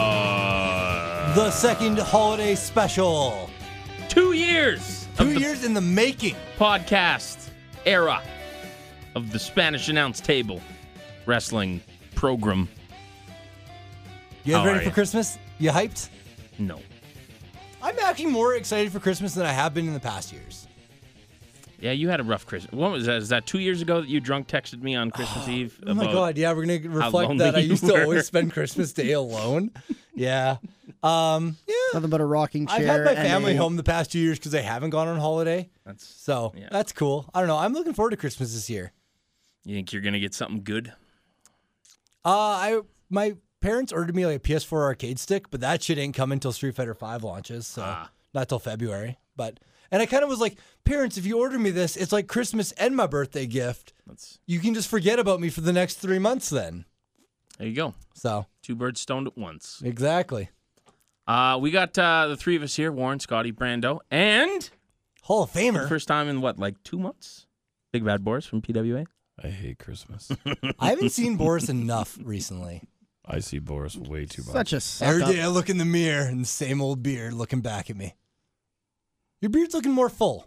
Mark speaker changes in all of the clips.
Speaker 1: Satpod.
Speaker 2: The second holiday special.
Speaker 1: two years
Speaker 2: Two
Speaker 1: of the
Speaker 2: years in the making.
Speaker 1: podcast era of the Spanish announce table wrestling program.
Speaker 2: You guys
Speaker 1: How are
Speaker 2: ready
Speaker 1: you?
Speaker 2: for Christmas? You hyped?
Speaker 1: No.
Speaker 2: I'm actually more excited for Christmas than I have been in the past years.
Speaker 1: Yeah, you had a rough Christmas. What was that? Is that two years ago that you drunk texted me on Christmas Eve?
Speaker 2: Oh my
Speaker 1: about-
Speaker 2: god, yeah, we're gonna reflect
Speaker 1: lonely
Speaker 2: that I
Speaker 1: you
Speaker 2: used
Speaker 1: were.
Speaker 2: to always spend Christmas Day alone. yeah. Um, yeah.
Speaker 3: Nothing but a rocking chair.
Speaker 2: I've had my
Speaker 3: and
Speaker 2: family
Speaker 3: a-
Speaker 2: home the past two years because I haven't gone on holiday.
Speaker 1: That's,
Speaker 2: So
Speaker 1: Yeah.
Speaker 2: that's cool. I don't know. I'm looking forward to Christmas this year.
Speaker 1: you think you're going to get something good?
Speaker 2: Uh I my parents ordered me like a PS4 arcade stick, but that shit ain't come until Street Fighter Five launches, so
Speaker 1: Ah.
Speaker 2: not till February. But and I kind of was like, parents, if you order me this, it's like Christmas and my birthday gift.
Speaker 1: That's,
Speaker 2: You can just forget about me for the next three months then.
Speaker 1: there you go.
Speaker 2: So
Speaker 1: Two birds stoned at once.
Speaker 2: exactly.
Speaker 1: Uh, we got uh, the three of us here Warren, Scotty, Brando, and
Speaker 2: Hall of
Speaker 1: the
Speaker 2: Famer.
Speaker 1: first time in what, like two months? Big Bad Boris from PWA.
Speaker 4: I hate Christmas.
Speaker 2: I haven't seen Boris enough recently.
Speaker 4: I see Boris way too much.
Speaker 3: Such a
Speaker 2: Every
Speaker 3: suck
Speaker 2: day
Speaker 3: up.
Speaker 2: I look in the mirror and the same old beard looking back at me. Your beard's looking more full.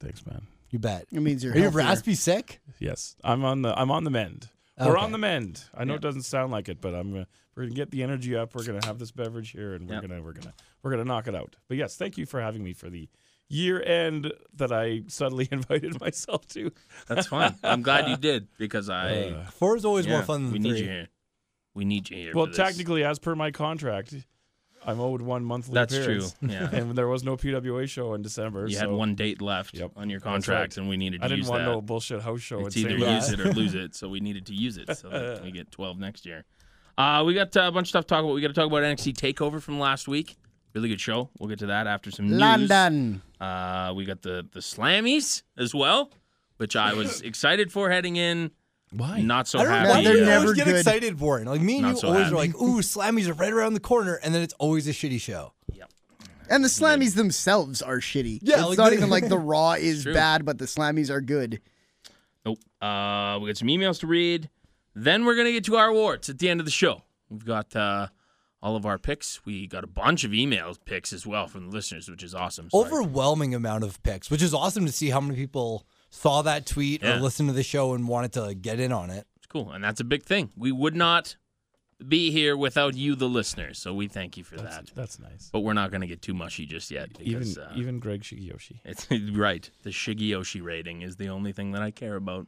Speaker 4: Thanks, man.
Speaker 2: You bet.
Speaker 3: It means you're
Speaker 2: Are you
Speaker 3: healthier.
Speaker 2: raspy sick?
Speaker 4: Yes, I'm on the I'm on the mend. We're
Speaker 2: Okay.
Speaker 4: on the mend. I know it doesn't sound like it, but I'm gonna, we're gonna get the energy up. We're gonna have this beverage here, and we're
Speaker 1: Yep.
Speaker 4: gonna we're gonna we're gonna knock it out. But yes, thank you for having me for the year end that I suddenly invited myself to.
Speaker 1: That's fine. I'm glad you did because I.
Speaker 2: Oh,
Speaker 4: Uh,
Speaker 2: Four is always more
Speaker 1: Yeah,
Speaker 2: fun than
Speaker 1: we
Speaker 2: three.
Speaker 1: need you here. We need you here.
Speaker 4: well,
Speaker 1: for this.
Speaker 4: technically, as per my contract, I'm owed one monthly.
Speaker 1: that's
Speaker 4: appearance.
Speaker 1: true. Yeah,
Speaker 4: And there was no PWA show in December.
Speaker 1: you
Speaker 4: so
Speaker 1: had one date left
Speaker 4: Yep,
Speaker 1: on your
Speaker 4: that's right.
Speaker 1: contract, and we needed to
Speaker 4: I didn't
Speaker 1: use
Speaker 4: want
Speaker 1: that.
Speaker 4: no bullshit house show.
Speaker 1: it's
Speaker 4: in St.
Speaker 1: either
Speaker 4: Louis.
Speaker 1: use it or lose it. So we needed to use it so that we get 12 next year. Uh, we got uh, a bunch of stuff to talk about. We got to talk about NXT Takeover from last week. Really good show. We'll get to that after some news.
Speaker 3: London.
Speaker 1: Uh, we got the the Slammies as well, which I was excited for heading in. Why? Not so
Speaker 2: I don't know
Speaker 1: happy.
Speaker 2: why
Speaker 3: Yeah, they're
Speaker 2: you
Speaker 3: never
Speaker 2: always get
Speaker 3: good.
Speaker 2: excited, Warren. Like me and
Speaker 1: Not
Speaker 2: you
Speaker 1: so
Speaker 2: always
Speaker 1: happy.
Speaker 2: are like, "Ooh, Slammies are right around the corner," and then it's always a shitty show.
Speaker 3: And the Slammies themselves are shitty.
Speaker 2: Yeah,
Speaker 3: it's
Speaker 2: like
Speaker 3: not
Speaker 2: they-
Speaker 3: even like the Raw is
Speaker 1: true.
Speaker 3: bad, but the Slammies are good.
Speaker 1: Nope. Uh, we got some emails to read. Then we're gonna get to our awards at the end of the show. We've got uh, all of our picks. We got a bunch of emails picks as well from the listeners, which is awesome. So I-
Speaker 2: Overwhelming amount of picks, which is awesome to see how many people saw that tweet
Speaker 1: Yeah.
Speaker 2: or listened to the show and wanted to get in on it.
Speaker 1: it's cool, and that's a big thing. We would not be here without you, the listeners. So we thank you for that.
Speaker 4: That's, that's nice.
Speaker 1: But we're not gonna get too mushy just yet.
Speaker 4: Even
Speaker 1: Because, uh,
Speaker 3: e-,
Speaker 4: even Greg Shigeyoshi.
Speaker 1: It's right. The Shigeyoshi rating is the only thing that I care about.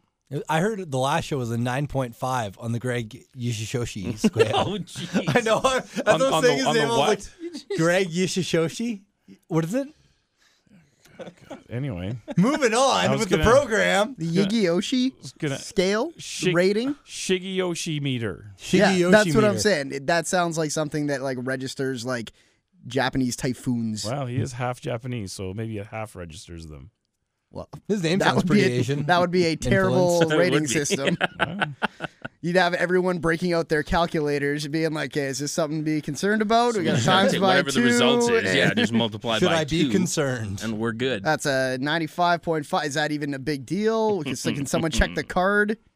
Speaker 2: I heard the last show was a nine point five on the Greg Yishishoshi scale.
Speaker 1: Oh, jeez.
Speaker 2: I know. That's
Speaker 4: On-
Speaker 2: what I'm
Speaker 4: on
Speaker 2: saying.
Speaker 4: the-
Speaker 2: his
Speaker 4: on the
Speaker 2: name. I was like, Greg Yishishoshi. What is it?
Speaker 4: Anyway,
Speaker 2: Moving
Speaker 4: I
Speaker 2: on
Speaker 4: was
Speaker 2: with the
Speaker 4: gonna-
Speaker 2: program.
Speaker 3: The Yigioshi
Speaker 4: gonna-
Speaker 3: scale
Speaker 4: Shig-
Speaker 3: rating.
Speaker 4: Shigeyoshi meter.
Speaker 3: yeah,
Speaker 2: Shigeyoshi
Speaker 3: that's what I'm
Speaker 2: meter.
Speaker 3: saying. It- That sounds like something that like registers like Japanese typhoons.
Speaker 4: Wow, he is half Japanese, so maybe a half registers them.
Speaker 3: Well,
Speaker 2: His name
Speaker 3: that
Speaker 2: sounds
Speaker 3: would be
Speaker 2: pretty
Speaker 3: a,
Speaker 2: Asian.
Speaker 3: that would be a terrible
Speaker 1: Influence. It would
Speaker 3: rating
Speaker 1: be.
Speaker 3: system.
Speaker 4: Wow.
Speaker 3: You'd have everyone breaking out their calculators, being like, hey, "Is this something to be concerned about? We got times by
Speaker 1: whatever
Speaker 3: two.
Speaker 1: the results is. Yeah,
Speaker 3: and-
Speaker 1: just multiply
Speaker 2: Should
Speaker 1: by
Speaker 2: I be
Speaker 1: two,
Speaker 2: concerned?
Speaker 1: and we're good.
Speaker 3: That's a 95.5. Is that even a big deal? Can, can someone check the card?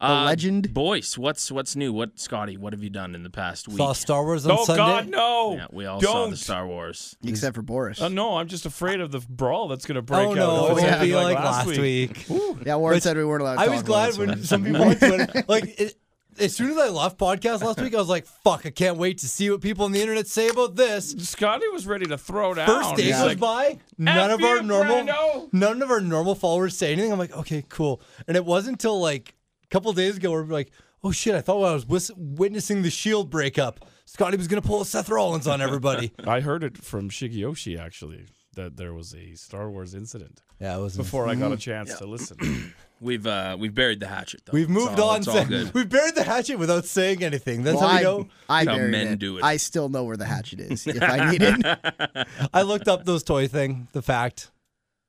Speaker 3: The
Speaker 1: Uh,
Speaker 3: legend?
Speaker 1: Boyce, what's what's new? What Scotty? What have you done in the past week?
Speaker 2: Saw Star Wars on
Speaker 4: oh
Speaker 2: Sunday.
Speaker 4: God, no!
Speaker 1: yeah, we all
Speaker 4: Don't.
Speaker 1: saw the Star Wars.
Speaker 3: Except for Boris.
Speaker 4: Uh, no, I'm just afraid of the brawl that's gonna break
Speaker 2: Oh
Speaker 4: out.
Speaker 2: no,
Speaker 4: if
Speaker 2: it won't
Speaker 4: it's gonna
Speaker 2: be like, last week.
Speaker 3: yeah, Warren
Speaker 2: Which-
Speaker 3: said we weren't allowed to
Speaker 2: I
Speaker 3: talk
Speaker 2: was
Speaker 3: about
Speaker 2: glad
Speaker 3: it,
Speaker 2: when
Speaker 3: so-
Speaker 2: some people on Twitter, like, it, as soon as I left podcast last week, I was like, "Fuck, I can't wait to see what people on the internet say about this."
Speaker 4: Scotty was ready to throw down.
Speaker 2: First day
Speaker 4: He's
Speaker 2: goes
Speaker 4: like,
Speaker 2: by, none
Speaker 4: "F
Speaker 2: of our
Speaker 4: you,
Speaker 2: normal,
Speaker 4: Brando."
Speaker 2: none of our normal followers say anything. I'm like, "Okay, cool." And it wasn't until like a couple days ago where we're like, "Oh shit, I thought I was wis- witnessing the Shield breakup. Scotty was gonna pull a Seth Rollins on everybody."
Speaker 4: I heard it from Shigeyoshi actually that there was a Star Wars incident
Speaker 2: yeah, it was
Speaker 4: before I got
Speaker 2: Mm-hmm.
Speaker 4: a chance to listen.
Speaker 1: We've uh, we've buried the hatchet. Though.
Speaker 2: We've
Speaker 1: It's
Speaker 2: moved
Speaker 1: all-
Speaker 2: on.
Speaker 1: It's all
Speaker 2: since-
Speaker 1: good.
Speaker 2: We've buried the hatchet without saying anything. That's
Speaker 3: Well,
Speaker 2: how
Speaker 3: I,
Speaker 2: we know.
Speaker 3: I
Speaker 1: How
Speaker 3: buried
Speaker 1: men
Speaker 3: it.
Speaker 1: do it.
Speaker 3: I still know where the hatchet is if I need it.
Speaker 2: I looked up those toy thing, the fact.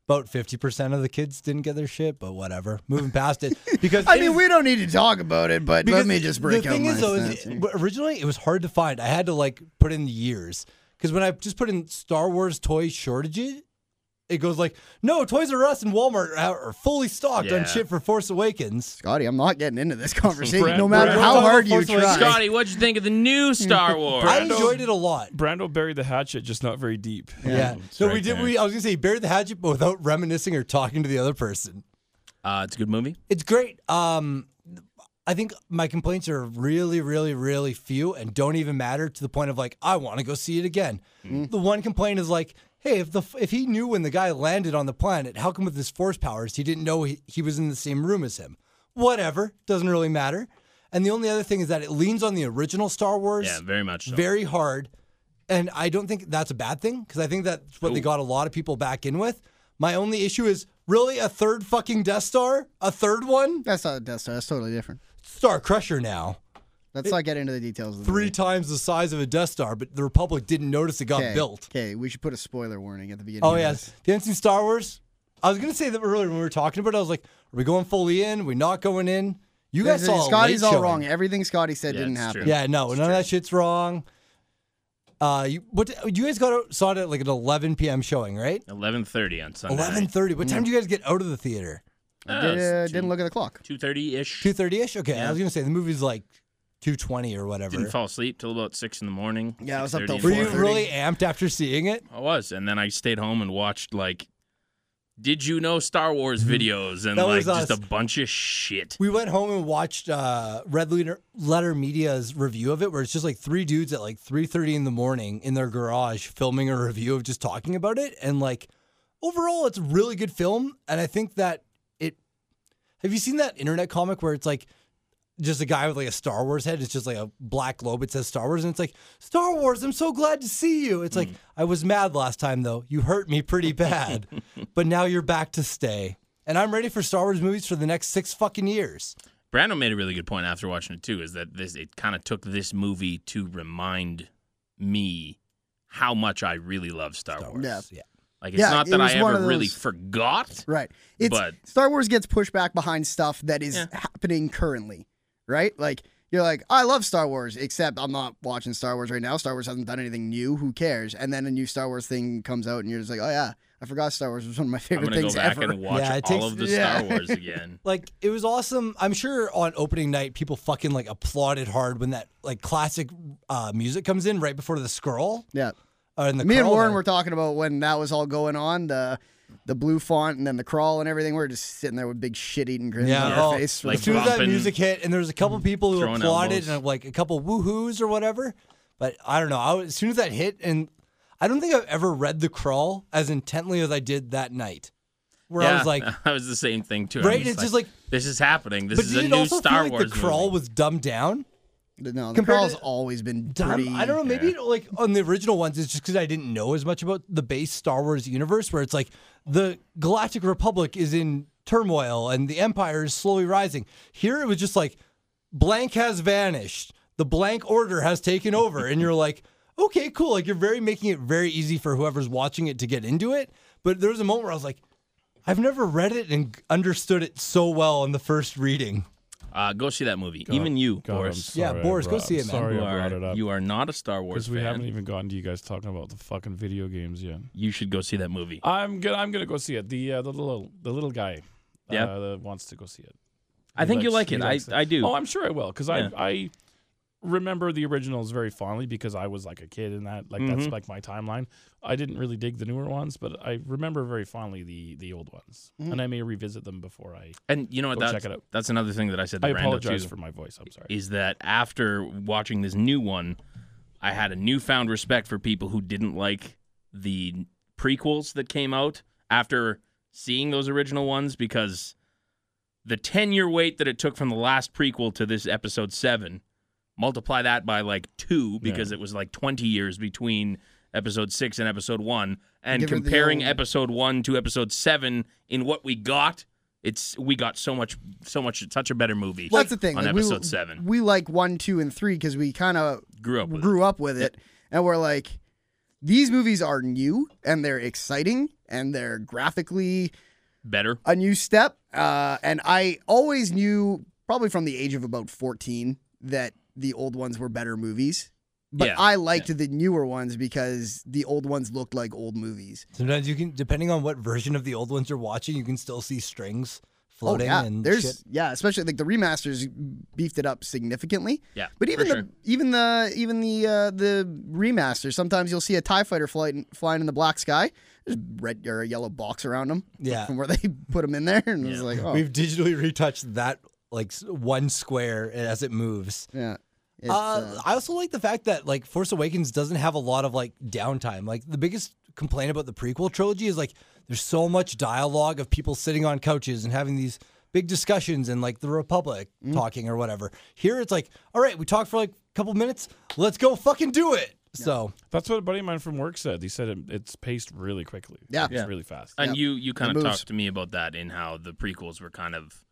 Speaker 2: about 50% of the kids didn't get their shit, but whatever. Moving past it. Because
Speaker 3: I
Speaker 2: it
Speaker 3: mean,
Speaker 2: is-
Speaker 3: we don't need to talk about it, but let
Speaker 2: because
Speaker 3: me just break
Speaker 2: the
Speaker 3: out
Speaker 2: thing
Speaker 3: my
Speaker 2: is, though, is
Speaker 3: stats
Speaker 2: it-
Speaker 3: here.
Speaker 2: but originally it was hard to find. I had to like put in the years because when I just put in Star Wars toy shortages, it goes like, no, Toys R Us and Walmart are are fully stocked
Speaker 1: Yeah.
Speaker 2: on shit for Force Awakens.
Speaker 3: Scotty, I'm not getting into this conversation.
Speaker 4: Brad-
Speaker 3: no matter
Speaker 4: Brad-
Speaker 3: how
Speaker 2: Brad-
Speaker 3: hard you
Speaker 2: Force Awakens.
Speaker 3: try.
Speaker 1: Scotty, what'd you think of the new Star Wars?
Speaker 2: I
Speaker 4: Brando-
Speaker 2: enjoyed it a lot.
Speaker 4: Brando buried the hatchet, just not very deep. Oh,
Speaker 2: Yeah. So we
Speaker 1: right
Speaker 2: did.
Speaker 1: there.
Speaker 2: We I was gonna say he buried the hatchet, but without reminiscing or talking to the other person.
Speaker 1: Uh, it's a good movie.
Speaker 2: It's great. Um, I think my complaints are really, really, really few and don't even matter to the point of like I want to go see it again.
Speaker 1: Mm-hmm.
Speaker 2: The one complaint is like, hey, if the if he knew when the guy landed on the planet, how come with his force powers he didn't know he, he was in the same room as him? Whatever, doesn't really matter. And the only other thing is that it leans on the original Star Wars
Speaker 1: Yeah, very much so.
Speaker 2: very hard. And I don't think that's a bad thing because I think that's what they got a lot of people back in with. My only issue is really a third fucking Death Star? A third one?
Speaker 3: That's not a Death Star. That's totally different.
Speaker 2: Star Crusher now.
Speaker 3: Let's not get into the details of the
Speaker 2: Three times the size of a Death Star, but the Republic didn't notice it got built.
Speaker 3: Okay, we should put a spoiler warning at the beginning.
Speaker 2: Oh,
Speaker 3: of
Speaker 2: yes. If you haven't seen Star Wars, I was going to say that earlier when we were talking about it, I was like, are we going fully in? we not going in? You
Speaker 3: this.
Speaker 2: guys saw a
Speaker 3: Scotty's
Speaker 2: late
Speaker 3: all
Speaker 2: showing.
Speaker 3: wrong. Everything Scotty said
Speaker 1: Yeah,
Speaker 3: didn't
Speaker 1: it's
Speaker 3: happen.
Speaker 1: true.
Speaker 2: Yeah, no, none of that shit's wrong. Uh, you what? You guys got out, saw it at like an 11 p.m. showing, right?
Speaker 1: 11:30 on Sunday. Oh,
Speaker 2: Eleven thirty. What time do you guys get out of the theater?
Speaker 3: Did, uh, didn't look at the clock.
Speaker 1: 2:30 ish.
Speaker 2: Two thirty ish. Okay, I was gonna say the movie's like two twenty or whatever.
Speaker 1: Didn't fall asleep till about six in the morning.
Speaker 3: Yeah, I was up
Speaker 1: 6:30
Speaker 3: till
Speaker 1: in the
Speaker 2: Were you
Speaker 1: morning.
Speaker 3: 4:30.
Speaker 2: really amped after seeing it?
Speaker 1: I was, and then I stayed home and watched like, did you know Star Wars videos and
Speaker 2: Mm-hmm. That
Speaker 1: like
Speaker 2: was
Speaker 1: just a
Speaker 2: us.
Speaker 1: bunch of shit.
Speaker 2: We went home and watched uh, Red Letter, Letter Media's review of it, where it's just like three dudes at like three thirty in the morning in their garage filming a review of just talking about it. And like overall, it's a really good film, and I think that it. Have you seen that internet comic where it's like just a guy with like a Star Wars head. It's just like a black globe. It says Star Wars, and it's like Star Wars. I'm so glad to see you. It's like
Speaker 3: Hmm.
Speaker 2: I was mad last time though. You hurt me pretty bad, but now you're back to stay. And I'm ready for Star Wars movies for the next six fucking years.
Speaker 1: Brando made a really good point after watching it too, is that this it kind of took this movie to remind me how much I really love Star, Wars.
Speaker 3: Yeah.
Speaker 2: Yeah.
Speaker 1: Like it's
Speaker 3: Yeah,
Speaker 1: not
Speaker 3: it
Speaker 1: that I
Speaker 3: was one
Speaker 1: ever
Speaker 3: of
Speaker 1: really
Speaker 3: those-
Speaker 1: forgot.
Speaker 3: Right. It's
Speaker 1: But-
Speaker 3: Star Wars gets pushed back behind stuff that is
Speaker 1: Yeah.
Speaker 3: happening currently, right? Like you're like, I love Star Wars, except I'm not watching Star Wars right now. Star Wars hasn't done anything new. Who cares? And then a new Star Wars thing comes out, and you're just like, oh yeah, I forgot Star Wars was one of my
Speaker 1: I'm
Speaker 3: favorite
Speaker 1: gonna go
Speaker 3: things
Speaker 1: back
Speaker 3: ever.
Speaker 1: and watch
Speaker 2: Yeah, it
Speaker 1: all
Speaker 2: takes-
Speaker 1: of the
Speaker 3: yeah.
Speaker 1: Star Wars again.
Speaker 2: Like it was awesome. I'm sure on opening night people fucking like applauded hard when that like classic uh, music comes in right before the scroll.
Speaker 3: yeah.
Speaker 2: Or in the
Speaker 3: Me and
Speaker 2: crawl
Speaker 3: Warren
Speaker 2: there.
Speaker 3: were talking about when that was all going on the the blue font and then the crawl and everything. We are just sitting there with big shit eating grins
Speaker 2: Yeah,
Speaker 3: on
Speaker 2: oh,
Speaker 3: our face. for
Speaker 1: like
Speaker 2: as
Speaker 3: the
Speaker 2: soon as that
Speaker 1: bumping, mm,
Speaker 2: music hit, and there was a couple people who
Speaker 1: throwing
Speaker 2: applauded
Speaker 1: elbows.
Speaker 2: and like a couple woohoos or whatever. But I don't know. I was, as soon as that hit, and I don't think I've ever read the crawl as intently as I did that night, where I
Speaker 1: yeah,
Speaker 2: was like,
Speaker 1: I was the same thing too. I'm
Speaker 2: Right, it's just like-
Speaker 1: this is happening. This
Speaker 2: but
Speaker 1: is a
Speaker 2: did it
Speaker 1: new
Speaker 2: also feel
Speaker 1: Star
Speaker 2: like
Speaker 1: Wars
Speaker 2: the crawl
Speaker 1: movie.
Speaker 2: was dumbed down?
Speaker 3: no, the
Speaker 2: Compared
Speaker 3: crawl's
Speaker 2: to-
Speaker 3: always been pretty.
Speaker 2: Dumb? I don't know. Maybe like on the original ones, it's just because I didn't know as much about the base Star Wars universe, where it's like the Galactic Republic is in turmoil and the Empire is slowly rising. Here it was just like blank has vanished, the blank order has taken over, and you're like, okay, cool. Like you're very making it very easy for whoever's watching it to get into it. But there was a moment where I was like, I've never read it and understood it so well in the first reading.
Speaker 1: Uh, go see that movie. Even you,
Speaker 4: oh, God, I'm
Speaker 1: Boris,
Speaker 2: Yeah,
Speaker 4: sorry I
Speaker 2: Boris, go
Speaker 4: brought-
Speaker 2: see it, man.
Speaker 4: Sorry,
Speaker 1: you
Speaker 4: I brought
Speaker 1: are
Speaker 4: it up.
Speaker 1: you are not a Star Wars
Speaker 4: Because we
Speaker 1: fan.
Speaker 4: haven't e- even gotten to you guys talking about the fucking video games yet.
Speaker 1: You should go see that movie.
Speaker 4: I'm gonna I'm gonna go see it. The uh, the little the little guy,
Speaker 1: Yeah.
Speaker 4: uh, that wants to go see it.
Speaker 1: I
Speaker 4: He
Speaker 1: think you'll like
Speaker 4: likes-
Speaker 1: it.
Speaker 4: he
Speaker 1: I,
Speaker 4: likes
Speaker 1: I do.
Speaker 4: Oh, I'm sure I will because
Speaker 1: Yeah.
Speaker 4: I I remember the originals very fondly because I was like a kid and that like
Speaker 1: Mm-hmm.
Speaker 4: that's like my timeline. I didn't really dig the newer ones, but I remember very fondly the the old ones, and I may revisit them before I.
Speaker 1: and you know what?
Speaker 4: Go check
Speaker 1: That's,
Speaker 4: it out.
Speaker 1: that's another thing that I said to
Speaker 4: I
Speaker 1: Rando
Speaker 4: apologize
Speaker 1: too.
Speaker 4: for my voice. I'm sorry.
Speaker 1: Is that after watching this new one, I had a newfound respect for people who didn't like the prequels that came out after seeing those original ones because the 10 year wait that it took from the last prequel to this episode 7 multiply that by like 2 because it was like 20 years between episode 6 and episode 1 and
Speaker 3: Give her the
Speaker 1: comparing
Speaker 3: old-
Speaker 1: episode 1 to episode 7 in what we got it's we got so much so much such a better movie
Speaker 3: Well, that's the thing.
Speaker 1: on
Speaker 3: like, we-
Speaker 1: episode 7
Speaker 3: we like one, two, and three because we kind of
Speaker 1: grew up with it.
Speaker 3: grew up with it, and we're like, these movies are new and they're exciting and they're graphically
Speaker 1: Better.
Speaker 3: a new step. Uh, and I always knew, probably from the age of about 14, that the old ones were better movies. But
Speaker 1: Yeah,
Speaker 3: I liked the newer ones because the old ones looked like old movies. Oh,
Speaker 2: Sometimes you can, depending on what version of the old ones you're watching, you can still see strings floating
Speaker 3: oh yeah,
Speaker 2: and
Speaker 3: there's
Speaker 2: shit.
Speaker 3: yeah, especially like the remasters beefed it up significantly.
Speaker 1: Yeah,
Speaker 3: but
Speaker 1: for
Speaker 3: even the
Speaker 1: sure.
Speaker 3: even the even the uh, the remaster, sometimes you'll see a Tie Fighter flying flying in the black sky, there's red or a yellow box around them.
Speaker 2: Yeah.
Speaker 3: from where they put them in there, and it's like oh
Speaker 2: We've digitally retouched that like s- one square as it moves.
Speaker 3: yeah. It's,
Speaker 2: Uh,
Speaker 3: uh,
Speaker 2: I also like the fact that like Force Awakens doesn't have a lot of like downtime. Like the biggest complaint about the prequel trilogy is like there's so much dialogue of people sitting on couches and having these big discussions and like the Republic
Speaker 3: Mm.
Speaker 2: talking or whatever. Here it's like, all right, we talked for like a couple minutes, let's go fucking do it. So
Speaker 4: That's what a buddy of mine from work said. He said it, it's paced really quickly.
Speaker 3: Yeah.
Speaker 4: it's
Speaker 1: Yeah.
Speaker 4: really fast.
Speaker 1: And you you kind
Speaker 3: moves.
Speaker 1: of talked to me about that in how the prequels were kind of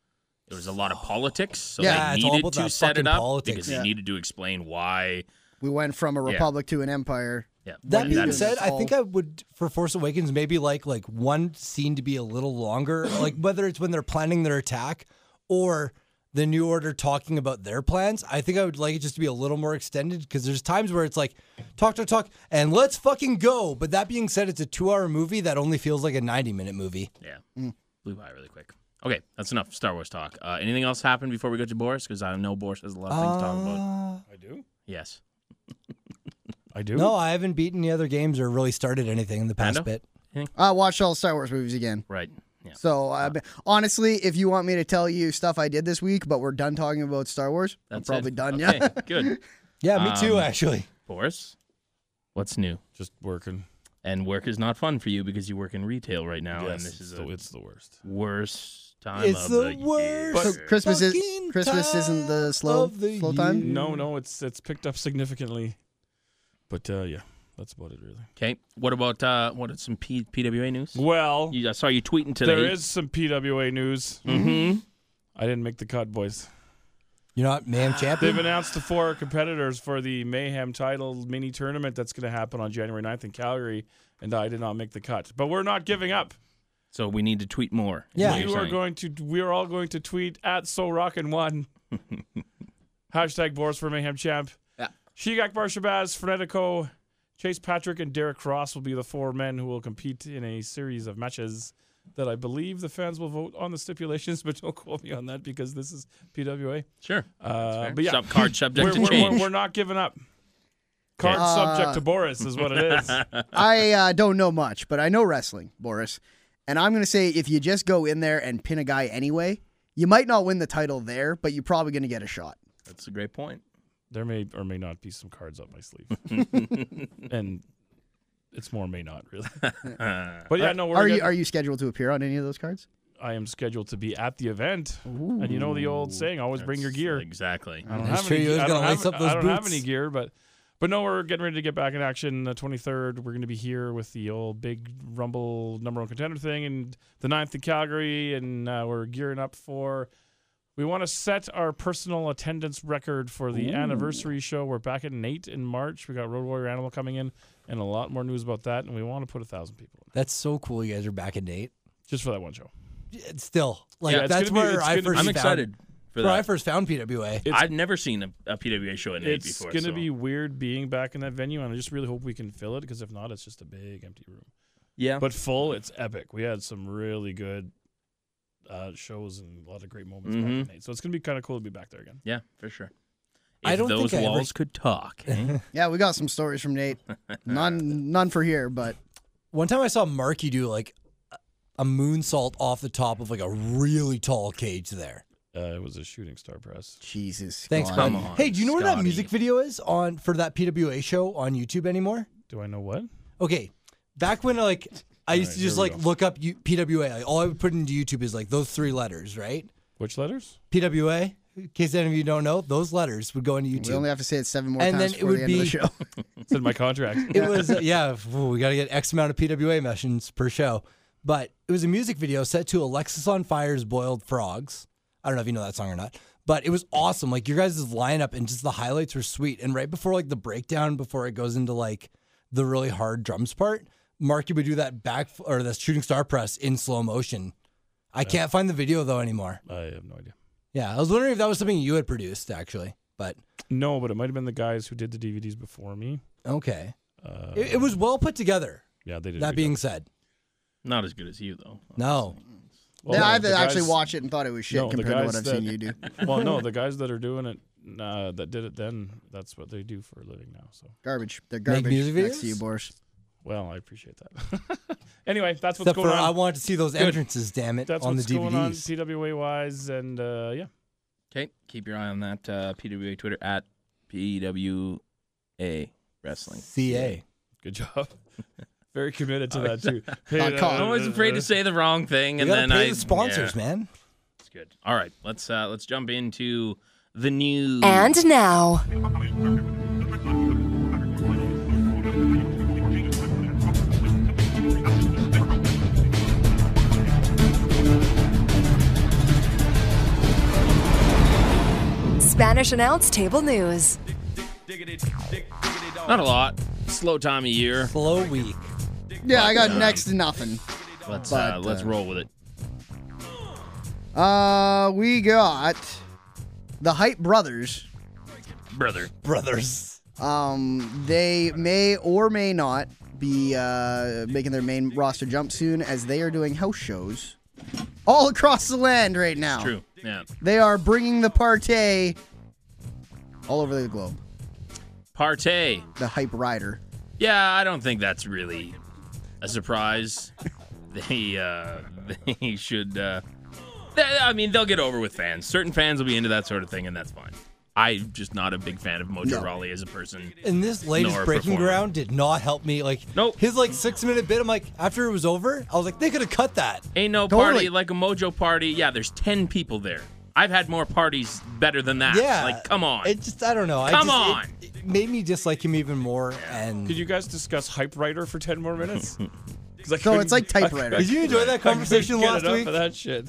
Speaker 1: there was a lot of politics, so
Speaker 3: Yeah,
Speaker 1: they
Speaker 2: it's all
Speaker 1: needed
Speaker 2: about
Speaker 1: to
Speaker 2: that
Speaker 1: set
Speaker 2: fucking
Speaker 1: it up
Speaker 2: politics.
Speaker 1: because
Speaker 3: Yeah.
Speaker 1: they needed to explain why.
Speaker 3: we went from a republic to an empire.
Speaker 1: Yeah,
Speaker 2: that
Speaker 1: why
Speaker 2: being
Speaker 1: that's-
Speaker 2: said, I
Speaker 3: all-
Speaker 2: think I would for Force Awakens maybe like like one scene to be a little longer, like whether it's when they're planning their attack or the New Order talking about their plans. I think I would like it just to be a little more extended because there's times where it's like talk talk talk and let's fucking go. But that being said, it's a two-hour movie that only feels like a 90-minute movie.
Speaker 1: yeah, blew by really quick. Okay, that's enough Star Wars talk. Uh, anything else happened before we go to Boris? Because I know Boris has a lot of things to talk about.
Speaker 2: Uh,
Speaker 4: I do.
Speaker 1: Yes.
Speaker 4: I do.
Speaker 2: no, I haven't beaten any other games or really started anything in the past
Speaker 1: Mando?
Speaker 2: bit.
Speaker 3: I watched all Star Wars movies again.
Speaker 1: Right. Yeah.
Speaker 3: So uh, honestly, if you want me to tell you stuff I did this week, but we're done talking about Star Wars, I'm
Speaker 1: That's
Speaker 3: probably
Speaker 1: it.
Speaker 3: done.
Speaker 1: Okay,
Speaker 3: Yeah.
Speaker 1: Good.
Speaker 2: Yeah, me too
Speaker 1: Um,
Speaker 2: actually.
Speaker 1: Boris, what's new?
Speaker 4: just working.
Speaker 1: And work is not fun for you because you work in retail right now, and
Speaker 4: Yes,
Speaker 1: this is
Speaker 4: it's, the,
Speaker 1: the
Speaker 4: it's the worst.
Speaker 1: worst time.
Speaker 2: It's
Speaker 1: of
Speaker 2: the
Speaker 1: the year.
Speaker 2: worst.
Speaker 3: So
Speaker 4: But-
Speaker 3: Christmas is
Speaker 2: Fucking
Speaker 3: Christmas isn't the
Speaker 2: time
Speaker 3: slow
Speaker 2: of the
Speaker 3: slow time.
Speaker 2: year.
Speaker 4: No, no, it's it's picked up significantly. But uh, yeah, that's about it really.
Speaker 1: Okay. What about uh, what are some P- PWA news?
Speaker 4: Well,
Speaker 1: You, I saw you tweeting today.
Speaker 4: there is some PWA news.
Speaker 1: Mm-hmm.
Speaker 4: I didn't make the cut, boys.
Speaker 2: You're not ma'am
Speaker 4: They've
Speaker 2: champion.
Speaker 4: announced the four competitors for the Mayhem title mini tournament that's going to happen on January 9th in Calgary, and I did not make the cut. But we're not giving up.
Speaker 1: So we need to tweet more. is
Speaker 2: Yeah.
Speaker 1: what
Speaker 4: We
Speaker 1: you're
Speaker 4: are
Speaker 1: saying.
Speaker 4: going to. We are all going to tweet at So Rockin' One. Hashtag Boris for Mayhem Champ.
Speaker 3: Yeah.
Speaker 4: Shigak Bar Shabazz, Frenetico, Chase Patrick, and Derek Cross will be the four men who will compete in a series of matches that I believe the fans will vote on the stipulations, but don't quote me on that because this is PWA.
Speaker 1: Sure.
Speaker 4: Uh, but yeah,
Speaker 1: Sub card subject
Speaker 4: we're,
Speaker 1: to
Speaker 4: we're- we're-
Speaker 1: change.
Speaker 4: we're not giving up. Card
Speaker 3: Uh,
Speaker 4: subject to Boris is what it is.
Speaker 3: I uh, don't know much, but I know wrestling, Boris. And I'm gonna say if you just go in there and pin a guy anyway, you might not win the title there, but you're probably gonna get a shot.
Speaker 1: That's a great point.
Speaker 4: there may or may not be some cards up my sleeve, and it's more may not really.
Speaker 1: Uh,
Speaker 4: but yeah, no, we're
Speaker 3: are
Speaker 4: gonna-
Speaker 3: you are you scheduled to appear on any of those cards?
Speaker 4: I am scheduled to be at the event, and you know the old saying: always bring your
Speaker 1: That's-
Speaker 4: gear. Uh,
Speaker 1: Exactly.
Speaker 4: I don't
Speaker 2: That's
Speaker 4: have
Speaker 2: true,
Speaker 4: any.
Speaker 2: you
Speaker 4: ge-
Speaker 2: always
Speaker 4: I don't,
Speaker 2: gotta
Speaker 4: have,
Speaker 2: lace up those
Speaker 4: I don't have any
Speaker 2: boots.
Speaker 4: gear, but but no, we're getting ready to get back in action. The 23rd, we're going to be here with the old big Rumble number one contender thing, and the 9th in Calgary, and uh, we're gearing up for. We want to set our personal attendance record for the anniversary show. We're back at eight in March. We got Road Warrior Animal coming in, and a lot more news about that. And we want to put a thousand people in
Speaker 2: That's so cool. You guys are back in date.
Speaker 4: just for that one show.
Speaker 2: It's Still, like
Speaker 4: Yeah, it's
Speaker 2: that's
Speaker 4: gonna
Speaker 2: where
Speaker 4: be- it's
Speaker 2: I
Speaker 4: gonna be-
Speaker 2: first.
Speaker 1: I'm
Speaker 2: found,
Speaker 1: excited for
Speaker 2: Where I
Speaker 1: that.
Speaker 2: first found PWA.
Speaker 4: It's-
Speaker 1: I've never seen a, a PWA show in eight
Speaker 4: It's
Speaker 1: before.
Speaker 4: going to
Speaker 1: so-
Speaker 4: be weird being back in that venue, and I just really hope we can fill it because if not, it's just a big empty room.
Speaker 1: yeah.
Speaker 4: but full it's epic we had some really good uh, shows and a lot of great moments
Speaker 2: Mm-hmm.
Speaker 4: back in
Speaker 1: Mhm.
Speaker 4: the day. so it's gonna be kind of cool to be back there again
Speaker 1: yeah, for sure. If
Speaker 2: I don't
Speaker 1: those
Speaker 2: think I ever-
Speaker 1: walls could talk. eh?
Speaker 3: Yeah, we got some stories from Nate. None none for here, but
Speaker 2: One time I saw Marky do like a- a moonsault off the top of like a really tall cage. There.
Speaker 4: uh, it was a shooting star press
Speaker 3: Jesus.
Speaker 2: Thanks,
Speaker 3: God.
Speaker 1: come
Speaker 2: bud.
Speaker 1: on,
Speaker 2: Hey, do you know where that
Speaker 1: Scotty.
Speaker 2: music video is on for that PWA show on YouTube anymore?
Speaker 4: do i know what
Speaker 2: Okay, back when like I used
Speaker 4: right,
Speaker 2: to just
Speaker 4: here we
Speaker 2: like
Speaker 4: go.
Speaker 2: look up U- PWA. Like, all I would put into YouTube is like those three letters, right?
Speaker 4: which letters
Speaker 2: PWA. In case any of you don't know, those letters would go into YouTube.
Speaker 3: We only have to say it seven more
Speaker 2: And
Speaker 3: times
Speaker 2: then it
Speaker 3: before
Speaker 2: would
Speaker 3: the end of
Speaker 2: be-
Speaker 3: the show.
Speaker 4: it's in my contract
Speaker 2: it was uh, yeah ooh, we got to get x amount of pwa missions per show but it was a music video set to alexis on fire's boiled frogs i don't know if you know that song or not but it was awesome like your guys' lineup and just the highlights were sweet and right before like the breakdown before it goes into like the really hard drums part, Marky would do that back or the shooting star press in slow motion. I can't find the video though anymore.
Speaker 4: I have no idea.
Speaker 2: Yeah, I was wondering if that was something you had produced actually, but
Speaker 4: No, but it might have been the guys who did the DVDs before me.
Speaker 2: okay,
Speaker 4: Uh,
Speaker 2: it, it was well put together.
Speaker 4: yeah, they did. a
Speaker 2: That
Speaker 4: good
Speaker 2: being
Speaker 4: job.
Speaker 2: said,
Speaker 1: Not as good as you though.
Speaker 2: no,
Speaker 4: Well,
Speaker 3: yeah,
Speaker 4: no,
Speaker 3: I've
Speaker 4: the
Speaker 3: actually
Speaker 4: guys-
Speaker 3: watched it and thought it was shit
Speaker 4: No, the
Speaker 3: compared to what
Speaker 4: guys
Speaker 3: I've seen
Speaker 4: that-
Speaker 3: you do.
Speaker 4: well, no, the guys that are doing it, uh, that did it then, that's what they do for a living now. So,
Speaker 3: Garbage. They're garbage
Speaker 2: music
Speaker 3: next to
Speaker 2: videos?
Speaker 3: you, Boris.
Speaker 4: well, I appreciate that. anyway, that's what's
Speaker 2: except
Speaker 4: going
Speaker 2: for I
Speaker 4: on.
Speaker 2: wanted to see those entrances. Damn it,
Speaker 4: that's
Speaker 2: on the
Speaker 4: what's going on
Speaker 2: DVDs.
Speaker 4: PWA wise, and uh, yeah,
Speaker 1: Okay, keep your eye on that uh, PWA Twitter at PWA Wrestling.
Speaker 2: CA.
Speaker 4: good job. Very committed to that too. uh,
Speaker 3: Dot com.
Speaker 1: I'm always afraid to say the wrong thing,
Speaker 2: You
Speaker 1: and
Speaker 2: gotta
Speaker 1: then
Speaker 2: pay
Speaker 1: I
Speaker 2: the sponsors,
Speaker 1: yeah,
Speaker 2: man.
Speaker 1: It's good. All right, let's uh, let's jump into the news.
Speaker 5: And now. Spanish announce table news.
Speaker 1: not a lot. Slow time of year.
Speaker 2: Slow week.
Speaker 3: Yeah, I got next to nothing.
Speaker 1: Let's
Speaker 3: But,
Speaker 1: uh, let's
Speaker 3: uh,
Speaker 1: roll with it.
Speaker 3: Uh, we got the Hype Brothers.
Speaker 1: brother.
Speaker 2: brothers.
Speaker 3: Um, they may or may not be uh, making their main roster jump soon, as they are doing house shows all across the land right now.
Speaker 1: True. Yeah.
Speaker 3: They are bringing the partay all over the globe.
Speaker 1: Partey.
Speaker 3: The Hype Rider.
Speaker 1: Yeah, I don't think that's really a surprise. They uh they should uh th- I mean they'll get over with fans. Certain fans will be into that sort of thing and that's fine. I'm just not a big fan of Mojo
Speaker 3: No.
Speaker 1: Raleigh as a person.
Speaker 2: And this latest
Speaker 1: Nor
Speaker 2: breaking
Speaker 1: performer.
Speaker 2: ground did not help me. Like,
Speaker 1: Nope.
Speaker 2: His like six minute bit. I'm like, after it was over, I was like, they could have cut that.
Speaker 1: Ain't no
Speaker 3: Totally.
Speaker 1: party like a Mojo party. Yeah, there's 10 people there. I've had more parties better than that.
Speaker 2: Yeah.
Speaker 1: Like come on.
Speaker 2: It just, I don't know. I
Speaker 1: Come
Speaker 2: just- it-
Speaker 1: on.
Speaker 2: It, made me dislike him even more. And
Speaker 4: Could you guys discuss hype writer for ten more minutes? 'Cause I
Speaker 3: So it's
Speaker 4: couldn't-
Speaker 3: like
Speaker 4: I
Speaker 3: typewriter.
Speaker 2: did you enjoy that conversation
Speaker 4: get
Speaker 2: last
Speaker 4: enough
Speaker 2: week?
Speaker 4: Of that shit.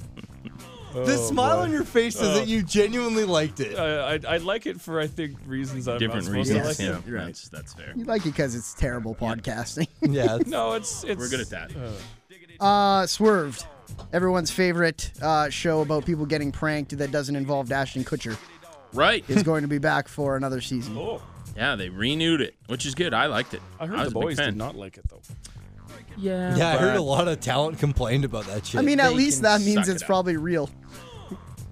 Speaker 2: The smile on your face says
Speaker 4: Oh.
Speaker 2: that you genuinely liked it.
Speaker 4: I, Uh, I, I like it for I think reasons I'm
Speaker 1: Different
Speaker 4: not supposed to
Speaker 1: reasons.
Speaker 4: like
Speaker 1: Yeah,
Speaker 4: it.
Speaker 3: You're right.
Speaker 1: that's, that's fair.
Speaker 3: You like it because it's terrible podcasting.
Speaker 2: yeah. it's-
Speaker 4: No, it's it's
Speaker 1: We're good at that.
Speaker 3: Uh, Swerved. Everyone's favorite uh, show about people getting pranked that doesn't involve Ashton Kutcher
Speaker 1: Right.
Speaker 3: is going to be back for another season.
Speaker 4: Oh,
Speaker 1: Yeah, they renewed it, which is good. I liked it.
Speaker 4: I heard
Speaker 1: was
Speaker 4: the
Speaker 1: a big
Speaker 4: boys did
Speaker 1: fan.
Speaker 4: not like it though.
Speaker 1: Yeah.
Speaker 2: Yeah, I heard
Speaker 1: but-
Speaker 2: a lot of talent complained about that shit.
Speaker 3: I mean, at
Speaker 1: They
Speaker 3: least
Speaker 1: can
Speaker 3: that
Speaker 1: suck
Speaker 3: means
Speaker 1: it
Speaker 3: it's
Speaker 1: up.
Speaker 3: probably real.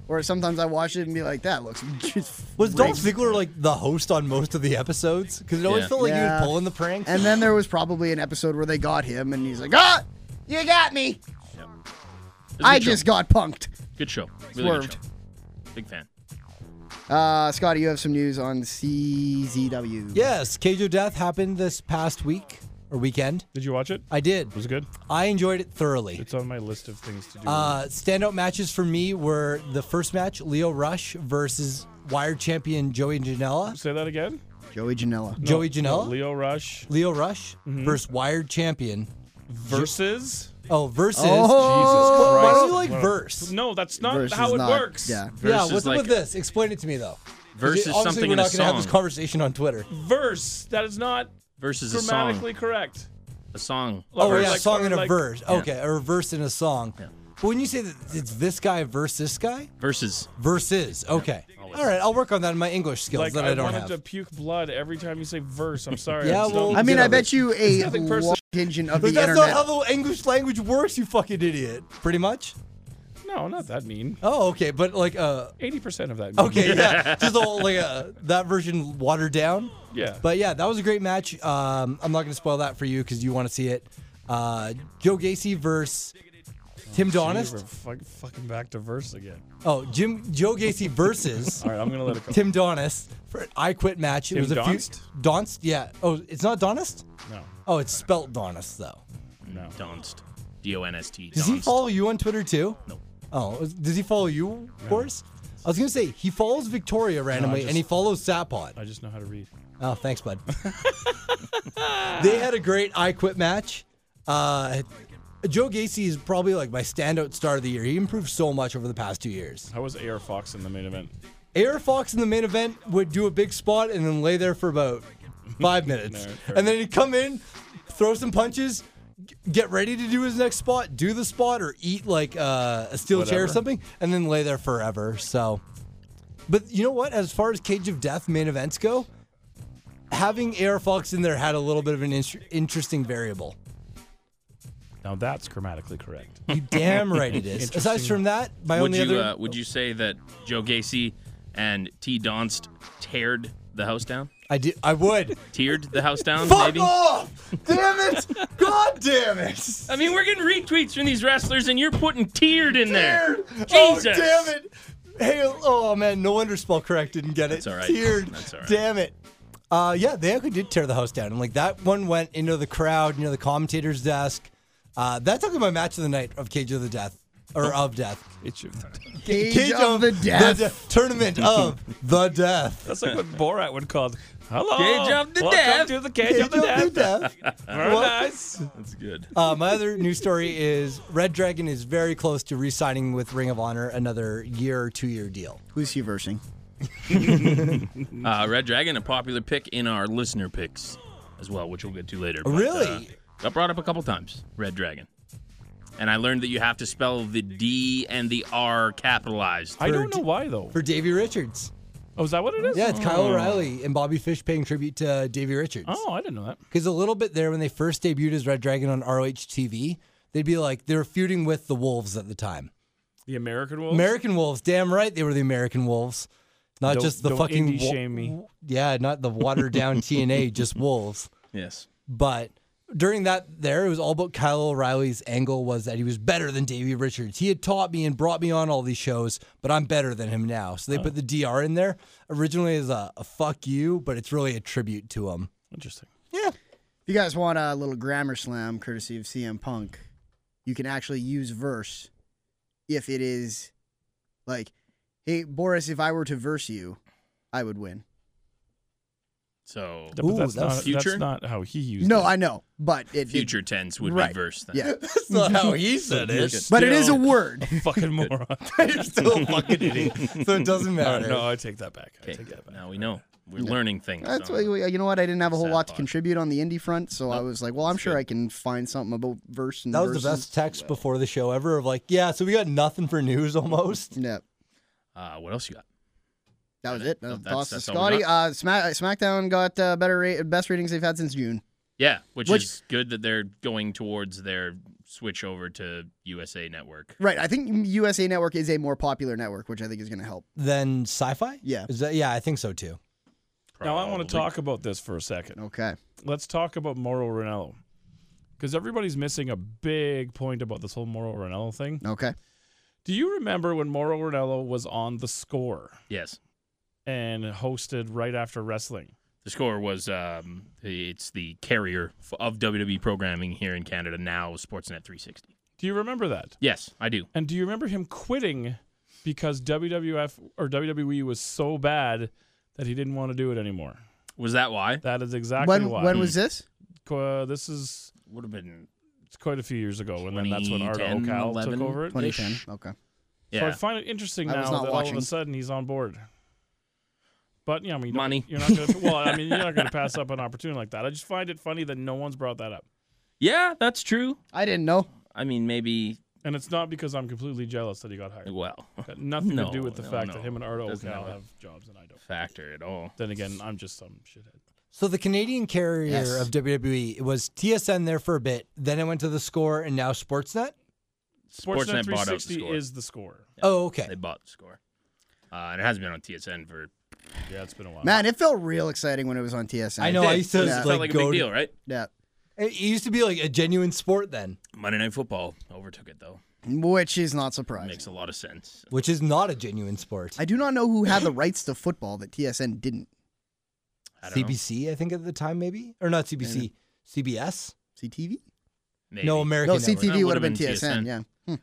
Speaker 3: Or sometimes I watch it and be like, that looks just
Speaker 2: was Dolph
Speaker 3: rigged."
Speaker 2: Ziggler like the host on most of the episodes? Because it always
Speaker 1: Yeah.
Speaker 2: felt like he
Speaker 3: Yeah.
Speaker 2: was pulling the pranks.
Speaker 3: And then there was probably an episode where they got him and he's like, ah, you got me.
Speaker 1: It was a
Speaker 3: I
Speaker 1: good show.
Speaker 3: just got punked.
Speaker 1: Good show. Really
Speaker 3: Swerved.
Speaker 1: good show. Big fan.
Speaker 3: Uh, Scotty, you have some news on CZW.
Speaker 2: yes, Cage of Death happened this past week or weekend.
Speaker 4: Did you watch it?
Speaker 2: I did.
Speaker 4: It was good.
Speaker 2: I enjoyed it thoroughly.
Speaker 4: It's on my list of things to do.
Speaker 2: Uh, standout matches for me were the first match, Leo Rush versus Wired champion Joey Janela.
Speaker 4: Say that again.
Speaker 3: Joey Janela.
Speaker 2: Joey
Speaker 4: No,
Speaker 2: Janela? Leo.
Speaker 4: Leo Rush
Speaker 2: Rush versus Wired champion.
Speaker 4: versus.
Speaker 2: Oh, versus.
Speaker 3: Oh,
Speaker 2: Why don't you
Speaker 4: Christ.
Speaker 2: like verse?
Speaker 4: No, that's not
Speaker 3: versus
Speaker 4: how it
Speaker 3: not-
Speaker 4: works.
Speaker 3: Yeah.
Speaker 2: Yeah,
Speaker 1: Versus
Speaker 2: what's
Speaker 1: like-
Speaker 2: up with this? Explain it to me though. 'Cause you-
Speaker 1: Versus
Speaker 2: obviously
Speaker 1: something
Speaker 2: we're
Speaker 1: in
Speaker 2: not
Speaker 1: a
Speaker 2: gonna have this
Speaker 1: song.
Speaker 2: conversation on Twitter.
Speaker 4: Verse. That is not
Speaker 1: Versus a song.
Speaker 4: grammatically correct.
Speaker 1: A song.
Speaker 4: Oh,
Speaker 2: Oh
Speaker 4: Or
Speaker 2: yeah,
Speaker 4: like-
Speaker 2: song
Speaker 4: or
Speaker 2: in a
Speaker 4: like-
Speaker 2: verse. Okay, or verse in a song. But when you say that it's this guy versus this guy,
Speaker 1: Versus.
Speaker 2: versus. Okay, all right, I'll work on that in my English skills
Speaker 4: Like
Speaker 2: that
Speaker 4: I,
Speaker 2: I don't
Speaker 4: wanted
Speaker 2: have.
Speaker 4: to puke blood every time you say verse. I'm sorry.
Speaker 2: Yeah,
Speaker 4: I just
Speaker 2: well-
Speaker 4: don't-
Speaker 3: I mean, I
Speaker 2: Yeah,
Speaker 3: bet you a
Speaker 4: nothing personal.
Speaker 3: large contingent of the
Speaker 2: But that's
Speaker 3: internet.
Speaker 2: not how the English language works, you fucking idiot. Pretty much.
Speaker 4: no, not that mean.
Speaker 2: Oh, okay, but like uh
Speaker 4: Eighty percent of that. Mean.
Speaker 2: okay, yeah. Just all like uh, that version watered down.
Speaker 4: Yeah.
Speaker 2: But yeah, that was a great match. Um I'm not gonna spoil that for you because you wanna see it. Uh Joe Gacy versus Tim
Speaker 4: We're
Speaker 2: Donist.
Speaker 4: fuck, fucking back to verse again.
Speaker 2: Oh, Jim Joe Gacy versus
Speaker 4: All right, I'm gonna let it go.
Speaker 2: Tim Donist for an I quit match. it
Speaker 4: Tim
Speaker 2: was a
Speaker 4: Donst?
Speaker 2: few Donst, yeah. Oh, it's not Donist?
Speaker 4: No,
Speaker 2: Oh, it's spelt Donist though.
Speaker 4: no.
Speaker 1: Donst. D O N S T.
Speaker 2: Does he follow you on Twitter too?
Speaker 1: No.
Speaker 2: Oh, is- does he follow you, Boris? I was gonna say he follows Victoria randomly
Speaker 4: just-
Speaker 2: and he follows Sapod.
Speaker 4: I just know how to read.
Speaker 2: Oh, thanks, bud. they had a great I Quit match. Uh, Joe Gacy is probably like my standout star of the year. He improved so much over the past two years.
Speaker 4: How was AR Fox in the main event?
Speaker 2: Air Fox in the main event would do a big spot and then lay there for about Five minutes.
Speaker 4: Alright, fair
Speaker 2: and then he'd come in, throw some punches, g- get ready to do his next spot, do the spot, or eat like uh, a steel chair or
Speaker 4: Whatever.
Speaker 2: something, and then lay there forever. So, but you know what? As far as Cage of Death main events go, having Air Fox in there had a little bit of an inter- interesting variable.
Speaker 4: Now that's grammatically correct.
Speaker 2: You damn right it is. Aside
Speaker 4: Interesting.
Speaker 2: from that, my
Speaker 1: Would
Speaker 2: only
Speaker 1: you
Speaker 2: other
Speaker 1: uh, would you say that Joe Gacy and T Donst teared the house down?
Speaker 2: I did I would.
Speaker 1: Teared the house down,
Speaker 2: Fuck
Speaker 1: maybe?
Speaker 2: off! Damn it! God damn it!
Speaker 1: I mean, we're getting retweets from these wrestlers, and you're putting tiered in there.
Speaker 2: Teared.
Speaker 1: Jesus.
Speaker 2: Oh, damn it. Hey, oh, man, no wonder Spell Correct didn't get it.
Speaker 1: That's all right.
Speaker 2: Teared.
Speaker 1: That's all right.
Speaker 2: Damn it. Uh, yeah, they actually did tear the house down. And, like, that one went into the crowd, near the commentator's desk. Uh, that's actually my match of the night of Cage of the Death. Or
Speaker 1: Oh.
Speaker 2: of death.
Speaker 4: It's your-
Speaker 3: Cage of the Death.
Speaker 2: Tournament of the death.
Speaker 4: that's like what Borat would call. it. Hello,
Speaker 1: Cage of the
Speaker 4: welcome
Speaker 1: death."
Speaker 4: to the cage, of the death. Very nice.
Speaker 1: That's good.
Speaker 2: Uh, my other news story is Red Dragon is very close to re-signing with Ring of Honor another year or two-year deal.
Speaker 3: Who's he versing?
Speaker 1: Uh, Red Dragon, a popular pick in our listener picks as well, which we'll get to later. but,
Speaker 2: Really?
Speaker 1: uh, got brought up a couple times, Red Dragon. And I learned that you have to spell the D and the R capitalized.
Speaker 4: I don't
Speaker 2: d-
Speaker 4: know why though.
Speaker 2: for Davy Richards.
Speaker 4: Oh, is that what it is?
Speaker 2: Yeah, it's Kyle
Speaker 4: Oh.
Speaker 2: O'Reilly and Bobby Fish paying tribute to Davy Richards.
Speaker 4: Oh, I didn't know that.
Speaker 2: Because a little bit there when they first debuted as Red Dragon on ROH TV, they'd be like they were feuding with the Wolves at the time.
Speaker 4: The American Wolves.
Speaker 2: American Wolves, damn right they were the American Wolves, not
Speaker 4: Don't-
Speaker 2: just the
Speaker 4: don't
Speaker 2: fucking
Speaker 4: indie shame me.
Speaker 2: Yeah, not the watered down TNA, just Wolves.
Speaker 1: Yes.
Speaker 2: But during that, there it was all about Kyle O'Reilly's angle was that he was better than Davey Richards. He had taught me and brought me on all these shows, but I'm better than him now. So they put the DR in there originally as a, a fuck you, but it's really a tribute to him.
Speaker 4: Interesting.
Speaker 2: Yeah,
Speaker 3: If you guys want a little grammar slam courtesy of CM Punk, you can actually use verse if it is like, hey, Boris, if I were to verse you, I would win.
Speaker 1: So
Speaker 4: But
Speaker 2: Ooh,
Speaker 4: that's
Speaker 2: that was
Speaker 4: not
Speaker 1: future?
Speaker 4: that's not how he used
Speaker 3: No,
Speaker 4: it.
Speaker 3: I know, but it.
Speaker 1: future tense would
Speaker 3: Right.
Speaker 1: reverse that.
Speaker 3: Yeah.
Speaker 2: that's not how he said it.
Speaker 3: But it is a
Speaker 4: Still-
Speaker 3: word.
Speaker 4: fucking moron.
Speaker 2: He's still a fucking idiot, so it doesn't
Speaker 4: All right,
Speaker 2: matter.
Speaker 4: no, I take that back. I
Speaker 1: Okay.
Speaker 4: take that back.
Speaker 1: Now we know. We're learning things.
Speaker 3: That's
Speaker 1: on
Speaker 3: why, you know what? I didn't have a whole
Speaker 1: Sad
Speaker 3: lot to
Speaker 1: part.
Speaker 3: contribute on the indie front, so I was like, well, I'm sure
Speaker 1: good.
Speaker 3: I can find something about verse and
Speaker 2: That was the
Speaker 3: verses.
Speaker 2: best text before the show ever of like, yeah, so we got nothing for news almost.
Speaker 3: Yeah.
Speaker 1: Uh, what else you got?
Speaker 3: That was it. That was
Speaker 1: that's-
Speaker 3: Boston
Speaker 1: that's all we
Speaker 3: Scotty. Uh, Smack, uh, SmackDown got uh, better rate, best ratings they've had since June.
Speaker 1: Yeah, which,
Speaker 3: Which-
Speaker 1: is good that they're going towards their switch over to USA Network.
Speaker 3: Right. I think USA Network is a more popular network, which I think is going to help.
Speaker 2: Then sci-fi?
Speaker 3: Yeah.
Speaker 2: Is that, yeah, I think so too.
Speaker 4: Now I want to
Speaker 1: Probably.
Speaker 4: talk about this for a second.
Speaker 3: Okay.
Speaker 4: let's talk about Moro Ranello. Because everybody's missing a big point about this whole Moro Ranello thing.
Speaker 3: Okay.
Speaker 4: Do you remember when Moro Ranello was on The Score
Speaker 1: Yes.
Speaker 4: and hosted right after wrestling?
Speaker 1: The score was um, it's the carrier f- of WWE programming here in Canada now, Sportsnet 360.
Speaker 4: Do you remember that?
Speaker 1: Yes, I do.
Speaker 4: And do you remember him quitting because WWF or WWE was so bad that he didn't want to do it anymore?
Speaker 1: Was that why?
Speaker 4: That is exactly
Speaker 3: When
Speaker 4: why.
Speaker 3: when was this?
Speaker 4: uh, this is
Speaker 1: Would have been
Speaker 4: it's quite a few years ago, and then that's when Arda
Speaker 1: 2010,
Speaker 4: Ocal took
Speaker 1: 11,
Speaker 4: over it.
Speaker 3: 2010. Okay.
Speaker 4: So I
Speaker 1: yeah.
Speaker 4: find it interesting
Speaker 3: I
Speaker 4: now
Speaker 3: was
Speaker 4: that
Speaker 3: not
Speaker 4: all of
Speaker 3: watching.
Speaker 4: a sudden he's on board. But yeah, I mean, you don't-
Speaker 1: Money.
Speaker 4: You're not gonna, well, I mean, you're not going to pass up an opportunity like that. I just find it funny that no one's brought that up,
Speaker 1: yeah, that's true.
Speaker 3: I didn't know.
Speaker 4: Uh-huh.
Speaker 1: I mean, maybe
Speaker 4: and it's not because I'm completely jealous that he got hired.
Speaker 1: well,
Speaker 4: Got nothing
Speaker 1: No,
Speaker 4: to do with the
Speaker 1: no,
Speaker 4: fact
Speaker 1: no.
Speaker 4: that him and Ardo
Speaker 1: Doesn't
Speaker 4: Ocal
Speaker 1: have a-
Speaker 4: have jobs and I don't.
Speaker 1: factor at all.
Speaker 4: Then again, I'm just some shithead.
Speaker 2: So the Canadian carrier
Speaker 3: Yes.
Speaker 2: of WWE it was TSN there for a bit, then it went to the Score and now Sportsnet.
Speaker 1: Sportsnet bought out the
Speaker 4: 360
Speaker 1: score.
Speaker 4: is the score.
Speaker 2: Oh, okay.
Speaker 1: They bought the score, uh, and it has been on TSN for.
Speaker 4: Yeah, it's been a while.
Speaker 3: Man, it felt real exciting when it was on TSN.
Speaker 2: I know. I used to
Speaker 1: It
Speaker 2: like,
Speaker 1: felt like a
Speaker 2: go.
Speaker 1: big
Speaker 2: to-
Speaker 1: deal, right?
Speaker 3: Yeah.
Speaker 2: It used to be like a genuine sport then,
Speaker 1: Monday Night Football overtook it though.
Speaker 3: Which is not surprising.
Speaker 1: Makes a lot of sense.
Speaker 2: which is not a genuine sport.
Speaker 3: I do not know who had the rights to football that TSN didn't.
Speaker 1: I don't know.
Speaker 2: CBC, I think at the time maybe, or not CBC, CBS.
Speaker 3: CTV?
Speaker 1: Maybe.
Speaker 2: No American.
Speaker 3: No,
Speaker 2: Network.
Speaker 1: That
Speaker 3: CTV would have been
Speaker 1: would've been
Speaker 3: TSN.
Speaker 1: TSN.
Speaker 3: Yeah. Hmm.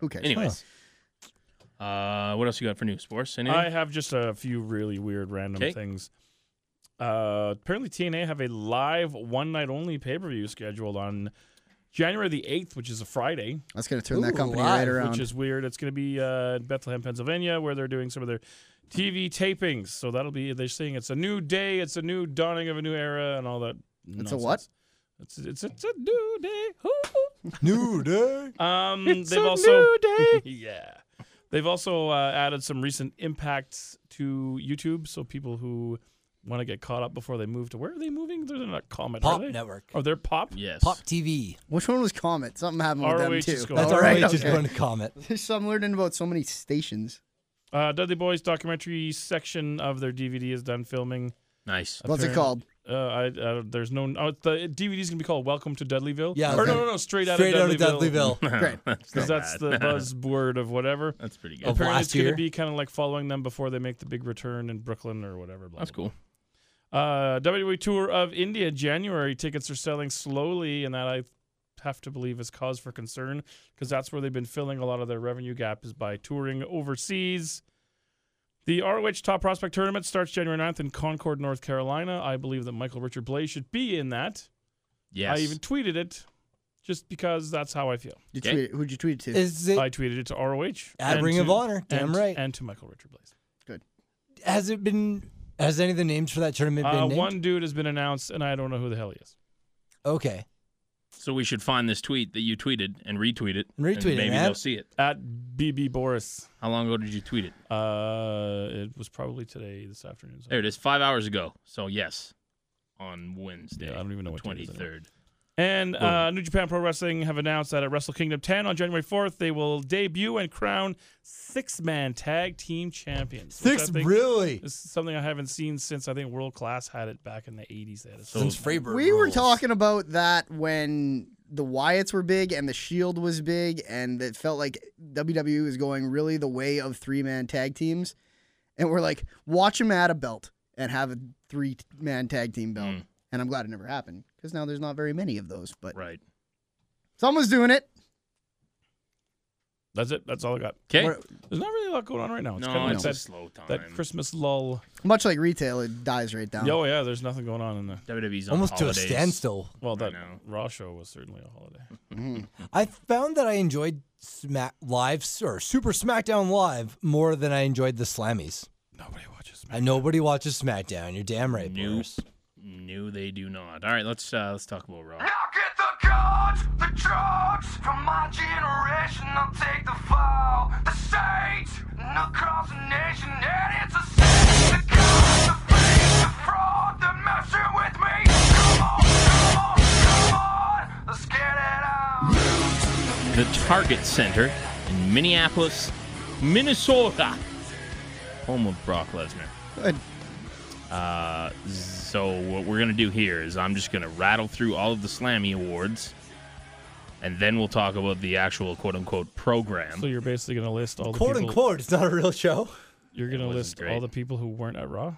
Speaker 3: Who cares?
Speaker 1: Anyways, uh, what else you got for news, Sports? Anything?
Speaker 4: I have just a few really weird random
Speaker 1: 'Kay.
Speaker 4: things. Uh, apparently, TNA have a live one night only pay per view scheduled on January the 8th, which is a Friday,
Speaker 3: That's going to turn that
Speaker 2: Ooh,
Speaker 3: company
Speaker 2: live,
Speaker 3: right around.
Speaker 4: which is weird. It's going to be uh, in Bethlehem, Pennsylvania, where they're doing some of their TV tapings. So that'll be, they're saying it's a new day, it's a new dawning of a new era, and all that.
Speaker 3: It's a what?
Speaker 4: It's, it's, it's a new day. Ooh.
Speaker 2: New day.
Speaker 4: Um,
Speaker 1: It's
Speaker 4: they've
Speaker 1: a
Speaker 4: also
Speaker 1: new day.
Speaker 4: yeah, they've also uh, added some recent impacts to YouTube, so people who want to get caught up before they move to where are they moving? They're not Comet,
Speaker 2: Pop
Speaker 4: are they?
Speaker 2: Network.
Speaker 4: Oh, they're Pop.
Speaker 1: Yes.
Speaker 2: Pop TV.
Speaker 3: Which one was Comet? Something happened with
Speaker 4: ROH
Speaker 3: them
Speaker 4: is
Speaker 3: too.
Speaker 4: going-
Speaker 2: That's
Speaker 4: All
Speaker 2: our
Speaker 4: right,
Speaker 2: way just
Speaker 3: okay.
Speaker 2: going to comment.
Speaker 3: So I'm learning about so many stations.
Speaker 4: Uh, Dudley Boys documentary section of their DVD is done filming.
Speaker 1: Nice.
Speaker 3: What's it
Speaker 4: Apparent-
Speaker 3: called?
Speaker 4: Uh, I, uh, there's no oh, the DVD's gonna be called Welcome to Dudleyville.
Speaker 2: Yeah,
Speaker 4: Or
Speaker 2: okay.
Speaker 4: no, no, no, straight out
Speaker 2: Straight
Speaker 4: of
Speaker 2: out of
Speaker 4: Dudleyville.
Speaker 2: Dudleyville.
Speaker 3: Great.
Speaker 1: that's
Speaker 4: Because
Speaker 1: not
Speaker 4: that's
Speaker 1: bad.
Speaker 4: the buzzword of whatever.
Speaker 1: That's pretty good.
Speaker 2: Of
Speaker 4: Apparently,
Speaker 2: last
Speaker 4: it's going
Speaker 2: year.
Speaker 4: to be kind of like following them before they make the big return in Brooklyn or whatever. Blah,
Speaker 1: That's
Speaker 4: blah,
Speaker 1: cool.
Speaker 4: Uh, WWE tour of India January tickets are selling slowly, and that I have to believe is cause for concern because that's where they've been filling a lot of their revenue gap is by touring overseas. The ROH Top Prospect Tournament starts January 9th in Concord, North Carolina. I believe that Michael Richard Blaze should be in that.
Speaker 1: Yes.
Speaker 4: I even tweeted it just because that's how I feel.
Speaker 3: Did
Speaker 1: Okay.
Speaker 3: you tweet it? Who'd you tweet it to?
Speaker 2: Is it
Speaker 4: I tweeted it to ROH.
Speaker 2: At
Speaker 4: and
Speaker 2: Ring
Speaker 4: to-
Speaker 2: of Honor, damn
Speaker 4: and-
Speaker 2: right.
Speaker 4: And to Michael Richard Blaze.
Speaker 2: has it been has any of the names for that tournament been
Speaker 4: Uh,
Speaker 2: named?
Speaker 4: one dude has been announced, and I don't know who the hell he is.
Speaker 2: Okay.
Speaker 1: so we should find this tweet that you tweeted and retweet it.
Speaker 2: And retweet it,
Speaker 1: Maybe
Speaker 2: man.
Speaker 1: they'll see it.
Speaker 4: At BB Boris.
Speaker 1: How long ago did you tweet it?
Speaker 4: Uh, it was probably today, this afternoon. so-
Speaker 1: There it is. Five hours ago. So yes, on Wednesday.
Speaker 4: Yeah, I don't even know what day it
Speaker 1: Twenty
Speaker 4: is anymore.
Speaker 1: third.
Speaker 4: And uh, New Japan Pro Wrestling have announced that at Wrestle Kingdom 10 on January 4th, they will debut and crown six-man tag team champions. which I
Speaker 2: Six
Speaker 4: think
Speaker 2: really
Speaker 4: Is something I haven't seen since I think World Class had it back in the 80s. They had it.
Speaker 1: So-
Speaker 2: since Freiburg.
Speaker 3: we were
Speaker 2: rules.
Speaker 3: talking about that when the Wyatts were big and the Shield was big, and it felt like WWE was going really the way of three man tag teams. And we're like, watch them add a belt and have a three man tag team belt.
Speaker 1: Mm.
Speaker 3: And I'm glad it never happened because now there's not very many of those, but
Speaker 1: Right.
Speaker 3: someone's doing it.
Speaker 4: That's it. That's all I got.
Speaker 1: Okay.
Speaker 3: We're-
Speaker 4: There's not really a lot going on right now. It's
Speaker 1: no,
Speaker 4: kind
Speaker 1: it's
Speaker 4: of
Speaker 1: a
Speaker 4: like
Speaker 1: slow time.
Speaker 4: that, that Christmas lull.
Speaker 3: Much like retail, it dies right down.
Speaker 4: Oh, yeah, there's nothing going on in the.
Speaker 1: WWE's on
Speaker 2: almost to a
Speaker 1: holidays.
Speaker 2: standstill.
Speaker 4: Well,
Speaker 1: Right
Speaker 4: that
Speaker 1: now.
Speaker 4: Raw show was certainly a holiday.
Speaker 2: I found that I enjoyed Smack Live or Super SmackDown Live more than I enjoyed the Slammies.
Speaker 4: Nobody watches.
Speaker 2: And nobody watches SmackDown. You're damn right,
Speaker 1: Nope.
Speaker 2: Boris.
Speaker 1: No, they do not. All right, let's uh, let's talk about Raw.
Speaker 6: I'll get the guns, the drugs from my generation. I'll take the fall, the shades, and across the nation. And it's a sin. The guns, the fake, the fraud, they're messing with me. Come on, come on, come on, let's get it on.
Speaker 1: the Target Center in Minneapolis, Minnesota, home of Brock Lesnar.
Speaker 3: Good.
Speaker 1: Uh, so what we're gonna do here is I'm just gonna rattle through all of the Slammy Awards, and then we'll talk about the actual quote-unquote program.
Speaker 4: So you're basically going to list all the
Speaker 2: Quote
Speaker 4: people.
Speaker 2: unquote, it's not a real show.
Speaker 4: You're gonna
Speaker 1: wasn't
Speaker 4: list
Speaker 1: great.
Speaker 4: all the people who weren't at Raw.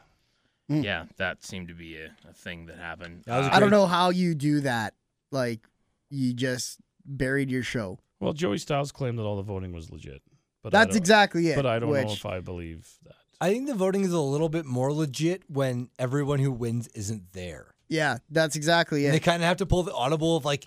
Speaker 4: mm.
Speaker 1: yeah, that seemed to be a, a thing that happened.
Speaker 2: That was a
Speaker 1: Uh,
Speaker 3: I don't know how you do that. Like, you just buried your show.
Speaker 4: Well, Joey Styles claimed that all the voting was legit, but I
Speaker 3: That's
Speaker 4: don't-
Speaker 3: exactly it.
Speaker 4: But I don't
Speaker 3: which,
Speaker 4: know if I believe that.
Speaker 2: I think the voting is a little bit more legit when everyone who wins isn't there.
Speaker 3: Yeah, that's exactly
Speaker 2: And
Speaker 3: it.
Speaker 2: they kind of have to pull the audible of like,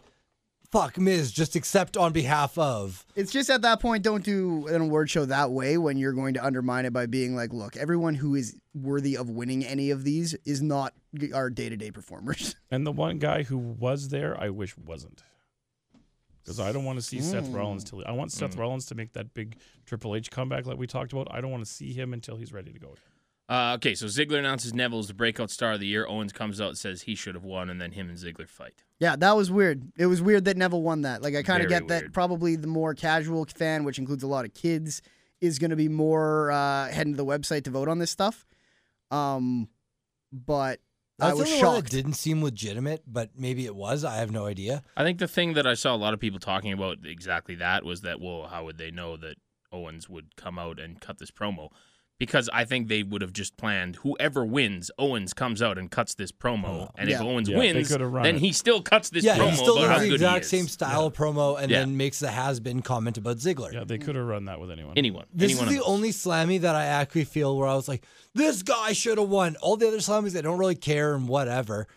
Speaker 2: fuck, Miz, just accept on behalf of.
Speaker 3: It's just at that point, don't do an award show that way when you're going to undermine it by being like, look, everyone who is worthy of winning any of these is not g- our day to day performers.
Speaker 4: And the one guy who was there, I wish wasn't, because I don't want to see Seth
Speaker 3: Hmm.
Speaker 4: Rollins till I want Seth Rollins to make that big Triple H comeback like we talked about. I don't want to see him until he's ready to go.
Speaker 1: Uh, okay, so Ziggler announces Neville is the breakout star of the year. Owens comes out and says he should have won, and then him and Ziggler fight.
Speaker 3: yeah, that was weird. It was weird that Neville won that. Like, I kind
Speaker 1: Very
Speaker 3: of get
Speaker 1: weird.
Speaker 3: that probably the more casual fan, which includes a lot of kids, is going to be more uh, heading to the website to vote on this stuff. Um, but I
Speaker 2: That's
Speaker 3: was
Speaker 2: the only one that
Speaker 3: shocked.
Speaker 2: didn't seem legitimate, but maybe it was. I have no idea.
Speaker 1: I think the thing that I saw a lot of people talking about exactly that was that, well, how would they know that Owens would come out and cut this promo? Because I think they would have just planned whoever wins, Owens comes out and cuts this promo. and if
Speaker 3: Yeah.
Speaker 1: Owens
Speaker 4: Yeah, they
Speaker 1: wins,
Speaker 4: could have run
Speaker 1: then
Speaker 4: it.
Speaker 1: he still cuts this
Speaker 2: Oh, yeah,
Speaker 1: promo
Speaker 2: he still
Speaker 1: about how
Speaker 2: does the
Speaker 1: good
Speaker 2: exact
Speaker 1: he is.
Speaker 2: same style promo and
Speaker 1: Yeah.
Speaker 2: then makes the has been comment about Ziggler.
Speaker 4: Yeah, they
Speaker 3: Hmm.
Speaker 4: could have run that with anyone.
Speaker 1: Anyone.
Speaker 2: This
Speaker 1: anyone
Speaker 2: is the
Speaker 1: else.
Speaker 2: only slammy that I actually feel where I was like, this guy should have won. All the other slammies, I don't really care and whatever.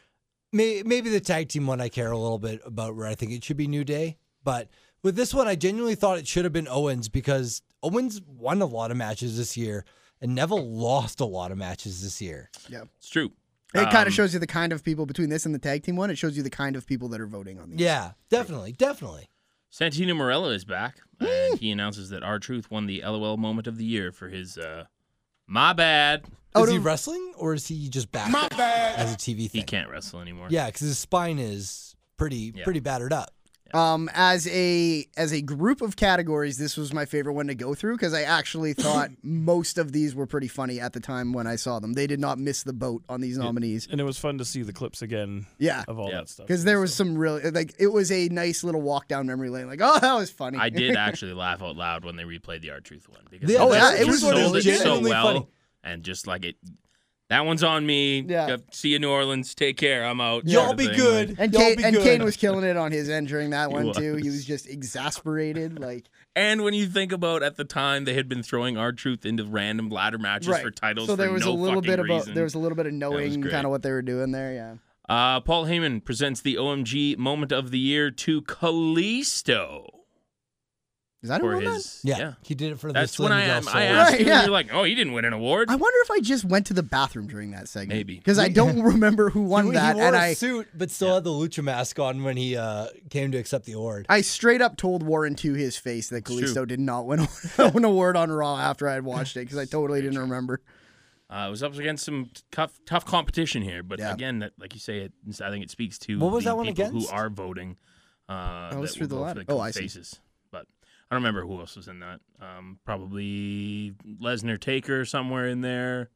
Speaker 2: may, maybe the tag team one I care a little bit about where I think it should be New Day. But with this one, I genuinely thought it should have been Owens because Owens won a lot of matches this year and Neville lost a lot of matches this year.
Speaker 1: It's true.
Speaker 3: It kind
Speaker 1: Um,
Speaker 3: of shows you the kind of people between this and the tag team one. It shows you the kind of people that are voting on these.
Speaker 2: Yeah, definitely. Definitely.
Speaker 1: Santino Morella is back, and he announces that R Truth won the LOL Moment of the Year for his uh, "My Bad."
Speaker 3: Out
Speaker 2: Is he
Speaker 3: of-
Speaker 2: wrestling or is he just back as a TV
Speaker 1: He
Speaker 2: thing?
Speaker 1: can't wrestle anymore.
Speaker 2: Yeah, because his spine is pretty
Speaker 1: Yeah.
Speaker 2: pretty battered up.
Speaker 3: Um, as a as a group of categories, this was my favorite one to go through because I actually thought most of these were pretty funny at the time when I saw them. They did not miss the boat on these nominees.
Speaker 4: And it was fun to see the clips again
Speaker 3: Yeah,
Speaker 4: of all
Speaker 1: Yeah.
Speaker 4: that stuff.
Speaker 3: because there was some really like it was a nice little walk down memory lane. Like, oh, that was funny.
Speaker 1: I did actually laugh out loud when they replayed the R Truth one because
Speaker 2: Yeah,
Speaker 1: they
Speaker 2: Oh,
Speaker 1: just-
Speaker 3: yeah, it
Speaker 1: just
Speaker 3: was one of
Speaker 1: sold
Speaker 3: those
Speaker 1: it so
Speaker 2: genuinely
Speaker 1: well,
Speaker 2: funny.
Speaker 1: and just like it, that one's on me.
Speaker 3: Yeah.
Speaker 1: Go- See you, New Orleans. Take care. I'm out.
Speaker 2: Y'all
Speaker 1: sort of
Speaker 2: be
Speaker 1: thing.
Speaker 2: good.
Speaker 1: Like-
Speaker 3: And
Speaker 2: Y'all
Speaker 3: Kane,
Speaker 2: be
Speaker 3: and
Speaker 2: good.
Speaker 3: Kane was killing it on his end during that
Speaker 1: He
Speaker 3: one too. He
Speaker 1: was.
Speaker 3: was just exasperated. Like,
Speaker 1: and when you think about at the time they had been throwing R Truth into random ladder matches
Speaker 3: right.
Speaker 1: for titles,
Speaker 3: so there
Speaker 1: for
Speaker 3: was
Speaker 1: no
Speaker 3: a little
Speaker 1: fucking
Speaker 3: bit about
Speaker 1: reason.
Speaker 3: there was a little bit of knowing
Speaker 1: great.
Speaker 3: kind of what they were doing there. Yeah.
Speaker 1: Uh, Paul Heyman presents the OMG Moment of the Year to Kalisto
Speaker 3: Is that a
Speaker 1: for
Speaker 3: woman?
Speaker 1: his
Speaker 2: Yeah, he did it for
Speaker 1: That's
Speaker 2: the
Speaker 1: when
Speaker 2: Slim
Speaker 1: I
Speaker 2: Del
Speaker 1: am.
Speaker 2: Sol.
Speaker 1: I asked
Speaker 3: Right,
Speaker 1: you,
Speaker 3: yeah.
Speaker 1: and you're like, "Oh, he didn't win an award."
Speaker 3: I wonder if I just went to the bathroom during that segment.
Speaker 1: Maybe.
Speaker 3: Because I don't remember who
Speaker 2: He-
Speaker 3: won that.
Speaker 2: he wore
Speaker 3: and
Speaker 2: a
Speaker 3: I,
Speaker 2: suit, but still had the lucha mask on when he uh, came to accept the award.
Speaker 3: I straight up told Warren to his face that
Speaker 1: true.
Speaker 3: Kalisto did not win a- win a word on Raw after I had watched it because I totally didn't remember.
Speaker 1: Uh, it was up against some t- tough, tough competition here, but
Speaker 3: Yeah.
Speaker 1: again, that, like you say, it, I think it speaks to
Speaker 2: What was
Speaker 1: the
Speaker 2: that one
Speaker 1: people
Speaker 2: against?
Speaker 1: who are voting. Uh,
Speaker 3: was
Speaker 1: that
Speaker 3: through
Speaker 1: will vote
Speaker 3: the
Speaker 1: for
Speaker 3: ladder.
Speaker 1: the
Speaker 3: Oh, I see.
Speaker 1: faces. But I don't remember who else was in that. Um, probably Lesnar, Taker, somewhere in there.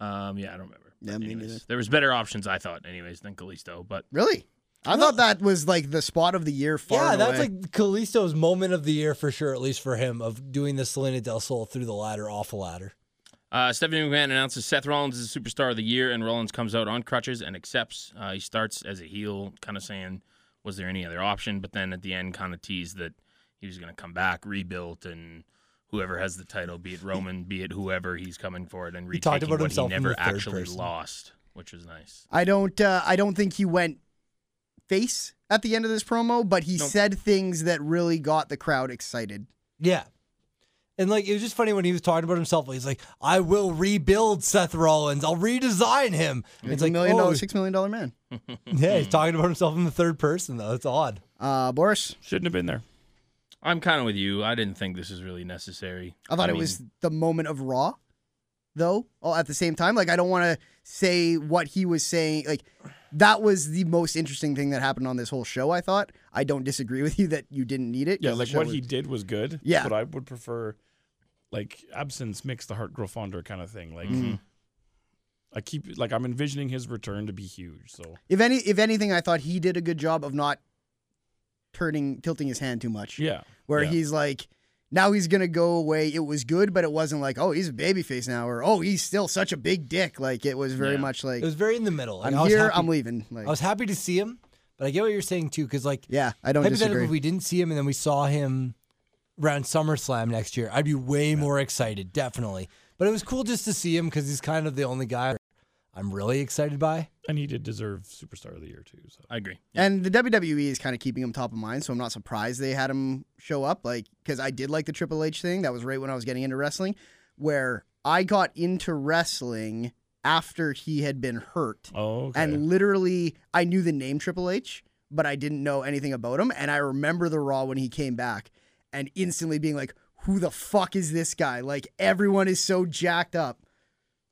Speaker 1: Um, yeah, I don't remember.
Speaker 3: Yeah,
Speaker 1: But
Speaker 3: me
Speaker 1: anyways,
Speaker 3: neither.
Speaker 1: there was better options, I thought, anyways, than Kalisto. But
Speaker 3: Really? I thought that was like the spot of the year far
Speaker 2: yeah,
Speaker 3: and
Speaker 2: that's
Speaker 3: away.
Speaker 2: like Kalisto's moment of the year for sure, at least for him, of doing the Selena Del Sol through the ladder, off the ladder.
Speaker 1: Uh, Stephanie McMahon announces Seth Rollins is the superstar of the year, and Rollins comes out on crutches and accepts. Uh, he starts as a heel, kind of saying, "Was there any other option?" But then at the end, kind of teased that he was going to come back, rebuilt, and whoever has the title, be it Roman, be it whoever, he's coming for it and
Speaker 2: He
Speaker 1: retaking
Speaker 2: talked about
Speaker 1: what
Speaker 2: himself
Speaker 1: he
Speaker 2: in
Speaker 1: never
Speaker 2: the third
Speaker 1: actually
Speaker 2: person.
Speaker 1: lost, which was nice.
Speaker 3: I don't uh, I don't think he went face at the end of this promo, but he
Speaker 1: Nope.
Speaker 3: said things that really got the crowd excited.
Speaker 2: Yeah. And like it was just funny when he was talking about himself. He's like, "I will rebuild Seth Rollins. I'll redesign him." And it's
Speaker 3: a
Speaker 2: like,
Speaker 3: million
Speaker 2: oh,
Speaker 3: dollar, six million dollar man.
Speaker 2: yeah,
Speaker 1: Hmm.
Speaker 2: he's talking about himself in the third person though. It's odd.
Speaker 3: Uh, Boris,
Speaker 4: Shouldn't have been there.
Speaker 1: I'm kind of with you. I didn't think this was really necessary.
Speaker 3: I thought it
Speaker 1: mean,
Speaker 3: was the moment of Raw, though. All at the same time, like I don't want to say what he was saying. Like that was the most interesting thing that happened on this whole show. I thought. I don't disagree with you that you didn't need it.
Speaker 4: Yeah,
Speaker 3: 'cause the
Speaker 4: like
Speaker 3: show
Speaker 4: what
Speaker 3: was-
Speaker 4: he did was good.
Speaker 3: Yeah.
Speaker 4: But I would prefer like absence makes the heart grow fonder kind of thing. Like I keep like I'm envisioning his return to be huge. So
Speaker 3: If any, if anything, I thought he did a good job of not turning, tilting his hand too much.
Speaker 4: yeah.
Speaker 3: Where
Speaker 4: yeah.
Speaker 3: he's like. Now he's gonna go away. It was good, but it wasn't like, oh, he's a babyface now, or oh, he's still such a big dick. Like it was very
Speaker 1: Yeah.
Speaker 3: much like
Speaker 2: It was very in the middle. Like,
Speaker 3: I'm
Speaker 2: I was
Speaker 3: here,
Speaker 2: happy-
Speaker 3: I'm leaving. Like,
Speaker 2: I was happy to see him, but I get what you're saying too, because like
Speaker 3: yeah, I don't
Speaker 2: hypothetically,
Speaker 3: disagree.
Speaker 2: if we didn't see him and then we saw him around SummerSlam next year, I'd be way more excited, definitely. But it was cool just to see him because he's kind of the only guy I'm really excited by.
Speaker 4: and he did deserve superstar of the year too. So
Speaker 1: I agree.
Speaker 3: And the WWE is kind of keeping him top of mind, so I'm not surprised they had him show up. Like, because I did like the Triple H thing. That was right when I was getting into wrestling, where I got into wrestling after he had been hurt.
Speaker 4: Oh okay.
Speaker 3: And literally, I knew the name Triple H, but I didn't know anything about him. And I remember the Raw when he came back and instantly being like, who the fuck is this guy? Like, everyone is so jacked up.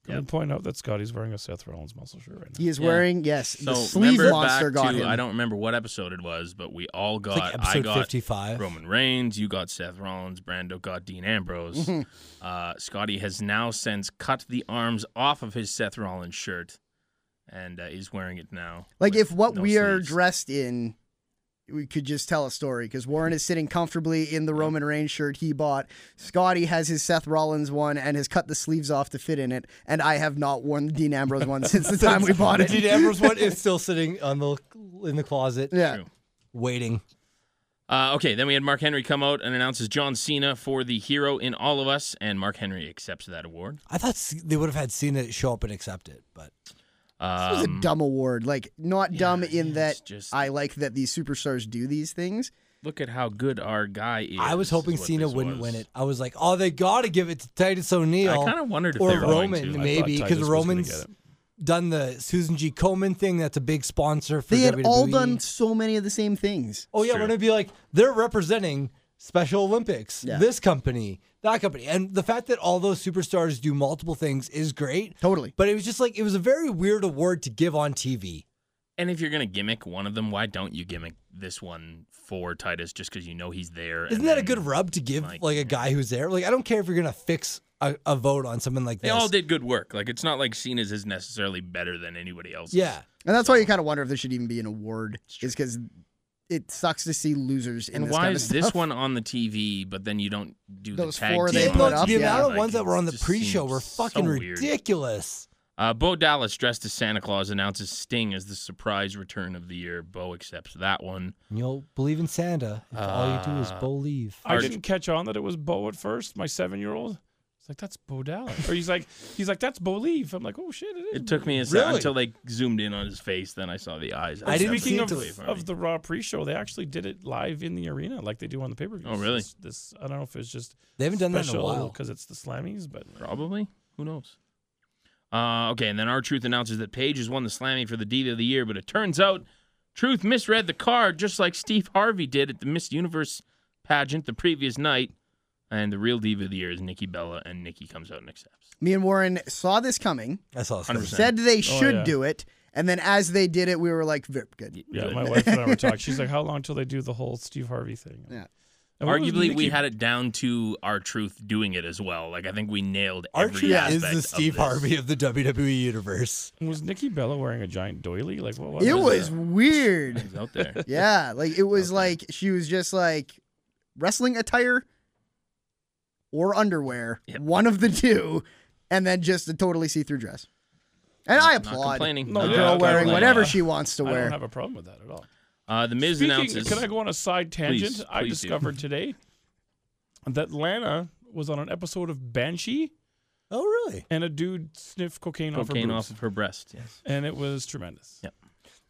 Speaker 4: Can we point out that Scotty's wearing a Seth Rollins muscle shirt right now?
Speaker 3: He is
Speaker 1: Yeah.
Speaker 3: wearing, yes,
Speaker 1: So
Speaker 3: the sleeve
Speaker 1: remember
Speaker 3: monster
Speaker 1: back
Speaker 3: got
Speaker 1: to
Speaker 3: him.
Speaker 1: I don't remember what episode it was, but we all
Speaker 2: It's
Speaker 1: got
Speaker 2: like
Speaker 1: I
Speaker 2: episode
Speaker 1: got
Speaker 2: 55.
Speaker 1: Roman Reigns, you got Seth Rollins, Brando got Dean Ambrose. Uh, Scotty has now since cut the arms off of his Seth Rollins shirt and uh, is wearing it now.
Speaker 3: Like
Speaker 1: with
Speaker 3: if what
Speaker 1: no
Speaker 3: we are
Speaker 1: sleeves.
Speaker 3: dressed in, we could just tell a story because Warren is sitting comfortably in the Roman Reigns shirt he bought. Scotty has his Seth Rollins one and has cut the sleeves off to fit in it, and I have not worn the Dean Ambrose one since the time we bought
Speaker 2: The
Speaker 3: it.
Speaker 2: Dean Ambrose one is still sitting on the in the closet,
Speaker 3: Yeah,
Speaker 1: True.
Speaker 2: waiting.
Speaker 1: Uh, okay, then we had Mark Henry come out and announces John Cena for the hero in all of us, and Mark Henry accepts that award.
Speaker 2: I thought C- they would have had Cena show up and accept it, but
Speaker 3: This was a
Speaker 1: Um,
Speaker 3: dumb award. Like, not dumb
Speaker 1: yeah,
Speaker 3: in
Speaker 1: yeah,
Speaker 3: that
Speaker 1: it's just-
Speaker 3: I like that these superstars do these things.
Speaker 1: Look at how good our guy is.
Speaker 2: I was hoping
Speaker 1: is what
Speaker 2: Cena
Speaker 1: this
Speaker 2: wouldn't
Speaker 1: was.
Speaker 2: win it. I was like, oh, they got to give it to Titus O'Neil.
Speaker 1: I kind of wondered if
Speaker 2: or
Speaker 1: they were
Speaker 2: Roman,
Speaker 1: going to.
Speaker 4: I
Speaker 1: I-
Speaker 2: maybe
Speaker 4: thought
Speaker 2: because
Speaker 4: Titus was gonna get
Speaker 2: Roman's
Speaker 4: it.
Speaker 2: done the Susan G. Komen thing. That's a big sponsor for
Speaker 3: They had
Speaker 2: WWE.
Speaker 3: all
Speaker 1: E.
Speaker 3: done so many of the same things.
Speaker 2: Oh yeah, we're gonna be like they're representing Special Olympics.
Speaker 3: Yeah.
Speaker 2: This company, that company, and the fact that all those superstars do multiple things is great.
Speaker 3: Totally.
Speaker 2: But it was just like it was a very weird award to give on TV.
Speaker 1: And if you're gonna gimmick one of them, why don't you gimmick this one for Titus just because you know he's there?
Speaker 2: Isn't
Speaker 1: and
Speaker 2: that a
Speaker 1: then
Speaker 2: good rub to give like,
Speaker 1: like,
Speaker 2: a guy who's there? Like I don't care if you're gonna fix a, a vote on something like
Speaker 1: They
Speaker 2: this.
Speaker 1: all did good work. Like it's not like Cena's is necessarily better than anybody else.
Speaker 2: Yeah.
Speaker 3: And that's why you kind of wonder if there should even be an award, is because it sucks to see losers in
Speaker 1: And
Speaker 3: this
Speaker 1: why
Speaker 3: kind of
Speaker 1: is this
Speaker 3: stuff.
Speaker 1: one on the TV, but then you don't do
Speaker 3: Those
Speaker 1: the tag
Speaker 3: four
Speaker 1: team?
Speaker 3: they
Speaker 2: It
Speaker 1: on
Speaker 3: put
Speaker 2: looked-
Speaker 1: it?
Speaker 3: up,
Speaker 2: the amount
Speaker 3: yeah.
Speaker 2: of ones that
Speaker 1: Like,
Speaker 2: were on
Speaker 1: it
Speaker 2: the
Speaker 1: just
Speaker 2: pre-show were
Speaker 1: seems so
Speaker 2: fucking
Speaker 1: weird.
Speaker 2: ridiculous.
Speaker 1: Uh, Bo Dallas, dressed as Santa Claus, announces Sting as the surprise return of the year. Bo accepts that one.
Speaker 2: And You'll believe in Santa if all you do is
Speaker 1: Uh,
Speaker 2: believe.
Speaker 4: I
Speaker 1: Arch-
Speaker 4: didn't catch on that it was Bo at first. My seven-year-old. It's like that's Bo Dallas, or he's like, he's like that's Bo Leave. I'm like, oh shit, it is.
Speaker 1: It took me a
Speaker 2: Really?
Speaker 1: second until they zoomed in on his face. Then I saw the eyes.
Speaker 2: I didn't see
Speaker 4: Speaking
Speaker 2: it
Speaker 4: of,
Speaker 2: till they
Speaker 4: of the Raw pre-show, they actually did it live in the arena, like they do on the pay-per-view.
Speaker 1: Oh, really?
Speaker 4: This, this- I don't know if it's just
Speaker 2: They haven't done that in a
Speaker 4: special
Speaker 2: while.
Speaker 4: because it's the Slammies, but
Speaker 1: Probably. Who knows? Uh, okay, and then our truth announces that Paige has won the Slammy for the Diva of the Year, but it turns out Truth misread the card just like Steve Harvey did at the Miss Universe pageant the previous night. And the real Diva of the Year is Nikki Bella, and Nikki comes out and accepts.
Speaker 3: Me and Warren saw this coming,
Speaker 2: I saw this coming.
Speaker 1: 100%.
Speaker 3: said they should
Speaker 4: Oh, yeah.
Speaker 3: do it, and then as they did it, we were like, "Very good.
Speaker 4: yeah, my wife and I were talking. She's like, how long till they do the whole Steve Harvey thing?
Speaker 3: Yeah.
Speaker 4: And what was
Speaker 1: Arguably, we
Speaker 4: Nikki-
Speaker 1: had it down to our truth doing it as well. Like I think we nailed
Speaker 2: Our
Speaker 1: every
Speaker 2: truth
Speaker 1: aspect
Speaker 2: is the
Speaker 1: of
Speaker 2: Steve
Speaker 1: this.
Speaker 2: Harvey of the WWE universe.
Speaker 4: Was Nikki Bella wearing a giant doily? Like what? was
Speaker 3: It
Speaker 4: that?
Speaker 3: was weird.
Speaker 1: He's out there.
Speaker 3: yeah, like it was like she was just like wrestling attire or underwear,
Speaker 1: Yep.
Speaker 3: one of the two, and then just a totally see-through dress. And I
Speaker 1: Not
Speaker 3: applaud
Speaker 1: complaining. Not
Speaker 4: No, girl
Speaker 3: girl
Speaker 4: I'm
Speaker 3: wearing
Speaker 1: complaining.
Speaker 3: whatever she wants to
Speaker 4: I don't
Speaker 3: wear.
Speaker 4: have a problem with that at all.
Speaker 1: Uh, the Miz
Speaker 4: Speaking,
Speaker 1: announces.
Speaker 4: can I go on a side tangent?
Speaker 1: Please,
Speaker 4: I
Speaker 1: please do.
Speaker 4: discovered today that Lana was on an episode of Banshee,
Speaker 2: Oh, really?
Speaker 4: and a dude sniffed cocaine,
Speaker 1: cocaine
Speaker 4: off
Speaker 1: off
Speaker 4: her boobs,
Speaker 1: of her breast? Yes.
Speaker 4: and it was tremendous.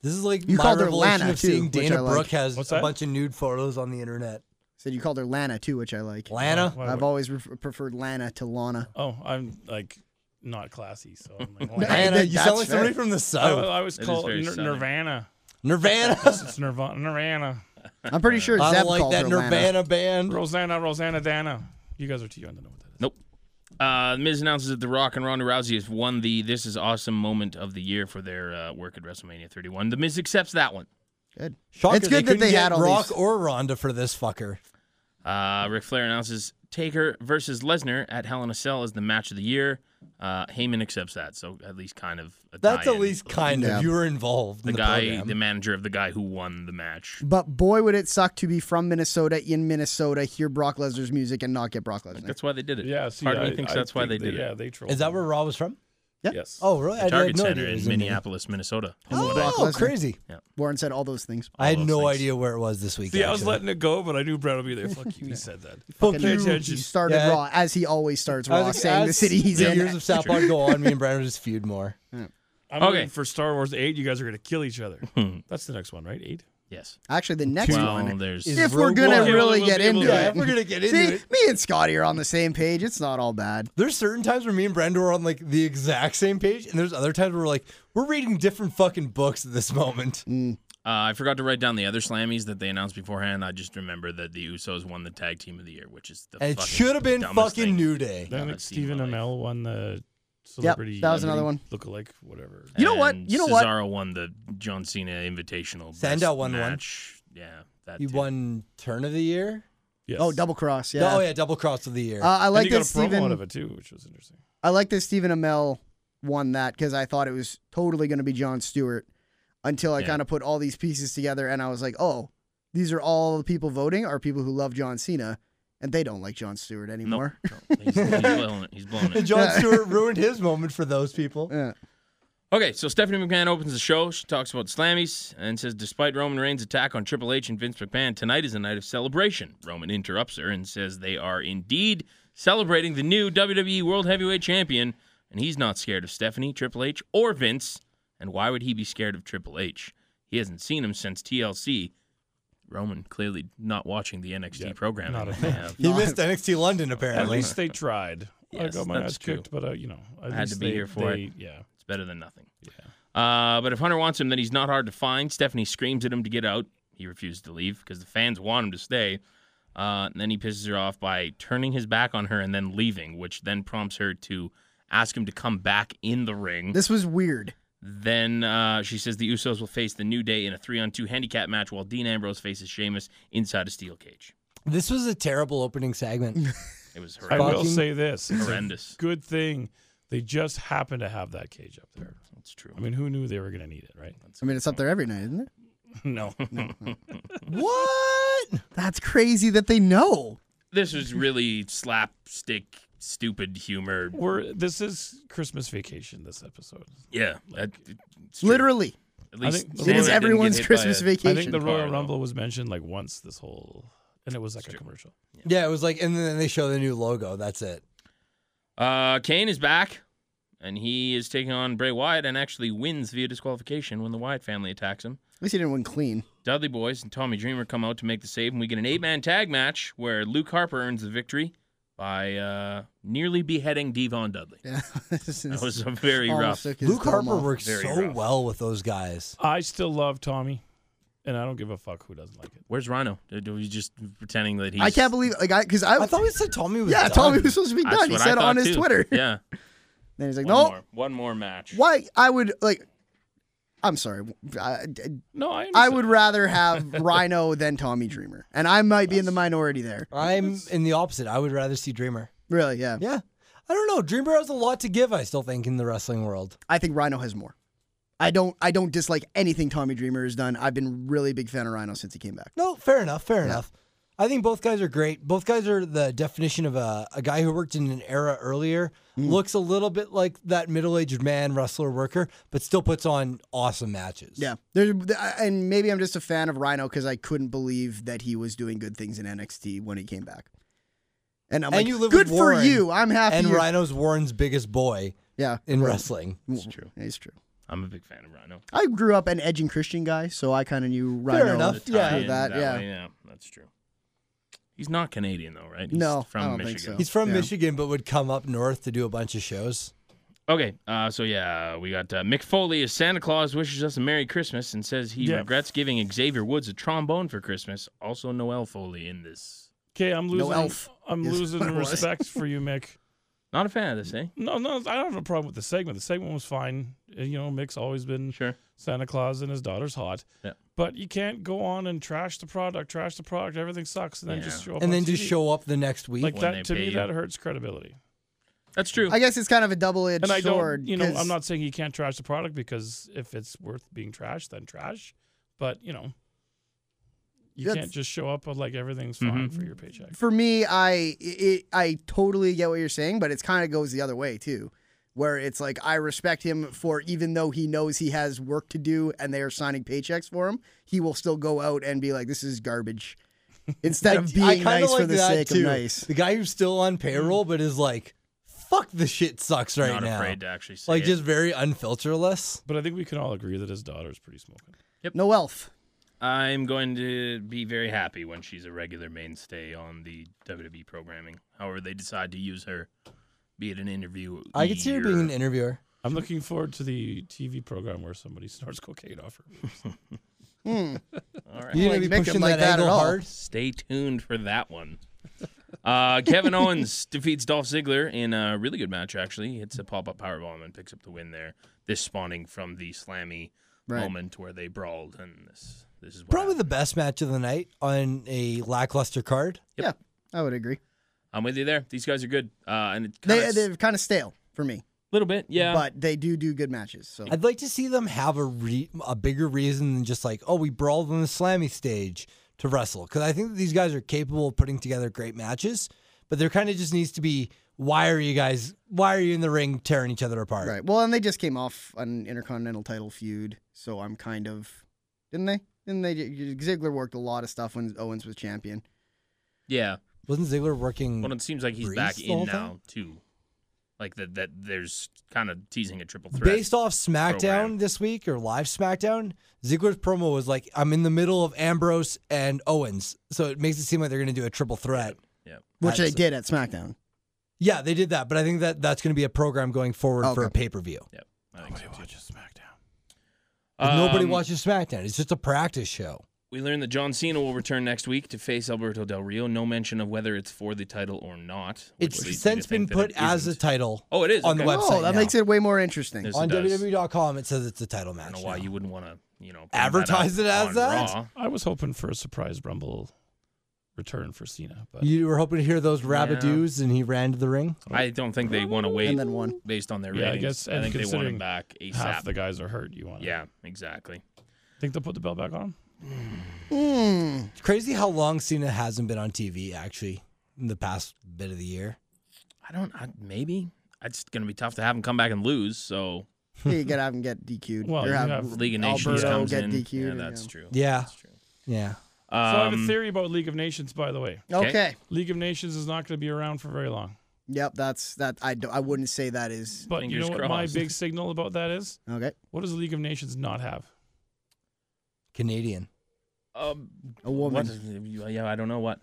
Speaker 2: This is like
Speaker 3: You
Speaker 2: my
Speaker 3: called her
Speaker 2: revelation
Speaker 3: Lana,
Speaker 2: of
Speaker 3: too,
Speaker 2: seeing
Speaker 3: which I
Speaker 2: Dana
Speaker 3: like.
Speaker 2: Brooke has
Speaker 4: What's
Speaker 2: a
Speaker 4: that?
Speaker 2: bunch of nude photos on the internet.
Speaker 3: Said you called her Lana too, which I like.
Speaker 1: Uh,
Speaker 2: Lana?
Speaker 4: Why
Speaker 3: I've
Speaker 4: would-
Speaker 3: always re- preferred Lana to Lana.
Speaker 4: Oh, I'm like not classy, so I'm like,
Speaker 3: I
Speaker 4: Lana.
Speaker 2: Lana,
Speaker 3: think
Speaker 2: you sound
Speaker 3: that's
Speaker 2: like somebody
Speaker 3: fair.
Speaker 2: from the
Speaker 4: I,
Speaker 2: South.
Speaker 4: I was
Speaker 1: That is
Speaker 4: called
Speaker 1: very
Speaker 4: Nir-
Speaker 1: southern.
Speaker 4: Nirvana.
Speaker 2: Nirvana.
Speaker 4: It's Nirvana. Nirvana.
Speaker 3: I'm pretty sure
Speaker 2: I
Speaker 3: Zeb
Speaker 2: don't like
Speaker 3: called
Speaker 2: that
Speaker 3: her
Speaker 2: Nirvana
Speaker 3: Lana.
Speaker 2: band.
Speaker 4: Rosanna. Rosanna. Dana. You guys are too young to know what that is.
Speaker 1: Nope. Uh, Miz announces that The Rock and Ronda Rousey has won the This Is Awesome moment of the year for their uh, work at WrestleMania 31. The Miz accepts that one.
Speaker 3: Good.
Speaker 2: Shocker,
Speaker 3: it's good that
Speaker 2: couldn't
Speaker 3: they
Speaker 2: get
Speaker 3: had all
Speaker 2: Rock
Speaker 3: these.
Speaker 2: or Ronda for this fucker.
Speaker 1: Uh, Ric Flair announces Taker versus Lesnar at Hell in a Cell is the match of the year. Uh, Heyman accepts that, so at least kind of a
Speaker 2: That's at
Speaker 1: tie-in.
Speaker 2: least kind
Speaker 3: Yeah.
Speaker 2: of. You were involved
Speaker 1: the,
Speaker 2: in the
Speaker 1: guy,
Speaker 2: program.
Speaker 1: the manager of the guy who won the match.
Speaker 3: But boy, would it suck to be from Minnesota in Minnesota, hear Brock Lesnar's music, and not get Brock Lesnar.
Speaker 1: That's why they did it.
Speaker 4: Yeah. See,
Speaker 1: Part of
Speaker 4: I,
Speaker 1: me thinks
Speaker 4: I
Speaker 1: that's why
Speaker 4: think
Speaker 1: they did
Speaker 4: Yeah,
Speaker 1: it.
Speaker 4: they trolled.
Speaker 2: Is that
Speaker 4: me.
Speaker 2: where Raw was from?
Speaker 4: Yes.
Speaker 2: Oh, really? I
Speaker 1: Target
Speaker 2: had no
Speaker 1: Center
Speaker 2: idea. it was
Speaker 1: in
Speaker 2: in Minne-
Speaker 1: Minneapolis, Minnesota.
Speaker 2: Oh, crazy.
Speaker 3: Warren said all those things.
Speaker 2: I had
Speaker 1: those
Speaker 2: no
Speaker 1: things.
Speaker 2: idea where it was this week.
Speaker 4: See, I was
Speaker 2: actually.
Speaker 4: letting it go, but I knew Brad would be there. Fuck you, he said that.
Speaker 2: Fuck
Speaker 3: And
Speaker 2: you.
Speaker 4: attention.
Speaker 3: He started
Speaker 2: Yeah.
Speaker 3: Raw as he always starts
Speaker 2: I
Speaker 3: Raw,
Speaker 2: was like,
Speaker 3: saying the
Speaker 2: as
Speaker 3: city he's
Speaker 2: the
Speaker 3: in.
Speaker 2: Years of South Park go on. Me and Brandon just feud more.
Speaker 4: I'm
Speaker 1: Okay. Hmm.
Speaker 4: okay. for Star Wars 8. You guys are going to kill each other. That's the next one, right? 8?
Speaker 1: Yes.
Speaker 3: Actually, the next
Speaker 1: Well,
Speaker 3: one,
Speaker 1: there's
Speaker 2: is
Speaker 3: if we're
Speaker 2: Rogue
Speaker 3: gonna
Speaker 2: One.
Speaker 3: really
Speaker 4: Yeah,
Speaker 3: get
Speaker 4: we'll-
Speaker 3: into
Speaker 4: we'll-
Speaker 2: Yeah,
Speaker 3: it,
Speaker 2: if we're gonna get into
Speaker 3: see,
Speaker 2: it.
Speaker 3: me and Scotty are on the same page. It's not all bad.
Speaker 2: There's certain times where me and Brando are on like the exact same page, and there's other times where we're like, we're reading different fucking books at this moment.
Speaker 1: Uh, I forgot to write down the other Slammies that they announced beforehand. I just remember that the Usos won the Tag Team of the Year, which is the
Speaker 2: And it
Speaker 1: fucking
Speaker 2: should have been
Speaker 1: dumbest
Speaker 2: fucking
Speaker 1: thing.
Speaker 2: New Day.
Speaker 1: Haven't
Speaker 4: Then like
Speaker 1: seen
Speaker 4: Stephen
Speaker 1: my life.
Speaker 4: Amell won the celebrity.
Speaker 3: that was another one.
Speaker 4: Lookalike, whatever.
Speaker 1: Oh,
Speaker 3: You know what?
Speaker 1: And
Speaker 3: You know
Speaker 1: Cesaro
Speaker 3: what?
Speaker 1: won the John Cena Invitational.
Speaker 2: Sandow
Speaker 1: best
Speaker 2: won one.
Speaker 1: match. Yeah, that
Speaker 2: He
Speaker 1: too.
Speaker 2: won Turn of the Year.
Speaker 4: Yes.
Speaker 3: Oh, double cross. Yeah.
Speaker 2: Oh yeah, Double Cross of the Year.
Speaker 3: Uh, I
Speaker 4: And
Speaker 3: like
Speaker 4: he got
Speaker 3: that
Speaker 4: a promo out of
Speaker 3: Stephen.
Speaker 4: it too, which was interesting.
Speaker 3: I like that Stephen Amell won that because I thought it was totally going to be John Stewart until I
Speaker 1: Yeah.
Speaker 3: kind of put all these pieces together and I was like, oh, these are all the people voting are people who love John Cena and they don't like John Stewart
Speaker 1: Nope.
Speaker 3: anymore.
Speaker 1: No, he's, he's blown it. He's blown
Speaker 2: and
Speaker 1: it.
Speaker 2: John Stewart ruined his moment for those people.
Speaker 3: Yeah.
Speaker 1: Okay, so Stephanie McMahon opens the show. She talks about Slammies and says, despite Roman Reigns' attack on Triple H and Vince McMahon, tonight is a night of celebration. Roman interrupts her and says they are indeed celebrating the E new WWE World Heavyweight Champion, and he's not scared of Stephanie, Triple H, or Vince. And why would he be scared of Triple H? He hasn't seen him since TLC. Roman clearly not watching the NXT
Speaker 4: Yeah,
Speaker 1: program.
Speaker 4: not a
Speaker 1: they
Speaker 4: fan.
Speaker 1: have.
Speaker 2: He missed NXT London
Speaker 4: At
Speaker 2: apparently.
Speaker 4: least they tried. I
Speaker 1: Yes,
Speaker 4: got my
Speaker 1: that's
Speaker 4: ass kicked, but uh, you know, at
Speaker 1: I had to
Speaker 4: least
Speaker 1: be
Speaker 4: they-
Speaker 1: here for
Speaker 4: they-
Speaker 1: it.
Speaker 4: Yeah,
Speaker 1: It's better than nothing.
Speaker 4: yeah.
Speaker 1: Uh, but if Hunter wants him, then he's not hard to find. Stephanie screams at him to get out. He refuses to leave because the fans want him to stay. Uh, and then he pisses her off by turning his back on her and then leaving, which then prompts her to ask him to come back in the ring.
Speaker 3: This was weird.
Speaker 1: Then uh, she says the Usos will face the New Day in a three on two handicap match while Dean Ambrose faces Sheamus inside a steel cage.
Speaker 2: This was a terrible opening segment.
Speaker 1: It was
Speaker 4: I
Speaker 1: horrendous.
Speaker 4: will
Speaker 2: Fucking
Speaker 4: say this: it's a
Speaker 1: horrendous.
Speaker 4: good thing they just happened to have that cage up there.
Speaker 1: It's true.
Speaker 4: I mean, who knew they were going to need it, right?
Speaker 3: I mean, it's up there every night, isn't it?
Speaker 4: no,
Speaker 2: what?
Speaker 3: That's crazy that they know.
Speaker 1: this was really slapstick, stupid humor.
Speaker 4: we're this is Christmas vacation. This episode,
Speaker 1: Yeah, that, it's true.
Speaker 3: Literally,
Speaker 1: At least Sam
Speaker 4: think- It is
Speaker 1: didn't get
Speaker 3: everyone's
Speaker 1: hit by
Speaker 3: Christmas
Speaker 1: a-
Speaker 3: vacation.
Speaker 4: I think the
Speaker 1: car,
Speaker 4: Royal
Speaker 1: though.
Speaker 4: Rumble was mentioned like once this whole, and it was like a commercial.
Speaker 2: Yeah, it was like, and then they show the new logo. That's it.
Speaker 1: Uh, Kane is back, and he is taking on Bray Wyatt and actually wins via disqualification when the Wyatt family attacks him.
Speaker 3: at least he didn't win clean.
Speaker 1: Dudley Boys and Tommy Dreamer come out to make the save, and we get an eight man tag match where Luke Harper earns the victory by uh, nearly beheading Devon Dudley.
Speaker 3: Yeah,
Speaker 1: That was a very rough.
Speaker 2: Luke Harper works
Speaker 1: Very
Speaker 2: so
Speaker 1: rough.
Speaker 2: well with those guys.
Speaker 4: I still love Tommy, and I don't give a fuck who doesn't like it.
Speaker 1: Where's Rhino? Did we just pretending that he's?
Speaker 3: I can't believe like I because I,
Speaker 2: I thought we said Tommy was.
Speaker 3: yeah
Speaker 2: done.
Speaker 3: Tommy was supposed to be
Speaker 1: That's
Speaker 3: done. He
Speaker 1: what I
Speaker 3: said
Speaker 1: thought,
Speaker 3: on his
Speaker 1: too.
Speaker 3: Twitter.
Speaker 1: Yeah.
Speaker 3: Then he's like,
Speaker 1: One
Speaker 3: no,
Speaker 1: more. One more match.
Speaker 3: why? I would like. I'm sorry. I,
Speaker 4: No, I
Speaker 3: I
Speaker 4: understand.
Speaker 3: would rather have Rhino than Tommy Dreamer, and I might be in the minority there.
Speaker 2: I'm in the opposite. I would rather see Dreamer.
Speaker 3: Really, yeah.
Speaker 2: Yeah. I don't know. Dreamer has a lot to give, I still think, in the wrestling world.
Speaker 3: I think Rhino has more. I don't. I don't dislike anything Tommy Dreamer has done. I've been really big fan of Rhino since he came back.
Speaker 2: No, fair enough. Fair enough. I think both guys are great. Both guys are the definition of a, a guy who worked in an era earlier,
Speaker 3: Mm.
Speaker 2: looks a little bit like that middle aged man, wrestler, worker, but still puts on awesome matches.
Speaker 3: Yeah, there's and maybe I'm just a fan of Rhino because I couldn't believe that he was doing good things in NXT when he came back. And I'm
Speaker 2: And
Speaker 3: like,
Speaker 2: you live
Speaker 3: good
Speaker 2: with
Speaker 3: for
Speaker 2: Warren
Speaker 3: you. I'm happy.
Speaker 2: And
Speaker 3: you're-
Speaker 2: Rhino's Warren's biggest boy
Speaker 3: yeah,
Speaker 2: in wrestling.
Speaker 3: it's true. It's true.
Speaker 1: I'm a big fan of Rhino.
Speaker 3: I grew up an edging Christian guy, so I kind of knew Rhino.
Speaker 2: enough,
Speaker 3: for
Speaker 2: yeah.
Speaker 1: Tie-in
Speaker 3: that, yeah.
Speaker 1: way, yeah, that's true. He's not Canadian though, right? He's
Speaker 3: No,
Speaker 1: from
Speaker 3: I don't think
Speaker 1: Michigan.
Speaker 3: so.
Speaker 2: He's from
Speaker 3: Oh, Yeah.
Speaker 2: Michigan, but would come up north to do a bunch of shows.
Speaker 1: Okay, uh, so yeah, we got uh, Mick Foley as Santa Claus wishes us a Merry Christmas and says he
Speaker 4: Yeah.
Speaker 1: regrets giving Xavier Woods a trombone for Christmas. Also, Noel Foley in this.
Speaker 4: Okay, I'm losing.
Speaker 3: elf
Speaker 4: I'm
Speaker 3: is
Speaker 4: losing
Speaker 3: what it was.
Speaker 4: respect for you, Mick.
Speaker 1: Not a fan of this, eh?
Speaker 4: No, no, I don't have a problem with the segment. The segment was fine. Uh, You know, Mick's always been
Speaker 1: Sure.
Speaker 4: Santa Claus and his daughter's hot.
Speaker 1: Yeah.
Speaker 4: But you can't go on and trash the product, trash the product, everything sucks, and then
Speaker 1: Yeah.
Speaker 4: just show up.
Speaker 2: And
Speaker 4: on
Speaker 2: then just
Speaker 4: TV.
Speaker 2: show up the next week.
Speaker 4: like
Speaker 1: When they
Speaker 4: that. To
Speaker 1: pay
Speaker 4: me,
Speaker 1: you.
Speaker 4: that hurts credibility.
Speaker 1: That's true.
Speaker 3: I guess it's kind of a double-edged
Speaker 4: And I
Speaker 3: sword.
Speaker 4: don't, you know,
Speaker 3: 'cause-
Speaker 4: I'm not saying you can't trash the product because if it's worth being trashed, then trash. But you know, you
Speaker 3: That's-
Speaker 4: can't just show up with like everything's
Speaker 1: Mm-hmm.
Speaker 4: fine for your paycheck.
Speaker 3: for me, I it, I totally get what you're saying, but it's kind of goes the other way too, where it's like I respect him for even though he knows he has work to do and they are signing paychecks for him, he will still go out and be like, "This is garbage," instead of being
Speaker 2: kinda
Speaker 3: nice for
Speaker 2: like
Speaker 3: the
Speaker 2: that,
Speaker 3: sake
Speaker 2: too.
Speaker 3: of nice.
Speaker 2: The guy who's still on payroll but is like, fuck the shit sucks right
Speaker 1: not
Speaker 2: now.
Speaker 1: afraid to actually say
Speaker 2: like
Speaker 1: it.
Speaker 2: just very unfilterless.
Speaker 4: But I think we can all agree that his daughter's pretty smoking.
Speaker 3: No elf.
Speaker 1: I'm going to be very happy when she's a regular mainstay on the WWE programming. However, they decide to use her, be it an interview.
Speaker 2: I could see her
Speaker 1: or-
Speaker 2: being an interviewer.
Speaker 4: I'm looking forward to the TV program where somebody snorts cocaine off her.
Speaker 1: All right.
Speaker 2: You're gonna
Speaker 3: like
Speaker 2: be
Speaker 3: Mick him
Speaker 2: pushing
Speaker 3: like
Speaker 2: that,
Speaker 3: that at
Speaker 2: angle
Speaker 3: all.
Speaker 2: hard.
Speaker 1: Stay tuned for that one. Uh, Kevin Owens defeats Dolph Ziggler in a really good match, actually. He hits a pop up powerbomb and picks up the win there. This spawning from the slammy
Speaker 3: Right.
Speaker 1: moment where they brawled, and this this is what
Speaker 2: Probably
Speaker 1: happened.
Speaker 2: the best match of the night on a lackluster card.
Speaker 3: Yeah, I would agree.
Speaker 1: I'm with you there. These guys are good, uh, and it
Speaker 3: They
Speaker 1: kinda s-
Speaker 3: they're kind of stale for me,
Speaker 1: little bit, yeah.
Speaker 3: but they do do good matches. So
Speaker 2: I'd like to see them have a re- a bigger reason than just like, oh, we brawled on the slammy stage to wrestle. Because I think that these guys are capable of putting together great matches, but there kind of just needs to be why are you guys why are you in the ring tearing each other apart?
Speaker 3: right. Well, and they just came off an intercontinental title feud, so I'm kind of didn't they? Didn't they? Ziggler worked a lot of stuff when Owens was champion.
Speaker 1: yeah.
Speaker 2: Wasn't Ziggler working?
Speaker 1: Well, it seems like he's
Speaker 2: Breeze
Speaker 1: back
Speaker 2: the
Speaker 1: in
Speaker 2: whole
Speaker 1: now
Speaker 2: time?
Speaker 1: too. Like that that there's kind of teasing a triple threat.
Speaker 2: Based off SmackDown
Speaker 1: program.
Speaker 2: this week or live SmackDown, Ziggler's promo was like, "I'm in the middle of Ambrose and Owens," so it makes it seem like they're going to do a triple threat.
Speaker 1: yeah.
Speaker 3: Which they
Speaker 2: That's-
Speaker 3: did at SmackDown.
Speaker 2: Yeah, they did that, but I think that that's going to be a program going forward for
Speaker 3: Okay.
Speaker 2: a pay per view.
Speaker 1: Yep. Oh, I think so too.
Speaker 4: SmackDown.
Speaker 2: Nobody
Speaker 1: Um,
Speaker 2: watches SmackDown; it's just a practice show.
Speaker 1: We learned that John Cena will return next week to face Alberto Del Rio. No mention of whether it's for the title or not. which leads me
Speaker 2: It's
Speaker 1: to
Speaker 2: since been
Speaker 1: think that
Speaker 2: put
Speaker 1: it
Speaker 2: as a
Speaker 1: isn't.
Speaker 2: title
Speaker 1: Oh, it is
Speaker 2: on the
Speaker 1: okay.
Speaker 2: website.
Speaker 3: Oh, that
Speaker 2: now.
Speaker 3: makes it way more interesting.
Speaker 1: There's- Yes, it
Speaker 2: on
Speaker 1: does.
Speaker 2: WWE.com. It says it's a title match.
Speaker 1: I don't know why
Speaker 2: now.
Speaker 1: you wouldn't want to, you know, bring that
Speaker 2: Advertise
Speaker 1: up
Speaker 2: it as
Speaker 1: on
Speaker 2: that?
Speaker 1: Raw.
Speaker 4: I was hoping for a surprise Rumble return for Cena, but
Speaker 2: You were hoping to hear those rabidoos, and he ran to the ring.
Speaker 1: I don't think they want to wait
Speaker 3: And then one.
Speaker 1: based on their
Speaker 4: Yeah, I
Speaker 1: ratings.
Speaker 4: guess, and
Speaker 1: think they want him
Speaker 4: considering
Speaker 1: back ASAP.
Speaker 4: half the guys are hurt. You want? to
Speaker 1: yeah, exactly.
Speaker 4: Think they'll put the bell back on?
Speaker 3: Mm.
Speaker 2: It's crazy how long Cena hasn't been on TV actually in the past bit of the year.
Speaker 1: I don't. I, maybe it's gonna be tough to have him come back and lose. So
Speaker 3: Yeah, you gotta have them get DQ'd.
Speaker 4: Well,
Speaker 3: Or
Speaker 4: you
Speaker 3: have
Speaker 4: have
Speaker 1: League of Nations
Speaker 3: Alberto
Speaker 1: comes
Speaker 3: get
Speaker 1: in.
Speaker 3: DQ'd.
Speaker 1: yeah,
Speaker 3: and,
Speaker 1: that's
Speaker 3: yeah.
Speaker 1: true.
Speaker 2: Yeah.
Speaker 1: that's true.
Speaker 2: Yeah.
Speaker 1: Um,
Speaker 4: so I have a theory about League of Nations, by the way.
Speaker 1: Okay.
Speaker 3: Okay.
Speaker 4: League of Nations is not going to be around for very long.
Speaker 3: Yep. That's that. I do, I wouldn't say that is
Speaker 4: But you
Speaker 1: Fingers
Speaker 4: know what my
Speaker 1: crossed.
Speaker 4: big signal about that is?
Speaker 3: okay.
Speaker 4: What does the League of Nations not have?
Speaker 2: Canadian.
Speaker 1: um,
Speaker 3: A woman.
Speaker 1: what- yeah, I don't know what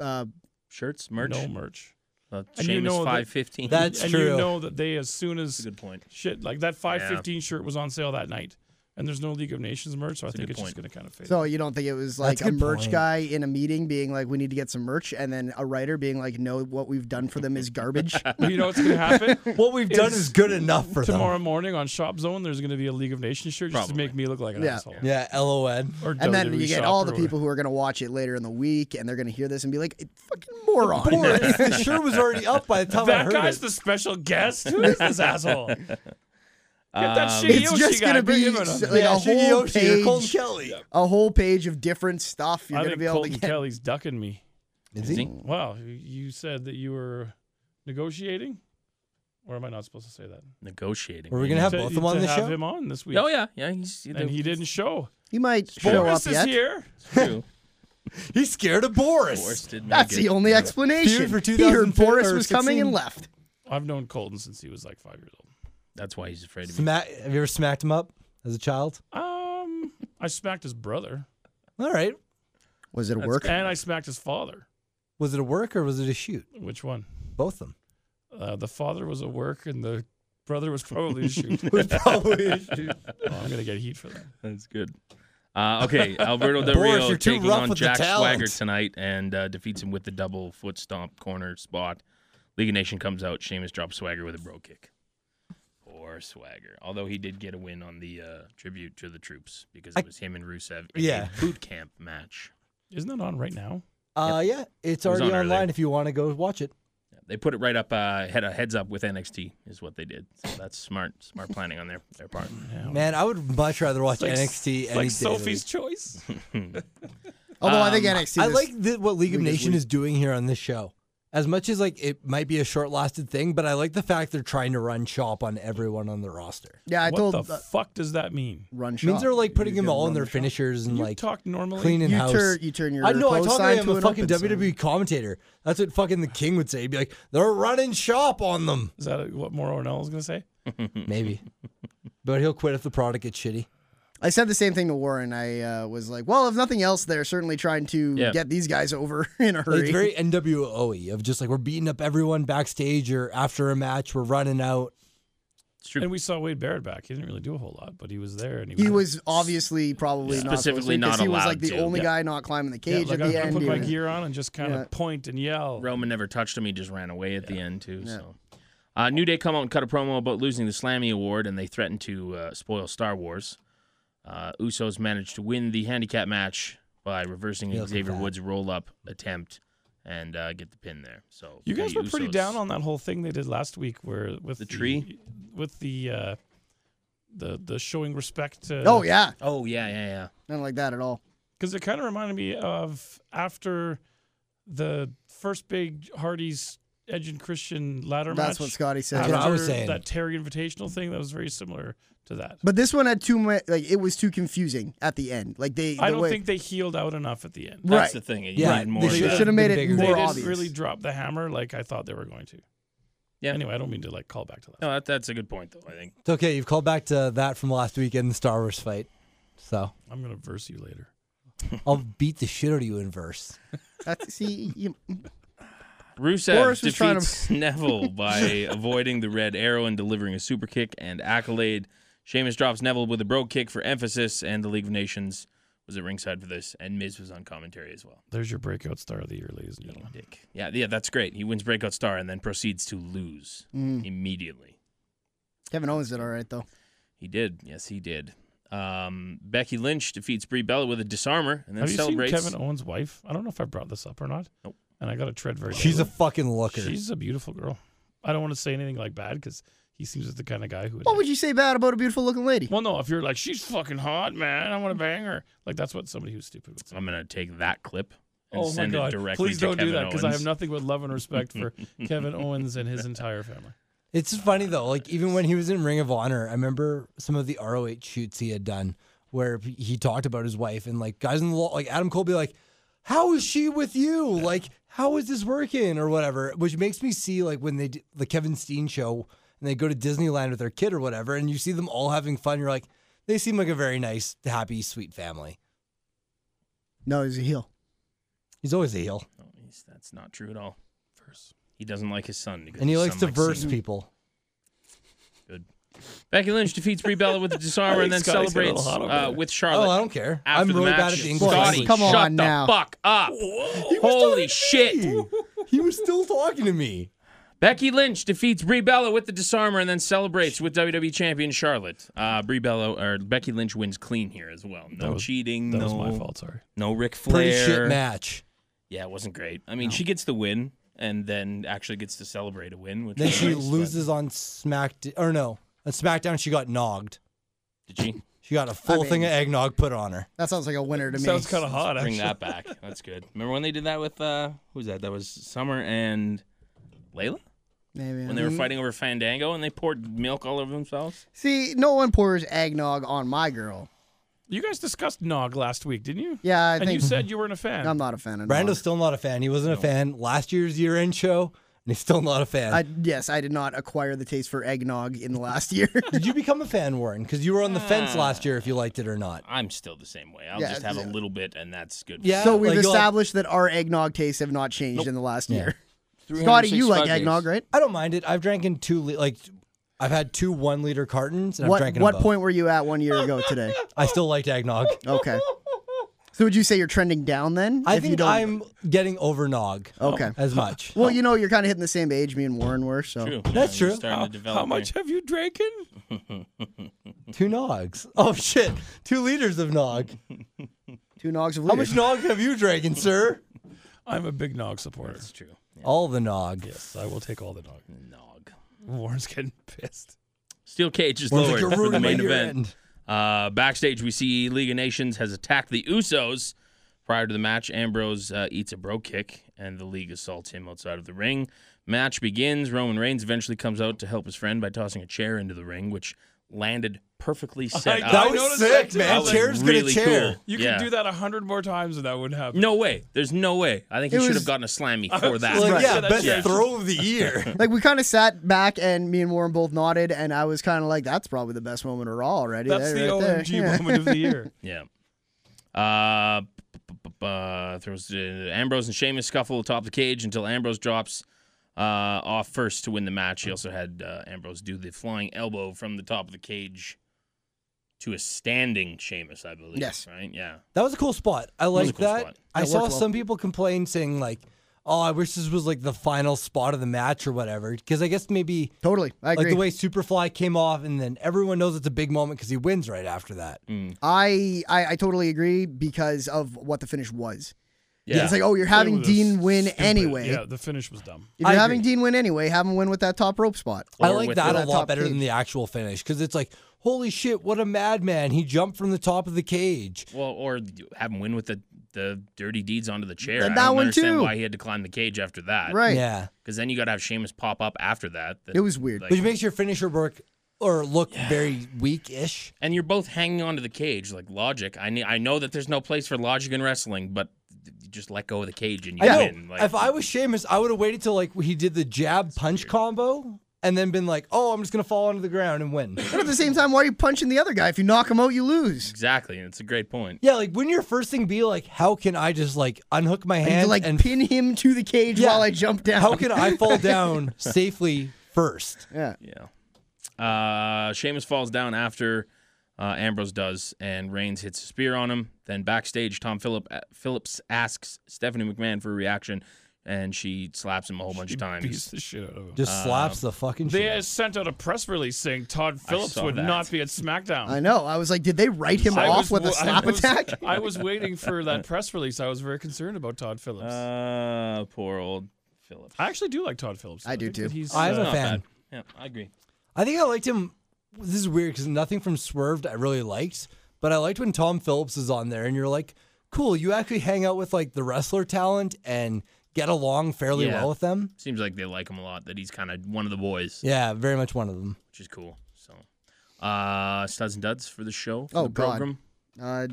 Speaker 3: Uh,
Speaker 1: shirts, merch.
Speaker 4: No merch.
Speaker 1: Uh,
Speaker 4: And you
Speaker 1: Seamus
Speaker 4: know that-
Speaker 1: five fifteen.
Speaker 2: That's
Speaker 4: and
Speaker 2: true.
Speaker 4: you know that they, as soon as
Speaker 1: a good point.
Speaker 4: shit, like that 515 shirt was on sale that night, and there's no League of Nations merch, so
Speaker 1: That's a
Speaker 4: I think
Speaker 1: good
Speaker 4: it's
Speaker 1: point.
Speaker 4: just going to kind of fade.
Speaker 3: so you don't think it was
Speaker 2: That's
Speaker 3: like
Speaker 2: a
Speaker 3: a
Speaker 2: good
Speaker 3: merch
Speaker 2: point.
Speaker 3: guy in a meeting being like, "We need to get some merch," and then a writer being like, "No, what we've done for them is garbage."
Speaker 4: Well, you know what's going to happen?
Speaker 2: What we've done
Speaker 4: It's-
Speaker 2: is good enough for
Speaker 4: Tomorrow morning on Shop Zone, there's going to be a League of Nations shirt just
Speaker 1: Probably.
Speaker 4: to make me look like an
Speaker 3: Yeah.
Speaker 4: asshole.
Speaker 2: them. Yeah, LON.
Speaker 4: Or
Speaker 3: and then
Speaker 4: WWE
Speaker 3: you get
Speaker 4: shop
Speaker 3: all
Speaker 4: or
Speaker 3: the
Speaker 4: whatever.
Speaker 3: people who are gonna watch it later in the week, and they're gonna hear this and be like, "Eh, "Fucking moron."
Speaker 2: Boris, the shirt was already up by the time I
Speaker 4: That
Speaker 2: heard
Speaker 4: guy's
Speaker 2: it.
Speaker 4: the special guest. Who is this asshole? Get that
Speaker 1: Um,
Speaker 4: shit
Speaker 3: It's just
Speaker 4: guy.
Speaker 3: gonna
Speaker 4: Bring
Speaker 3: be
Speaker 4: him in on
Speaker 3: so-
Speaker 4: this.
Speaker 3: like
Speaker 2: yeah,
Speaker 3: a
Speaker 2: Shiggy
Speaker 3: whole
Speaker 2: Yoshi or Colton
Speaker 3: page.
Speaker 2: Kelly.
Speaker 3: a whole page of different stuff you're
Speaker 4: I
Speaker 3: gonna
Speaker 4: think
Speaker 3: be able
Speaker 4: Colton
Speaker 3: to get.
Speaker 4: Kelly's ducking me.
Speaker 2: Is
Speaker 1: Is he?
Speaker 2: he?
Speaker 4: Wow, you- you said that you were negotiating, or am I not supposed to say that?
Speaker 1: Negotiating.
Speaker 2: Were we gonna have
Speaker 4: To-
Speaker 2: both of them on
Speaker 4: to
Speaker 2: the
Speaker 4: have
Speaker 2: show?
Speaker 4: him on this week.
Speaker 1: Oh yeah, yeah. He's,
Speaker 4: and he didn't show.
Speaker 3: You might show up
Speaker 4: Boris is
Speaker 3: yet.
Speaker 4: here.
Speaker 1: True.
Speaker 2: He's scared of Boris.
Speaker 1: Boris did make
Speaker 3: That's
Speaker 1: it.
Speaker 3: the only explanation.
Speaker 2: Feud for
Speaker 3: he heard
Speaker 2: 2015
Speaker 3: Boris
Speaker 2: or
Speaker 3: was coming and
Speaker 2: 16.
Speaker 3: left.
Speaker 4: I've known Colton since he was like five years old.
Speaker 1: That's why he's afraid of me.
Speaker 2: Smack, have you ever smacked him up as a child?
Speaker 4: Um, I smacked his brother
Speaker 2: All right.
Speaker 3: Was it a
Speaker 1: That's
Speaker 3: work?
Speaker 1: good.
Speaker 4: and I smacked his father.
Speaker 2: Was it a work or was it a shoot?
Speaker 4: Which one?
Speaker 2: Both of them.
Speaker 4: Uh, the father was a work, and the brother was probably a shoot.
Speaker 2: It was probably a shoot.
Speaker 4: Oh, I'm gonna get heat for that.
Speaker 1: That's good. Uh, okay, Alberto Del
Speaker 2: Boris,
Speaker 1: Rio
Speaker 2: you're too
Speaker 1: taking
Speaker 2: rough
Speaker 1: on
Speaker 2: with the
Speaker 1: Jack
Speaker 2: talent.
Speaker 1: Swagger tonight and uh, defeats him with the double foot stomp corner spot. League of Nation comes out. Sheamus drops Swagger with a bro kick. Poor Swagger. Although he did get a win on the uh, tribute to the troops because it was him and Rusev in
Speaker 2: Yeah.
Speaker 1: a boot camp match.
Speaker 4: Isn't that on right now?
Speaker 2: Uh, yeah, it's
Speaker 1: It was
Speaker 2: already
Speaker 1: on earlier.
Speaker 2: online if you want to go watch it.
Speaker 1: They put it right up, uh, head, a heads up with NXT is what they did. So that's smart, smart planning on their, their part.
Speaker 4: Yeah.
Speaker 2: Man, I would much rather watch
Speaker 4: Like-
Speaker 2: NXT any
Speaker 4: like
Speaker 2: day of the
Speaker 4: Sophie's
Speaker 2: week.
Speaker 4: Choice.
Speaker 3: Although I
Speaker 1: Um,
Speaker 3: think NXT.
Speaker 2: I
Speaker 3: this-
Speaker 2: like the, what League of
Speaker 3: week is
Speaker 2: Nation
Speaker 3: weak.
Speaker 2: is doing here on this show. As much as like it might be a short-lasted thing, but I like the fact they're trying to run shop on everyone on the roster.
Speaker 3: Yeah, I
Speaker 4: what
Speaker 3: told.
Speaker 4: the
Speaker 3: uh,
Speaker 4: fuck does that mean?
Speaker 3: Run shop.
Speaker 2: Means they're like putting
Speaker 3: You
Speaker 2: them
Speaker 3: gotta
Speaker 2: all in
Speaker 3: run
Speaker 2: their
Speaker 3: the shop.
Speaker 2: finishers and
Speaker 4: You
Speaker 2: like
Speaker 4: talk normally.
Speaker 2: cleaning
Speaker 3: You
Speaker 2: house.
Speaker 3: turn, you turn your.
Speaker 2: I know. I
Speaker 3: clothes
Speaker 2: talk
Speaker 3: sign
Speaker 2: like I'm
Speaker 3: to
Speaker 2: a
Speaker 3: an
Speaker 2: fucking
Speaker 3: open sign.
Speaker 2: WWE commentator. That's what fucking the King would say. He'd be like, "They're running shop on them."
Speaker 4: Is that what Moro Ornell is gonna say?
Speaker 2: Maybe, but he'll quit if the product gets shitty.
Speaker 3: I said the same thing to Warren. I uh, was like, well, if nothing else, they're certainly trying to
Speaker 1: Yeah.
Speaker 3: get these guys over in a
Speaker 2: Like,
Speaker 3: hurry.
Speaker 2: it's very NWO E of just like we're beating up everyone backstage or after a match, we're running out.
Speaker 1: It's true.
Speaker 4: And we saw Wade Barrett back. He didn't really do a whole lot, but he was there and he was.
Speaker 3: he was obviously probably not supposed to,
Speaker 1: Specifically not
Speaker 3: 'cause He was like
Speaker 1: allowed
Speaker 3: the
Speaker 1: to.
Speaker 3: only
Speaker 1: Yeah.
Speaker 3: guy not climbing the
Speaker 4: Yeah,
Speaker 3: cage
Speaker 4: like,
Speaker 3: at the
Speaker 4: I, I
Speaker 3: end.
Speaker 4: put my
Speaker 3: even.
Speaker 4: gear on and just kind of
Speaker 3: Yeah.
Speaker 4: point and yell.
Speaker 1: Roman never touched him. He just ran away at the end too. So, uh, New Day come out and cut a promo about losing the Slammy Award, and they threatened to uh, spoil Star Wars. Uh, Usos managed to win the handicap match by reversing
Speaker 2: Look at
Speaker 1: Xavier
Speaker 2: that.
Speaker 1: Woods' roll-up attempt and uh, get the pin there. So
Speaker 4: You guys
Speaker 1: the
Speaker 4: were pretty
Speaker 1: Usos-
Speaker 4: down on that whole thing they did last week, where with the,
Speaker 1: tree?
Speaker 4: with the uh, the the showing respect. To,
Speaker 3: Oh yeah,
Speaker 1: Oh yeah, yeah, yeah.
Speaker 3: not like that at all.
Speaker 4: because it kind of reminded me of after the first big Hardy's Edge and Christian ladder match.
Speaker 3: That's what Scotty said.
Speaker 2: That's what I was
Speaker 4: after
Speaker 2: saying.
Speaker 4: That Terry Invitational thing that was very similar to that.
Speaker 3: But this one had too much. Like it was too confusing at the end. Like they.
Speaker 4: I
Speaker 3: the
Speaker 4: don't
Speaker 3: way-
Speaker 4: think they healed out enough at the end.
Speaker 1: That's
Speaker 3: Right.
Speaker 1: the thing. You
Speaker 2: Yeah,
Speaker 1: need more.
Speaker 2: they
Speaker 1: of
Speaker 3: should
Speaker 1: that.
Speaker 3: have made it
Speaker 2: Bigger.
Speaker 4: They
Speaker 3: more
Speaker 4: didn't
Speaker 3: obvious.
Speaker 4: really drop the hammer like I thought they were going to.
Speaker 1: Yeah.
Speaker 4: Anyway, I don't mean to like call back to that.
Speaker 1: No, that, that's a good point, though, I think.
Speaker 2: It's okay. You've called back to that from last weekend, the Star Wars fight. So
Speaker 4: I'm gonna verse you later.
Speaker 2: I'll beat the shit out of you in verse.
Speaker 3: That's see, you,
Speaker 1: Rusev
Speaker 3: Boris was trying to-
Speaker 1: defeats Neville by avoiding the red arrow and delivering a super kick and accolade. Sheamus drops Neville with a bro kick for emphasis, and the League of Nations was at ringside for this, and Miz was on commentary as well.
Speaker 4: There's your breakout star of the year, ladies and gentlemen.
Speaker 1: Dick. Yeah, yeah, that's great. He wins breakout star and then proceeds to lose
Speaker 4: Mm.
Speaker 1: immediately.
Speaker 3: Kevin Owens did all right though.
Speaker 1: He did. Yes, he did. Um, Becky Lynch defeats Brie Bella with a disarmer and then
Speaker 4: Have you seen
Speaker 1: celebrates.
Speaker 4: Kevin Owens' wife? I don't know if I brought this up or not.
Speaker 1: Nope.
Speaker 4: And I gotta tread very.
Speaker 2: She's a
Speaker 4: lightly.
Speaker 2: fucking looker.
Speaker 4: she's a beautiful girl. I don't want to say anything like bad because he seems like the kind of guy who. Would
Speaker 3: What would you say bad about a beautiful looking lady?
Speaker 4: Well, no, if you're like, she's fucking hot, man. I want to bang her. Like, that's what somebody who's stupid would say.
Speaker 1: I'm gonna take that clip and send it directly
Speaker 4: Oh Please
Speaker 1: to
Speaker 4: don't
Speaker 1: Kevin
Speaker 4: do that because
Speaker 1: because
Speaker 4: I have nothing but love and respect for Kevin Owens and his entire family.
Speaker 2: It's funny though, like even when he was in Ring of Honor, I remember some of the ROH shoots he had done where he talked about his wife and like guys in the law, like Adam Cole be like, "How is she with you? Like, how is this working or whatever?" Which makes me see like when they d- the Kevin Steen show and they go to Disneyland with their kid or whatever, and you see them all having fun. You're like, they seem like a very nice, happy, sweet family.
Speaker 3: No, he's a heel.
Speaker 2: He's always a heel,
Speaker 1: No, he's- that's not true at all. He doesn't like his son because
Speaker 2: and he
Speaker 1: his
Speaker 2: likes
Speaker 1: son
Speaker 2: to verse
Speaker 1: Satan.
Speaker 2: people.
Speaker 1: Becky Lynch defeats Brie Bella with a disarmer and then
Speaker 4: He's got- he's got a little
Speaker 1: celebrates
Speaker 4: hot over
Speaker 1: uh,
Speaker 4: there.
Speaker 1: with
Speaker 2: Oh, I
Speaker 1: Charlotte.
Speaker 2: don't care.
Speaker 1: after
Speaker 2: I'm
Speaker 1: the
Speaker 2: really
Speaker 1: match.
Speaker 2: bad at the English
Speaker 3: Boy,
Speaker 1: Scotty,
Speaker 2: language.
Speaker 3: come
Speaker 1: shut
Speaker 3: on
Speaker 1: the
Speaker 3: now.
Speaker 1: fuck up! Holy shit!
Speaker 2: He was still talking to me.
Speaker 1: Becky Lynch defeats Brie Bella with the disarmer and then celebrates with WWE champion Charlotte. Uh, Brie Bella or Becky Lynch wins clean here as well. No
Speaker 4: was-
Speaker 1: cheating.
Speaker 4: That
Speaker 1: no,
Speaker 4: was my fault. Sorry.
Speaker 1: No Ric Flair.
Speaker 2: Pretty shit match.
Speaker 1: Yeah, it wasn't great. I mean, she gets the win and then actually gets to celebrate a win. Which
Speaker 2: Then
Speaker 1: was
Speaker 2: she
Speaker 1: nice, but-
Speaker 2: loses on Smack or no on SmackDown. She got nogged.
Speaker 1: Did she
Speaker 2: She got a full thing
Speaker 3: mean-
Speaker 2: of eggnog put on her.
Speaker 3: That sounds like a winner to me.
Speaker 4: Sounds kind of hot,
Speaker 1: bring
Speaker 4: actually.
Speaker 1: that back? That's good. Remember when they did that with uh, who was that? That was Summer and Layla
Speaker 3: Maybe. Mm-hmm.
Speaker 1: when they were fighting over Fandango and they poured milk all over themselves.
Speaker 3: See, no one pours eggnog on my girl.
Speaker 4: You guys discussed Nog last week, didn't you?
Speaker 3: Yeah, I
Speaker 4: and
Speaker 3: think
Speaker 4: you said you weren't a fan.
Speaker 3: I'm not a fan of
Speaker 2: Randall's
Speaker 3: nog.
Speaker 2: still not a fan. He wasn't a fan last year's year-end show, and he's still not a fan.
Speaker 3: I, yes, I did not acquire the taste for eggnog in the last year.
Speaker 2: Did you become a fan, Warren? Because you were on the
Speaker 3: Ah.
Speaker 2: fence last year if you liked it or not.
Speaker 1: I'm still the same way. I'll
Speaker 3: Yeah,
Speaker 1: just have a
Speaker 3: yeah.
Speaker 1: little bit, and that's good.
Speaker 2: Yeah.
Speaker 3: so we've
Speaker 2: like, you'll-
Speaker 3: established that our eggnog tastes have not changed in the last year.
Speaker 1: Three
Speaker 3: Scotty,
Speaker 1: hundred
Speaker 3: you like
Speaker 1: sixty-five
Speaker 3: eggnog,
Speaker 1: days.
Speaker 3: right?
Speaker 2: I don't mind it. I've drank in two li- like I've had two one-liter cartons, and I've
Speaker 3: What
Speaker 2: drank in
Speaker 3: what
Speaker 2: both.
Speaker 3: point were you at one year ago today?
Speaker 2: I still liked eggnog.
Speaker 3: Okay. So would you say you're trending down then?
Speaker 2: I
Speaker 3: If you
Speaker 2: think
Speaker 3: don't-
Speaker 2: I'm Oh. getting over nog
Speaker 3: okay.
Speaker 2: as much.
Speaker 3: Well, you know, you're kind of hitting the same age me and Warren were. So
Speaker 1: True.
Speaker 2: That's
Speaker 1: you're
Speaker 2: true.
Speaker 1: starting to
Speaker 4: How,
Speaker 1: develop
Speaker 4: how much
Speaker 1: here.
Speaker 4: have you drinking?
Speaker 2: Two nogs. Oh shit! Two liters of nog.
Speaker 3: two nogs of
Speaker 2: How
Speaker 3: liquor.
Speaker 2: much nog have you drank, sir?
Speaker 4: I'm a big Nog supporter.
Speaker 1: That's true.
Speaker 2: All the nog.
Speaker 4: Yes, I will take all the Nog.
Speaker 1: Nog.
Speaker 4: Warren's getting pissed.
Speaker 1: Steel cage is
Speaker 2: Warren's
Speaker 1: lowered
Speaker 2: like, "You're
Speaker 1: for the
Speaker 2: ruining my
Speaker 1: main
Speaker 2: year
Speaker 1: event.
Speaker 2: end."
Speaker 1: Uh, backstage, we see League of Nations has attacked the Usos. Prior to the match, Ambrose uh, eats a bro kick, and the League assaults him outside of the ring. Match begins. Roman Reigns eventually comes out to help his friend by tossing a chair into the ring, which landed perfectly set
Speaker 4: I-
Speaker 1: up.
Speaker 4: that
Speaker 2: That
Speaker 4: I
Speaker 2: was
Speaker 4: noticed that
Speaker 2: sick,
Speaker 4: too.
Speaker 2: man.
Speaker 1: That was
Speaker 2: Chair's
Speaker 1: really
Speaker 2: gonna chair.
Speaker 1: cool.
Speaker 4: You
Speaker 1: Yeah.
Speaker 4: could do that a hundred more times and that would happen.
Speaker 1: No way. There's no way. I think he
Speaker 3: It
Speaker 1: should
Speaker 3: was-
Speaker 1: have gotten a slammy for that.
Speaker 2: Like,
Speaker 4: Right.
Speaker 2: Yeah,
Speaker 4: Yeah, that's
Speaker 2: best
Speaker 1: right.
Speaker 2: throw of the year.
Speaker 3: Like we kind of sat back and me and Warren both nodded, and I was kind of like, "That's probably the best moment of Raw already."
Speaker 4: That's
Speaker 3: That
Speaker 4: the
Speaker 3: right there.
Speaker 4: OMG
Speaker 3: Yeah.
Speaker 4: moment of the year.
Speaker 1: Yeah. Uh, b- b- b- uh, throws uh, Ambrose and Sheamus scuffle atop the cage until Ambrose drops uh, off first to win the match. He also had uh, Ambrose do the flying elbow from the top of the cage to a standing Sheamus, I believe.
Speaker 3: Yes.
Speaker 1: Right? Yeah.
Speaker 2: That was a cool spot. I
Speaker 1: was a
Speaker 2: like
Speaker 1: cool
Speaker 2: that.
Speaker 1: spot.
Speaker 2: I
Speaker 3: That
Speaker 2: saw
Speaker 3: worked well.
Speaker 2: some people complain saying like, "Oh, I wish this was like the final spot of the match or whatever," because I guess maybe
Speaker 3: Totally, I agree.
Speaker 2: like the way Superfly came off, and then everyone knows it's a big moment because he wins right after that.
Speaker 3: I, I I totally agree because of what the finish was.
Speaker 1: Yeah.
Speaker 3: It's like, oh, you're having
Speaker 4: It was
Speaker 3: Dean win
Speaker 4: stupid.
Speaker 3: anyway.
Speaker 4: Yeah, the finish was dumb.
Speaker 3: If you're
Speaker 2: I
Speaker 3: having
Speaker 2: agree.
Speaker 3: Dean win anyway, have him win with that top rope spot.
Speaker 2: I
Speaker 1: Or
Speaker 2: like
Speaker 1: with
Speaker 2: that
Speaker 1: the
Speaker 2: a lot
Speaker 3: top
Speaker 2: better than
Speaker 3: cage.
Speaker 2: the actual finish because it's like, holy shit, what a madman! He jumped from the top of the cage.
Speaker 1: well, or have him win with the, the dirty deeds onto the chair.
Speaker 3: And
Speaker 1: I
Speaker 3: that
Speaker 1: don't
Speaker 3: one
Speaker 1: understand
Speaker 3: too.
Speaker 1: why he had to climb the cage after that.
Speaker 3: Right.
Speaker 2: Yeah,
Speaker 1: Because then you got to have Sheamus pop up after that. That-
Speaker 3: It was weird.
Speaker 1: like-
Speaker 2: which makes your finisher work or look very weak-ish.
Speaker 1: and you're both hanging onto the cage like logic. I ne- I know that there's no place for logic in wrestling, but just let go of the cage and you
Speaker 2: I know.
Speaker 1: win. Like,
Speaker 2: if I was Sheamus, I would have waited till like he did the jab punch combo and then been like, "Oh, I'm just gonna fall onto the ground and win."
Speaker 3: But at the same time, why are you punching the other guy? If you knock him out, you lose.
Speaker 1: exactly, and it's a great point.
Speaker 2: yeah, like wouldn't your first thing be like, "How can I just like unhook my
Speaker 3: You
Speaker 2: hand
Speaker 3: like
Speaker 2: and
Speaker 3: pin him to the cage
Speaker 2: Yeah.
Speaker 3: while I jump down.
Speaker 2: how can I fall down safely first?
Speaker 3: Yeah.
Speaker 1: Yeah. Uh, Sheamus falls down after uh, Ambrose does, and Reigns hits a spear on him. Then backstage, Tom Phillip, uh, Phillips asks Stephanie McMahon for a reaction, and she slaps him a whole bunch of
Speaker 4: Beats
Speaker 1: times.
Speaker 4: the shit out of him.
Speaker 1: Um,
Speaker 2: Just slaps the fucking shit.
Speaker 4: They uh, sent out a press release saying Todd Phillips
Speaker 1: saw
Speaker 4: would
Speaker 1: that.
Speaker 4: not be at SmackDown.
Speaker 3: I know. I was like, did they write him
Speaker 4: I
Speaker 3: off with
Speaker 4: wa-
Speaker 3: a slap
Speaker 4: I was-
Speaker 3: attack?
Speaker 4: I was waiting for that press release. I was very concerned about Todd Phillips.
Speaker 1: Uh, poor old Phillips.
Speaker 4: I actually do like Todd Phillips.
Speaker 3: I do
Speaker 4: think that
Speaker 3: too.
Speaker 4: He's,
Speaker 2: I'm
Speaker 4: uh,
Speaker 2: a fan.
Speaker 1: Yeah, I agree.
Speaker 2: I think I liked him. This is weird because nothing from Swerved I really liked, but I liked when Tom Phillips is on there and you're like, cool, you actually hang out with like the wrestler talent and get along fairly
Speaker 1: Yeah.
Speaker 2: well with them.
Speaker 1: Seems like they like him a lot. That he's kind of one of the boys,
Speaker 2: Yeah, very much one of them.
Speaker 1: which is cool. So, uh, studs and duds for the show. For
Speaker 3: Oh,
Speaker 1: the
Speaker 3: God.
Speaker 1: program.
Speaker 3: Uh,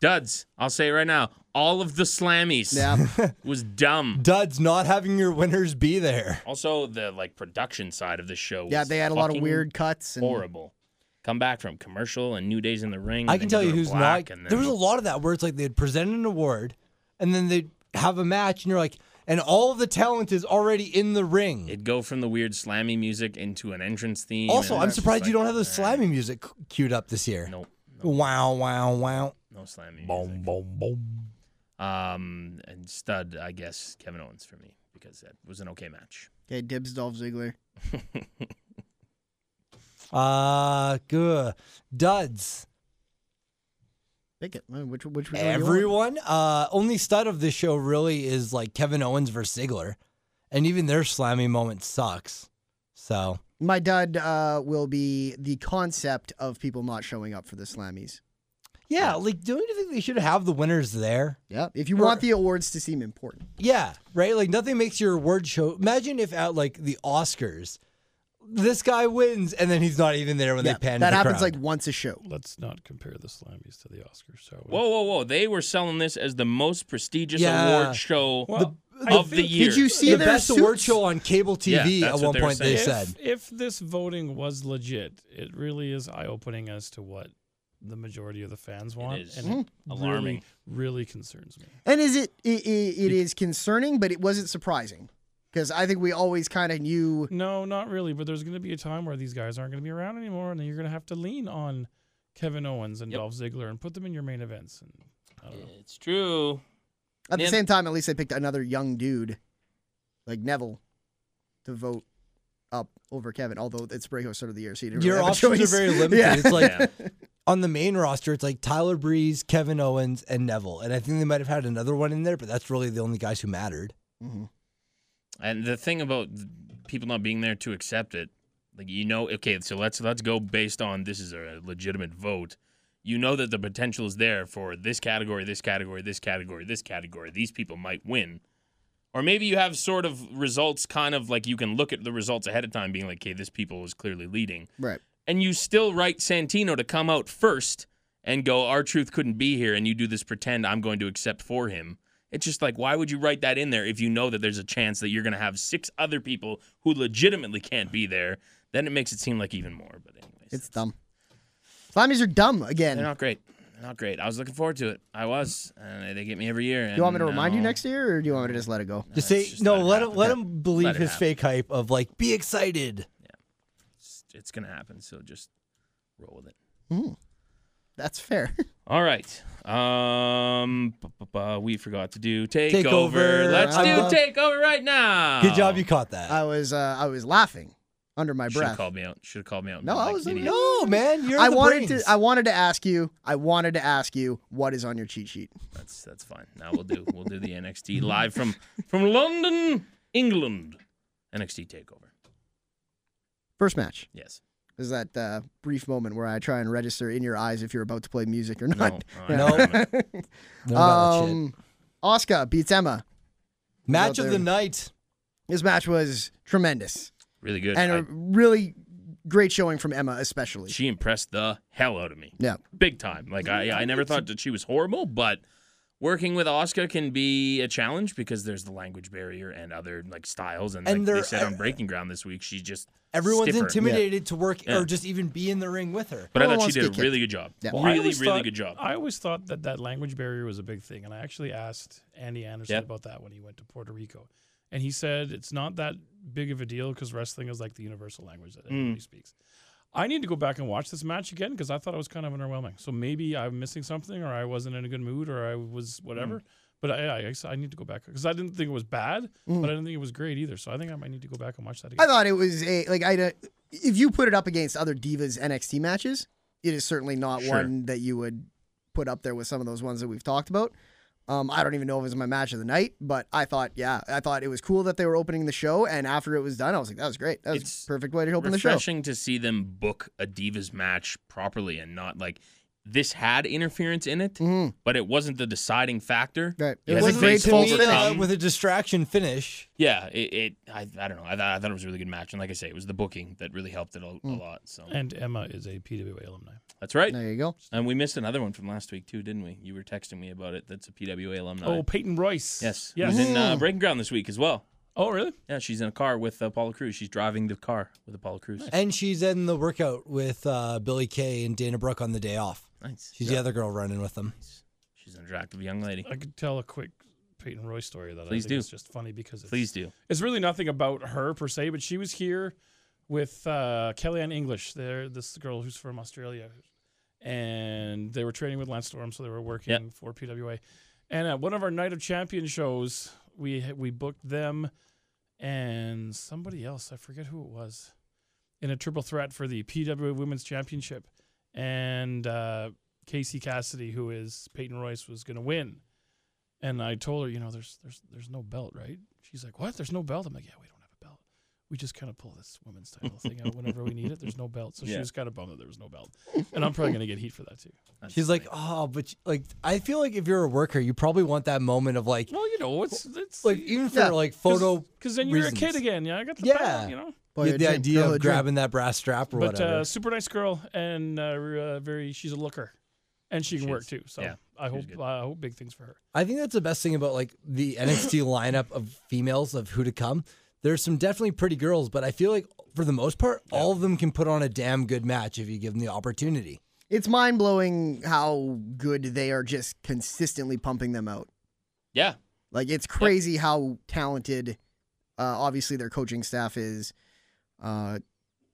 Speaker 1: Duds. I'll say it right now. All of the slammies
Speaker 3: yeah.
Speaker 1: was dumb.
Speaker 2: Duds not having your winners be there.
Speaker 1: Also, the like production side of the show.
Speaker 3: Yeah,
Speaker 1: was
Speaker 3: they had a lot of
Speaker 1: fucking
Speaker 3: weird cuts. And
Speaker 1: horrible. Come back from commercial and New Days in the Ring.
Speaker 2: I
Speaker 1: and
Speaker 2: can
Speaker 1: Mm, then
Speaker 2: tell you
Speaker 1: go to
Speaker 2: who's
Speaker 1: Black,
Speaker 2: not.
Speaker 1: And then,
Speaker 2: There was a lot of that where it's like they'd present an award and then they'd have a match and you're like, and all of the talent is already in the ring.
Speaker 1: It'd go from the weird slammy music into an entrance theme.
Speaker 2: also,
Speaker 1: and
Speaker 2: I'm
Speaker 1: it's just
Speaker 2: surprised you
Speaker 1: like,
Speaker 2: don't have the slammy music queued up this year.
Speaker 1: Nope,
Speaker 2: Wow, wow, wow.
Speaker 1: no slammy music.
Speaker 4: boom, boom, boom.
Speaker 1: Um, and stud, I guess Kevin Owens for me because that was an okay match.
Speaker 3: Okay, dibs Dolph Ziggler.
Speaker 2: Uh, good. Duds.
Speaker 3: Pick it. Uh, Which which one do you want?
Speaker 2: Everyone. Uh, only stud of this show really is like Kevin Owens versus Ziggler. And even their slammy moment sucks. So,
Speaker 3: My dud uh, will be the concept of people not showing up for the Slammies.
Speaker 2: yeah, like, don't you think they should have the winners there?
Speaker 3: Yeah. If you want the awards to seem important.
Speaker 2: Yeah, right? Like, nothing makes your award show. Imagine if at like the Oscars, this guy wins and then he's not even there when
Speaker 3: Yeah,
Speaker 2: they pan to
Speaker 3: that
Speaker 2: the
Speaker 3: happens
Speaker 2: crowd.
Speaker 3: like once a show.
Speaker 4: Let's not compare the Slammies to the Oscars, shall we?
Speaker 1: Whoa, whoa, whoa! They were selling this as the most prestigious
Speaker 2: Yeah.
Speaker 1: award show
Speaker 4: Well, I
Speaker 1: of the
Speaker 4: think-
Speaker 1: year.
Speaker 3: Did you see
Speaker 2: the
Speaker 3: their
Speaker 2: best award
Speaker 3: suits?
Speaker 2: show on cable TV
Speaker 1: Yeah,
Speaker 2: at
Speaker 1: that's what
Speaker 2: one
Speaker 1: they were
Speaker 2: point they
Speaker 1: saying.
Speaker 2: said.
Speaker 4: if, if this voting was legit, it really is eye opening as to what the majority of the fans want.
Speaker 1: is.
Speaker 4: And it
Speaker 3: Hmm.
Speaker 1: Alarming.
Speaker 4: Really, really concerns me.
Speaker 3: And is it it, it, it is concerning, but it wasn't surprising because I think we always kind of knew.
Speaker 4: No, not really. But there's going to be a time where these guys aren't going to be around anymore, and then you're going to have to lean on Kevin Owens and Dolph Ziggler and put them in your main events. And I don't know.
Speaker 1: It's true.
Speaker 3: At the
Speaker 1: Man.
Speaker 3: same time, at least they picked another young dude like Neville to vote up over Kevin. Although it's breakout start of the year, so you didn't
Speaker 2: Your
Speaker 3: really have a
Speaker 2: options
Speaker 3: choice.
Speaker 2: are very limited.
Speaker 3: Yeah.
Speaker 2: It's like
Speaker 1: Yeah.
Speaker 2: on the main roster, it's like Tyler Breeze, Kevin Owens, and Neville. And I think they might have had another one in there, but that's really the only guys who mattered.
Speaker 1: And the thing about th- people not being there to accept it, like you know, okay, so let's let's go based on this is a legitimate vote. You know that the potential is there for this category, this category, this category, this category. These people might win. Or maybe you have sort of results kind of like you can look at the results ahead of time being like, okay, this people is clearly leading.
Speaker 3: right.
Speaker 1: And you still write Santino to come out first and go, our truth couldn't be here. And you do this pretend I'm going to accept for him. It's just like, why would you write that in there if you know that there's a chance that you're going to have six other people who legitimately can't be there? Then it makes it seem like even more. But, anyways,
Speaker 3: It's dumb. Slammies are dumb again.
Speaker 1: they're not great. They're not great. I was looking forward to it. I was. And they get me every year.
Speaker 3: do you want me to remind you next year, or do you want me to just let it go?
Speaker 2: Just say
Speaker 1: just
Speaker 2: no.
Speaker 1: let it
Speaker 2: Let
Speaker 1: happen.
Speaker 2: him let him believe
Speaker 1: Let it
Speaker 2: his
Speaker 1: happen.
Speaker 2: fake hype of like be excited.
Speaker 1: It's, it's going to happen. So just roll with it.
Speaker 3: That's fair.
Speaker 1: All right. Um, bu- bu- bu- we forgot to do takeover.
Speaker 2: Takeover.
Speaker 1: Let's
Speaker 3: I
Speaker 1: do
Speaker 3: love-
Speaker 1: takeover right now.
Speaker 2: Good job, you caught that.
Speaker 3: I was uh, I was laughing under my
Speaker 1: Should
Speaker 3: breath.
Speaker 1: have called me out. Should have called me out.
Speaker 3: No, I was
Speaker 1: idiot.
Speaker 2: no, man, you're
Speaker 3: I
Speaker 2: the
Speaker 3: wanted
Speaker 2: brains.
Speaker 3: to I wanted to ask you. I wanted to ask you what is on your cheat sheet.
Speaker 1: That's that's fine. Now we'll do we'll do the NXT live from from London, England. NXT Takeover.
Speaker 3: First match
Speaker 1: Yes.
Speaker 3: is that uh, brief moment where I try and register in your eyes if you're about to play music or
Speaker 1: No.
Speaker 3: not.
Speaker 1: I
Speaker 2: No.
Speaker 1: don't know.
Speaker 2: No, not that shit.
Speaker 3: um, Oscar beats Emma.
Speaker 2: Match
Speaker 3: out
Speaker 2: of
Speaker 3: there.
Speaker 2: the night.
Speaker 3: This match was tremendous
Speaker 1: Really good.
Speaker 3: and
Speaker 1: I-
Speaker 3: a really great showing from Emma, especially.
Speaker 1: she impressed the hell out of me.
Speaker 3: yeah,
Speaker 1: Big time. Like I I never thought that she was horrible, but working with Oscar can be a challenge because there's the language barrier and other like styles. And,
Speaker 2: And
Speaker 1: like they
Speaker 2: they're-
Speaker 3: uh,
Speaker 1: said on Breaking Ground this week, she just
Speaker 2: Everyone's
Speaker 1: stiffer.
Speaker 2: intimidated to work
Speaker 1: Yeah.
Speaker 2: or just even be in the ring with her.
Speaker 1: But I
Speaker 3: No one
Speaker 1: thought she
Speaker 3: wants to
Speaker 1: did
Speaker 3: get
Speaker 1: a really good job.
Speaker 3: Yeah.
Speaker 1: Really, really
Speaker 4: always thought-
Speaker 1: good job.
Speaker 4: I always thought that that language barrier was a big thing, and I actually asked Andy Anderson
Speaker 1: Yep.
Speaker 4: about that when he went to Puerto Rico, and he said it's not that big of a deal because wrestling is like the universal language that
Speaker 1: Mm.
Speaker 4: everybody speaks. I need to go back and watch this match again because I thought it was kind of underwhelming. So maybe I'm missing something, or I wasn't in a good mood, or I was whatever.
Speaker 1: Mm.
Speaker 4: But I, I, I s- I need to go back because I didn't think it was bad,
Speaker 1: Mm.
Speaker 4: but I didn't think it was great either. So I think I might need to go back and watch that again.
Speaker 3: I thought it was a like I would if you put it up against other divas NXT matches, it is certainly not
Speaker 1: Sure.
Speaker 3: one that you would put up there with some of those ones that we've talked about. Um, I don't even know if it was my match of the night, but I thought, yeah, I thought it was cool that they were opening the show. And after it was done, I was like, that was great. That was
Speaker 1: It's
Speaker 3: a perfect way to open the show.
Speaker 1: refreshing to see them book a divas match properly and not like this had interference in it, but it wasn't the deciding factor.
Speaker 3: Mm-hmm. Right.
Speaker 1: You
Speaker 3: It
Speaker 1: had
Speaker 3: was
Speaker 1: to
Speaker 3: a
Speaker 1: face
Speaker 3: great
Speaker 2: to
Speaker 3: full
Speaker 2: me,
Speaker 3: finish.
Speaker 1: overcome.
Speaker 2: uh, with a distraction finish.
Speaker 1: yeah, it. it I, I don't know. I thought, I thought it was a really good match, and like I say, it was the booking that really helped it a,
Speaker 3: Mm.
Speaker 1: a lot. So
Speaker 4: and Emma is a PWA alumni.
Speaker 1: that's right.
Speaker 3: There you go.
Speaker 1: And we missed another one from last week too, didn't we? You were texting me about it. That's a PWA alumni.
Speaker 4: Oh, Peyton Royce.
Speaker 1: yes.
Speaker 4: Yes.
Speaker 1: Who's in uh, Breaking Ground this week as well.
Speaker 4: Oh, really?
Speaker 1: Yeah, she's in a car with Apollo Cruz. She's driving the car with Apollo Cruz.
Speaker 2: And she's in the workout with uh, Billy Kay and Dana Brooke on the day off.
Speaker 1: Nice.
Speaker 2: She's the other girl running with them.
Speaker 1: She's an attractive young lady.
Speaker 4: I could tell a quick Peyton Royce story that
Speaker 1: Please
Speaker 4: I think
Speaker 1: do.
Speaker 4: is just funny because it's,
Speaker 1: Please do.
Speaker 4: it's really nothing about her per se, but she was here with uh, Kellyanne English, there this girl who's from Australia, and they were training with Lance Storm, so they were working for PWA. And at one of our Night of Champions shows, we ha- we booked them and somebody else, I forget who it was, in a triple threat for the PWA Women's Championship, and uh, Casey Cassidy, who is Peyton Royce, was going to win. And I told her, you know, there's there's there's no belt, right? She's like, what? There's no belt. I'm like, yeah, we don't have a belt. We just kind of pull this women's title thing out whenever we need it. There's no belt, so she
Speaker 1: Yeah.
Speaker 4: was kind of bummed that there was no belt. And I'm probably gonna get heat for that too.
Speaker 2: She's like, oh, but sh- like, I feel like if you're a worker, you probably want that moment of like,
Speaker 4: Well, you know, it's it's
Speaker 2: like even for
Speaker 3: Yeah,
Speaker 2: like photo,
Speaker 4: because then you're
Speaker 2: reasons.
Speaker 4: a kid again. Yeah, I got the
Speaker 2: Yeah.
Speaker 4: belt, you know.
Speaker 3: Boy,
Speaker 2: you
Speaker 3: a
Speaker 2: had the
Speaker 3: dream.
Speaker 2: idea
Speaker 3: Girl, a
Speaker 2: of
Speaker 3: dream.
Speaker 2: grabbing that brass strap or
Speaker 4: But
Speaker 2: whatever.
Speaker 4: uh, super nice girl and uh, r- uh, very she's a looker, and she can work too. So
Speaker 1: yeah,
Speaker 4: I
Speaker 1: she's
Speaker 4: hope
Speaker 1: good.
Speaker 4: uh, I hope big things for her.
Speaker 2: I think that's the best thing about like the NXT lineup of females of who to come. There's some definitely pretty girls, but I feel like for the most part, all of them can put on a damn good match if you give them the opportunity.
Speaker 3: It's mind blowing how good they are just consistently pumping them out.
Speaker 1: Yeah.
Speaker 3: Like it's crazy how talented, uh, obviously their coaching staff is. Uh,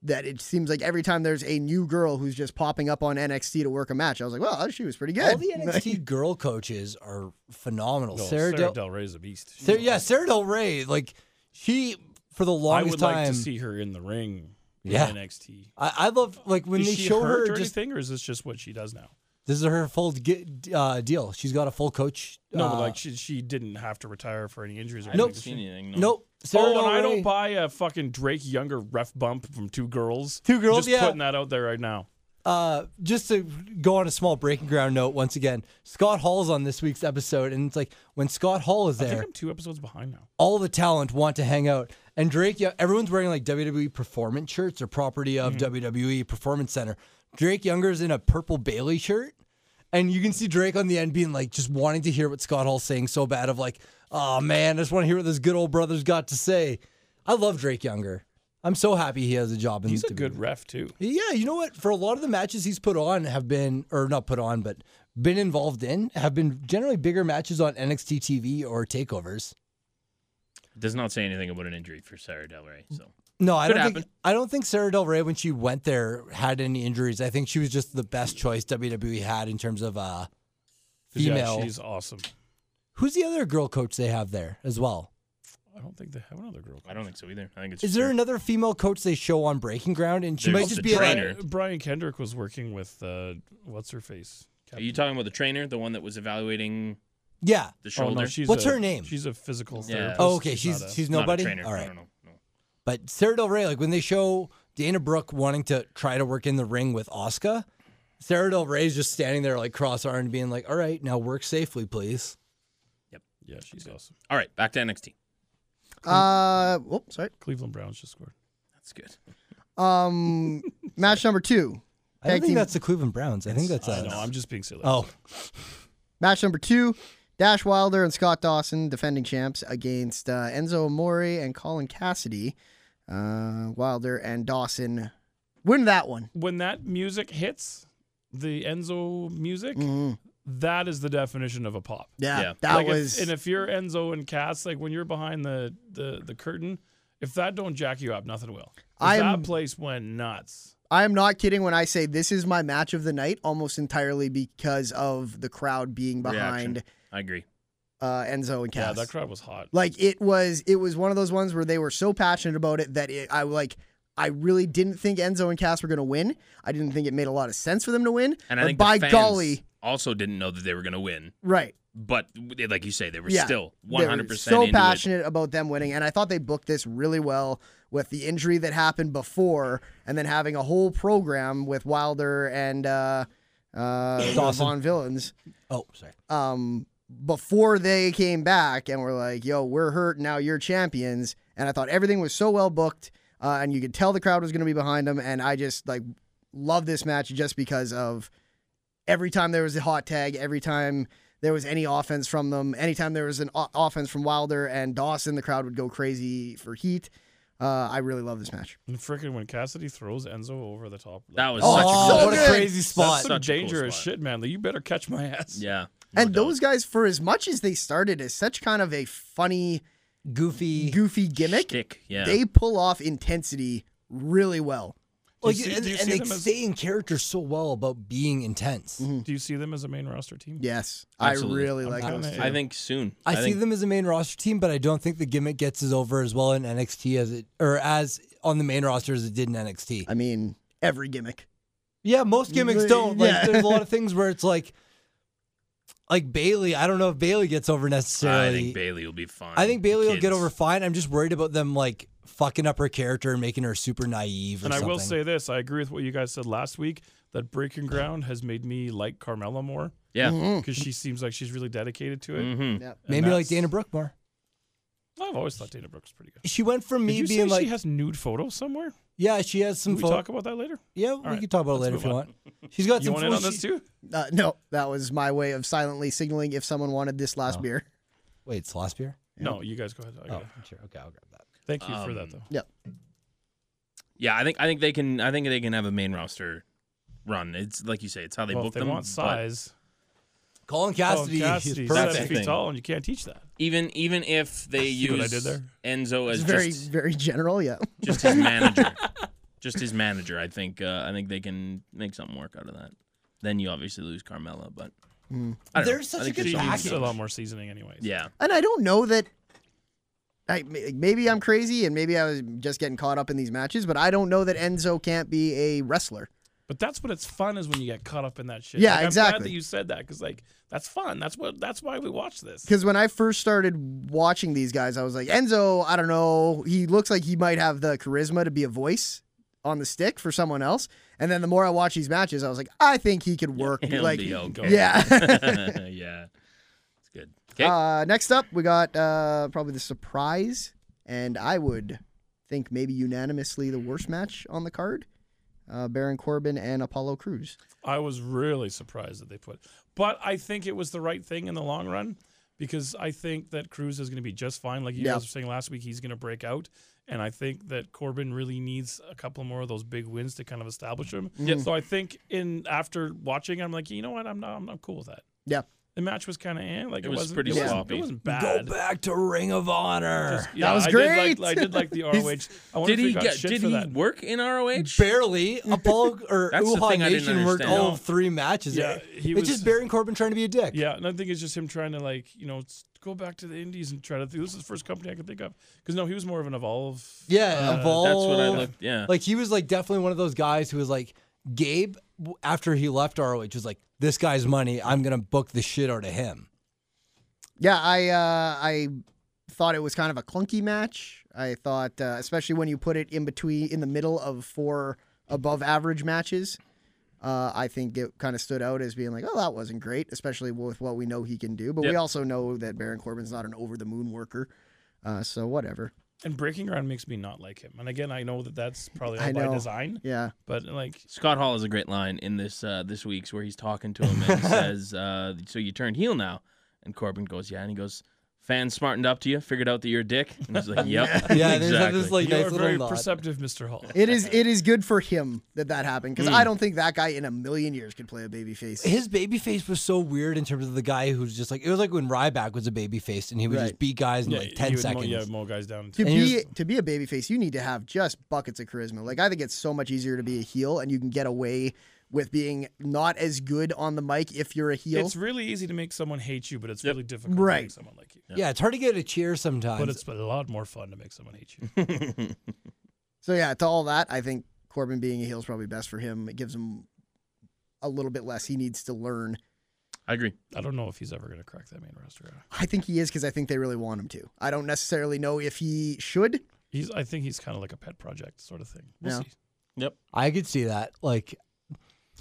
Speaker 3: that it seems like every time there's a new girl who's just popping up on NXT to work a match, I was like, well, she was pretty good.
Speaker 2: All the NXT girl coaches are phenomenal. Sarah, Del,
Speaker 4: Rey is a beast.
Speaker 2: Sarah- yeah, Sarah Del Rey, like she for the
Speaker 4: I
Speaker 2: longest
Speaker 4: would
Speaker 2: time.
Speaker 4: like to see her in the ring. in
Speaker 2: Yeah.
Speaker 4: NXT.
Speaker 2: I, I love like when
Speaker 4: is
Speaker 2: they
Speaker 4: she
Speaker 2: show
Speaker 4: hurt
Speaker 2: her
Speaker 4: or
Speaker 2: just
Speaker 4: anything, or is this just what she does now?
Speaker 2: this is her full ge- uh, deal. She's got a full coach.
Speaker 4: No,
Speaker 2: uh,
Speaker 4: but like she she didn't have to retire for any injuries. Or
Speaker 2: Nope.
Speaker 4: anything, did she?
Speaker 1: Seen anything, no.
Speaker 2: nope. Sarah
Speaker 4: oh,
Speaker 2: Del
Speaker 4: and I
Speaker 2: Rey-
Speaker 4: don't buy a fucking Drake Younger ref bump from two girls.
Speaker 2: Two girls,
Speaker 4: Just
Speaker 2: yeah.
Speaker 4: putting that out there right now.
Speaker 2: Uh, just to go on a small breaking ground note once again, Scott Hall's on this week's episode, and it's like when Scott Hall is
Speaker 4: I think
Speaker 2: there,
Speaker 4: I'm two episodes behind now.
Speaker 2: all the talent want to hang out. And Drake, Yo- everyone's wearing like WWE performance shirts or property
Speaker 4: Mm-hmm.
Speaker 2: of WWE Performance Center. Drake Younger's in a purple Bailey shirt, and you can see Drake on the end being like just wanting to hear what Scott Hall's saying so bad of like, oh man, I just want to hear what this good old brother's got to say. I love Drake Younger. I'm so happy he has a job in
Speaker 4: He's a
Speaker 2: WWE.
Speaker 4: good ref too.
Speaker 2: Yeah, you know what? For a lot of the matches he's put on have been, or not put on, but been involved in, have been generally bigger matches on NXT TV or takeovers.
Speaker 1: Does not say anything about an injury for Sarah Del Rey. So
Speaker 2: No, I
Speaker 1: Could
Speaker 2: don't think
Speaker 1: happen.
Speaker 2: I don't think Sarah Del Rey when she went there had any injuries. I think she was just the best choice WWE had in terms of uh,
Speaker 4: 'Cause, yeah,
Speaker 2: female.
Speaker 4: she's awesome.
Speaker 2: Who's the other girl coach they have there as well?
Speaker 4: I don't think they have another girl.
Speaker 1: I don't think so either. I think it's.
Speaker 2: Is
Speaker 1: just
Speaker 2: there
Speaker 1: her.
Speaker 2: another female coach they show on Breaking Ground? And she
Speaker 1: There's
Speaker 2: might just
Speaker 1: the
Speaker 2: be like,
Speaker 1: trainer.
Speaker 4: Bri- Brian Kendrick was working with uh, what's her face.
Speaker 1: Are you talking about the trainer, the one that was evaluating
Speaker 2: yeah.
Speaker 1: the
Speaker 4: Oh,
Speaker 1: shoulder?
Speaker 4: no, she's
Speaker 2: What's
Speaker 4: a-
Speaker 2: her name?
Speaker 4: She's a physical
Speaker 1: Yeah.
Speaker 4: therapist.
Speaker 2: Oh, okay. She's
Speaker 4: not a-
Speaker 2: she's
Speaker 1: Not a
Speaker 2: nobody.
Speaker 1: trainer.
Speaker 2: All right.
Speaker 1: No, no, no.
Speaker 2: But Sarah Del Rey, like when they show Dana Brooke wanting to try to work in the ring with Oscar, Sarah Del Rey's just standing there like cross armed, being like, "All right, now work safely, please."
Speaker 4: yeah, she's awesome.
Speaker 1: All right, back to NXT.
Speaker 3: Uh, oh, sorry.
Speaker 4: Cleveland Browns just scored.
Speaker 1: That's good.
Speaker 3: Um, match number two.
Speaker 2: I don't
Speaker 3: Tag
Speaker 2: think
Speaker 3: team-
Speaker 2: that's the Cleveland Browns. I think that's
Speaker 4: I
Speaker 2: uh,
Speaker 4: know. I'm just being silly.
Speaker 2: oh
Speaker 3: Match number two. Dash Wilder and Scott Dawson, defending champs, against uh, Enzo Amore and Colin Cassidy. Uh, Wilder and Dawson win that one.
Speaker 4: When that music hits, the Enzo music, that is the definition of a pop.
Speaker 3: Mm-hmm. Yeah,
Speaker 1: Yeah.
Speaker 3: that
Speaker 4: like if-
Speaker 3: was.
Speaker 4: and if you're Enzo and Cass, like when you're behind the the, the curtain, if that don't jack you up, nothing will. 'Cause
Speaker 3: I'm-
Speaker 4: that place went nuts.
Speaker 3: I am not kidding when I say this is my match of the night, almost entirely because of the crowd being behind
Speaker 1: I agree.
Speaker 3: uh, Enzo and
Speaker 4: Yeah,
Speaker 3: Cass.
Speaker 4: that crowd was hot.
Speaker 3: Like it was, it was one of those ones where they were so passionate about it that it, I like. I really didn't think Enzo and Cass were going to win. I didn't think it made a lot of sense for them to win.
Speaker 1: And I
Speaker 3: but
Speaker 1: think
Speaker 3: by
Speaker 1: the fans
Speaker 3: golly,
Speaker 1: also didn't know that they were going to win,
Speaker 3: right?
Speaker 1: but they- like you say, they were
Speaker 3: Yeah.
Speaker 1: still
Speaker 3: They were
Speaker 1: 100 percent
Speaker 3: So
Speaker 1: into It.
Speaker 3: passionate about them winning, and I thought they booked this really well with the injury that happened before, and then having a whole program with Wilder and uh, uh,
Speaker 2: Dawson.
Speaker 3: Von Villains.
Speaker 2: Oh, sorry.
Speaker 3: um, before they came back and were like, yo, we're hurt. Now you're champions. And I thought everything was so well booked. Uh, and you could tell the crowd was going to be behind them. And I just like love this match just because of every time there was a hot tag, every time there was any offense from them, anytime there was an o- offense from Wilder and Dawson, the crowd would go crazy for heat. Uh, I really love this match.
Speaker 4: And freaking when Cassidy throws Enzo over the top, like,
Speaker 1: That was
Speaker 3: Oh,
Speaker 1: such a
Speaker 3: so
Speaker 1: good
Speaker 2: what
Speaker 3: good.
Speaker 2: a crazy
Speaker 4: that's
Speaker 2: spot.
Speaker 4: some
Speaker 1: Such a cool
Speaker 4: dangerous
Speaker 1: spot.
Speaker 4: shit, man. Like, you better catch my ass.
Speaker 1: Yeah.
Speaker 3: and those guys, for as much as they started as such kind of a funny,
Speaker 2: Goofy.
Speaker 3: goofy gimmick,
Speaker 1: kick. Yeah.
Speaker 3: they pull off intensity really well.
Speaker 2: Like,
Speaker 4: see-
Speaker 2: and
Speaker 4: do you
Speaker 2: and
Speaker 4: see
Speaker 2: they
Speaker 4: them as- Mm-hmm.
Speaker 2: stay in character so well about being intense.
Speaker 4: Do you see them as a main roster team?
Speaker 3: Yes,
Speaker 1: Absolutely.
Speaker 3: I really
Speaker 4: I'm
Speaker 3: like
Speaker 4: kinda-
Speaker 3: those. two.
Speaker 1: I think soon.
Speaker 2: I, see
Speaker 1: think
Speaker 2: them as a main roster team, but I don't think the gimmick gets as over as well in NXT as it or as on the main roster as it did in NXT.
Speaker 3: I mean, every gimmick.
Speaker 2: Yeah, most gimmicks
Speaker 3: Right,
Speaker 2: don't. Like
Speaker 3: yeah.
Speaker 2: there's a lot of things where it's like like Bailey, I don't know if Bailey gets over necessarily.
Speaker 1: I think Bailey will be fine.
Speaker 2: I think Bailey will get
Speaker 1: Kids.
Speaker 2: over fine. I'm just worried about them like fucking up her character and making her super naive or
Speaker 4: And I will
Speaker 2: something.
Speaker 4: say this: I agree with what you guys said last week. That breaking ground has made me like Carmella more
Speaker 1: Yeah.
Speaker 2: Mm-hmm.
Speaker 4: because she seems like she's really dedicated to it.
Speaker 1: Mhm.
Speaker 4: And
Speaker 2: maybe like
Speaker 4: that's-
Speaker 2: Dana Brooke more.
Speaker 4: I've always thought Dana Brooke's pretty good.
Speaker 2: She went from
Speaker 4: Did
Speaker 2: me
Speaker 4: you
Speaker 2: being
Speaker 4: say
Speaker 2: like
Speaker 4: she has nude photos somewhere?
Speaker 2: Yeah, she has some
Speaker 4: Can we
Speaker 2: photos.
Speaker 4: talk about that later?
Speaker 2: Yeah, we
Speaker 4: right,
Speaker 2: can talk about it later if
Speaker 4: move
Speaker 2: you
Speaker 4: on.
Speaker 2: want. She's got
Speaker 4: You
Speaker 2: some
Speaker 4: want in
Speaker 2: photos.
Speaker 4: on this
Speaker 2: She-
Speaker 4: too?
Speaker 3: Uh, no, that was my way of silently signaling if someone wanted this
Speaker 1: Oh.
Speaker 3: last beer.
Speaker 2: Wait, it's last beer?
Speaker 4: No, you guys go ahead. I
Speaker 2: Oh,
Speaker 4: gotta-
Speaker 2: sure. Okay, I'll grab that. Um,
Speaker 4: Thank you for that though.
Speaker 1: Yeah. I think. I think they can. I think they can have a main roster run. It's like you say. It's how they
Speaker 4: Well,
Speaker 1: book
Speaker 4: if they
Speaker 1: them.
Speaker 4: want
Speaker 1: but
Speaker 4: size,
Speaker 2: Colin
Speaker 4: Cassidy,
Speaker 2: Cassidy,
Speaker 4: oh,
Speaker 2: is
Speaker 4: Cassidy's
Speaker 2: perfect.
Speaker 1: That's
Speaker 4: seven
Speaker 1: the thing.
Speaker 4: feet tall, and you can't teach that.
Speaker 1: Even even if they
Speaker 4: See
Speaker 1: use
Speaker 4: what I did there?
Speaker 1: Enzo as
Speaker 3: It's very,
Speaker 1: just
Speaker 3: very general. Yeah.
Speaker 1: just his manager, just his manager. I think uh, I think they can make something work out of that. Then you obviously lose Carmella, but I don't know.
Speaker 2: Mm. They're such
Speaker 1: I
Speaker 2: a
Speaker 1: think
Speaker 2: good
Speaker 1: they
Speaker 4: She
Speaker 1: should-
Speaker 4: needs
Speaker 2: package.
Speaker 4: a lot more seasoning, anyways.
Speaker 1: Yeah,
Speaker 3: And I don't know that. I, may- maybe I'm crazy, and maybe I was just getting caught up in these matches, but I don't know that Enzo can't be a wrestler.
Speaker 4: But that's what it's fun is when you get caught up in that shit.
Speaker 3: Yeah,
Speaker 4: Like, I'm glad
Speaker 3: exactly.
Speaker 4: that you said that because like that's fun. That's what. That's why we watch this.
Speaker 3: Because when I first started watching these guys, I was like, Enzo, I don't know. He looks like he might have the charisma to be a voice on the stick for someone else. And then the more I watch these matches, I was like, I think he could work.
Speaker 1: He'll
Speaker 3: like,
Speaker 1: be okay.
Speaker 3: yeah.
Speaker 1: yeah, it's good. Okay,
Speaker 3: uh, next up, we got uh, probably the surprise, and I would think maybe unanimously the worst match on the card. Uh, Baron Corbin and Apollo Cruz.
Speaker 4: I was really surprised that they put, but I think it was the right thing in the long run because I think that Cruz is going to be just fine. Like you
Speaker 3: Yeah.
Speaker 4: guys were saying last week, he's going to break out, and I think that Corbin really needs a couple more of those big wins to kind of establish him. So I think in after watching, I'm like, you know what, I'm not, I'm not cool with that.
Speaker 3: Yeah.
Speaker 4: The match was kind of eh, like it,
Speaker 1: was
Speaker 4: wasn't,
Speaker 1: pretty
Speaker 4: it wasn't-
Speaker 1: sloppy.
Speaker 4: It wasn't bad.
Speaker 2: Go back to Ring of Honor.
Speaker 4: Yeah,
Speaker 3: That was
Speaker 4: I
Speaker 3: great.
Speaker 4: Did like, I did like the ROH. I wonder
Speaker 1: did
Speaker 4: if
Speaker 1: he
Speaker 4: got
Speaker 1: get,
Speaker 4: shit
Speaker 1: did
Speaker 4: for
Speaker 1: he
Speaker 4: that.
Speaker 1: work in ROH?
Speaker 2: Barely. Apollo or
Speaker 1: That's the
Speaker 2: Uha
Speaker 1: thing I didn't
Speaker 2: Nation worked
Speaker 1: understand.
Speaker 2: all three matches.
Speaker 4: Yeah,
Speaker 2: Eh?
Speaker 4: he
Speaker 2: it's
Speaker 4: was-
Speaker 2: just Baron Corbin trying to be a dick.
Speaker 4: Yeah, and I think it's just him trying to like you know s- go back to the Indies and try to. Think, this is the first company I can think of because no, he was more of an evolve.
Speaker 2: Yeah, evolve.
Speaker 1: Uh, That's what I looked. Yeah,
Speaker 2: Like he was like definitely one of those guys who was like Gabe w- after he left ROH was like this guy's money. I'm gonna book the shit out of him.
Speaker 3: Yeah, I uh, I thought it was kind of a clunky match. I thought, uh, especially when you put it in between, in the middle of four above average matches, uh, I think it kind of stood out as being like, oh, that wasn't great, especially with what we know he can do. But we
Speaker 1: Yep.
Speaker 3: also know that Baron Corbin's not an over the moon worker, uh, so whatever.
Speaker 4: And breaking ground makes me not like him. And again, I know that that's probably
Speaker 3: I
Speaker 4: all by
Speaker 3: know.
Speaker 4: design,
Speaker 3: Yeah,
Speaker 4: but like
Speaker 1: Scott Hall has a great line in this uh, this week's where he's talking to him and he says, uh, "So you turned heel now?" And Corbin goes, yeah. And he goes, fans smartened up to you, figured out that you're a dick. And I was like, yep.
Speaker 2: Yeah,
Speaker 1: exactly.
Speaker 2: there's like this like
Speaker 4: You're
Speaker 2: nice little
Speaker 4: very
Speaker 2: nod.
Speaker 4: perceptive, Mr. Hall.
Speaker 3: It is it is good for him that that happened because I don't think that guy in a million years could play a baby face.
Speaker 2: His baby face was so weird in terms of the guy who's just like it was like when Ryback was a baby face and he would
Speaker 3: Right.
Speaker 2: just beat guys in like ten
Speaker 4: you would
Speaker 2: seconds.
Speaker 4: Mo- yeah, mow guys down.
Speaker 3: To
Speaker 2: And
Speaker 3: be
Speaker 2: here's-
Speaker 3: to be a babyface, you need to have just buckets of charisma. Like I think it's so much easier to be a heel, and you can get away with being not as good on the mic if you're a heel.
Speaker 4: It's really easy to make someone hate you, but it's really difficult to
Speaker 3: Right.
Speaker 4: make someone like you.
Speaker 2: Yeah, it's hard to get a cheer sometimes.
Speaker 4: But it's a lot more fun to make someone hate you.
Speaker 3: so yeah, to all that, I think Corbin being a heel is probably best for him. It gives him a little bit less he needs to learn.
Speaker 1: I agree.
Speaker 4: I don't know if he's ever going to crack that main roster.
Speaker 3: I think he is because I think they really want him to. I don't necessarily know if he should.
Speaker 4: He's, I think he's kind of like a pet project sort of thing. We'll
Speaker 3: Yeah.
Speaker 4: see.
Speaker 2: I could see that. Like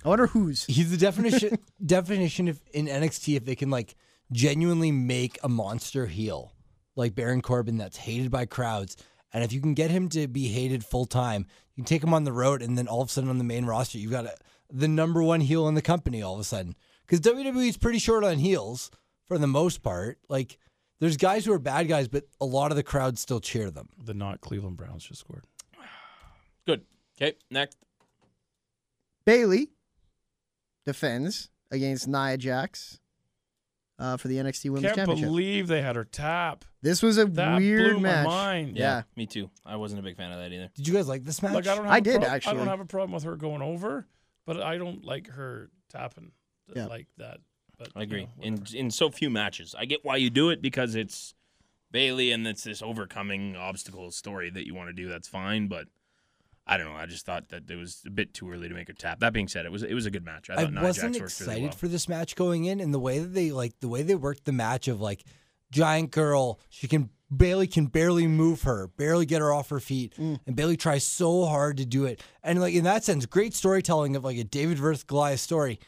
Speaker 3: I wonder who's.
Speaker 2: he's the definition definition of in NXT if they can like genuinely make a monster heel like Baron Corbin that's hated by crowds. And if you can get him to be hated full time, you can take him on the road, and then all of a sudden on the main roster, you've got a, the number one heel in the company all of a sudden. Because WWE's pretty short on heels for the most part. Like, there's guys who are bad guys, but a lot of the crowd still cheer them.
Speaker 4: The not Cleveland Browns just scored.
Speaker 1: Good. Okay, next.
Speaker 3: Bailey defends against Nia Jax uh, for the NXT Women's
Speaker 4: Can't
Speaker 3: Championship.
Speaker 4: believe they had her tap.
Speaker 3: this was a
Speaker 4: That
Speaker 3: weird
Speaker 4: blew
Speaker 3: match.
Speaker 4: my mind.
Speaker 3: Yeah.
Speaker 1: me too. I wasn't a big fan of that either.
Speaker 2: Did you guys like this match?
Speaker 4: Like I don't. Have
Speaker 3: I
Speaker 4: a
Speaker 3: did,
Speaker 4: prob- I
Speaker 3: actually.
Speaker 4: don't have a problem with her going over, but I don't like her tapping
Speaker 3: Yeah.
Speaker 4: like that. But
Speaker 1: I
Speaker 4: you
Speaker 1: agree.
Speaker 4: know,
Speaker 1: in
Speaker 4: whatever.
Speaker 1: in so few matches, I get why you do it because it's Bailey and it's this overcoming obstacle story that you want to do. That's fine, but I don't know. I just thought that it was a bit too early to make her tap. That being said, it was it was a good match. I
Speaker 2: I
Speaker 1: thought Nia
Speaker 2: wasn't
Speaker 1: Jax worked
Speaker 2: excited
Speaker 1: really well.
Speaker 2: for this match going in, and the way that they like the way they worked the match of like giant girl, she can Bailey can barely move her, barely get her off her feet,
Speaker 3: Mm.
Speaker 2: and Bailey tries so hard to do it. And like in that sense, great storytelling of like a David versus Goliath story.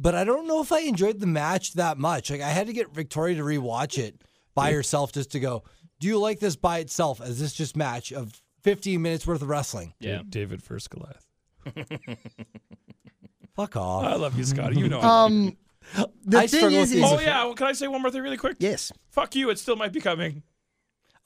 Speaker 2: But I don't know if I enjoyed the match that much. Like I had to get Victoria to rewatch it by herself just to go, do you like this by itself? As this just match of 15 minutes worth of wrestling?
Speaker 4: Da-
Speaker 1: Yeah.
Speaker 4: David first Goliath.
Speaker 2: Fuck off.
Speaker 4: I love you, Scotty. You know. I love
Speaker 3: Um, the
Speaker 2: I
Speaker 3: thing
Speaker 2: struggle
Speaker 3: is,
Speaker 2: with
Speaker 3: is
Speaker 2: these-
Speaker 4: you. oh yeah. Well, can I say one more thing really quick?
Speaker 3: yes.
Speaker 4: Fuck you. It still might be coming.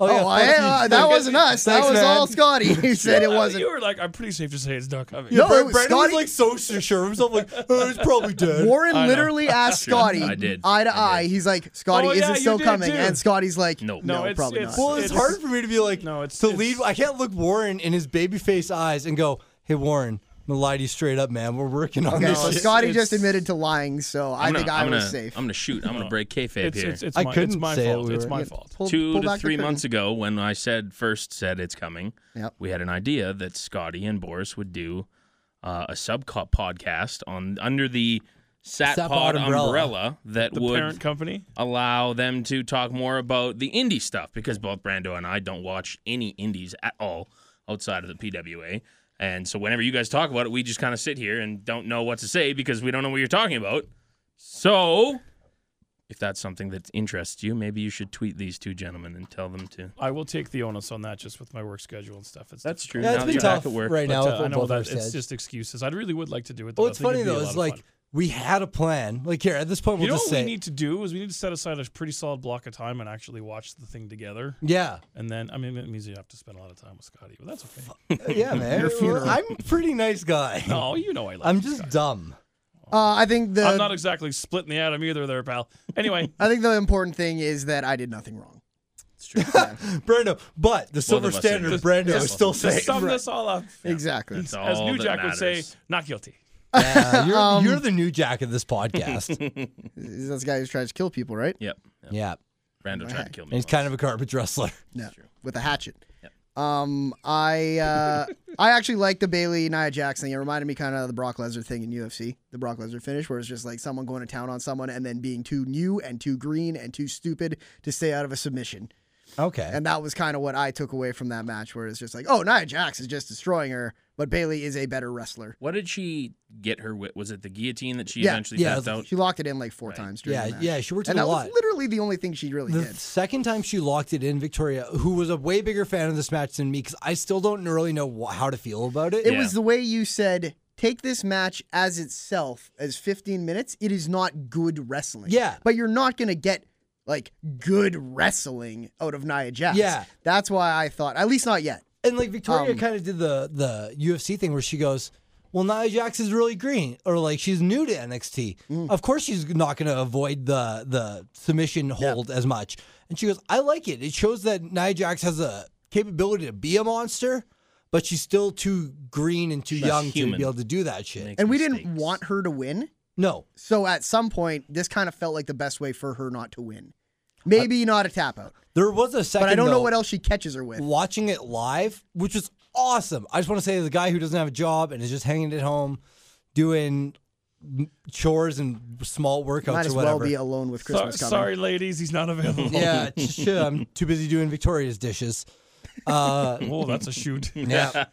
Speaker 2: Oh,
Speaker 3: Oh, I,
Speaker 2: fuck you.
Speaker 3: uh, that wasn't us. That
Speaker 2: Thanks,
Speaker 3: was
Speaker 2: man.
Speaker 3: all Scotty. He said it wasn't.
Speaker 4: Uh, You were like, I'm pretty safe to say it's not coming.
Speaker 3: No, it
Speaker 2: Brandon
Speaker 3: was
Speaker 2: was
Speaker 3: Scotty.
Speaker 2: like so sure of himself, like oh, it's probably dead.
Speaker 3: Warren
Speaker 4: I know.
Speaker 3: literally asked
Speaker 1: Sure,
Speaker 3: Scotty
Speaker 1: I did.
Speaker 3: eye to
Speaker 1: I
Speaker 3: eye.
Speaker 1: did.
Speaker 3: He's like, Scotty,
Speaker 4: Oh,
Speaker 3: is
Speaker 4: yeah,
Speaker 3: it
Speaker 4: you
Speaker 3: still
Speaker 4: did
Speaker 3: coming?
Speaker 4: too.
Speaker 3: And Scotty's like,
Speaker 1: No.
Speaker 4: No,
Speaker 3: no,
Speaker 4: it's-
Speaker 3: probably
Speaker 4: it's-
Speaker 3: not.
Speaker 2: well, it's,
Speaker 4: It's-
Speaker 2: hard for me to be like
Speaker 4: No, it's-
Speaker 2: to
Speaker 4: it's-
Speaker 2: lead. I can't look Warren in his baby face eyes and go, "Hey, Warren, I'm gonna lie to you straight up, man. We're working on
Speaker 3: okay,
Speaker 2: this."
Speaker 3: so
Speaker 2: shit."
Speaker 3: Scotty
Speaker 4: it's-
Speaker 3: just admitted to lying, so I
Speaker 1: I'm
Speaker 3: think
Speaker 1: gonna,
Speaker 3: I
Speaker 1: am
Speaker 3: was
Speaker 1: gonna,
Speaker 3: safe.
Speaker 1: I'm gonna shoot. I'm gonna break kayfabe
Speaker 4: It's,
Speaker 1: here.
Speaker 4: it's, it's
Speaker 2: I
Speaker 4: my, it's
Speaker 2: couldn't
Speaker 4: my
Speaker 2: say it,
Speaker 4: fault.
Speaker 2: we
Speaker 4: it's
Speaker 2: were-
Speaker 4: my
Speaker 3: Yeah,
Speaker 4: fault.
Speaker 3: pull-
Speaker 1: two
Speaker 3: pull
Speaker 1: to
Speaker 3: back the
Speaker 1: three
Speaker 3: curtain.
Speaker 1: months ago when I said first said it's coming.
Speaker 3: Yep.
Speaker 1: We had an idea that Scotty and Boris would do uh, a sub co- podcast on under the
Speaker 2: Satpod
Speaker 1: Satpod pod umbrella.
Speaker 2: umbrella.
Speaker 1: that
Speaker 4: The
Speaker 1: would
Speaker 4: parent company.
Speaker 1: allow them to talk more about the indie stuff because both Brando and I don't watch any indies at all outside of the PWA. And so whenever you guys talk about it, we just kind of sit here and don't know what to say because we don't know what you're talking about. So if that's something that interests you, maybe you should tweet these two gentlemen and tell them to.
Speaker 4: I will take the onus on that just with my work schedule and stuff. It's
Speaker 1: That's
Speaker 4: difficult.
Speaker 1: true.
Speaker 2: yeah, it's
Speaker 1: now
Speaker 2: been
Speaker 1: that you're
Speaker 2: tough
Speaker 1: back at work,
Speaker 2: right
Speaker 4: But,
Speaker 2: now.
Speaker 4: uh,
Speaker 2: with
Speaker 4: I
Speaker 2: what
Speaker 4: know
Speaker 2: both our
Speaker 4: that it's
Speaker 2: sides.
Speaker 4: just excuses. I really would like to do it. Though.
Speaker 2: Well,
Speaker 4: I
Speaker 2: it's
Speaker 4: think
Speaker 2: funny
Speaker 4: it'd be a
Speaker 2: though.
Speaker 4: lot
Speaker 2: It's
Speaker 4: of
Speaker 2: like
Speaker 4: fun.
Speaker 2: we had a plan. Like here at this point,
Speaker 4: you
Speaker 2: we'll
Speaker 4: know
Speaker 2: just
Speaker 4: what
Speaker 2: say,
Speaker 4: we need to do is we need to set aside a pretty solid block of time and actually watch the thing together.
Speaker 2: "Yeah,
Speaker 4: And then I mean it means you have to spend a lot of time with Scotty, but that's okay.
Speaker 2: yeah, man.
Speaker 3: Your
Speaker 2: Well,
Speaker 3: funeral.
Speaker 2: I'm a pretty nice guy.
Speaker 4: No, you know I love.
Speaker 2: I'm
Speaker 4: you,
Speaker 2: just
Speaker 4: Scotty.
Speaker 2: dumb.
Speaker 3: Uh, I think the
Speaker 4: I'm not exactly splitting the atom either, there, pal. Anyway,
Speaker 3: I think the important thing is that I did nothing wrong.
Speaker 1: It's true.
Speaker 2: Brando, but the silver
Speaker 1: of us are
Speaker 2: standard,
Speaker 1: just-
Speaker 2: Brando,
Speaker 1: just-
Speaker 2: is still
Speaker 4: to
Speaker 2: safe.
Speaker 4: sum this all up,
Speaker 3: Exactly.
Speaker 1: That's
Speaker 4: as
Speaker 1: all
Speaker 4: New
Speaker 1: that
Speaker 4: Jack would say,
Speaker 1: matters.
Speaker 4: not guilty.
Speaker 2: Yeah, you're,
Speaker 3: Um,
Speaker 2: you're the new jack of this podcast.
Speaker 3: That's the guy who tries to kill people, right?
Speaker 1: Yep. yep.
Speaker 2: yeah.
Speaker 1: Brando tried to kill me.
Speaker 2: And he's kind of a garbage wrestler.
Speaker 3: No, with a hatchet. Um, I uh, I actually like the Bailey Nia Jax thing. It reminded me kind of the Brock Lesnar thing in UFC, the Brock Lesnar finish, where it's just like someone going to town on someone and then being too new and too green and too stupid to stay out of a submission.
Speaker 2: Okay.
Speaker 3: And that was kind of what I took away from that match, where it's just like, oh, Nia Jax is just destroying her, but Bailey is a better wrestler.
Speaker 1: What did she get her with? Was it the guillotine that she
Speaker 3: Yeah.
Speaker 1: eventually
Speaker 2: Yeah,
Speaker 1: tapped
Speaker 2: it
Speaker 1: out?
Speaker 3: She locked it in like four times. During
Speaker 2: Yeah,
Speaker 3: the match.
Speaker 2: yeah, she worked
Speaker 3: and
Speaker 2: it a
Speaker 3: that
Speaker 2: lot.
Speaker 3: was literally the only thing she really
Speaker 2: The
Speaker 3: did.
Speaker 2: second time she locked it in, Victoria, who was a way bigger fan of this match than me, because I still don't really know wh- how to feel about it.
Speaker 3: It
Speaker 1: Yeah.
Speaker 3: was the way you said, take this match as itself as 15 minutes. It is not good wrestling.
Speaker 2: Yeah.
Speaker 3: But you're not going to get like good wrestling out of Nia Jax.
Speaker 2: Yeah.
Speaker 3: That's why I thought, at least not yet.
Speaker 2: And like Victoria
Speaker 3: Um,
Speaker 2: kind of did the the UFC thing where she goes, "Well, Nia Jax is really green, or like she's new to NXT.
Speaker 3: Mm.
Speaker 2: Of course, she's not going to avoid the the submission hold as much." And she goes, "I like it. It shows that Nia Jax has a capability to be a monster, but she's still too green and too young to
Speaker 1: human.
Speaker 2: be able to do that shit."
Speaker 1: Makes
Speaker 3: And we didn't
Speaker 1: mistakes.
Speaker 3: want her to win.
Speaker 2: no,
Speaker 3: So at some point, this kind of felt like the best way for her not to win. Maybe not a tap out,
Speaker 2: there was a second.
Speaker 3: but I don't know
Speaker 2: though,
Speaker 3: what else she catches her with.
Speaker 2: watching it live, which was awesome. I just want to say, the guy who doesn't have a job and is just hanging at home doing m- chores and small workouts
Speaker 3: Might
Speaker 2: or
Speaker 3: as
Speaker 2: whatever.
Speaker 3: well be alone with
Speaker 4: So-
Speaker 3: Christmas coming.
Speaker 4: sorry, ladies, he's not available.
Speaker 2: yeah, just shit, I'm too busy doing Victoria's dishes. Uh,
Speaker 4: oh, that's a shoot.
Speaker 2: yeah.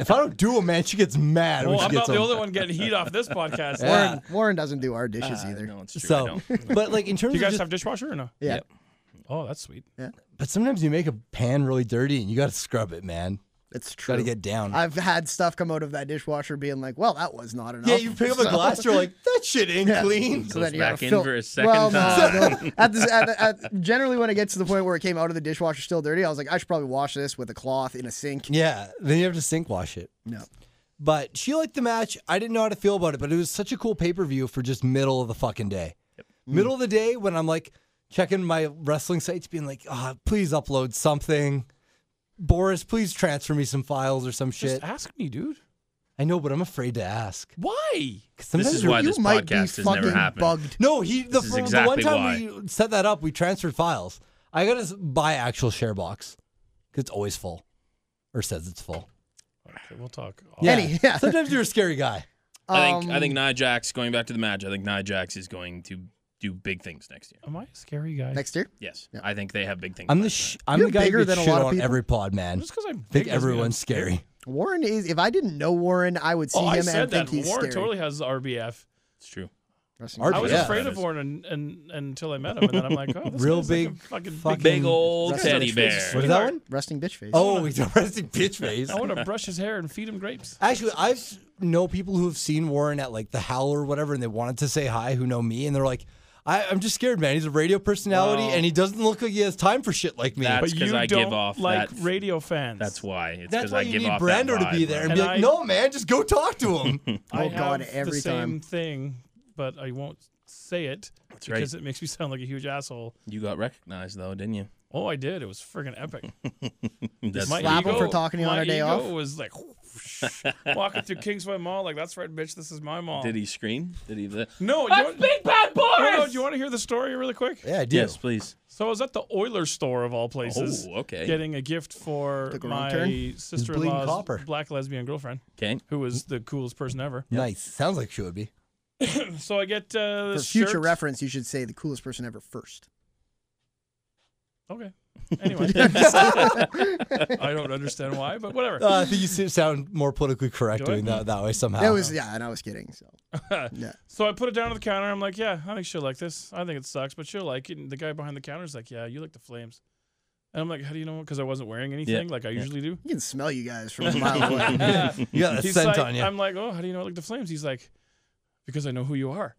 Speaker 2: if I don't do them, man, she gets mad.
Speaker 4: Well,
Speaker 2: when she
Speaker 4: I'm
Speaker 2: gets
Speaker 4: not the
Speaker 2: them.
Speaker 4: only one getting heat off this podcast.
Speaker 2: Yeah.
Speaker 3: Warren, Warren doesn't do our dishes either.
Speaker 1: No, it's true. I
Speaker 2: So,
Speaker 1: don't.
Speaker 2: but like in terms
Speaker 4: Do
Speaker 2: of
Speaker 4: you guys
Speaker 2: just-
Speaker 4: have dishwasher or no?
Speaker 3: Yeah.
Speaker 1: Yep.
Speaker 4: Oh, that's sweet.
Speaker 2: but sometimes you make a pan really dirty and you got to scrub it, man.
Speaker 3: It's true.
Speaker 2: Got to get down.
Speaker 3: I've had stuff come out of that dishwasher being like, well, that was not enough.
Speaker 2: yeah, you pick up a
Speaker 3: So-
Speaker 2: glass, you're like, that shit ain't
Speaker 3: Yeah.
Speaker 2: clean.
Speaker 3: So
Speaker 1: Goes
Speaker 3: then you gotta
Speaker 1: back in
Speaker 3: fill-
Speaker 1: for a second
Speaker 3: well, no,
Speaker 1: time.
Speaker 3: no. at this, at, at, generally, when it gets to the point where it came out of the dishwasher still dirty, I was like, I should probably wash this with a cloth in a sink.
Speaker 2: Yeah, then you have to sink wash it.
Speaker 3: No.
Speaker 2: But she liked the match. I didn't know how to feel about it, but it was such a cool pay per view for just middle of the fucking day. Middle of the day when I'm like checking my wrestling sites, being like, ah, please upload something. Boris, please transfer me some files or some shit.
Speaker 4: Just ask me, dude.
Speaker 2: I know, but I'm afraid to ask.
Speaker 4: Why?
Speaker 1: This
Speaker 2: 'Cause sometimes
Speaker 1: is
Speaker 2: you're-
Speaker 1: why
Speaker 3: you
Speaker 1: this
Speaker 3: might be
Speaker 1: podcast has
Speaker 3: fucking
Speaker 1: never happened.
Speaker 3: bugged.
Speaker 2: No, he the,
Speaker 1: This is
Speaker 2: the
Speaker 1: exactly
Speaker 2: one time we set that up, we transferred files. I gotta s- buy actual share box because it's always full, or says it's full.
Speaker 4: Okay, we'll talk.
Speaker 3: Any- yeah.
Speaker 2: Sometimes you're a scary guy.
Speaker 1: I think I think
Speaker 3: Um,
Speaker 1: Nia Jax going back to the match. I think Nia Jax is going to do big things next year.
Speaker 4: Am I a scary guy?
Speaker 3: next year.
Speaker 1: Yes, I think they have big things.
Speaker 2: I'm the
Speaker 1: planned.
Speaker 2: sh- I'm
Speaker 3: You're
Speaker 2: the guy
Speaker 3: bigger
Speaker 2: who gets
Speaker 3: than a
Speaker 2: shit
Speaker 3: lot of
Speaker 2: on
Speaker 3: people.
Speaker 2: every pod, man.
Speaker 4: Just because I'm
Speaker 2: I think
Speaker 4: big doesn't mean
Speaker 2: everyone's
Speaker 4: I'm scared.
Speaker 2: scary.
Speaker 3: Warren is. If I didn't know Warren, I would see
Speaker 4: oh,
Speaker 3: him
Speaker 4: I
Speaker 3: and
Speaker 4: said
Speaker 3: think
Speaker 4: that.
Speaker 3: he's
Speaker 4: Warren
Speaker 3: scary.
Speaker 4: totally has RBF.
Speaker 1: It's true.
Speaker 3: Wrestling
Speaker 2: Our-
Speaker 4: I was
Speaker 2: Yeah.
Speaker 4: afraid of Warren and, and, until I met him, and then I'm like, oh, this
Speaker 2: Real
Speaker 4: guy's like a
Speaker 2: big
Speaker 4: fucking
Speaker 2: fucking-
Speaker 1: Big old
Speaker 3: That's
Speaker 1: teddy
Speaker 3: not
Speaker 1: bear.
Speaker 3: true.
Speaker 2: What is that one?
Speaker 3: resting bitch face.
Speaker 2: Oh, he's a resting bitch face.
Speaker 4: I want to brush his hair and feed him grapes.
Speaker 2: Actually, I have know people who have seen Warren at like the Howl or whatever, and they wanted to say hi who know me, and they're like, I, I'm just scared, man. He's a radio personality,
Speaker 4: Well-
Speaker 2: and he doesn't look like he has time for shit like me.
Speaker 1: That's
Speaker 4: but
Speaker 1: 'cause
Speaker 4: you
Speaker 1: I give
Speaker 4: don't
Speaker 1: off
Speaker 4: like
Speaker 1: that-
Speaker 4: radio fans.
Speaker 1: That's why. It's
Speaker 2: That's
Speaker 1: because
Speaker 2: why
Speaker 1: I
Speaker 2: you
Speaker 1: give
Speaker 2: need
Speaker 1: off that
Speaker 2: Brando to be
Speaker 1: vibe,
Speaker 2: there
Speaker 1: right?
Speaker 2: and be
Speaker 4: And
Speaker 2: like,
Speaker 4: I-
Speaker 2: no, man, just go talk to him.
Speaker 4: I
Speaker 3: Oh, God,
Speaker 4: have the
Speaker 3: every
Speaker 4: same
Speaker 3: time.
Speaker 4: thing, but I won't say it
Speaker 1: right.
Speaker 4: because it makes me sound like a huge asshole.
Speaker 1: You got recognized though, didn't you?
Speaker 4: Oh, I did. It was friggin' epic.
Speaker 1: That's
Speaker 4: my
Speaker 3: slap
Speaker 4: ego,
Speaker 3: him for talking to you on
Speaker 4: my
Speaker 3: our day
Speaker 4: ego
Speaker 3: off?
Speaker 4: was like walking through Kingsway Mall, like that's right, bitch. This is my mall.
Speaker 1: Did he scream? Did he?
Speaker 4: No, you want, Big Bad Boris. No, no, do you want to hear the story really quick?
Speaker 2: yeah, I do.
Speaker 1: Yes, please.
Speaker 4: So I was at the Oiler store of all places,
Speaker 1: Oh, okay.
Speaker 4: getting a gift for
Speaker 3: Took a wrong turn.
Speaker 4: my
Speaker 2: copper.
Speaker 4: sister-in-law's black lesbian girlfriend,
Speaker 1: Okay.
Speaker 4: who was the coolest person ever.
Speaker 2: Nice. Sounds like she would be.
Speaker 4: So I get uh,
Speaker 3: For
Speaker 4: this
Speaker 3: future
Speaker 4: shirt.
Speaker 3: reference, you should say the coolest person ever first.
Speaker 4: Okay. Anyway, I don't understand why, but whatever.
Speaker 2: Uh, I think you s- sound more politically correct
Speaker 4: Do I?
Speaker 2: doing that that way somehow.
Speaker 3: That was yeah, and I was kidding. So yeah,
Speaker 4: So I put it down on the counter. I'm like, yeah, I think she'll like this. I think it sucks, but she'll like it. And the guy behind the counter's like, yeah, you like the flames. And I'm like, how do you know? Because I wasn't wearing anything like I usually do.
Speaker 3: you can smell you guys from a mile away.
Speaker 2: you got that
Speaker 4: He's
Speaker 2: scent
Speaker 4: like,
Speaker 2: on you.
Speaker 4: I'm like, oh, how do you know I like the flames? He's like, because I know who you are.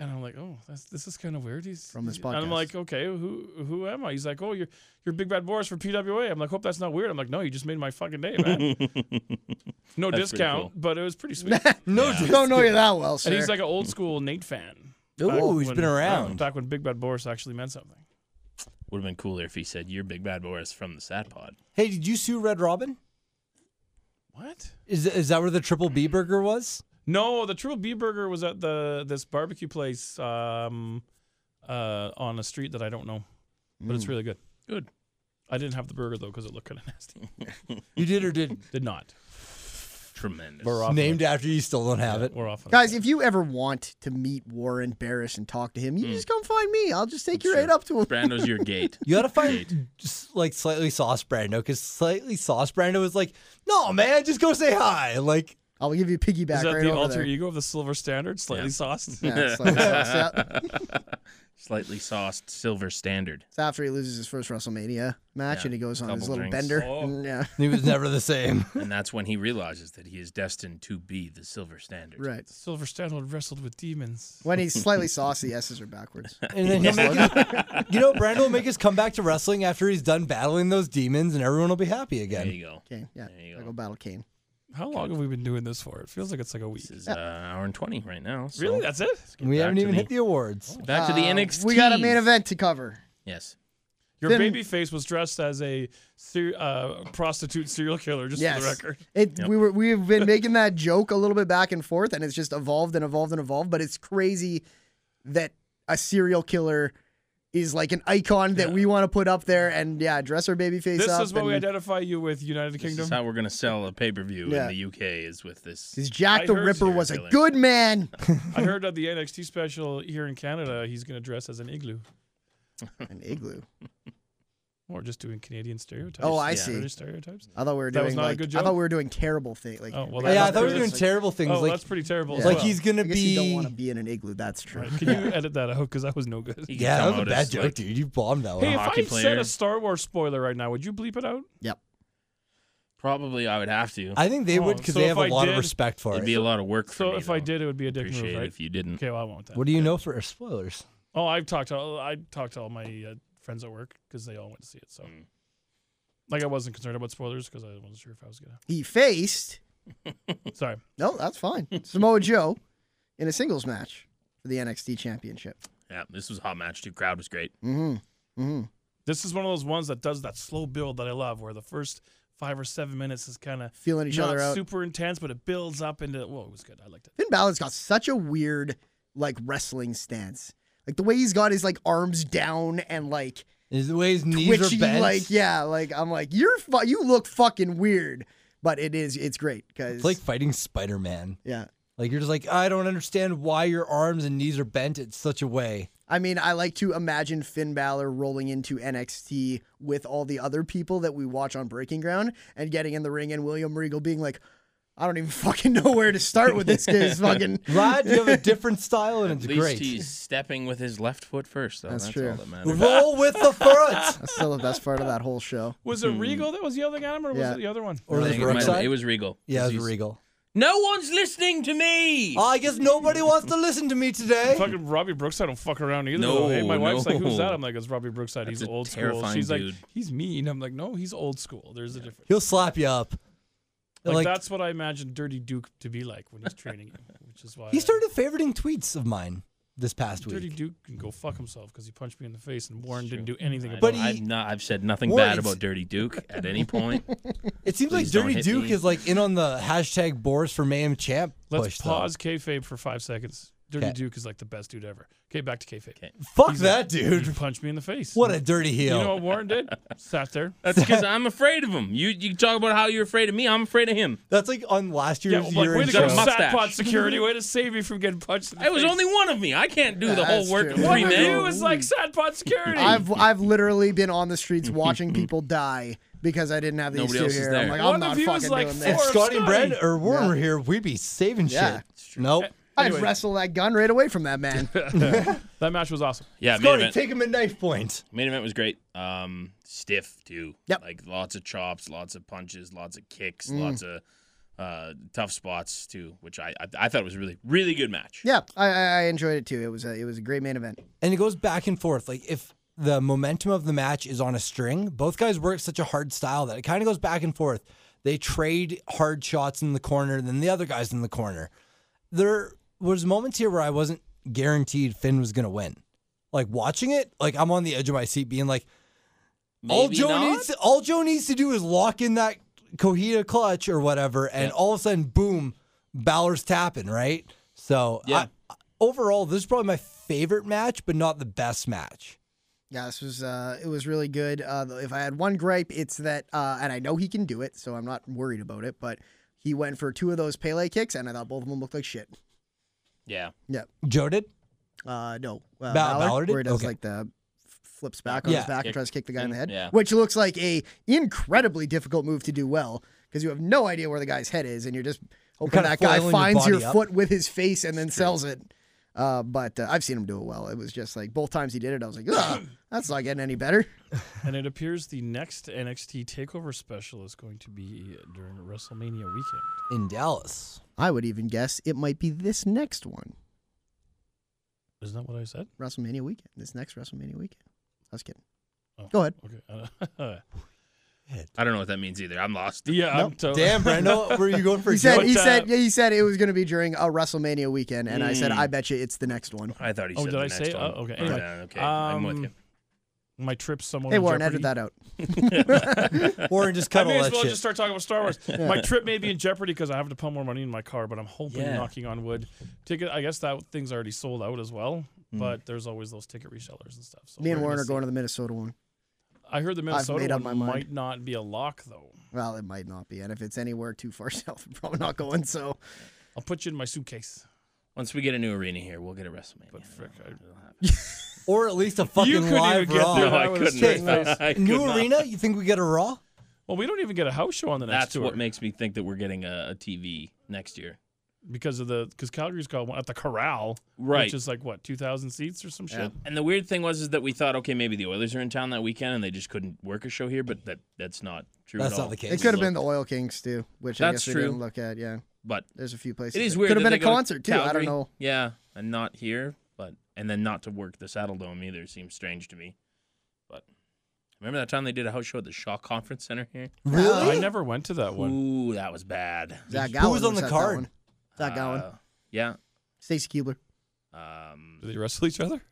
Speaker 4: And I'm like, oh, that's, this is kind of weird. He's
Speaker 3: From this
Speaker 4: And
Speaker 3: podcast.
Speaker 4: I'm like, okay, who who am I? He's like, oh, you're you're Big Bad Boris for PWA. I'm like, hope that's not weird. I'm like, no, you just made my fucking day, man. no
Speaker 1: pretty
Speaker 4: discount,
Speaker 1: cool.
Speaker 4: but it was pretty sweet.
Speaker 2: no,
Speaker 3: I
Speaker 2: just-
Speaker 3: don't know you that well, sir.
Speaker 4: and he's like an old school Nate fan.
Speaker 2: Ooh,
Speaker 4: he's
Speaker 2: he's been around.
Speaker 4: Back when Big Bad Boris actually meant something.
Speaker 1: Would have been cooler if he said, "You're Big Bad Boris from the Sad Pod."
Speaker 2: Hey, did you sue Red Robin?
Speaker 4: What?
Speaker 2: Is is that where the triple B burger was?
Speaker 4: No, the Triple B Burger was at the this barbecue place um, uh, on a street that I don't know, but
Speaker 1: Mm.
Speaker 4: it's really good. Good. I didn't have the burger though because it looked kind of nasty.
Speaker 2: You did or didn't?
Speaker 4: Did not.
Speaker 1: Tremendous.
Speaker 4: We're off.
Speaker 2: Named after you, still don't have it.
Speaker 4: We're off. on a
Speaker 3: Guys,
Speaker 4: tangent.
Speaker 3: if you ever want to meet Warren Barris and talk to him, you just come find me. I'll just take you right up to him.
Speaker 1: Brando's your gate.
Speaker 2: You gotta find just like slightly sauce Brando because slightly sauce Brando was like, no man, just go say hi. Like
Speaker 3: I'll give you piggyback
Speaker 4: Is that
Speaker 3: right
Speaker 4: the
Speaker 3: over
Speaker 4: alter
Speaker 3: there.
Speaker 4: ego of the silver standard? Slightly sauced.
Speaker 3: Yeah, it's like- it's
Speaker 1: Slightly sauced silver standard.
Speaker 3: after he loses his first WrestleMania match and he goes on his
Speaker 1: couple
Speaker 3: little
Speaker 1: drinks.
Speaker 3: bender.
Speaker 4: Oh.
Speaker 3: And, yeah,
Speaker 2: He was never the same.
Speaker 1: And that's when he realizes that he is destined to be the silver standard.
Speaker 3: right.
Speaker 4: Silver standard wrestled with demons.
Speaker 3: When he's slightly saucy, S's are backwards.
Speaker 2: And then he'll make his, you know, Brandon will make his comeback to wrestling after he's done battling those demons, and everyone will be happy
Speaker 1: There
Speaker 2: again.
Speaker 1: you go.
Speaker 3: Kane, yeah.
Speaker 1: There you
Speaker 3: I
Speaker 1: go.
Speaker 3: go battle Kane.
Speaker 4: How long have we been doing this for? It feels like it's like a week.
Speaker 1: This is uh, an hour and 20 right now. so
Speaker 4: Really? That's it?
Speaker 1: let's get
Speaker 2: We
Speaker 1: back
Speaker 2: haven't
Speaker 1: to Oh,
Speaker 2: even hit the awards.
Speaker 1: Back to the
Speaker 3: Uh,
Speaker 1: NXT.
Speaker 3: We got a main event to cover.
Speaker 1: Yes.
Speaker 4: Your
Speaker 3: Then-
Speaker 4: baby face was dressed as a ser- uh, prostitute serial killer, just
Speaker 3: Yes.
Speaker 4: for the record.
Speaker 3: It, We were we've been making that joke a little bit back and forth, and it's just evolved and evolved and evolved. But it's crazy that a serial killer is like an icon that we want to put up there, and yeah, dress our baby face
Speaker 4: This
Speaker 3: up.
Speaker 4: is what we
Speaker 3: and
Speaker 4: identify you with, United
Speaker 1: This
Speaker 4: Kingdom.
Speaker 1: is how we're going to sell a pay per view in
Speaker 3: Yeah.
Speaker 1: the UK is with this.
Speaker 3: Because Jack
Speaker 4: I
Speaker 3: the
Speaker 4: heard
Speaker 3: Ripper
Speaker 1: serial
Speaker 3: was a
Speaker 1: killer.
Speaker 3: good man.
Speaker 4: I heard at the NXT special here in Canada, he's going to dress as an igloo.
Speaker 3: An igloo.
Speaker 4: Or just doing Canadian stereotypes.
Speaker 3: Oh, I
Speaker 1: Yeah.
Speaker 3: see.
Speaker 4: British stereotypes.
Speaker 3: I thought we were
Speaker 4: That
Speaker 3: doing
Speaker 4: was not a
Speaker 3: like
Speaker 4: good
Speaker 3: I thought
Speaker 4: joke?
Speaker 3: we were doing terrible thing. Like
Speaker 4: Oh, well,
Speaker 3: I
Speaker 4: that-
Speaker 2: Yeah, I
Speaker 4: that's
Speaker 2: thought we were
Speaker 4: pretty-
Speaker 2: doing terrible things.
Speaker 4: Oh,
Speaker 2: like,
Speaker 4: that's pretty terrible. as
Speaker 3: Yeah.
Speaker 2: like
Speaker 4: well.
Speaker 2: he's gonna
Speaker 3: I guess you don't
Speaker 2: be.
Speaker 3: want to be in an igloo. That's true.
Speaker 4: Right. Can you edit that out? Because that was no good.
Speaker 1: He can
Speaker 2: Yeah, that
Speaker 1: come
Speaker 2: was a
Speaker 1: out
Speaker 2: bad
Speaker 1: as,
Speaker 2: joke,
Speaker 1: like-
Speaker 2: dude. You bombed that one.
Speaker 4: Hey, if
Speaker 1: hockey
Speaker 4: I said
Speaker 1: player.
Speaker 4: a Star Wars spoiler right now, would you bleep it out?
Speaker 3: Yep.
Speaker 1: Probably I would have to.
Speaker 2: I think they would
Speaker 4: Oh,
Speaker 2: because
Speaker 4: so
Speaker 2: they
Speaker 4: if
Speaker 2: have a
Speaker 4: I
Speaker 2: lot of
Speaker 4: did,
Speaker 2: respect for
Speaker 1: It'd
Speaker 2: it.
Speaker 1: be a lot of work for
Speaker 4: So
Speaker 1: me,
Speaker 4: if I
Speaker 1: though.
Speaker 4: did, it would be a dick
Speaker 1: appreciate
Speaker 4: move,
Speaker 1: it
Speaker 4: right?
Speaker 1: if you didn't.
Speaker 4: Okay, well, I won't. Then.
Speaker 2: what do you know for spoilers?
Speaker 4: Oh, I've talked to all, I talked to all my uh, friends at work because they all went to see it. So,
Speaker 1: Mm.
Speaker 4: like, I wasn't concerned about spoilers because I wasn't sure if I was gonna.
Speaker 3: He faced
Speaker 4: Sorry.
Speaker 3: no, that's fine. Samoa Joe in a singles match for the NXT Championship.
Speaker 1: Yeah, this was a hot match too. Crowd was great.
Speaker 3: Mm-hmm. Mm-hmm.
Speaker 4: This is one of those ones that does that slow build that I love, where the first five or seven minutes is kind of
Speaker 3: Feeling each
Speaker 4: not
Speaker 3: other out.
Speaker 4: super intense, but it builds up into. Whoa, it was good. I liked it.
Speaker 3: Finn Balor's got such a weird like wrestling stance. Like the way he's got his like arms down and like
Speaker 2: Is the way his knees
Speaker 3: twitchy,
Speaker 2: are bent?
Speaker 3: like yeah, like I'm like you're fu- you look fucking weird, but it is it's great because
Speaker 2: It's like fighting Spider Man.
Speaker 3: yeah,
Speaker 2: Like you're just like I don't understand why your arms and knees are bent in such a way.
Speaker 3: I mean, I like to imagine Finn Balor rolling into NXT with all the other people that we watch on Breaking Ground and getting in the ring and William Regal being like, I don't even fucking know where to start with this kid's fucking.
Speaker 2: Rod, you have a different style and
Speaker 1: At
Speaker 2: it's
Speaker 1: least
Speaker 2: great.
Speaker 1: he's stepping with his left foot first, though.
Speaker 3: That's
Speaker 1: That's,
Speaker 3: true.
Speaker 1: all that matters.
Speaker 2: Roll with the foot.
Speaker 3: That's still the best part of that whole show.
Speaker 4: Was it Regal that was yelling at him, or
Speaker 3: Yeah.
Speaker 4: was it the other one?
Speaker 2: Or
Speaker 1: I
Speaker 2: his
Speaker 1: think it, might have-
Speaker 2: Brookside.
Speaker 1: it was Regal.
Speaker 2: yeah, it was
Speaker 1: He's-
Speaker 2: Regal.
Speaker 1: No one's listening to me.
Speaker 2: I guess nobody wants to listen to me today.
Speaker 4: Fucking Robbie Brookside don't fuck around either.
Speaker 1: No,
Speaker 4: though. Hey, my wife's like,
Speaker 1: no.
Speaker 4: "Who's that?" I'm like, "It's Robbie Brookside.
Speaker 1: That's
Speaker 4: he's
Speaker 1: a
Speaker 4: old school."
Speaker 1: terrifying
Speaker 4: She's
Speaker 1: dude.
Speaker 4: like, "He's mean." I'm like, "No, he's old school. There's a difference."
Speaker 2: He'll slap you up.
Speaker 4: Like,
Speaker 2: Like,
Speaker 4: that's what I imagine Dirty Duke to be like when he's training you, which is why
Speaker 2: he
Speaker 4: I-
Speaker 2: started favoriting tweets of mine this past
Speaker 4: Dirty
Speaker 2: week.
Speaker 4: Duke can go fuck himself because he punched me in the face and Warren didn't do anything about
Speaker 2: But
Speaker 4: it.
Speaker 2: he-
Speaker 1: I've not. I've said nothing
Speaker 2: What?
Speaker 1: bad about Dirty Duke at any point.
Speaker 2: It seems like
Speaker 1: Please don't
Speaker 2: Dirty
Speaker 1: hit
Speaker 2: Duke
Speaker 1: me.
Speaker 2: is like in on the hashtag Boris for Mayhem Champ
Speaker 4: Let's
Speaker 2: push. though.
Speaker 4: pause kayfabe for five seconds. Dirty
Speaker 2: 'Kay.
Speaker 4: Duke is like the best dude ever. Okay, back to kayfabe.
Speaker 2: Fuck
Speaker 4: He's
Speaker 2: that
Speaker 4: like, You
Speaker 2: dude.
Speaker 4: punched me in the face.
Speaker 2: What a dirty
Speaker 4: You
Speaker 2: heel.
Speaker 4: know what Warren did? Sat there.
Speaker 1: That's because I'm afraid of him. You you talk about how you're afraid of me. I'm afraid of him.
Speaker 2: that's like on last
Speaker 4: Yeah,
Speaker 2: year's
Speaker 4: like,
Speaker 2: year
Speaker 4: way
Speaker 2: in
Speaker 4: to
Speaker 1: got
Speaker 4: go,
Speaker 1: a
Speaker 2: show.
Speaker 1: mustache.
Speaker 4: Satpot security. Way to save me from getting punched in the
Speaker 1: I was
Speaker 4: face.
Speaker 1: only one of me. I can't do the
Speaker 3: Yeah,
Speaker 1: whole
Speaker 3: that's
Speaker 1: work
Speaker 3: true.
Speaker 1: of
Speaker 4: One
Speaker 1: three
Speaker 4: of you
Speaker 1: men.
Speaker 4: is like Satpot security.
Speaker 3: I've I've literally been on the streets watching people die because I didn't have these
Speaker 1: Nobody
Speaker 3: two
Speaker 1: else is
Speaker 3: here.
Speaker 1: there.
Speaker 3: I'm like,
Speaker 4: One
Speaker 3: I'm not
Speaker 4: of you is
Speaker 3: fucking
Speaker 4: like
Speaker 3: doing
Speaker 2: If
Speaker 4: four-
Speaker 3: this.
Speaker 4: Or
Speaker 2: Scotty
Speaker 4: Scotty.
Speaker 2: and Brent or Warren
Speaker 3: Yeah.
Speaker 2: were here, we'd be saving
Speaker 3: Yeah.
Speaker 2: shit. Eh, Nope.
Speaker 3: I'd wrestle that gun right away from that man.
Speaker 4: that match was awesome.
Speaker 1: Yeah, main
Speaker 2: Scotty,
Speaker 1: event.
Speaker 2: take him at knife point.
Speaker 1: main event was great. Um, stiff too.
Speaker 3: Yep.
Speaker 1: Like lots of chops, lots of punches, lots of kicks, lots of uh, tough spots too, which I, I I thought was really really good match.
Speaker 3: yeah, I, I I enjoyed it too. It was a, it was a great main event.
Speaker 2: And it goes back and forth. Like if the momentum of the match is on a string, both guys work such a hard style that it kind of goes back and forth. They trade hard shots in the corner, then the other guy's in the corner. There was moments here where I wasn't guaranteed Finn was gonna win. Like watching it, like I'm on the edge of my seat being like, all
Speaker 1: Maybe
Speaker 2: Joe
Speaker 1: not.
Speaker 2: needs to, all Joe needs to do is lock in that Cohita clutch or whatever, and all of a sudden, boom, Balor's tapping, right? So
Speaker 1: Yeah.
Speaker 2: I, overall, this is probably my favorite match, but not the best match.
Speaker 3: Yeah, this was uh, it was really good. Uh, though if I had one gripe, it's that, uh, and I know he can do it, so I'm not worried about it. But he went for two of those Pele kicks, and I thought both of them looked like shit.
Speaker 1: Yeah.
Speaker 3: Yeah,
Speaker 2: Joe did?
Speaker 3: uh, no, uh,
Speaker 2: Ba- Balor did?
Speaker 3: where he does
Speaker 2: Okay.
Speaker 3: like the f- flips back on
Speaker 2: Yeah.
Speaker 3: his back
Speaker 1: Kick.
Speaker 3: and tries to kick the guy in the head,
Speaker 1: Yeah.
Speaker 3: which looks like a incredibly difficult move to do well because you have no idea where the guy's head is, and you're just Hoping
Speaker 2: kinda
Speaker 3: that guy
Speaker 2: flailing your
Speaker 3: finds your
Speaker 2: body up.
Speaker 3: foot with his face and then sells it. Uh, but uh, I've seen him do it well. It was just like both times he did it, I was like, Ugh, that's not getting any better.
Speaker 4: And it appears the next NXT Takeover special is going to be during WrestleMania weekend.
Speaker 2: in Dallas.
Speaker 3: I would even guess it might be this next one,
Speaker 4: Isn't that what I said?
Speaker 3: WrestleMania weekend. This next WrestleMania weekend. I was kidding.
Speaker 4: Oh,
Speaker 3: Go ahead.
Speaker 4: Okay.
Speaker 1: I don't know what that means either. I'm lost.
Speaker 4: yeah. I'm to-
Speaker 2: Damn, Brando, were you going for?
Speaker 3: He said,
Speaker 4: But,
Speaker 3: he
Speaker 4: uh,
Speaker 3: said, yeah, he said it was going to be during a WrestleMania weekend, and I said,
Speaker 2: Hmm.
Speaker 1: Mm.
Speaker 3: I bet you it's the next one.
Speaker 1: I thought he
Speaker 4: Oh,
Speaker 1: said
Speaker 4: did
Speaker 1: the
Speaker 4: I
Speaker 1: next
Speaker 4: say?
Speaker 1: one.
Speaker 4: Oh, okay.
Speaker 1: Yeah,
Speaker 4: Anyway,
Speaker 1: okay. I'm with
Speaker 4: um,
Speaker 1: you.
Speaker 4: My trip somewhere.
Speaker 3: Hey
Speaker 4: in
Speaker 3: Warren,
Speaker 4: jeopardy.
Speaker 3: edit that out.
Speaker 2: Warren, just
Speaker 4: I
Speaker 2: cut
Speaker 4: may
Speaker 2: all
Speaker 4: as
Speaker 2: that
Speaker 4: well
Speaker 2: shit.
Speaker 4: just start talking about Star Wars. My trip may be in jeopardy because I have to put more money in my car, but I'm hoping,
Speaker 2: Yeah.
Speaker 4: knocking on wood, ticket. I guess that thing's already sold out as well.
Speaker 1: Mm.
Speaker 4: But there's always those ticket resellers and stuff. So
Speaker 3: Me and
Speaker 4: we're
Speaker 3: Warren
Speaker 4: gonna
Speaker 3: are
Speaker 4: see.
Speaker 3: going to the Minnesota one.
Speaker 4: I heard the Minnesota
Speaker 3: made up
Speaker 4: one
Speaker 3: my mind.
Speaker 4: might not be a lock though.
Speaker 3: Well, it might not be, and if it's anywhere too far south, I'm probably not going. So
Speaker 4: I'll put you in my suitcase.
Speaker 1: Once we get a new arena here, we'll get a WrestleMania.
Speaker 4: But frick, I,
Speaker 2: or at least a
Speaker 4: you
Speaker 2: fucking
Speaker 4: couldn't
Speaker 2: live
Speaker 4: even
Speaker 2: raw.
Speaker 4: get
Speaker 1: No,
Speaker 4: through.
Speaker 1: I
Speaker 4: I would've
Speaker 1: couldn't.
Speaker 4: stayed there.
Speaker 1: I could
Speaker 2: New
Speaker 1: not.
Speaker 2: arena? You think we get a raw?
Speaker 4: Well, we don't even get a house show on the next
Speaker 1: That's
Speaker 4: tour
Speaker 1: what makes me think that we're getting a, a TV next year.
Speaker 4: because of the because Calgary's got one at the Corral,
Speaker 1: Right.
Speaker 4: Which is like what two thousand seats or some shit.
Speaker 1: And the weird thing was is that we thought, okay, maybe the Oilers are in town that weekend, and they just couldn't work a show here. But that that's not true.
Speaker 2: That's
Speaker 1: at all.
Speaker 2: not the case.
Speaker 3: it could have been the Oil Kings too, which I
Speaker 1: That's
Speaker 3: guess we
Speaker 1: true.
Speaker 3: didn't look at. Yeah,
Speaker 1: But
Speaker 3: there's a few places.
Speaker 1: it is
Speaker 3: that
Speaker 1: weird.
Speaker 3: Could have
Speaker 1: that
Speaker 3: been a
Speaker 1: they go to
Speaker 3: concert too. I
Speaker 1: Calgary.
Speaker 3: don't know.
Speaker 1: Yeah, and not here, but and then not to work the Saddle Dome either seems strange to me. But remember that time they did a house show at the Shaw Conference Center here?
Speaker 4: I
Speaker 2: Really?
Speaker 4: never went to that one.
Speaker 1: Ooh, that was bad.
Speaker 3: Zach
Speaker 2: Who
Speaker 3: Gowen
Speaker 2: was on the
Speaker 3: at that
Speaker 2: card?
Speaker 3: one. Zach Gowen,
Speaker 1: Uh, yeah.
Speaker 3: Stacy Keebler.
Speaker 1: Um,
Speaker 4: Did they wrestle each other?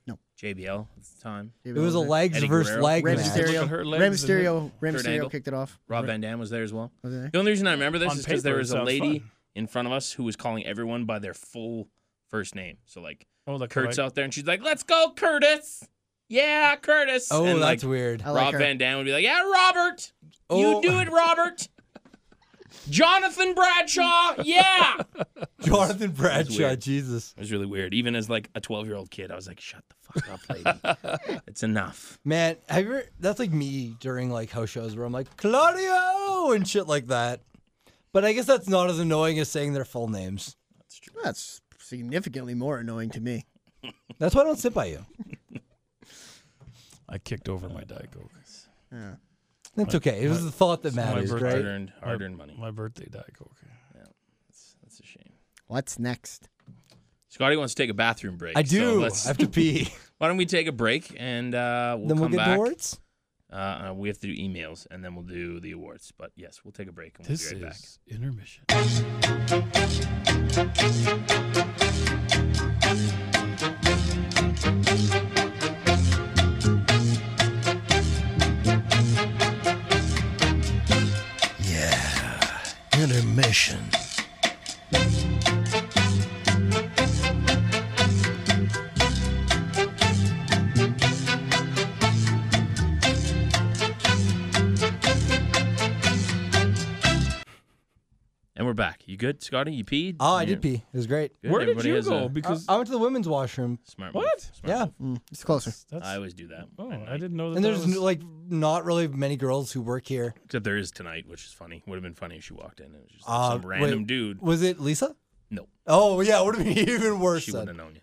Speaker 1: JBL at the time.
Speaker 2: It was a legs
Speaker 1: Eddie
Speaker 2: versus
Speaker 1: Guerrero.
Speaker 2: leg
Speaker 3: Rey
Speaker 4: Red Just
Speaker 2: match.
Speaker 4: look at
Speaker 3: Mysterio.
Speaker 4: her
Speaker 3: Rey
Speaker 4: legs and her-
Speaker 3: Mysterio. Rey
Speaker 1: Kurt
Speaker 3: Mysterio
Speaker 1: Angle.
Speaker 3: kicked it off.
Speaker 1: Rob Van Dam was there as well.
Speaker 3: Was it?
Speaker 1: The only reason I remember this
Speaker 4: On
Speaker 1: is because there
Speaker 4: paper, it
Speaker 1: was a
Speaker 4: sounds
Speaker 1: lady
Speaker 4: fun.
Speaker 1: in front of us who was calling everyone by their full first name. So like
Speaker 4: Oh, the
Speaker 1: Kurt's out there and she's like, "Let's go, Curtis." Yeah, Curtis.
Speaker 2: Oh,
Speaker 1: and, like,
Speaker 2: that's weird.
Speaker 3: I like
Speaker 1: Rob
Speaker 3: her.
Speaker 1: Van Dam would be like, "Yeah, Robert, you
Speaker 2: Oh.
Speaker 1: do it, Robert." Jonathan Bradshaw, yeah. It
Speaker 2: Jonathan Bradshaw,
Speaker 1: weird.
Speaker 2: Jesus.
Speaker 1: was really weird. Even as like a twelve-year-old kid, I was like, "Shut the fuck up, lady. it's enough."
Speaker 2: Man, have you ever, that's like me during like house shows where I'm like, Claudio and shit like that. But I guess that's not as annoying as saying their full names.
Speaker 3: That's significantly more annoying to me.
Speaker 2: That's why I don't sit by you.
Speaker 4: I kicked over my Diet Coke.
Speaker 3: Yeah.
Speaker 2: That's okay. It was the thought that
Speaker 4: my
Speaker 2: matters,
Speaker 4: birthday-
Speaker 2: right?
Speaker 1: Hard-earned, hard-earned money.
Speaker 4: My birthday Diet Coke.
Speaker 1: That's a shame.
Speaker 3: What's next?
Speaker 1: Scotty wants to take a bathroom break.
Speaker 2: I
Speaker 1: so
Speaker 2: do.
Speaker 1: let's-
Speaker 2: I have to pee.
Speaker 1: why don't we take a break and uh, we'll
Speaker 2: then we'll
Speaker 1: come
Speaker 2: get
Speaker 1: back.
Speaker 2: to words.
Speaker 1: Uh, uh, we have to do emails and then we'll do the awards. But yes, we'll take a break and we'll
Speaker 4: This
Speaker 1: be right back.
Speaker 4: is intermission.
Speaker 2: Intermission.
Speaker 1: And we're back. You good, Scotty? You peed?
Speaker 2: Oh, I
Speaker 1: You're
Speaker 2: did pee. It was great.
Speaker 1: good?
Speaker 4: Where did
Speaker 1: Everybody
Speaker 4: you
Speaker 1: has
Speaker 4: go?
Speaker 1: A
Speaker 4: because
Speaker 2: I, I went to the women's washroom.
Speaker 1: smart move.
Speaker 4: What?
Speaker 1: Smart
Speaker 2: Yeah.
Speaker 1: move.
Speaker 3: Mm, it's closer.
Speaker 4: that's,
Speaker 1: I always do that.
Speaker 4: oh, I didn't know that.
Speaker 2: And
Speaker 4: that
Speaker 2: there's
Speaker 4: was-
Speaker 2: like not really many girls who work here.
Speaker 1: Except there is tonight, which is funny. Would have been funny if she walked in and it was just like,
Speaker 2: Uh,
Speaker 1: some random
Speaker 2: wait.
Speaker 1: dude.
Speaker 2: Was it Lisa?
Speaker 1: No,
Speaker 2: Oh yeah, it would have been even worse.
Speaker 1: she
Speaker 2: then.
Speaker 1: wouldn't have known you.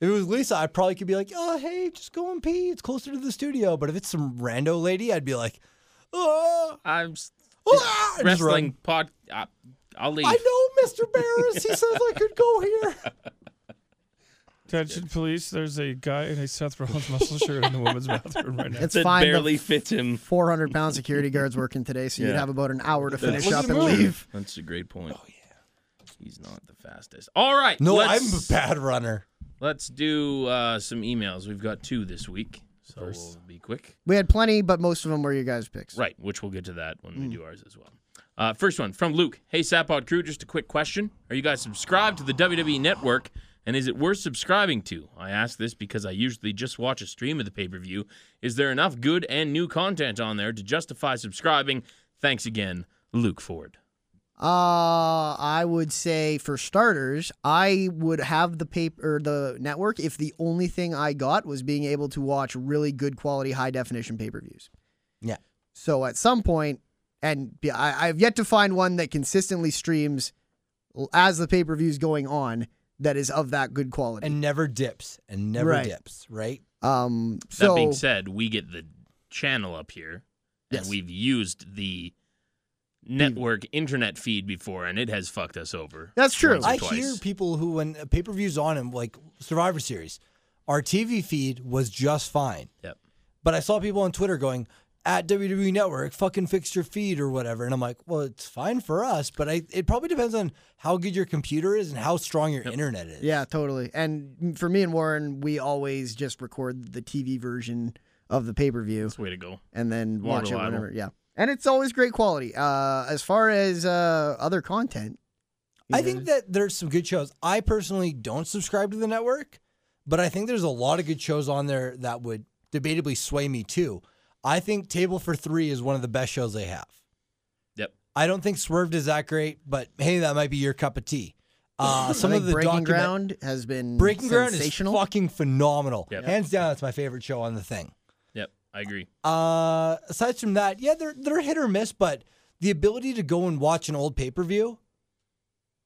Speaker 2: If it was Lisa, I probably could be like, "Oh hey, just go and pee. It's closer to the studio." But if it's some rando lady, I'd be like, "Oh,
Speaker 1: I'm s-
Speaker 2: ah," and just run.
Speaker 1: wrestling pod. I, I'll leave.
Speaker 2: I know, Mr. Barris. He says I could go here.
Speaker 4: attention, police. There's a guy in a Seth Rollins muscle shirt in the women's bathroom right now.
Speaker 3: It's
Speaker 1: That
Speaker 3: fine.
Speaker 1: barely
Speaker 3: The
Speaker 1: fits him.
Speaker 3: 400 pound security guards working today, so
Speaker 1: Yeah.
Speaker 3: you'd have about an hour to finish
Speaker 2: Look at
Speaker 3: up
Speaker 2: the
Speaker 3: and
Speaker 2: moon.
Speaker 3: leave.
Speaker 1: That's a great point. Oh yeah. He's not the fastest. All right.
Speaker 2: No, I'm a
Speaker 1: let's,
Speaker 2: bad runner.
Speaker 1: Let's do uh, some emails. We've got two this week, so we'll be quick.
Speaker 3: We had plenty, but most of them were your guys' picks.
Speaker 1: Right, which we'll get to that when we do ours as well. Uh, first one from Luke. Hey, Sapod crew, just a quick question. Are you guys subscribed to the WWE network? And is it worth subscribing to? I ask this because I usually just watch a stream of the pay per view. Is there enough good and new content on there to justify subscribing? Thanks again, Luke Ford.
Speaker 3: Uh, I would say for starters, I would have the paper or the network if the only thing I got was being able to watch really good quality high definition pay per views.
Speaker 2: Yeah.
Speaker 3: So at some point, and yeah, I, I've yet to find one that consistently streams as the pay per view's going on that is of that good quality.
Speaker 2: and never dips and never
Speaker 3: Right.
Speaker 2: dips, right?
Speaker 3: um,
Speaker 1: That
Speaker 3: so
Speaker 1: being said, we get the channel up here, and
Speaker 3: Yes.
Speaker 1: we've used the network internet feed before, and it has fucked us over.
Speaker 3: That's true.
Speaker 1: once or
Speaker 2: I
Speaker 1: twice.
Speaker 2: hear people who, when a pay per view's on and like Survivor Series, our TV feed was just fine.
Speaker 1: Yep.
Speaker 2: But I saw people on Twitter going, at WWE Network, fucking fix your feed or whatever. And I'm like, well, it's fine for us, but I, it probably depends on how good your computer is and how strong your internet is.
Speaker 3: yeah, totally. And for me and Warren, we always just record the TV version of the pay per view.
Speaker 1: That's the way to go.
Speaker 3: and then
Speaker 1: More
Speaker 3: watch
Speaker 1: reliable.
Speaker 3: it whenever. Yeah, and it's always great quality. Uh, as far as uh, other content,
Speaker 2: I think that there's some good shows. I personally don't subscribe to the network, but I think there's a lot of good shows on there that would debatably sway me too. I think Table for Three is one of the best shows they have.
Speaker 1: Yep.
Speaker 2: I don't think Swerved is that great, but hey, that might be your cup of tea. Uh,
Speaker 3: I
Speaker 2: some
Speaker 3: think
Speaker 2: of the
Speaker 3: Breaking
Speaker 2: document-
Speaker 3: Ground has been
Speaker 2: Breaking Ground is
Speaker 3: sensational.
Speaker 2: fucking phenomenal.
Speaker 1: Yep.
Speaker 2: Hands down, it's my favorite show on the thing.
Speaker 1: Yep, I agree.
Speaker 2: Uh, aside from that, yeah, they're they're hit or miss, but the ability to go and watch an old pay per view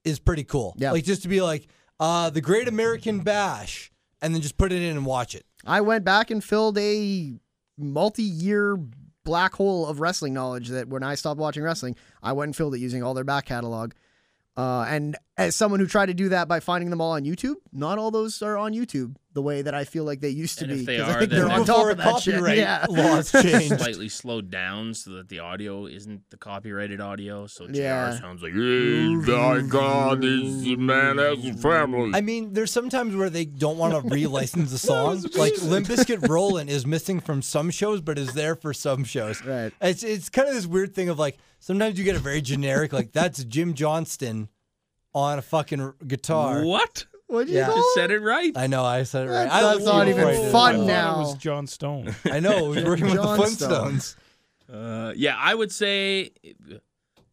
Speaker 2: is pretty cool.
Speaker 3: Yeah.
Speaker 2: like just to be like, uh, the Great American Bash, and then just put it in and watch it.
Speaker 3: I went back and filled a multi-year black hole of wrestling knowledge that when I stopped watching wrestling, I went and filled it using all their back catalog. Uh, and as someone who tried to do that by finding them all on YouTube, not all those are on YouTube the way that I feel like they used to
Speaker 1: And
Speaker 3: be.
Speaker 1: if they
Speaker 3: 'cause I
Speaker 1: are,
Speaker 3: think
Speaker 1: then
Speaker 3: they're
Speaker 1: they're
Speaker 3: on top
Speaker 2: Before
Speaker 3: of that shit.
Speaker 2: copyright
Speaker 3: Yeah.
Speaker 2: laws changed.
Speaker 1: Slightly slowed down so that the audio isn't the copyrighted audio. So JR
Speaker 3: Yeah.
Speaker 1: sounds like, hey, my God, this man has a family.
Speaker 2: I mean, there's sometimes where they don't want to relicense the song. like Limp Bizkit Rollin' is missing from some shows, but is there for some shows.
Speaker 3: Right.
Speaker 2: It's it's kind of this weird thing of like sometimes you get a very generic like that's Jim Johnston on a fucking guitar.
Speaker 1: what?
Speaker 3: What'd you
Speaker 2: Yeah.
Speaker 3: call
Speaker 1: Just
Speaker 3: it?
Speaker 1: said it right.
Speaker 2: I know I said it right.
Speaker 3: That's-
Speaker 2: I
Speaker 3: that's
Speaker 2: looked
Speaker 3: not
Speaker 2: it
Speaker 3: even
Speaker 2: up right.
Speaker 4: I
Speaker 3: fun
Speaker 4: thought
Speaker 3: now.
Speaker 4: It was John Stone.
Speaker 2: I know we was working with the
Speaker 3: Johnstone.
Speaker 2: Flintstones.
Speaker 1: Uh, yeah, I would say the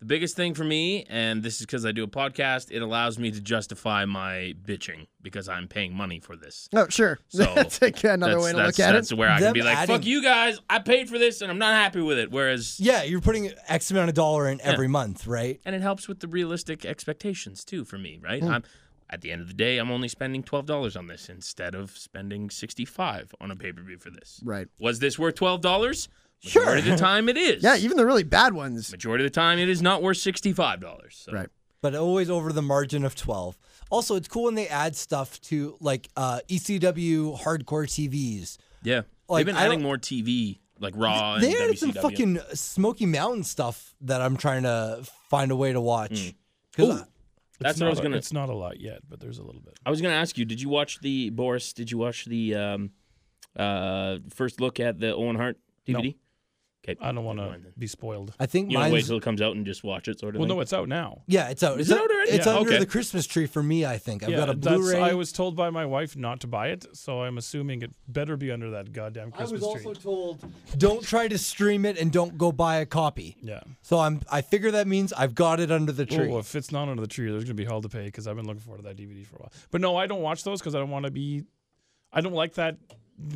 Speaker 1: biggest thing for me, and this is because I do a podcast, it allows me to justify my bitching because I'm paying money for this.
Speaker 3: Oh, sure.
Speaker 1: So,
Speaker 3: that's like another
Speaker 1: that's,
Speaker 3: way to
Speaker 1: that's,
Speaker 3: look at
Speaker 1: that's
Speaker 3: it.
Speaker 1: where I
Speaker 2: Them
Speaker 1: can be like, "Fuck
Speaker 2: adding-
Speaker 1: you guys! I paid for this, and I'm not happy with it." Whereas,
Speaker 2: Yeah, you're putting X amount of dollar in every month, right?
Speaker 1: and it helps with the realistic expectations too for me,
Speaker 3: Hmm.
Speaker 1: right? I'm at the end of the day, I'm only spending twelve dollars on this instead of spending sixty-five on a pay-per-view for this.
Speaker 3: Right.
Speaker 1: Was this worth twelve dollars? Majority of the time, it is.
Speaker 3: Yeah, even the really bad ones.
Speaker 1: majority of the time, it is not worth sixty-five dollars. So.
Speaker 3: Right.
Speaker 2: But always over the margin of twelve. Also, it's cool when they add stuff to like uh, ECW hardcore TVs.
Speaker 1: Yeah,
Speaker 2: Like,
Speaker 1: they've been
Speaker 2: I
Speaker 1: adding
Speaker 2: don't-
Speaker 1: more TV, like Raw
Speaker 2: They
Speaker 1: and
Speaker 2: added
Speaker 1: WCW.
Speaker 2: some fucking Smoky Mountain stuff that I'm trying to find a way to
Speaker 1: Mm.
Speaker 2: watch. 'Cause I-
Speaker 1: That's
Speaker 4: It's
Speaker 1: what I
Speaker 4: not
Speaker 1: was
Speaker 4: a-
Speaker 1: gonna.
Speaker 4: It's not a lot yet, but there's a little bit.
Speaker 1: I was gonna ask you. Did you watch the Boris? Did you watch the um, uh, first look at the Owen Hart DVD? Okay,
Speaker 4: I don't want
Speaker 1: never mind
Speaker 4: to
Speaker 1: then.
Speaker 4: be spoiled.
Speaker 2: I think
Speaker 1: You want to wait
Speaker 2: mine's
Speaker 1: till it comes out and just watch it, sort of.
Speaker 4: Well,
Speaker 1: thing?
Speaker 4: no, it's out now.
Speaker 2: yeah, it's out.
Speaker 1: Is
Speaker 2: It's,
Speaker 1: it out already?
Speaker 2: It's
Speaker 1: Yeah,
Speaker 2: under
Speaker 1: okay.
Speaker 2: the Christmas tree for me. I think I've got a
Speaker 4: that's-
Speaker 2: Blu-ray.
Speaker 4: I was told by my wife not to buy it, so I'm assuming it better be under that goddamn
Speaker 2: I was
Speaker 4: Christmas tree.
Speaker 2: also told don't try to stream it and don't go buy a copy.
Speaker 4: yeah.
Speaker 2: So I'm I figure that means I've got it under the tree.
Speaker 4: Oh, if it's not under the tree, there's gonna be hell to pay because I've been looking forward to that DVD for a while. But no, I don't watch those because I don't want to be. I don't like that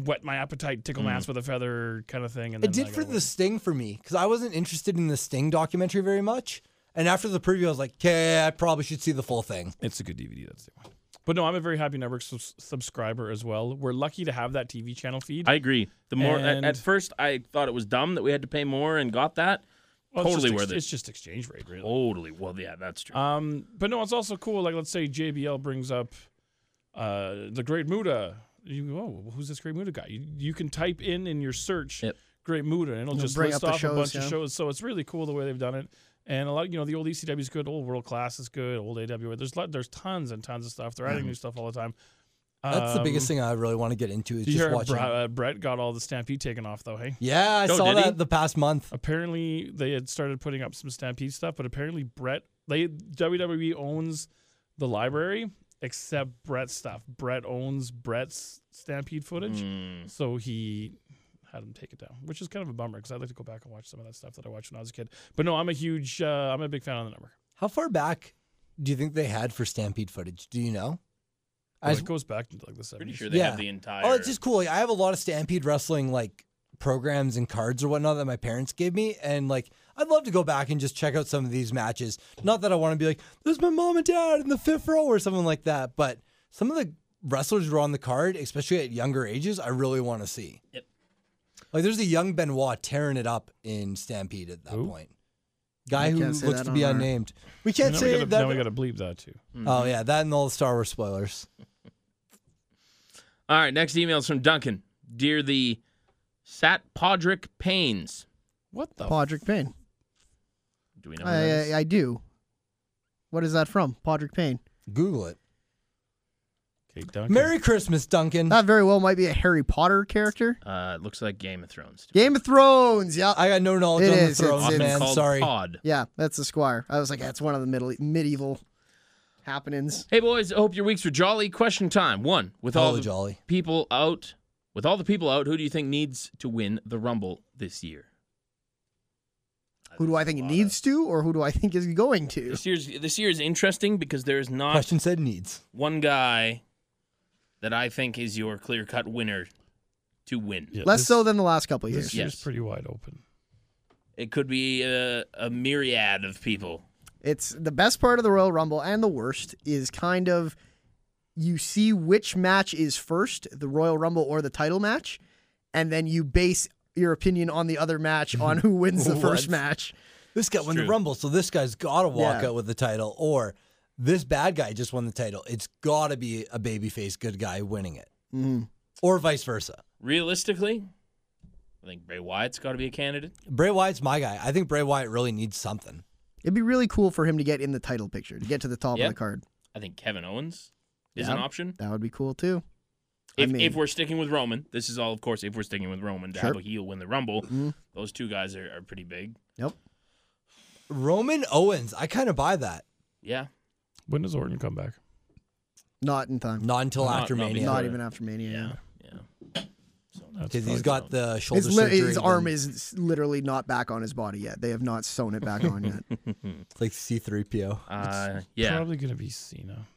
Speaker 4: wet my appetite, tickle my ass with a feather kind of thing. And
Speaker 2: Mm. it
Speaker 4: then
Speaker 2: did
Speaker 4: I
Speaker 2: for
Speaker 4: gotta
Speaker 2: the Sting for me because I wasn't interested in the Sting documentary very much. And after the preview, I was like, okay, I probably should see the full thing.
Speaker 4: wait. It's a good DVD. That's the one. But no, I'm a very happy network subs- subscriber as well. We're lucky to have that TV channel feed.
Speaker 1: I agree. The more at, at
Speaker 4: And-
Speaker 1: first, I thought it was dumb that we had to pay more and got that.
Speaker 4: Well, it's
Speaker 1: totally
Speaker 4: just
Speaker 1: worth it.
Speaker 4: It's just exchange rate, really.
Speaker 1: Totally. Well, yeah, that's true.
Speaker 4: Um, but no, it's also cool. Like, let's say JBL brings up uh, the Great Muda. You go, oh, who's this Great Muda guy? You, you can type in in your search
Speaker 1: Yep.
Speaker 4: Great Muda, and it'll
Speaker 3: It'll
Speaker 4: just
Speaker 3: bring up
Speaker 4: list
Speaker 3: the
Speaker 4: off
Speaker 3: shows,
Speaker 4: a bunch
Speaker 3: yeah.
Speaker 4: of shows. So it's really cool the way they've done it. And a lot, you know, the old ECW is good, old World Class is good, old AWA. There's lot, there's tons and tons of stuff. They're
Speaker 3: Mm-hmm.
Speaker 4: adding new stuff all the time.
Speaker 2: That's the biggest
Speaker 4: Um,
Speaker 2: thing I really want to get into is
Speaker 4: You
Speaker 2: just
Speaker 4: heard
Speaker 2: watching.
Speaker 4: Bre- uh, Brett got all the Stampede taken off though, hey?
Speaker 2: Yeah, I
Speaker 1: Oh,
Speaker 2: saw
Speaker 1: did he?
Speaker 2: that the past month.
Speaker 4: apparently they had started putting up some Stampede stuff, but apparently Brett they WWE owns the library except Brett's stuff. Brett owns Brett's Stampede footage,
Speaker 1: Mm.
Speaker 4: so he had him take it down, which is kind of a bummer because I'd like to go back and watch some of that stuff that I watched when I was a kid. But no, I'm a huge, uh, I'm a big fan of the number.
Speaker 2: How far back do you think they had for Stampede footage? Do you know? I
Speaker 4: Well,
Speaker 2: was-
Speaker 4: it goes back to like the 70s.
Speaker 1: Pretty sure they
Speaker 2: yeah.
Speaker 1: have the entire.
Speaker 2: Oh, it's just cool. Like, I have a lot of Stampede wrestling like programs and cards or whatnot that my parents gave me, and like I'd love to go back and just check out some of these matches. Not that I want to be like, there's my mom and dad in the fifth row or something like that, but some of the wrestlers who are on the card, especially at younger ages, I really want to see.
Speaker 1: Yep.
Speaker 2: Like there's a young Benoit tearing it up in Stampede at that
Speaker 4: Who?
Speaker 2: point. Guy
Speaker 3: We
Speaker 2: who
Speaker 3: can't say
Speaker 2: looks
Speaker 3: that
Speaker 2: to be
Speaker 3: on our-
Speaker 2: unnamed. We
Speaker 4: And
Speaker 2: can't
Speaker 4: now,
Speaker 2: say
Speaker 4: we gotta,
Speaker 2: that.
Speaker 4: now we got to bleep that too.
Speaker 2: Oh yeah, that and all the Star Wars spoilers.
Speaker 1: All right, next email is from Duncan. Dear the Sat Podrick Pains.
Speaker 4: What the?
Speaker 3: Podrick Payne.
Speaker 1: Do we know who that is?
Speaker 3: I, I, I do. What is that from? Podrick Payne.
Speaker 2: Google it.
Speaker 4: Okay, Duncan.
Speaker 2: Merry Christmas, Duncan.
Speaker 3: That very well might be a Harry Potter character.
Speaker 1: Uh, it looks like Game of Thrones.
Speaker 3: Game of Thrones. Yeah.
Speaker 2: I got no knowledge
Speaker 3: It
Speaker 2: on
Speaker 3: is,
Speaker 2: the
Speaker 3: it's-
Speaker 2: throne,
Speaker 1: Often
Speaker 2: man.
Speaker 1: called
Speaker 2: Sorry.
Speaker 1: Pod.
Speaker 3: Yeah, that's the Squire. I was like, that's one of the middle medieval happenings.
Speaker 1: Hey boys, I hope your weeks were jolly. Question time. One, with all
Speaker 2: Hello,
Speaker 1: the
Speaker 2: Jolly.
Speaker 1: people out, with all the people out, who do you think needs to win the Rumble this year?
Speaker 3: Who do I think it needs to, or who do I think is going to?
Speaker 1: This year's this year is interesting because there is not
Speaker 2: Question said needs.
Speaker 1: one guy that I think is your clear cut winner to win.
Speaker 4: Yeah,
Speaker 3: Less
Speaker 4: this-
Speaker 3: so than the last couple of years.
Speaker 4: This
Speaker 1: Yeah.
Speaker 4: year's
Speaker 1: Yes.
Speaker 4: pretty wide open.
Speaker 1: It could be a, a myriad of people.
Speaker 3: It's the best part of the Royal Rumble and the worst is kind of you see which match is first, the Royal Rumble or the title match, and then you base your opinion on the other match on who wins the first
Speaker 2: What?
Speaker 3: match.
Speaker 2: This guy won
Speaker 1: true.
Speaker 2: the Rumble, so this guy's got to walk
Speaker 3: Yeah.
Speaker 2: out with the title, or this bad guy just won the title. It's got to be a babyface good guy winning it,
Speaker 3: Mm-hmm.
Speaker 2: or vice versa.
Speaker 1: Realistically, I think Bray Wyatt's got to be a candidate.
Speaker 2: Bray Wyatt's my guy. I think Bray Wyatt really needs something.
Speaker 3: It'd be really cool for him to get in the title picture, to get to the top
Speaker 1: Yeah.
Speaker 3: of the card.
Speaker 1: I think Kevin Owens is
Speaker 3: Yeah.
Speaker 1: an option.
Speaker 3: That would be cool too. I
Speaker 1: If,
Speaker 3: mean-
Speaker 1: if we're sticking with Roman, this is all, of course, if we're sticking with Roman to have a heel win the Rumble.
Speaker 3: Mm-hmm.
Speaker 1: Those two guys are, are pretty big.
Speaker 3: Yep.
Speaker 2: Roman Owens, I kind of buy that.
Speaker 1: Yeah.
Speaker 4: When does Orton come back?
Speaker 3: Not in time.
Speaker 2: Not until
Speaker 1: Not-
Speaker 2: after
Speaker 1: not
Speaker 2: Mania,
Speaker 1: before.
Speaker 3: Not even after Mania.
Speaker 1: Yeah.
Speaker 3: yeah.
Speaker 1: Yeah.
Speaker 2: because
Speaker 4: That's
Speaker 2: he's
Speaker 4: probably
Speaker 2: got
Speaker 4: around-
Speaker 2: the shoulder
Speaker 3: His, li-
Speaker 2: surgery.
Speaker 3: his arm
Speaker 2: then
Speaker 3: is literally not back on his body yet. They have not sewn it back on yet.
Speaker 2: it's like C3PO.
Speaker 1: Uh, yeah.
Speaker 4: Probably gonna be Cena.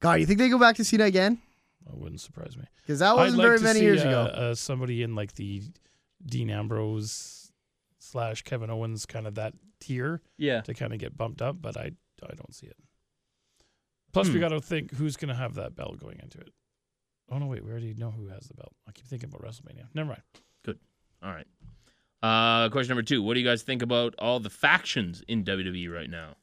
Speaker 3: God, you think they go back to Cena again?
Speaker 4: That wouldn't surprise me.
Speaker 3: Because that wasn't
Speaker 4: I'd like
Speaker 3: very
Speaker 4: to
Speaker 3: many
Speaker 4: see,
Speaker 3: years
Speaker 4: uh,
Speaker 3: ago.
Speaker 4: Uh, somebody in like the Dean Ambrose slash Kevin Owens kind of that tier
Speaker 1: Yeah.
Speaker 4: to kind of get bumped up, but I I don't see it. Plus, we
Speaker 1: Hmm.
Speaker 4: got to think who's going to have that belt going into it. Oh no, wait, we already know who has the belt. I keep thinking about WrestleMania. Never mind.
Speaker 1: All right. Uh, question number two. What do you guys think about all the factions in WWE right now?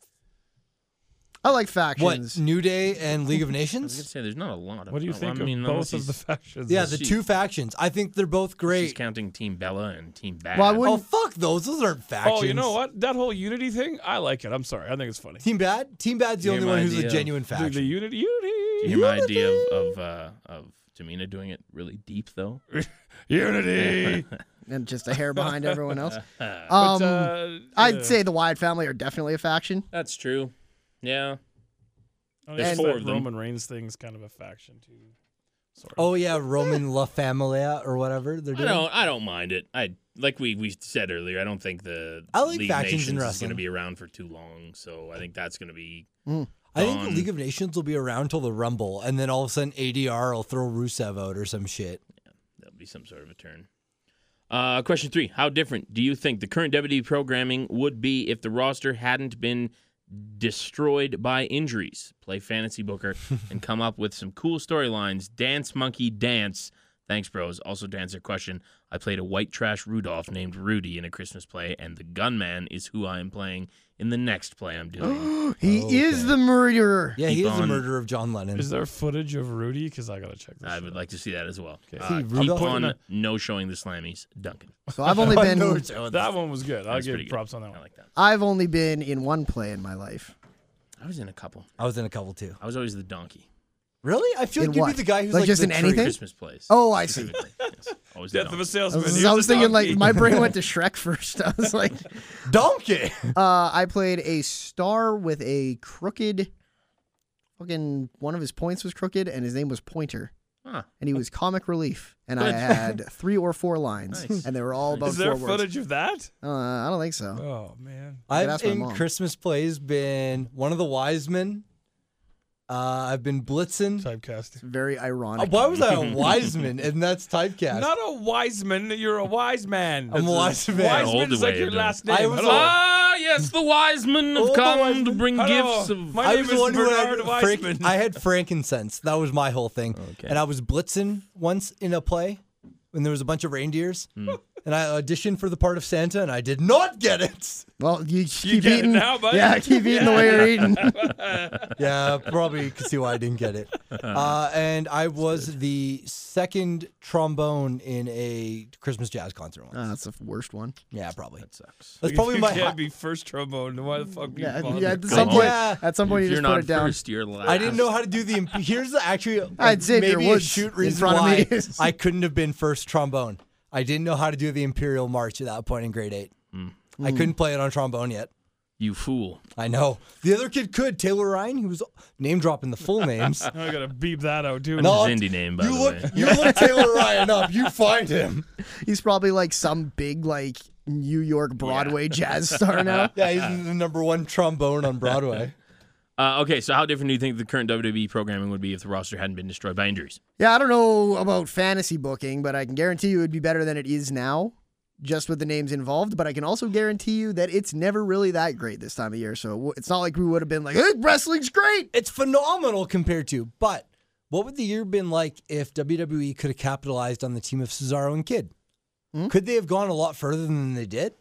Speaker 3: I like
Speaker 2: What
Speaker 3: factions.
Speaker 2: New Day and League of
Speaker 1: I was going to
Speaker 2: Nations?
Speaker 1: say, there's not a lot of
Speaker 4: What do you
Speaker 1: I
Speaker 4: think
Speaker 1: mean,
Speaker 4: of
Speaker 1: unless
Speaker 4: both of the
Speaker 1: he's-
Speaker 4: factions?
Speaker 2: Yeah, the
Speaker 1: She-
Speaker 2: two factions. I think they're both
Speaker 1: She's
Speaker 2: great.
Speaker 1: counting Team Bella and Team Bad.
Speaker 3: Well, I
Speaker 2: Oh
Speaker 3: wouldn't.
Speaker 2: fuck those! Those aren't factions.
Speaker 4: Oh, you know what? That whole unity thing, I like it. I'm sorry, I think it's funny.
Speaker 2: Team Bad? Team Bad's the
Speaker 1: Hear
Speaker 2: only
Speaker 1: my
Speaker 2: one who's
Speaker 1: idea.
Speaker 2: a genuine
Speaker 4: The,
Speaker 2: faction.
Speaker 4: the unity,
Speaker 1: Do
Speaker 4: unity,
Speaker 1: you hear my idea of of, uh, of Tamina doing it really deep though?
Speaker 4: unity.
Speaker 3: and just a hair behind everyone else. Um,
Speaker 4: But, uh, yeah.
Speaker 3: I'd say the Wyatt family are definitely a faction.
Speaker 1: That's true. Yeah.
Speaker 4: Oh,
Speaker 1: There's
Speaker 4: and
Speaker 1: four
Speaker 4: that
Speaker 1: of them.
Speaker 4: Roman Reigns thing's kind of a faction too. Sort of.
Speaker 2: Oh yeah, Roman La Familia or whatever they're
Speaker 1: I
Speaker 2: doing.
Speaker 1: don't I don't mind it. I like we, we said earlier, I don't think the
Speaker 2: I like
Speaker 1: League of
Speaker 2: factions in
Speaker 1: Nations is
Speaker 2: wrestling.
Speaker 1: gonna be around for too long, so I think that's gonna be
Speaker 2: I think the
Speaker 1: Um,
Speaker 2: League of Nations will be around till the Rumble, and then all of a sudden ADR will throw Rusev out or some shit.
Speaker 1: that'll be some sort of a turn. Uh, question three: How different do you think the current WWE programming would be if the roster hadn't been destroyed by injuries? Play fantasy booker and come up with some cool storylines. Dance monkey dance. Thanks, bros. Also, to answer your question, I played a white trash Rudolph named Rudy in a Christmas play, and the gunman is who I am playing in the next play I'm doing.
Speaker 3: He
Speaker 2: Okay.
Speaker 3: is the murderer.
Speaker 2: Yeah,
Speaker 1: Keep
Speaker 2: he is the
Speaker 1: on-
Speaker 2: murderer of John Lennon.
Speaker 4: Is there footage of Rudy? Because I gotta check this.
Speaker 1: I would like to see that as well.
Speaker 4: Okay.
Speaker 1: Uh,
Speaker 2: See,
Speaker 1: keep
Speaker 2: Rudolph-
Speaker 1: on no showing the slammies, Duncan.
Speaker 3: So I've only
Speaker 2: I know
Speaker 3: been
Speaker 2: it's- oh,
Speaker 4: that one was good. I'll
Speaker 1: That's
Speaker 4: give
Speaker 1: pretty good.
Speaker 4: props on that
Speaker 1: I
Speaker 4: one.
Speaker 1: like that.
Speaker 3: I've only been in one play in my life.
Speaker 1: I was in a couple.
Speaker 2: I was in a couple too.
Speaker 1: I was always the donkey.
Speaker 2: Really? I feel
Speaker 3: In
Speaker 2: like you'd
Speaker 3: what?
Speaker 2: be the guy who's
Speaker 3: Like,
Speaker 2: like,
Speaker 3: just
Speaker 2: the
Speaker 3: in
Speaker 2: tree.
Speaker 3: anything?
Speaker 1: Christmas plays.
Speaker 3: Oh, I see.
Speaker 1: Yes. Always the
Speaker 4: Death of
Speaker 1: donkey.
Speaker 4: a
Speaker 3: I
Speaker 4: salesman.
Speaker 3: was,
Speaker 4: He
Speaker 3: I
Speaker 4: was
Speaker 3: was
Speaker 4: a
Speaker 3: thinking like
Speaker 4: donkey.
Speaker 3: my brain went to Shrek first. I was like,
Speaker 2: Donkey.
Speaker 3: uh, I played a star with a crooked, fucking one of his points was crooked, and his name was Pointer,
Speaker 1: Huh.
Speaker 3: and he was comic relief, and I
Speaker 1: Good.
Speaker 3: had three or four lines,
Speaker 1: Nice.
Speaker 3: and they were all about
Speaker 4: Is there
Speaker 3: four words.
Speaker 4: footage of that?
Speaker 3: Uh, I don't think so.
Speaker 4: Oh man.
Speaker 2: I've
Speaker 3: ask my
Speaker 2: in
Speaker 3: mom.
Speaker 2: Christmas plays been one of the wise men, Uh, I've been blitzing.
Speaker 7: Typecast.
Speaker 3: Very
Speaker 2: Uh,
Speaker 3: ironic.
Speaker 2: Why was I a Wiseman? And that's typecast.
Speaker 7: Not a wise man. You're a wise man.
Speaker 2: I'm a wise man.
Speaker 7: Wise
Speaker 1: Older
Speaker 7: man is like
Speaker 1: way
Speaker 7: your
Speaker 1: of doing
Speaker 7: last
Speaker 2: it. I
Speaker 7: name.
Speaker 2: was
Speaker 7: Hello.
Speaker 1: Ah, yes, the wise men have
Speaker 2: Oh, the
Speaker 1: come
Speaker 2: wise
Speaker 1: to
Speaker 2: men.
Speaker 1: bring
Speaker 7: Hello.
Speaker 1: gifts of.
Speaker 7: My
Speaker 2: I
Speaker 7: name
Speaker 2: was
Speaker 7: is
Speaker 2: the one who
Speaker 7: Bernard
Speaker 2: had, frank-
Speaker 7: Weisman.
Speaker 2: I had frankincense. That was my whole thing.
Speaker 1: Okay.
Speaker 2: And I was blitzing once in a play when there was a bunch of reindeers.
Speaker 7: Hmm.
Speaker 2: And I auditioned for the part of Santa and I did not get it.
Speaker 3: well, you, keep
Speaker 7: get it
Speaker 3: eating.
Speaker 7: now, bud.
Speaker 3: Yeah, keep eating the way you're eating. Uh,
Speaker 2: Yeah, probably could see why I didn't get it. Uh, and I was the second trombone in a Christmas jazz concert once.
Speaker 3: Ah, that's the worst one.
Speaker 2: yeah, probably. That
Speaker 1: sucks.
Speaker 2: That's probably
Speaker 7: you
Speaker 2: my.
Speaker 7: can't
Speaker 2: hi-
Speaker 7: be first trombone. then Why the fuck? be
Speaker 3: Yeah,
Speaker 7: bothered?
Speaker 3: yeah, at
Speaker 1: God.
Speaker 3: some point,
Speaker 2: Yeah.
Speaker 3: at some point
Speaker 1: If
Speaker 3: you
Speaker 1: you're
Speaker 3: just
Speaker 1: not
Speaker 3: put it down.
Speaker 1: first, you're last.
Speaker 2: I didn't know how to do the. Imp- Here's the actually.
Speaker 3: I'd say if
Speaker 2: maybe
Speaker 3: you're
Speaker 2: a
Speaker 3: Woods
Speaker 2: shoot
Speaker 3: in
Speaker 2: reason
Speaker 3: front of
Speaker 2: why
Speaker 3: me is-
Speaker 2: I couldn't have been first trombone. I didn't know how to do the Imperial March at that point in grade eight. I
Speaker 3: Mm.
Speaker 2: couldn't play it on trombone yet.
Speaker 1: You fool.
Speaker 2: I know the other kid could. Taylor Ryan, he was name dropping the full names.
Speaker 4: I gotta beep that out too.
Speaker 2: No,
Speaker 1: His indie name, by
Speaker 2: you
Speaker 1: the
Speaker 2: look,
Speaker 1: way.
Speaker 2: you look Taylor Ryan up. You find him.
Speaker 3: He's probably like some big like New York Broadway jazz star now.
Speaker 2: Yeah, he's the number one trombone on Broadway.
Speaker 1: Uh, okay, so how different do you think the current WWE programming would be if the roster hadn't been destroyed by injuries?
Speaker 3: Yeah, I don't know about fantasy booking, but I can guarantee you it'd be better than it is now, just with the names involved. But I can also guarantee you that it's never really that great this time of year. So w- it's not like we would have been like, hey, wrestling's great.
Speaker 2: It's phenomenal compared to. But what would the year been like if WWE could have capitalized on the team of Cesaro and Kid?
Speaker 3: Hmm?
Speaker 2: Could they have gone a lot further than they did?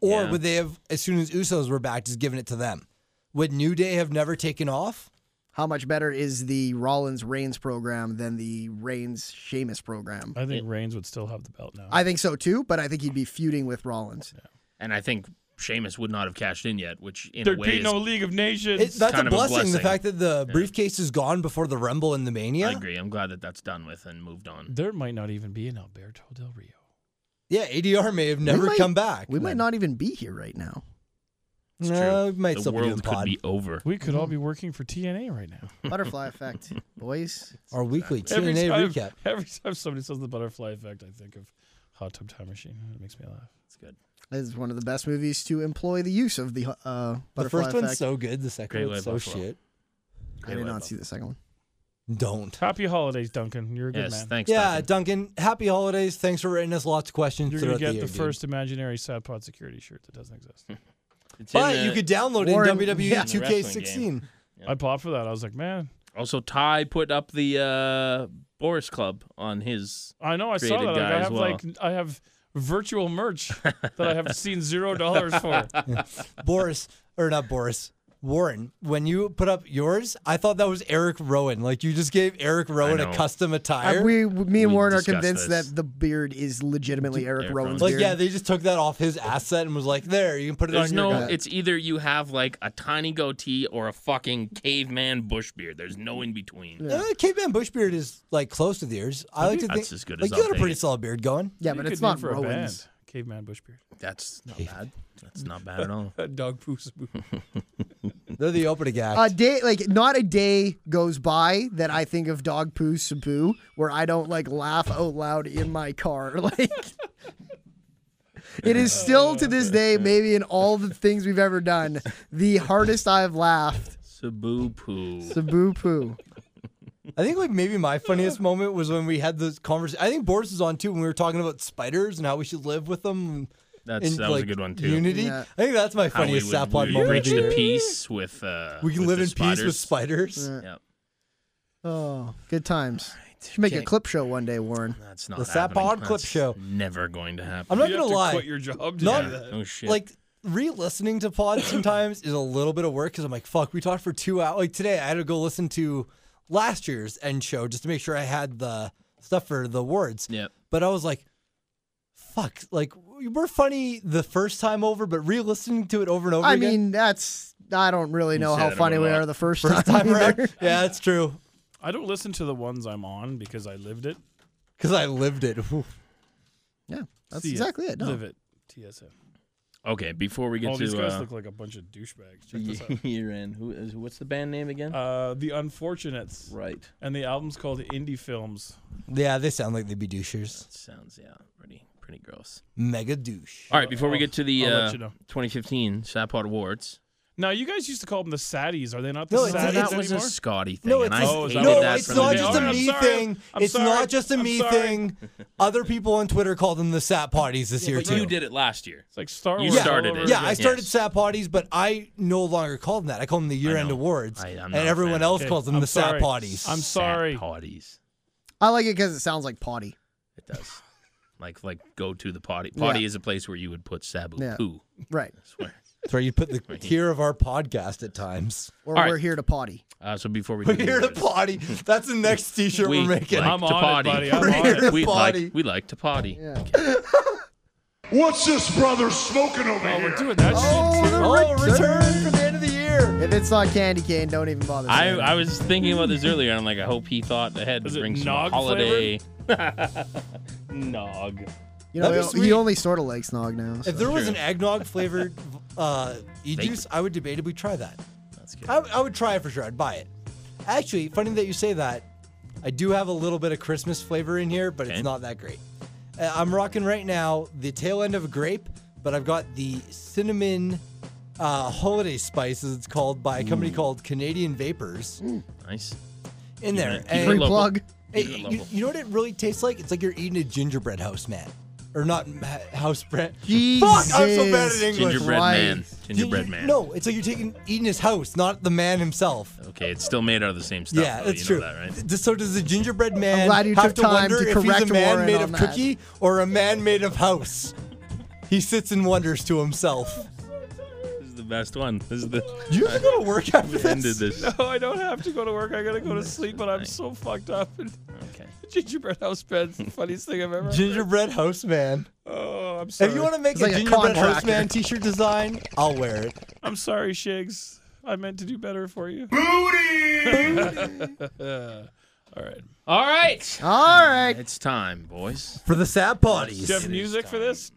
Speaker 2: Or
Speaker 1: Yeah.
Speaker 2: would they have, as soon as Usos were back, just given it to them? Would New Day have never taken off?
Speaker 3: How much better is the Rollins Reigns program than the Reigns Sheamus program?
Speaker 4: I think Reigns would still have the belt now.
Speaker 3: I think so too, but I think he'd be feuding with Rollins.
Speaker 1: And I think Sheamus would not have cashed in yet, which in
Speaker 4: There'd
Speaker 1: a way
Speaker 4: be
Speaker 1: is,
Speaker 4: no League of Nations.
Speaker 2: It, that's a
Speaker 1: kind
Speaker 2: blessing,
Speaker 1: of a
Speaker 2: The
Speaker 1: blessing.
Speaker 2: fact that the briefcase is gone before the Rumble and the Mania.
Speaker 1: I agree. I'm glad that that's done with and moved on.
Speaker 4: there might not even be an Alberto Del Rio.
Speaker 2: Yeah, ADR may have
Speaker 3: We
Speaker 2: never
Speaker 3: might-
Speaker 2: come back.
Speaker 3: We might
Speaker 2: then.
Speaker 3: not even be here right now.
Speaker 1: It's
Speaker 2: No,
Speaker 1: true.
Speaker 2: we might
Speaker 1: the
Speaker 2: still be doing
Speaker 1: world could
Speaker 2: pod.
Speaker 1: be over.
Speaker 4: We could
Speaker 3: Hmm.
Speaker 4: all be working for TNA right now.
Speaker 3: Butterfly effect, boys.
Speaker 2: Our weekly
Speaker 4: every
Speaker 2: TNA
Speaker 4: time,
Speaker 2: recap.
Speaker 4: Every time somebody says the butterfly effect, I think of Hot Tub Time Machine. It makes me laugh.
Speaker 1: It's good.
Speaker 3: It's one of the best movies to employ the use of the uh,
Speaker 2: The
Speaker 3: butterfly
Speaker 2: first
Speaker 3: effect.
Speaker 2: one's so good. The second
Speaker 1: Great
Speaker 2: one's so
Speaker 1: White Buffalo.
Speaker 2: shit.
Speaker 3: I did not see the second one.
Speaker 2: Don't.
Speaker 4: Happy holidays, Duncan. You're a good
Speaker 1: Yes,
Speaker 4: man.
Speaker 1: thanks.
Speaker 2: Yeah,
Speaker 1: Duncan.
Speaker 2: Duncan, happy holidays. Thanks for writing us lots of questions
Speaker 4: You're gonna
Speaker 2: throughout
Speaker 4: get
Speaker 2: the year.
Speaker 4: the,
Speaker 2: dude.
Speaker 4: first imaginary Sadpod security shirt that doesn't exist.
Speaker 1: It's in
Speaker 2: But
Speaker 1: the-
Speaker 2: you could download it
Speaker 3: Warren-
Speaker 2: in E WWE
Speaker 3: yeah.
Speaker 2: 2K16.
Speaker 4: I popped for that. I was like, man,
Speaker 1: also Ty put up the uh, Boris Club on his.
Speaker 4: I know. I saw
Speaker 1: Created guy
Speaker 4: that. Like, I
Speaker 1: as
Speaker 4: have
Speaker 1: well.
Speaker 4: like I have virtual merch that I have seen zero dollars for.
Speaker 2: Boris, or not Boris, Warren, when you put up yours, I thought that was Eric Rowan. Like you just gave Eric Rowan a
Speaker 1: know.
Speaker 2: custom attire.
Speaker 3: Uh, we, me and
Speaker 1: We
Speaker 3: Warren are
Speaker 1: discussed
Speaker 3: convinced
Speaker 1: this.
Speaker 3: that the beard is legitimately Eric,
Speaker 1: Eric
Speaker 3: Rowan's
Speaker 1: Rowan's
Speaker 2: like,
Speaker 3: beard.
Speaker 2: yeah, they just took that off his asset and was like, there, you can put it
Speaker 1: There's
Speaker 2: on your
Speaker 1: no.
Speaker 2: guy.
Speaker 1: It's either you have like a tiny goatee or a fucking caveman bush beard. There's no in between.
Speaker 2: Uh, Caveman Bushbeard is like close to the ears. I like to
Speaker 1: That's
Speaker 2: think
Speaker 1: as good
Speaker 2: like
Speaker 1: as
Speaker 2: you
Speaker 1: I'll
Speaker 2: got a
Speaker 1: take
Speaker 2: pretty
Speaker 1: it.
Speaker 2: solid beard going.
Speaker 3: yeah,
Speaker 4: You
Speaker 3: but
Speaker 4: could
Speaker 3: it's
Speaker 4: name
Speaker 3: not
Speaker 4: for a
Speaker 3: Rowan's.
Speaker 4: band. Caveman Bushbeard.
Speaker 1: That's not bad. That's not bad at all.
Speaker 7: Dog poos.
Speaker 2: They're the opening act.
Speaker 3: A day, like not a day goes by that I think of Dog Poo Sabu where I don't like laugh out loud in my car. Like, it is still to this day, maybe in all the things we've ever done, the hardest I've laughed.
Speaker 1: Sabu poo.
Speaker 3: Sabu Poo.
Speaker 2: I think like maybe my funniest moment was when we had this conversation. I think Boris was on too when we were talking about spiders and how we should live with them.
Speaker 1: That's
Speaker 2: in,
Speaker 1: that was
Speaker 2: like,
Speaker 1: a good one too.
Speaker 2: Unity.
Speaker 3: Yeah.
Speaker 2: I think that's my
Speaker 1: How we
Speaker 2: funniest
Speaker 1: would-
Speaker 2: Saplot
Speaker 1: we
Speaker 2: moment.
Speaker 1: reach
Speaker 2: of the
Speaker 1: the
Speaker 2: year.
Speaker 1: peace with. Uh,
Speaker 2: we can
Speaker 1: with
Speaker 2: live
Speaker 1: the
Speaker 2: in peace with
Speaker 1: spiders.
Speaker 2: spiders.
Speaker 1: Yep.
Speaker 3: Oh, good times. Should make a
Speaker 1: Can't-
Speaker 3: clip show one day, Warren.
Speaker 1: That's not
Speaker 2: The
Speaker 1: happening.
Speaker 2: Sapod clip
Speaker 1: That's
Speaker 2: show.
Speaker 1: Never going to happen.
Speaker 2: I'm not
Speaker 7: You have
Speaker 2: gonna
Speaker 7: to
Speaker 2: lie.
Speaker 7: quit your job to
Speaker 2: Not-
Speaker 7: do that.
Speaker 1: Oh shit.
Speaker 2: Like re-listening to pods sometimes is a little bit of work because I'm like, fuck, we talked for two hours. Like today, I had to go listen to last year's end show just to make sure I had the stuff for the words.
Speaker 1: Yep.
Speaker 2: But I was like, fuck, like we we're funny the first time over, but re-listening to it over and over.
Speaker 3: I
Speaker 2: again,
Speaker 3: mean, that's I don't really know
Speaker 1: said
Speaker 3: how
Speaker 1: it
Speaker 3: funny
Speaker 1: a
Speaker 3: we
Speaker 1: lot.
Speaker 3: are the first,
Speaker 2: first time
Speaker 3: time
Speaker 2: around.
Speaker 3: either.
Speaker 2: Yeah, that's true.
Speaker 4: I don't listen to the ones I'm on because I lived it.
Speaker 2: Because I lived it. Ooh.
Speaker 3: Yeah, that's
Speaker 4: See
Speaker 3: exactly it. No.
Speaker 4: Live it. TSM.
Speaker 1: okay, before we get
Speaker 4: All
Speaker 1: to
Speaker 4: these guys
Speaker 1: uh,
Speaker 4: look like a bunch of douchebags. Check this out.
Speaker 1: year in, who is what's the band name again?
Speaker 4: Uh, the Unfortunates.
Speaker 1: right.
Speaker 4: And the album's called Indie Films.
Speaker 2: Yeah, they sound like they'd be douchers.
Speaker 1: Sounds yeah, pretty pretty gross.
Speaker 2: Mega douche.
Speaker 1: All right, before we get to the
Speaker 4: I'll let
Speaker 1: uh,
Speaker 4: you know.
Speaker 1: 2015 Sapod Awards,
Speaker 4: Now you guys used to call them the Saddies. Are they not the
Speaker 2: No, it's-
Speaker 1: Saddies
Speaker 4: Saddies
Speaker 1: that
Speaker 2: it's-
Speaker 1: was
Speaker 4: anymore?
Speaker 1: a Scotty thing,
Speaker 2: No,
Speaker 1: and
Speaker 2: it's,
Speaker 1: I
Speaker 4: Oh, is
Speaker 1: hated
Speaker 4: that
Speaker 2: no,
Speaker 4: what it
Speaker 1: that
Speaker 4: is?
Speaker 2: it's
Speaker 1: from
Speaker 4: the
Speaker 2: not
Speaker 1: the Oh,
Speaker 2: just a
Speaker 4: beginning.
Speaker 2: me
Speaker 4: I'm sorry.
Speaker 2: thing.
Speaker 4: I'm
Speaker 2: it's
Speaker 4: sorry.
Speaker 2: not just a
Speaker 4: I'm
Speaker 2: me
Speaker 4: sorry.
Speaker 2: thing. Other people on Twitter call them the sap parties this year
Speaker 1: But
Speaker 2: too.
Speaker 1: you did it last year.
Speaker 4: It's like Star
Speaker 1: You
Speaker 4: Wars. all
Speaker 1: started
Speaker 4: over
Speaker 1: it.
Speaker 2: Yeah,
Speaker 4: again.
Speaker 2: I started
Speaker 1: Yes.
Speaker 2: sap parties, but I no longer call them that. I call them the year-end
Speaker 1: know.
Speaker 2: awards,
Speaker 1: I- I'm
Speaker 2: and
Speaker 1: not a
Speaker 2: everyone
Speaker 1: fan.
Speaker 2: else
Speaker 4: Okay,
Speaker 2: calls them
Speaker 4: I'm
Speaker 2: the sap
Speaker 4: sorry.
Speaker 2: parties.
Speaker 4: I'm
Speaker 1: Sad
Speaker 4: sorry.
Speaker 1: Potties.
Speaker 3: I like it because it sounds like potty.
Speaker 1: It does. Like like go to the potty. Potty
Speaker 3: Yeah.
Speaker 1: is a place where you would put Sabu
Speaker 3: Yeah.
Speaker 1: poo.
Speaker 3: Right.
Speaker 1: I swear.
Speaker 2: That's where you put the tier of our podcast at times.
Speaker 3: Or
Speaker 1: All right.
Speaker 3: we're here to potty.
Speaker 1: Uh, so before we
Speaker 2: We're
Speaker 1: do
Speaker 2: here to
Speaker 1: this,
Speaker 2: potty. That's the next T-shirt
Speaker 1: we
Speaker 2: we're making.
Speaker 1: like
Speaker 4: I'm
Speaker 1: to
Speaker 4: on it,
Speaker 1: potty.
Speaker 4: buddy. I'm
Speaker 2: on it.
Speaker 1: We
Speaker 2: Potty.
Speaker 1: like we like to potty.
Speaker 8: What's this brother smoking over
Speaker 4: Oh,
Speaker 8: here?
Speaker 4: we're doing that shit too.
Speaker 2: oh, return for the end of the year.
Speaker 3: If it's not candy cane, don't even bother.
Speaker 1: I,
Speaker 3: saying it.
Speaker 1: I was thinking about this earlier, and I'm like, I hope he thought ahead to
Speaker 4: Is it
Speaker 1: bring some
Speaker 4: nog
Speaker 1: holiday. nog.
Speaker 3: you know,
Speaker 2: that'd be
Speaker 3: he-
Speaker 2: sweet.
Speaker 3: he only sort of likes snog now. so.
Speaker 2: If there was an eggnog flavored uh, e
Speaker 1: Vapor.
Speaker 2: juice, I would debatably try that.
Speaker 1: That's good.
Speaker 2: I, I would try it for sure. I'd buy it. Actually, funny that you say that. I do have a little bit of Christmas flavor in here, but
Speaker 1: Okay.
Speaker 2: it's not that great. Uh, I'm rocking right now the tail end of a grape, but I've got the cinnamon uh, holiday spice, as it's called, by a company called Canadian Vapors
Speaker 1: nice.
Speaker 2: in
Speaker 1: Keep
Speaker 2: there.
Speaker 1: it
Speaker 2: And
Speaker 3: Free
Speaker 1: local.
Speaker 3: plug.
Speaker 2: Hey,
Speaker 1: Keep it
Speaker 2: you,
Speaker 1: local.
Speaker 2: you know what it really tastes like? It's like you're eating a gingerbread house, man. Or not ha- house bread.
Speaker 3: Jesus.
Speaker 2: Fuck, I'm so bad at English.
Speaker 1: Gingerbread
Speaker 3: why?
Speaker 1: man.
Speaker 2: You- you-
Speaker 1: Gingerbread man.
Speaker 2: No, it's like you're taking eating his house, not the man himself.
Speaker 1: Okay, it's still made out of the same stuff.
Speaker 2: yeah,
Speaker 1: though,
Speaker 2: it's
Speaker 1: you
Speaker 2: true.
Speaker 1: know that, right?
Speaker 2: D- So does the gingerbread man
Speaker 3: glad you
Speaker 2: have
Speaker 3: took
Speaker 2: to
Speaker 3: time
Speaker 2: wonder
Speaker 3: to
Speaker 2: if he's a
Speaker 3: correct
Speaker 2: man
Speaker 3: Warren
Speaker 2: made
Speaker 3: on
Speaker 2: of
Speaker 3: that.
Speaker 2: cookie or a man made of house? He sits and wonders to himself.
Speaker 1: This is the best one. This is the
Speaker 2: You have to go to work after this.
Speaker 1: ended this.
Speaker 4: No, I don't have to go to work. I gotta go to sleep, but I'm so fucked up.
Speaker 1: Okay.
Speaker 4: Gingerbread house bed's the funniest thing I've ever.
Speaker 2: Gingerbread house man.
Speaker 4: Oh, I'm
Speaker 2: If
Speaker 4: sorry.
Speaker 2: you want to make
Speaker 3: It's
Speaker 2: a
Speaker 3: like a
Speaker 2: gingerbread house
Speaker 3: contractor.
Speaker 2: man t-shirt design, I'll wear it.
Speaker 4: I'm sorry, Shigs. I meant to do better for you. All right.
Speaker 1: All right.
Speaker 3: All right.
Speaker 1: It's time, boys.
Speaker 2: For the sap
Speaker 4: Do you
Speaker 2: potties.
Speaker 4: have music for this?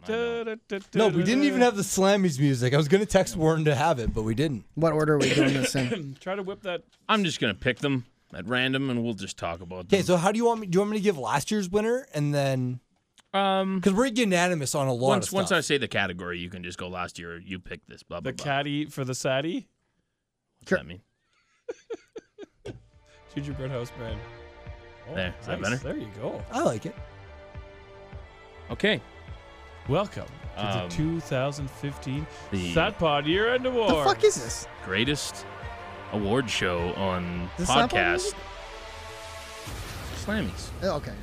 Speaker 2: No, we didn't even have the Slammies music. I was going to text Warren to have it, but we didn't.
Speaker 3: What order are we doing this in?
Speaker 4: Try to whip that.
Speaker 1: I'm just gonna pick them at random, and we'll just talk about
Speaker 2: Okay,
Speaker 1: them.
Speaker 2: so how do you want me? Do you want me to give last year's winner and then
Speaker 1: um,
Speaker 2: because we're unanimous on a lot
Speaker 1: once
Speaker 2: of
Speaker 1: once I
Speaker 2: stuff.
Speaker 1: say the category, you can just go last year. You pick this. Blah blah
Speaker 4: The
Speaker 1: blah.
Speaker 4: caddy for the saddy.
Speaker 1: What's that mean?
Speaker 4: Gingerbread house man. Oh,
Speaker 1: There, is that
Speaker 4: nice.
Speaker 1: better?
Speaker 4: There you go.
Speaker 2: I like it.
Speaker 1: Okay.
Speaker 4: Welcome to
Speaker 1: Um,
Speaker 4: the 2015
Speaker 1: the-
Speaker 4: Satpod Year End Award.
Speaker 3: the fuck is this?
Speaker 1: Greatest award show on
Speaker 3: The Slap on
Speaker 1: podcast. Slammies.
Speaker 3: Oh, okay.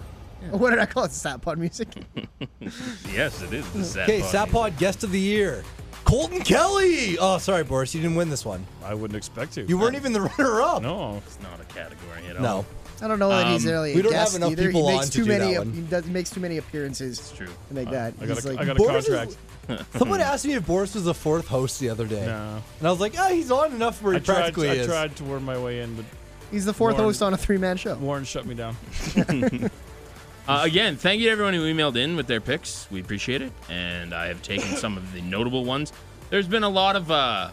Speaker 3: What did I call it? Sat pod music?
Speaker 1: Yes, it is the Sat
Speaker 2: Okay,
Speaker 1: Pod.
Speaker 2: Sapod guest of the year, Colton Kelly. Oh, sorry, Boris, you didn't win this one.
Speaker 4: I wouldn't expect to.
Speaker 2: You weren't even the runner-up.
Speaker 4: No.
Speaker 1: It's not a category at all.
Speaker 2: No.
Speaker 3: I don't know that he's
Speaker 1: Um,
Speaker 3: really.
Speaker 2: we
Speaker 3: a
Speaker 2: don't have
Speaker 3: guest
Speaker 2: enough
Speaker 3: either.
Speaker 2: people
Speaker 3: he makes
Speaker 2: on to
Speaker 3: too
Speaker 2: do
Speaker 3: many.
Speaker 2: that
Speaker 3: ap-
Speaker 2: one.
Speaker 3: He does, makes too many appearances
Speaker 1: It's true.
Speaker 3: to make that.
Speaker 4: I got
Speaker 3: He's
Speaker 4: a,
Speaker 3: like,
Speaker 4: I got a
Speaker 2: Boris is-
Speaker 4: contract.
Speaker 2: Someone asked me if Boris was the fourth host the other day,
Speaker 4: No.
Speaker 2: and I was like, "Ah, he's on enough where
Speaker 4: I
Speaker 2: he
Speaker 4: tried,
Speaker 2: practically
Speaker 4: I
Speaker 2: is."
Speaker 4: tried to worm my way in, but
Speaker 3: he's the fourth
Speaker 4: Warren-
Speaker 3: host on a three-man show.
Speaker 4: Warren shut me down.
Speaker 1: Uh, again, thank you to everyone who emailed in with their picks. We appreciate it, and I have taken some of the notable ones. There's been a lot of uh,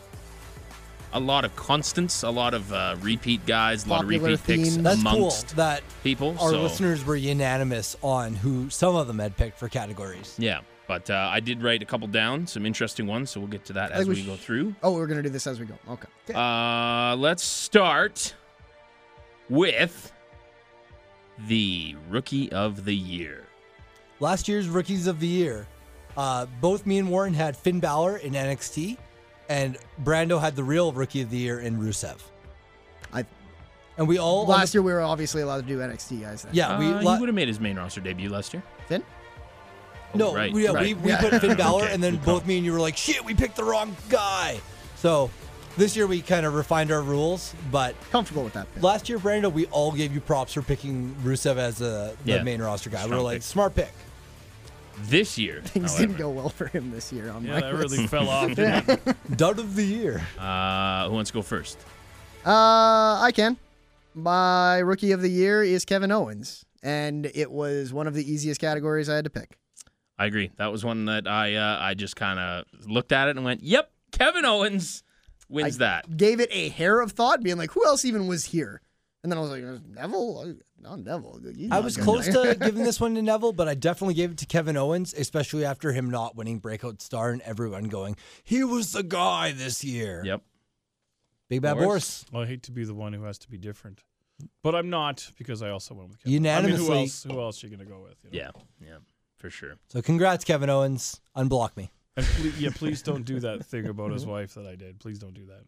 Speaker 1: a lot of constants, a lot of uh, repeat guys, a lot of
Speaker 3: Popular
Speaker 1: repeat picks
Speaker 3: themes.
Speaker 2: That's cool
Speaker 1: amongst
Speaker 2: that
Speaker 1: people.
Speaker 2: our
Speaker 1: so,
Speaker 2: listeners were unanimous on who some of them had picked for categories.
Speaker 1: yeah. But uh, I did write a couple down, some interesting ones, so we'll get to that as
Speaker 3: think we
Speaker 1: we
Speaker 3: sh-
Speaker 1: go through.
Speaker 3: Oh, we're gonna do this as we go. Okay.
Speaker 1: Uh, let's start with the rookie of the year.
Speaker 2: last year's rookies of the year. Uh, both me and Warren had Finn Balor in NXT, and Brando had the real rookie of the year in Rusev.
Speaker 3: I-
Speaker 2: and we all
Speaker 3: Last year we were obviously allowed to do NXT guys. Then.
Speaker 2: yeah, we
Speaker 1: Uh,
Speaker 2: la-
Speaker 1: he would have made his main roster debut last year.
Speaker 3: Finn?
Speaker 1: Oh,
Speaker 2: no,
Speaker 1: right,
Speaker 2: we, yeah,
Speaker 1: right.
Speaker 2: we, we
Speaker 3: Yeah.
Speaker 2: put Finn Balor,
Speaker 1: Okay,
Speaker 2: and then
Speaker 1: good call.
Speaker 2: both me and you were like, "Shit, we picked the wrong guy." So this year we kind of refined our rules, but
Speaker 3: Comfortable with that. Finn.
Speaker 2: last year, Brando, we all gave you props for picking Rusev as a, the
Speaker 1: Yeah.
Speaker 2: main roster guy. we
Speaker 1: Strong
Speaker 2: were like,
Speaker 1: pick.
Speaker 2: "Smart pick."
Speaker 1: This year,
Speaker 3: Things
Speaker 1: however,
Speaker 3: didn't go well for him this year. On
Speaker 4: Yeah,
Speaker 3: my
Speaker 4: that
Speaker 3: list.
Speaker 4: really fell off.
Speaker 2: Dud of the year.
Speaker 1: Uh, who wants to go first?
Speaker 3: Uh, I can. My rookie of the year is Kevin Owens, and it was one of the easiest categories I had to pick.
Speaker 1: I agree. That was one that I uh, I just kind of looked at it and went, "Yep, Kevin Owens wins that."
Speaker 3: Gave it a hair of thought, being like, who else even was here? And then I was like, Neville, Uh, not Neville. He's
Speaker 2: I
Speaker 3: not
Speaker 2: was
Speaker 3: gonna-
Speaker 2: close to giving this one to Neville, but I definitely gave it to Kevin Owens, especially after him not winning Breakout Star and everyone going, he was the guy this year.
Speaker 1: Yep.
Speaker 2: Big Bad Boris.
Speaker 1: Boris?
Speaker 4: I hate to be the one who has to be different, but I'm not because I also went with Kevin. I mean,
Speaker 2: Unanimously.
Speaker 4: who else? Who else are you gonna go with? you know?
Speaker 1: Yeah, yeah, for sure.
Speaker 2: So congrats, Kevin Owens. Unblock me.
Speaker 4: And ple- yeah, please don't do that thing about his wife that I did. Please don't do that.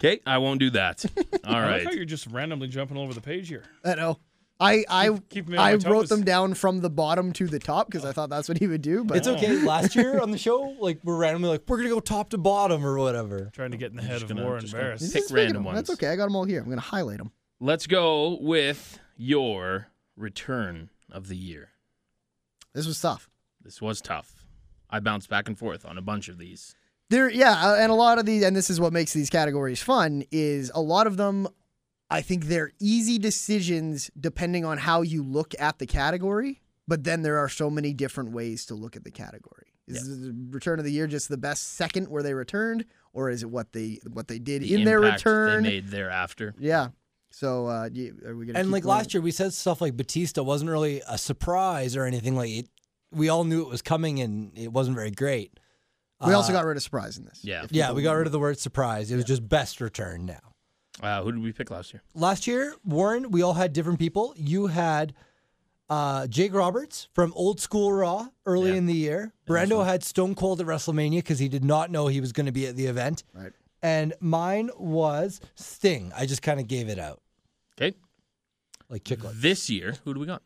Speaker 1: Okay, I won't do that. All
Speaker 4: I like
Speaker 1: right.
Speaker 4: how you're just randomly jumping all over the page here.
Speaker 3: I know. I I
Speaker 4: keep me on
Speaker 3: I
Speaker 4: my
Speaker 3: wrote
Speaker 4: toes.
Speaker 3: them down from the bottom to the top because I thought that's what he would do. But
Speaker 2: It's okay. Last year on the show, like we're randomly like we're gonna go top to bottom or whatever.
Speaker 4: Trying to get in the head of
Speaker 1: gonna-
Speaker 4: Warren
Speaker 1: just gonna-
Speaker 4: Barris.
Speaker 3: Just
Speaker 1: pick
Speaker 3: just make
Speaker 1: random
Speaker 3: them. That's
Speaker 1: ones.
Speaker 3: okay. I got them all here. I'm gonna highlight them.
Speaker 1: Let's go with your return of the year.
Speaker 3: This was tough.
Speaker 1: This was tough. I bounced back and forth on a bunch of these.
Speaker 3: There, yeah, uh, and a lot of these, and this is what makes these categories fun, is a lot of them. I think they're easy decisions depending on how you look at the category, but then there are so many different ways to look at the category. Is the return of the year just the best second where they returned, or is it what they what they did
Speaker 1: The
Speaker 3: in their
Speaker 1: impact
Speaker 3: return?
Speaker 1: they made thereafter.
Speaker 3: Yeah. So uh, you, are we gonna
Speaker 2: And
Speaker 3: keep
Speaker 2: like
Speaker 3: going?
Speaker 2: last year, we said stuff like Batista wasn't really a surprise or anything. Like it, we all knew it was coming, and it wasn't very great.
Speaker 3: We also
Speaker 2: Uh,
Speaker 3: got rid of surprise in this.
Speaker 1: Yeah.
Speaker 3: If
Speaker 2: yeah.
Speaker 3: people
Speaker 2: We got rid
Speaker 3: remember.
Speaker 2: of the word surprise. It was just best return now.
Speaker 1: Uh, who did we pick last year?
Speaker 2: Last year, Warren, we all had different people. You had uh, Jake Roberts from Old School Raw early
Speaker 1: Yeah.
Speaker 2: in the year. Brando had Stone Cold at WrestleMania because he did not know he was going to be at the event.
Speaker 3: Right.
Speaker 2: And mine was Sting. I just kind of gave it out
Speaker 1: Okay.
Speaker 2: like chicklets.
Speaker 1: This year, who do we got?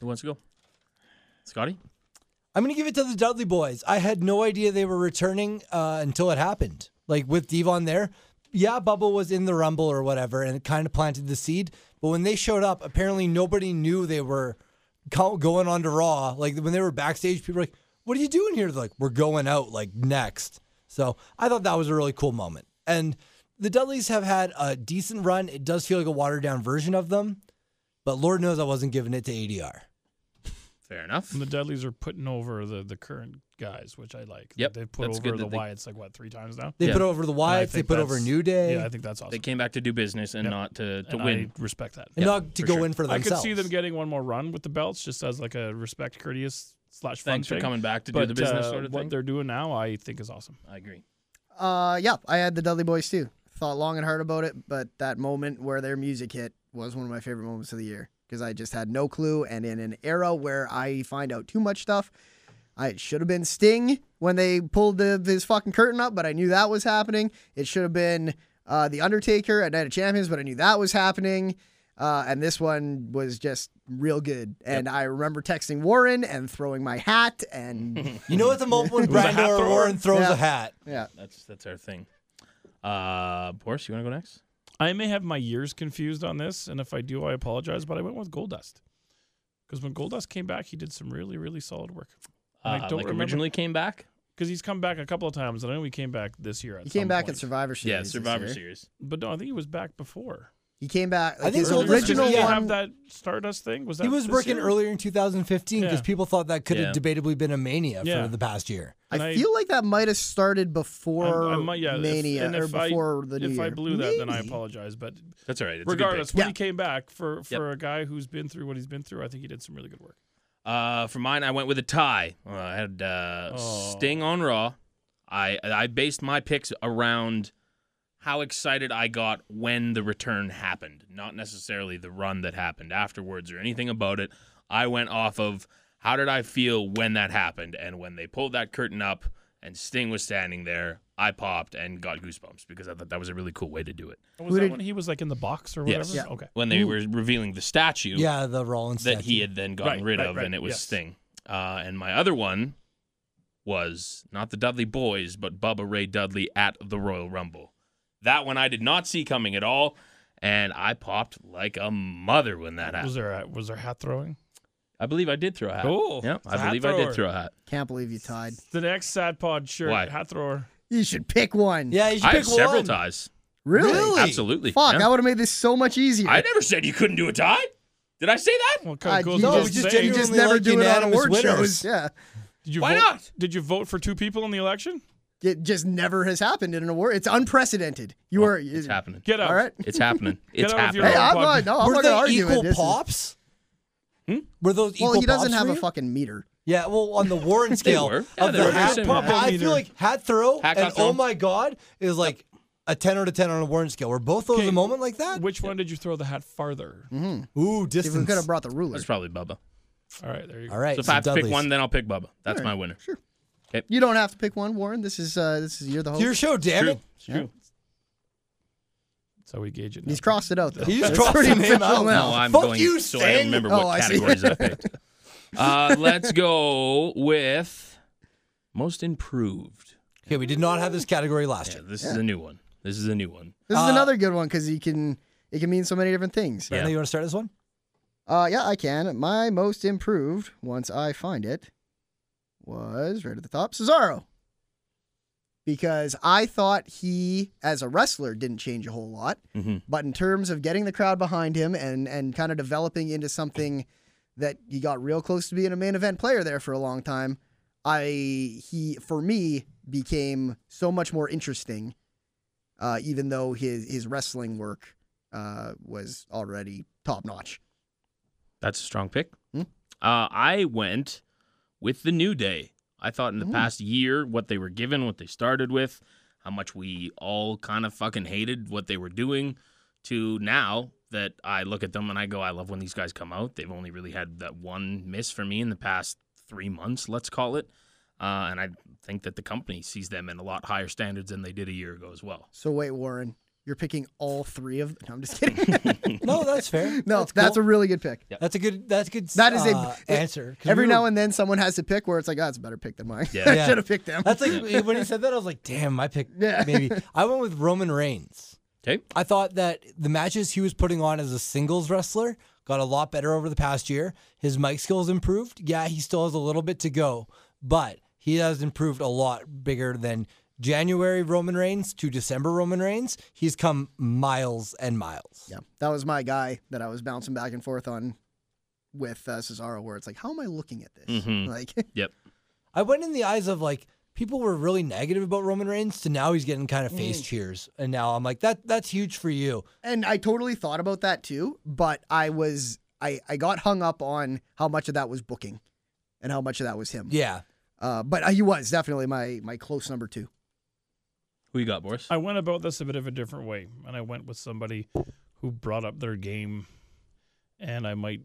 Speaker 1: Who wants to go? Scotty?
Speaker 2: I'm going to give it to the Dudley Boys. I had no idea they were returning uh, until it happened. Like with Devon there, yeah, Bubba was in the Rumble or whatever, and it kind of planted the seed. But when they showed up, apparently nobody knew they were co- going on to Raw. Like when they were backstage, people were like, "What are you doing here?" They're like, "We're going out like next." So I thought that was a really cool moment. And the Dudleys have had a decent run. It does feel like a watered down version of them, but Lord knows I wasn't giving it to ADR.
Speaker 1: Fair enough.
Speaker 4: And the Dudleys are putting over the, the current guys, which I like.
Speaker 1: Yep,
Speaker 4: They've put
Speaker 1: that's
Speaker 4: over
Speaker 1: good
Speaker 4: the
Speaker 1: that they-
Speaker 4: Wyatts like what three times now.
Speaker 2: They
Speaker 1: Yeah.
Speaker 2: put over the
Speaker 4: And I
Speaker 2: Wyatts. They
Speaker 4: think
Speaker 2: put over
Speaker 4: that's-
Speaker 2: New Day.
Speaker 4: Yeah, I think that's awesome.
Speaker 1: They came back to do business and
Speaker 4: Yep.
Speaker 1: not to, to
Speaker 4: And
Speaker 1: win.
Speaker 4: I respect that.
Speaker 2: and
Speaker 1: Yeah,
Speaker 2: not to
Speaker 1: for
Speaker 2: go
Speaker 1: sure.
Speaker 2: in for
Speaker 4: I
Speaker 2: themselves.
Speaker 4: could see them getting one more run with the belts, just as like a respect courteous slash fun
Speaker 1: Thanks for
Speaker 4: thing.
Speaker 1: coming back to do
Speaker 4: but,
Speaker 1: the business
Speaker 4: uh,
Speaker 1: sort of
Speaker 4: what
Speaker 1: thing.
Speaker 4: they're doing now, I think is awesome.
Speaker 1: I agree.
Speaker 3: Uh, yeah, I had the Dudley Boys too. Thought long and hard about it, but that moment where their music hit was one of my favorite moments of the year because I just had no clue. And in an era where I find out too much stuff, I it should have been Sting when they pulled the, his fucking curtain up, but I knew that was happening. It should have been uh, the Undertaker at Night of Champions, but I knew that was happening. Uh, and this one was just real good. And I remember texting Warren and throwing my hat and
Speaker 2: You know, at the moment when
Speaker 4: was a
Speaker 2: Brando
Speaker 4: hat
Speaker 2: or
Speaker 4: thrower.
Speaker 2: Warren throws
Speaker 3: Yeah.
Speaker 2: a hat,
Speaker 3: yeah.
Speaker 1: That's that's our thing. Uh, Boris, you want to go next?
Speaker 4: I may have my years confused on this, and if I do, I apologize. But I went with Goldust because when Goldust came back, he did some really, really solid work.
Speaker 1: Uh,
Speaker 4: And I don't
Speaker 1: like
Speaker 4: remember-
Speaker 1: originally came back.
Speaker 4: Because he's come back a couple of times, and I know he came back this year.
Speaker 3: He
Speaker 4: At
Speaker 3: came
Speaker 4: some
Speaker 3: back
Speaker 4: point.
Speaker 3: at Survivor Series.
Speaker 1: Yeah,
Speaker 3: this
Speaker 1: Survivor
Speaker 3: year.
Speaker 1: Series.
Speaker 4: But no, I think he was back before.
Speaker 3: He came back. Like,
Speaker 2: I think
Speaker 3: his
Speaker 2: it was
Speaker 3: original
Speaker 4: Did he
Speaker 2: yeah.
Speaker 3: one.
Speaker 4: have that Stardust thing? Was that
Speaker 2: he was
Speaker 4: this
Speaker 2: working
Speaker 4: year?
Speaker 2: earlier in 2015 because
Speaker 4: Yeah.
Speaker 2: people thought that could have
Speaker 1: Yeah.
Speaker 2: debatably been a mania
Speaker 4: Yeah.
Speaker 2: for the past year.
Speaker 4: And
Speaker 3: I feel like that might have started before
Speaker 4: I- I might- yeah, if-
Speaker 3: Mania
Speaker 4: and
Speaker 3: or
Speaker 4: if I-
Speaker 3: before the New
Speaker 4: If
Speaker 3: Year.
Speaker 4: I blew that, then I
Speaker 3: Maybe.
Speaker 4: apologize. But
Speaker 1: That's all right. It's a good pick.
Speaker 4: regardless, when
Speaker 3: Yeah.
Speaker 4: he came back for
Speaker 1: Yep.
Speaker 4: for a guy who's been through what he's been through, I think he did some really good work.
Speaker 1: Uh, for mine, I went with a tie. Uh, I had uh,
Speaker 4: Oh.
Speaker 1: Sting on Raw. I I based my picks around how excited I got when the return happened, not necessarily the run that happened afterwards or anything about it. I went off of how did I feel when that happened, and when they pulled that curtain up and Sting was standing there, I popped and got goosebumps because I thought that was a really cool way to do it.
Speaker 4: Was that when he was like in the box or whatever?
Speaker 1: Yes.
Speaker 3: Yeah.
Speaker 4: Okay.
Speaker 1: When they were revealing the statue,
Speaker 2: Yeah, the Rollins
Speaker 1: that he
Speaker 2: statue.
Speaker 1: had then gotten
Speaker 4: Right,
Speaker 1: rid
Speaker 4: right,
Speaker 1: of,
Speaker 4: right,
Speaker 1: and it was
Speaker 4: yes.
Speaker 1: Sting. Uh, and my other one was not the Dudley Boys, but Bubba Ray Dudley at the Royal Rumble. That one I did not see coming at all, and I popped like a mother when that happened.
Speaker 4: Was there a, was there hat throwing?
Speaker 1: I believe I did throw a hat.
Speaker 4: Cool.
Speaker 1: yeah,
Speaker 4: It's a
Speaker 1: I
Speaker 4: hat
Speaker 1: believe I did
Speaker 4: thrower.
Speaker 1: throw a hat.
Speaker 3: Can't believe you tied.
Speaker 4: The next sad pod shirt
Speaker 1: Why?
Speaker 4: hat thrower.
Speaker 3: You should pick one.
Speaker 2: Yeah, you should
Speaker 1: I
Speaker 2: pick
Speaker 1: have several
Speaker 2: one.
Speaker 1: ties.
Speaker 3: Really?
Speaker 2: Really?
Speaker 1: Absolutely.
Speaker 3: Fuck,
Speaker 1: yeah.
Speaker 3: that would have made this so much easier.
Speaker 1: I never said you couldn't do a tie. Did I say that?
Speaker 4: Well,
Speaker 3: God,
Speaker 4: kind of
Speaker 3: you
Speaker 2: No,
Speaker 4: goes
Speaker 2: we
Speaker 4: to
Speaker 2: just
Speaker 4: say,
Speaker 3: you
Speaker 2: genuinely
Speaker 3: just never
Speaker 2: like
Speaker 3: do it on
Speaker 2: unanimous
Speaker 3: award
Speaker 2: winners.
Speaker 3: shows. Yeah.
Speaker 4: Did you
Speaker 1: Why
Speaker 4: vote,
Speaker 1: not?
Speaker 4: Did you vote for two people in the election?
Speaker 3: It just never has happened in an award. It's unprecedented. You are.
Speaker 1: Oh, It's happening.
Speaker 4: Get out.
Speaker 3: All right.
Speaker 1: It's happening. It's
Speaker 4: out of your
Speaker 1: happening.
Speaker 3: Hey, I'm
Speaker 4: Unplugged.
Speaker 3: not, no, I'm
Speaker 2: Were
Speaker 3: not going to
Speaker 2: they
Speaker 3: argue with
Speaker 2: equal
Speaker 3: this.
Speaker 2: pops?
Speaker 1: Hmm?
Speaker 2: Were those equal
Speaker 3: Well, he doesn't
Speaker 2: pops
Speaker 3: have
Speaker 2: for
Speaker 3: a
Speaker 2: you?
Speaker 3: fucking meter.
Speaker 2: Yeah, well, on the Warren scale
Speaker 1: were.
Speaker 2: of
Speaker 1: Yeah, they
Speaker 2: the
Speaker 1: were the
Speaker 2: hat
Speaker 1: same
Speaker 2: pop,
Speaker 1: height.
Speaker 2: I feel like hat throw
Speaker 1: Hat
Speaker 2: and
Speaker 1: got thrown.
Speaker 2: oh my god is like a 10 out of 10 on a Warren scale. Were both those
Speaker 4: Okay.
Speaker 2: a moment like that?
Speaker 4: Which one did you throw the hat farther?
Speaker 3: Mm-hmm.
Speaker 2: Ooh,
Speaker 3: If we
Speaker 2: distance.
Speaker 3: could have brought the ruler.
Speaker 1: That's probably Bubba.
Speaker 4: All right, there you go.
Speaker 2: All right.
Speaker 1: So if I have to pick
Speaker 2: Dudley's.
Speaker 1: one, then I'll pick Bubba. That's
Speaker 3: All
Speaker 1: my
Speaker 3: right,
Speaker 1: winner.
Speaker 3: Sure.
Speaker 1: Okay.
Speaker 3: You don't have to pick one, Warren. This is uh, this is you're the
Speaker 2: It's
Speaker 3: host.
Speaker 2: your show, damn
Speaker 1: True.
Speaker 2: it.
Speaker 1: It's true.
Speaker 4: That's how we gauge it. now.
Speaker 3: He's crossed it out. Though.
Speaker 2: He just
Speaker 3: It's
Speaker 2: crossed
Speaker 3: pretty
Speaker 2: the name
Speaker 3: official
Speaker 2: out.
Speaker 1: No,
Speaker 3: now.
Speaker 1: Oh, I'm
Speaker 2: Fuck
Speaker 1: going
Speaker 2: you,
Speaker 1: so I don't
Speaker 2: Stan.
Speaker 1: remember
Speaker 3: Oh,
Speaker 1: what
Speaker 3: I see.
Speaker 1: categories I picked. Uh, let's go with most improved.
Speaker 2: Okay, we did not have this category last
Speaker 1: Yeah,
Speaker 2: year.
Speaker 1: this is a new one. This is a new one.
Speaker 3: This is
Speaker 2: Uh,
Speaker 3: another good one because you can it can mean so many different things.
Speaker 2: Brandon, you want to start this one?
Speaker 3: Uh, yeah, I can. My most improved, once I find it, was right at the top Cesaro. Because I thought he, as a wrestler, didn't change a whole lot.
Speaker 1: Mhm.
Speaker 3: But in terms of getting the crowd behind him and, and kind of developing into something that he got real close to being a main event player there for a long time, I he for me became so much more interesting, uh, even though his his wrestling work uh, was already top notch.
Speaker 1: That's a strong pick.
Speaker 3: Hmm.
Speaker 1: Uh, I went with the New Day. I thought in the past year what they were given, what they started with, how much we all kind of fucking hated what they were doing, to now that I look at them and I go, I love when these guys come out. They've only really had that one miss for me in the past three months, let's call it. Uh, and I think that the company sees them in a lot higher standards than they did a year ago as well.
Speaker 3: So wait, Warren, you're picking all three of? No, I'm just kidding.
Speaker 2: No, that's fair.
Speaker 3: no, that's,
Speaker 2: that's, cool.
Speaker 3: a really good pick.
Speaker 2: That's a good. That's a good.
Speaker 3: That is a
Speaker 2: uh,
Speaker 3: it-
Speaker 2: answer. 'cause
Speaker 3: Every
Speaker 2: we were-
Speaker 3: now and then, someone has to pick where it's like, oh, that's a better pick than mine.
Speaker 1: Yeah.
Speaker 3: I
Speaker 2: Yeah.
Speaker 3: should have picked them.
Speaker 2: That's like when he said that, I was like, damn, I picked
Speaker 3: Yeah.
Speaker 2: maybe. I went with Roman Reigns.
Speaker 1: Okay.
Speaker 2: I thought that the matches he was putting on as a singles wrestler got a lot better over the past year. His mic skills improved. Yeah, he still has a little bit to go, but he has improved a lot bigger than January Roman Reigns to December Roman Reigns. He's come miles and miles.
Speaker 3: yeah, that was my guy that I was bouncing back and forth on with uh, Cesaro, where it's like, how am I looking at this?
Speaker 1: Mhm.
Speaker 3: Like,
Speaker 1: Yep.
Speaker 2: I went in the eyes of like people were really negative about Roman Reigns to now he's getting kind of face cheers. And now I'm like, that that's huge for you.
Speaker 3: and I totally thought about that too, but I was I I got hung up on how much of that was booking, and how much of that was him.
Speaker 2: Yeah.
Speaker 3: Uh, but he was definitely my my close number two.
Speaker 1: Who you got, Boris?
Speaker 4: I went about this a bit of a different way, and I went with somebody who brought up their game, and I might.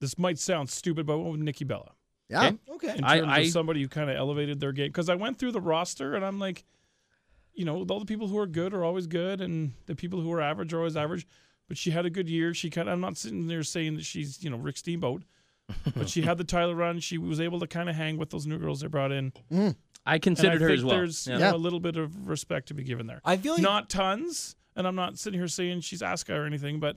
Speaker 4: This might sound stupid, but I went with Nikki Bella
Speaker 3: Yeah.
Speaker 1: Okay.
Speaker 2: Okay.
Speaker 4: in
Speaker 1: I-
Speaker 4: terms
Speaker 1: I-
Speaker 4: of somebody who kind of elevated their game. Because I went through the roster, and I'm like, you know, all the people who are good are always good, and the people who are average are always average. But she had a good year. She kind of. I'm not sitting there saying that she's you know Rick Steamboat, but she had the title run. She was able to kind of hang with those new girls they brought in.
Speaker 1: I
Speaker 4: And I
Speaker 1: considered her
Speaker 4: think
Speaker 1: as well.
Speaker 4: There's you
Speaker 1: Yeah.
Speaker 4: know, a little bit of respect to be given there
Speaker 2: I feel like
Speaker 4: not tons. And I'm not sitting here saying she's Asuka or anything, but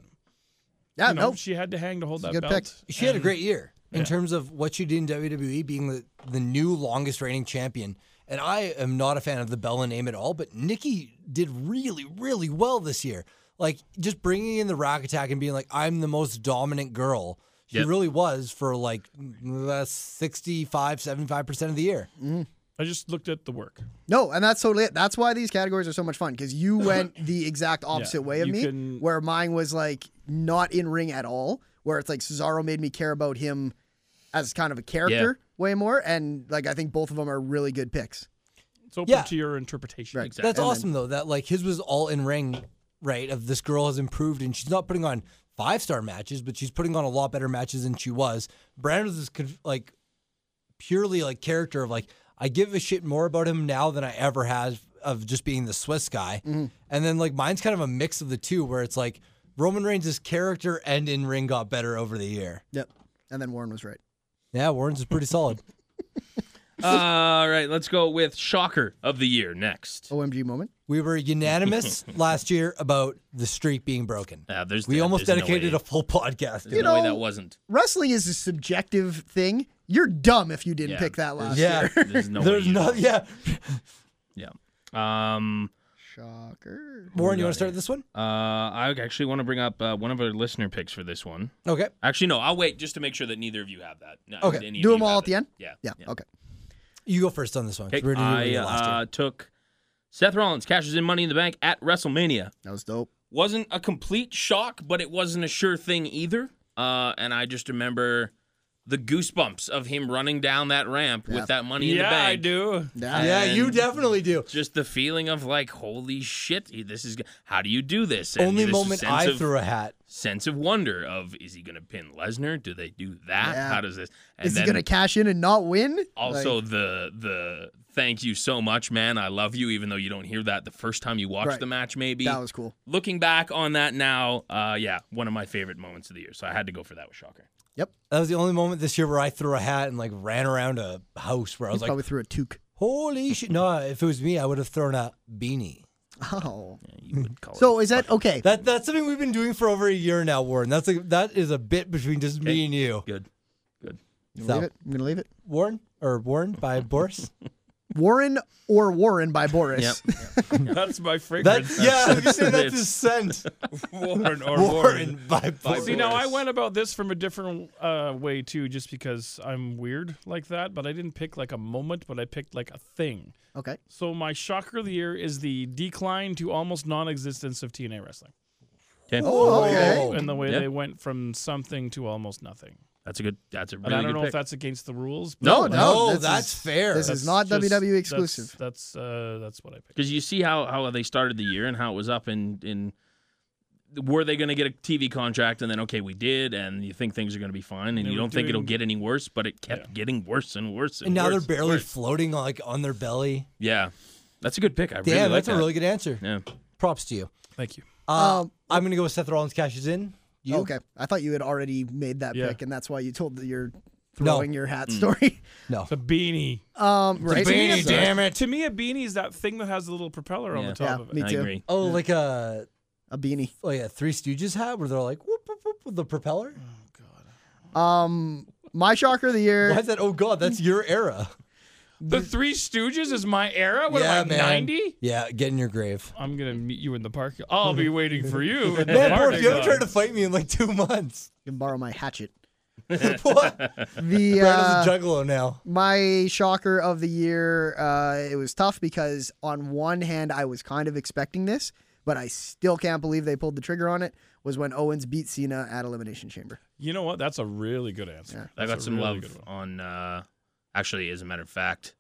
Speaker 3: Yeah.
Speaker 4: you know,
Speaker 3: no.
Speaker 4: she had to hang to hold
Speaker 3: Ah, It's a
Speaker 4: that
Speaker 3: good
Speaker 4: belt.
Speaker 2: she had a
Speaker 4: And
Speaker 2: great year in
Speaker 4: Yeah.
Speaker 2: terms of what she did in WWE, being the, the new longest reigning champion. And I am not a fan of the Bella name at all, but Nikki did really, really well this year. Like just bringing in the Rack Attack and being like, I'm the most dominant girl. She
Speaker 1: Yep.
Speaker 2: really was for like uh, 65, 75% of the year.
Speaker 4: I just looked at the work.
Speaker 3: No, and that's totally it. That's why these categories are so much fun because you went the exact opposite way of
Speaker 4: you
Speaker 3: me,
Speaker 4: can-
Speaker 3: where mine was like not in ring at all, where it's like Cesaro made me care about him as kind of a character way more. And like, I think both of them are really good picks.
Speaker 4: It's open
Speaker 2: Yeah.
Speaker 4: to your interpretation.
Speaker 3: Right.
Speaker 1: Exactly.
Speaker 2: That's awesome though. That like his was all in ring, right? Of this girl has improved and she's not putting on five star matches, but she's putting on a lot better matches than she was. Brandon's is conf- like purely like character of like I give a shit more about him now than I ever have of just being the Swiss guy. And then like mine's kind of a mix of the two where it's like Roman Reigns' character and in ring got better over the year.
Speaker 3: Yep. And then Warren was right.
Speaker 2: Yeah, Warren's is pretty solid.
Speaker 1: All right, let's go with shocker of the year next.
Speaker 3: OMG moment.
Speaker 2: We were unanimous last year about the streak being broken.
Speaker 1: Uh, there's
Speaker 2: We
Speaker 1: there's
Speaker 2: almost
Speaker 1: no
Speaker 2: dedicated
Speaker 1: way-
Speaker 2: a full podcast. to
Speaker 1: there's
Speaker 2: it.
Speaker 3: You
Speaker 1: no way
Speaker 3: know-
Speaker 1: that wasn't.
Speaker 3: Wrestling is a subjective thing. You're dumb if you didn't
Speaker 1: Yeah.
Speaker 3: pick that last
Speaker 2: Yeah.
Speaker 3: year.
Speaker 1: There's no.
Speaker 2: There's
Speaker 1: way you-
Speaker 2: not. Yeah.
Speaker 1: Yeah. Um.
Speaker 3: Shocker.
Speaker 2: Warren, you want to start this one?
Speaker 1: Uh. I actually want to bring up uh, one of our listener picks for this one.
Speaker 2: Okay.
Speaker 1: Actually, no. I'll wait just to make sure that neither of you have that. No,
Speaker 2: Okay,
Speaker 1: any of
Speaker 3: do
Speaker 1: you
Speaker 3: them all
Speaker 1: have
Speaker 3: at the
Speaker 1: it.
Speaker 3: end?
Speaker 1: Yeah.
Speaker 3: Yeah. Okay.
Speaker 2: You go first on this one. 'cause
Speaker 1: Okay.
Speaker 2: we already did what we
Speaker 1: I
Speaker 2: did last year.
Speaker 1: uh, took Seth Rollins cashes in Money in the Bank at WrestleMania.
Speaker 3: That was dope.
Speaker 1: wasn't a complete shock, but it wasn't a sure thing either. Uh, and I just remember the goosebumps of him running down that ramp
Speaker 3: Yeah.
Speaker 1: with that money in the
Speaker 7: Yeah,
Speaker 1: bank.
Speaker 7: I do.
Speaker 3: Yeah.
Speaker 2: Yeah, you
Speaker 1: uh, And-
Speaker 2: definitely do.
Speaker 1: Just the feeling of like, holy shit, he- this is. g- How do you do this? And
Speaker 2: Only
Speaker 1: this
Speaker 2: moment
Speaker 1: sense
Speaker 2: I
Speaker 1: of,
Speaker 2: threw a hat.
Speaker 1: sense of wonder of is he going to pin Lesnar? Do they do that?
Speaker 3: Yeah.
Speaker 1: How does this? And
Speaker 3: Is
Speaker 1: then
Speaker 3: he gonna cash in and not win?
Speaker 1: also
Speaker 3: Like,
Speaker 1: the the thank you so much, man. I love you, even though you don't hear that the first time you watch
Speaker 3: Right.
Speaker 1: the match. Maybe
Speaker 3: that was cool.
Speaker 1: looking back on that now, uh, yeah, one of my favorite moments of the year. So I had to go for that with Shocker.
Speaker 2: That was the only moment this year where I threw a hat and like ran around a house where I
Speaker 3: He
Speaker 2: was like,
Speaker 3: probably threw a toque.
Speaker 2: holy shit. No, if it was me, I would have thrown a beanie.
Speaker 3: Oh,
Speaker 1: You
Speaker 2: Hmm.
Speaker 1: would call
Speaker 3: so is that okay?
Speaker 2: That that's something we've been doing for over a year now, Warren. That's a, that is a bit between just me and you.
Speaker 1: it good. Good.
Speaker 3: I'm
Speaker 2: So,
Speaker 3: gonna leave it. I'm gonna leave it.
Speaker 2: Warren or Warren by Boris.
Speaker 3: Warren or Warren by Boris.
Speaker 1: Yep.
Speaker 7: That's my
Speaker 2: That
Speaker 7: fragrance.
Speaker 2: yeah, I was gonna say that's
Speaker 1: It's-
Speaker 2: his scent.
Speaker 7: Warren or Warren.
Speaker 2: Warren by Boris.
Speaker 4: See, now I went about this from a different uh, way too, just because I'm weird like that. But I didn't pick like a moment, but I picked like a thing.
Speaker 3: Okay.
Speaker 4: So my shocker of the year is the decline to almost non-existence of TNA wrestling
Speaker 1: Okay.
Speaker 2: Oh,
Speaker 3: Okay.
Speaker 4: and the way
Speaker 1: Yeah.
Speaker 4: they went from something to almost nothing.
Speaker 1: That's a good. That's a
Speaker 4: And
Speaker 1: really
Speaker 4: I don't
Speaker 1: good
Speaker 4: know
Speaker 1: pick.
Speaker 4: if that's against the rules. But
Speaker 1: No,
Speaker 3: No,
Speaker 2: Oh, No,
Speaker 3: this
Speaker 2: that's
Speaker 3: is-
Speaker 2: fair.
Speaker 3: This is not
Speaker 4: just-
Speaker 3: WWE
Speaker 4: that's-
Speaker 3: exclusive.
Speaker 4: That's uh, that's what I picked.
Speaker 1: Because you see how, how they started the year and how it was up in in were they going to get a TV contract and then okay we did and you think things are going to be fine and
Speaker 4: They
Speaker 1: you
Speaker 4: were
Speaker 1: don't think it'll
Speaker 4: doing-
Speaker 1: get any worse but it kept
Speaker 4: Yeah.
Speaker 1: getting worse and worse and,
Speaker 2: And now they're
Speaker 1: worse and
Speaker 2: barely
Speaker 1: worse.
Speaker 2: floating like on their belly.
Speaker 1: yeah that's a good pick I
Speaker 2: Damn,
Speaker 1: really like
Speaker 2: that's
Speaker 1: that
Speaker 2: a really good answer.
Speaker 1: yeah
Speaker 2: Props to you.
Speaker 4: Thank you.
Speaker 2: Uh,
Speaker 3: Um,
Speaker 2: I'm gonna go with Seth Rollins cashes in. You?
Speaker 3: Okay. I thought you had already made that
Speaker 4: Yeah.
Speaker 3: pick, and that's why you told the, your
Speaker 2: No.
Speaker 3: throwing your hat story.
Speaker 2: No.
Speaker 4: The beanie.
Speaker 3: um, right.
Speaker 4: To me, a
Speaker 2: Beanie,
Speaker 4: beanie-
Speaker 2: damn it.
Speaker 4: To me, a beanie is that thing that has a little propeller on
Speaker 1: Yeah.
Speaker 4: the top
Speaker 3: Yeah,
Speaker 4: of it.
Speaker 3: me
Speaker 1: I
Speaker 3: too.
Speaker 1: agree
Speaker 2: Oh, like a
Speaker 3: A beanie.
Speaker 2: like a Three Stooges hat where they're like whoop whoop whoop with the propeller.
Speaker 3: Um, my shocker of the year.
Speaker 2: Why is that? Oh God, that's your era.
Speaker 4: The Three Stooges is my era. What
Speaker 2: yeah,
Speaker 4: am I,
Speaker 2: man.
Speaker 4: ninety?
Speaker 2: Yeah, get in your grave.
Speaker 4: I'm gonna meet you in the park. I'll be waiting for you. in the
Speaker 2: Man, Boris,
Speaker 4: parking
Speaker 2: you haven't
Speaker 4: lot.
Speaker 2: tried to fight me in like two months.
Speaker 3: You can borrow my hatchet.
Speaker 2: what?
Speaker 3: The
Speaker 2: Brad is a
Speaker 3: uh,
Speaker 2: juggalo now.
Speaker 3: my shocker of the year. Uh, it was tough because on one hand I was kind of expecting this, but I still can't believe they pulled the trigger on it. Was when Owens beat Cena at Elimination Chamber.
Speaker 4: You know what? That's a really good answer.
Speaker 1: I
Speaker 4: That's
Speaker 1: got
Speaker 4: a
Speaker 1: some
Speaker 4: really
Speaker 1: love
Speaker 4: good
Speaker 1: on
Speaker 4: one.
Speaker 1: uh, actually as a matter of fact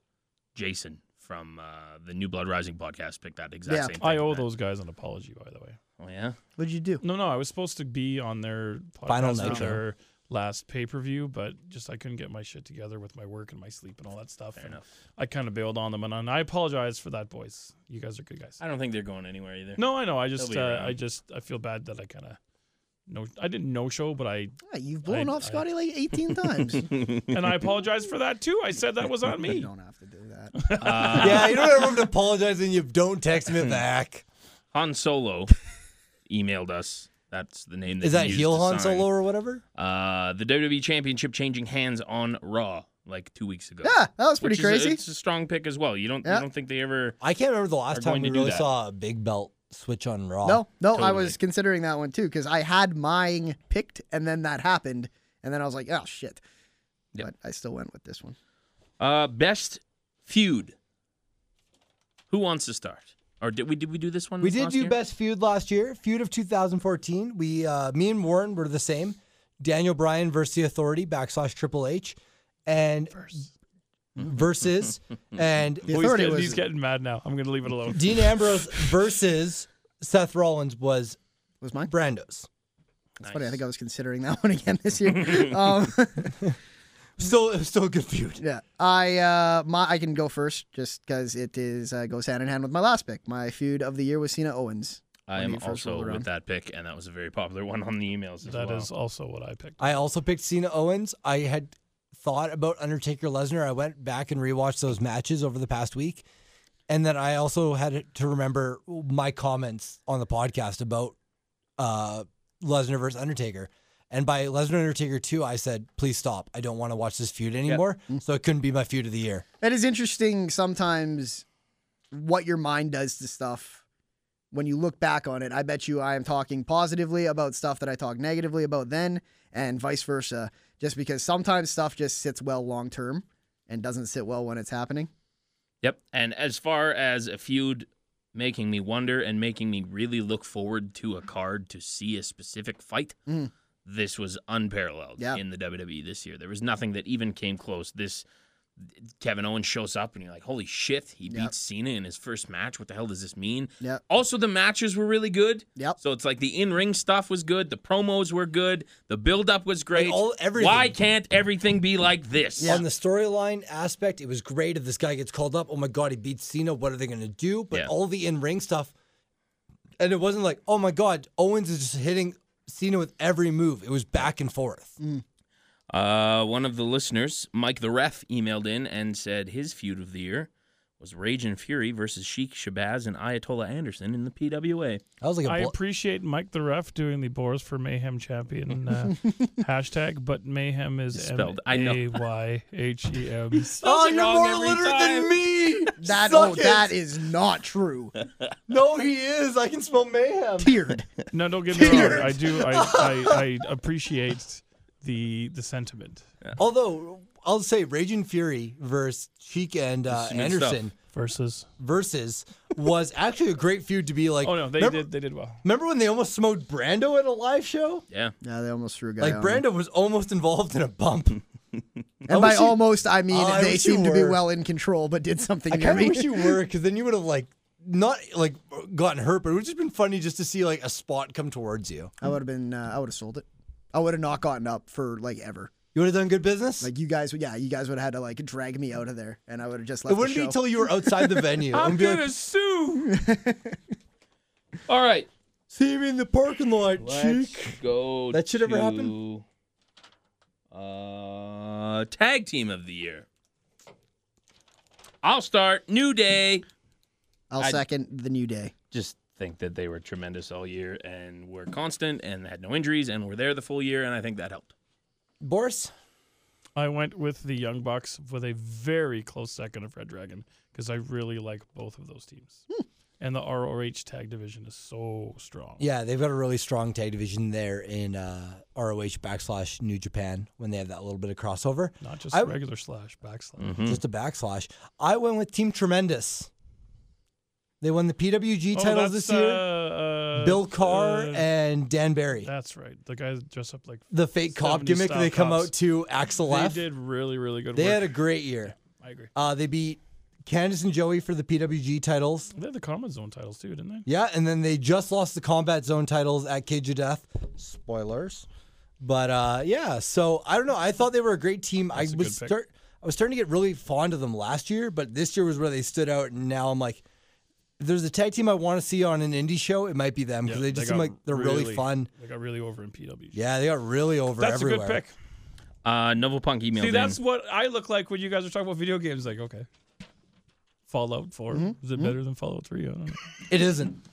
Speaker 1: Jason from uh, the New Blood Rising podcast picked that exact
Speaker 3: Yeah.
Speaker 1: same thing
Speaker 4: I owe
Speaker 1: to that.
Speaker 4: those guys an apology, by the way.
Speaker 1: oh yeah
Speaker 3: What did you do?
Speaker 4: No, no, I was supposed to be on their podcast
Speaker 2: Final
Speaker 4: for
Speaker 2: Nitro.
Speaker 4: their last pay per view, but just I couldn't get my shit together with my work and my sleep and all that stuff. and
Speaker 1: enough.
Speaker 4: I kind of bailed on them, and, and I apologize for that, boys. You guys are good guys.
Speaker 1: I don't think they're going anywhere either
Speaker 4: No, I know. I
Speaker 1: They'll
Speaker 4: just,
Speaker 1: be
Speaker 4: uh,
Speaker 1: around.
Speaker 4: I just, I feel bad that I kind of, no, I didn't no show, but I,
Speaker 3: Yeah, you've blown
Speaker 4: I-
Speaker 3: off
Speaker 4: I-
Speaker 3: Scotty like 18 times. you
Speaker 4: and I apologize for that too. I said that was on me.
Speaker 3: don't have to do that.
Speaker 2: yeah, you don't ever have to apologize and you don't text me back.
Speaker 1: Han Solo emailed us that's the name that
Speaker 2: Is
Speaker 1: he
Speaker 2: that
Speaker 1: used
Speaker 2: heel
Speaker 1: to
Speaker 2: Han
Speaker 1: sign.
Speaker 2: Solo or whatever?
Speaker 1: uh, the WWE Championship changing hands on Raw like two weeks ago.
Speaker 3: Yeah, that was pretty
Speaker 1: Which is a-
Speaker 3: crazy.
Speaker 1: it's a strong pick as well. You don't
Speaker 3: Yeah.
Speaker 1: you don't think they ever?
Speaker 2: I can't remember the last
Speaker 1: Are
Speaker 2: time
Speaker 1: going
Speaker 2: we
Speaker 1: to do
Speaker 2: really
Speaker 1: that.
Speaker 2: saw a big belt switch on Raw.
Speaker 3: No, no, I
Speaker 1: Totally.
Speaker 3: was considering that one too because I had mine picked and then that happened and then I was like, oh shit.
Speaker 1: Yep.
Speaker 3: But I still went with this one.
Speaker 1: Uh, best feud. Who wants to start? Or did we did we do this one?
Speaker 2: We did
Speaker 1: last
Speaker 2: do
Speaker 1: year?
Speaker 2: best feud last year, feud of 2014. We, uh, me and Warren were the same. Daniel Bryan versus the Authority backslash Triple H, and versus and
Speaker 3: The
Speaker 4: Well, he's,
Speaker 3: authority
Speaker 4: getting,
Speaker 3: was
Speaker 4: he's getting mad now. I'm gonna leave it alone.
Speaker 2: Dean Ambrose versus Seth Rollins was
Speaker 3: was mine.
Speaker 2: Brando's.
Speaker 3: It's funny. I think I was considering that one again this year. um,
Speaker 2: Still, it was still a good feud.
Speaker 3: yeah, I uh, my I can go first just because it is uh, goes hand in hand with my last pick. My feud of the year was Cena Owens.
Speaker 1: I
Speaker 3: when
Speaker 1: am
Speaker 3: he first
Speaker 1: also
Speaker 3: rolled around.
Speaker 1: with that pick, and that was a very popular one on the emails as
Speaker 4: That is
Speaker 1: well.
Speaker 4: also what I picked.
Speaker 2: I also picked Cena Owens. I had thought about Undertaker Lesnar. I went back and rewatched those matches over the past week. And then I also had to remember my comments on the podcast about uh, Lesnar versus Undertaker. And by Lesnar Undertaker 2, I said, please stop. I don't want to watch this feud anymore. So it couldn't be my feud of the year.
Speaker 3: It is interesting sometimes what your mind does to stuff when you look back on it. I bet you I am talking positively about stuff that I talked negatively about then, and vice versa, just because sometimes stuff just sits well long term and doesn't sit well when it's happening.
Speaker 1: Yep. And as far as a feud making me wonder and making me really look forward to a card to see a specific fight, this was unparalleled
Speaker 3: Yeah.
Speaker 1: in the WWE this year. There was nothing that even came close. This Kevin Owens shows up and you're like, holy shit, he
Speaker 3: Yep.
Speaker 1: beats Cena in his first match. What the hell does this mean?
Speaker 3: Yep.
Speaker 1: Also, the matches were really good.
Speaker 3: Yep.
Speaker 1: So it's like the in ring stuff was good. The promos were good. The build up was great.
Speaker 2: all- everything.
Speaker 1: Why can't everything be like this?
Speaker 2: On the storyline aspect, it was great. If this guy gets called up, oh my god, he beats Cena. What are they going to do? But
Speaker 1: Yeah.
Speaker 2: all the in ring stuff, and it wasn't like, oh my god, Owens is just hitting Cena with every move. It was back and forth.
Speaker 1: Mm. Uh, one of the listeners, Mike the Ref, emailed in and said his feud of the year was Rage and Fury versus Sheik Shabazz and Ayatollah Anderson in the PWA.
Speaker 2: That was like
Speaker 4: I
Speaker 2: a. bl-
Speaker 4: appreciate Mike the Ref doing the Boris for Mayhem champion uh, hashtag, but Mayhem is
Speaker 1: Spelled, I know.
Speaker 4: M A Y H E M.
Speaker 2: oh,
Speaker 1: it
Speaker 2: you're
Speaker 1: wrong
Speaker 2: more
Speaker 1: every
Speaker 2: illiterate
Speaker 1: time.
Speaker 2: than me.
Speaker 3: That
Speaker 2: Suck
Speaker 3: oh,
Speaker 2: it.
Speaker 3: that is not true.
Speaker 2: No, he is. I can smell mayhem.
Speaker 3: Tiered.
Speaker 4: No, don't get me wrong. I do. I, I, I appreciate the the sentiment.
Speaker 2: Although I'll say, Raging Fury versus Cheek and uh,
Speaker 1: Some good stuff.
Speaker 2: Anderson
Speaker 4: Versus.
Speaker 2: versus was actually a great feud to be like.
Speaker 4: Oh no, they
Speaker 2: remember,
Speaker 4: did. They did well.
Speaker 2: Remember when they almost smoked Brando at a live show?
Speaker 1: Yeah.
Speaker 3: Yeah, they almost threw a guy.
Speaker 2: Like
Speaker 3: on.
Speaker 2: Brando was almost involved in a bump.
Speaker 3: and
Speaker 2: I
Speaker 3: by
Speaker 2: wish you-
Speaker 3: almost I mean
Speaker 2: I
Speaker 3: they
Speaker 2: wish you
Speaker 3: seemed to be
Speaker 2: were.
Speaker 3: well in control, but did something.
Speaker 2: I
Speaker 3: to
Speaker 2: kind of
Speaker 3: me.
Speaker 2: wish you were, because then you would have like not like gotten hurt, but it would just been funny just to see like a spot come towards you.
Speaker 3: I would have been. Uh, I would have sold it. I would have not gotten up for like ever.
Speaker 2: You would have done good business.
Speaker 3: Like you guys, yeah, you guys would have had to like drag me out of there, and I would have just left.
Speaker 2: it wouldn't
Speaker 3: the
Speaker 2: be
Speaker 3: show.
Speaker 2: until you were outside the venue.
Speaker 1: I'm
Speaker 2: and be like,
Speaker 1: gonna sue. All right.
Speaker 2: see me in the parking lot, cheek.
Speaker 1: Let's go.
Speaker 2: That should ever
Speaker 1: to,
Speaker 2: happen?
Speaker 1: Uh, tag team of the year. I'll start. New Day.
Speaker 3: I'll second the new day.
Speaker 1: Just think that they were tremendous all year and were constant and had no injuries and were there the full year and I think that helped.
Speaker 2: Boris,
Speaker 4: I went with the Young Bucks with a very close second of Red Dragon because I really like both of those teams. And the ROH tag division is so strong.
Speaker 2: yeah, they've got a really strong tag division there in uh, ROH backslash New Japan when they have that little bit of crossover.
Speaker 4: Not just
Speaker 2: I- Mm.
Speaker 4: regular slash backslash.
Speaker 1: Mm-hmm.
Speaker 2: just a backslash. I went with Team Tremendous. They won the PWG
Speaker 4: Oh,
Speaker 2: titles
Speaker 4: that's,
Speaker 2: this year.
Speaker 4: uh, uh,
Speaker 2: Bill Carr
Speaker 4: uh,
Speaker 2: and Dan Barry.
Speaker 4: That's right. The guys dressed up like
Speaker 2: The fake cop
Speaker 4: 70s
Speaker 2: gimmick
Speaker 4: style
Speaker 2: they come
Speaker 4: cops.
Speaker 2: out to Axel F.
Speaker 4: They did really, really good
Speaker 2: They
Speaker 4: work.
Speaker 2: had a great year.
Speaker 4: I agree.
Speaker 2: Uh, they beat Candice and Joey for the PWG titles.
Speaker 4: They had the Common Zone titles too, didn't they?
Speaker 2: Yeah, and then they just lost the Combat Zone titles at Cage of Death. Spoilers. But uh, yeah, so I don't know. I thought they were a great team.
Speaker 4: That's
Speaker 2: I
Speaker 4: a
Speaker 2: was
Speaker 4: good pick.
Speaker 2: start. I was starting to get really fond of them last year, but this year was where they stood out. And now I'm like, if there's a tag team I want to see on an indie show, it might be them because
Speaker 4: Yeah,
Speaker 2: they just
Speaker 4: got
Speaker 2: seem like they're really, fun.
Speaker 4: They got really over in PW.
Speaker 2: Yeah, they got really over
Speaker 4: that's
Speaker 2: everywhere.
Speaker 4: a good pick.
Speaker 1: Uh, Novel Punk emailed
Speaker 4: See,
Speaker 1: in.
Speaker 4: that's what I look like when you guys are talking about video games. Like, okay, Fallout 4
Speaker 2: Mm-hmm.
Speaker 4: is it better than Fallout Three? I don't know.
Speaker 2: It isn't.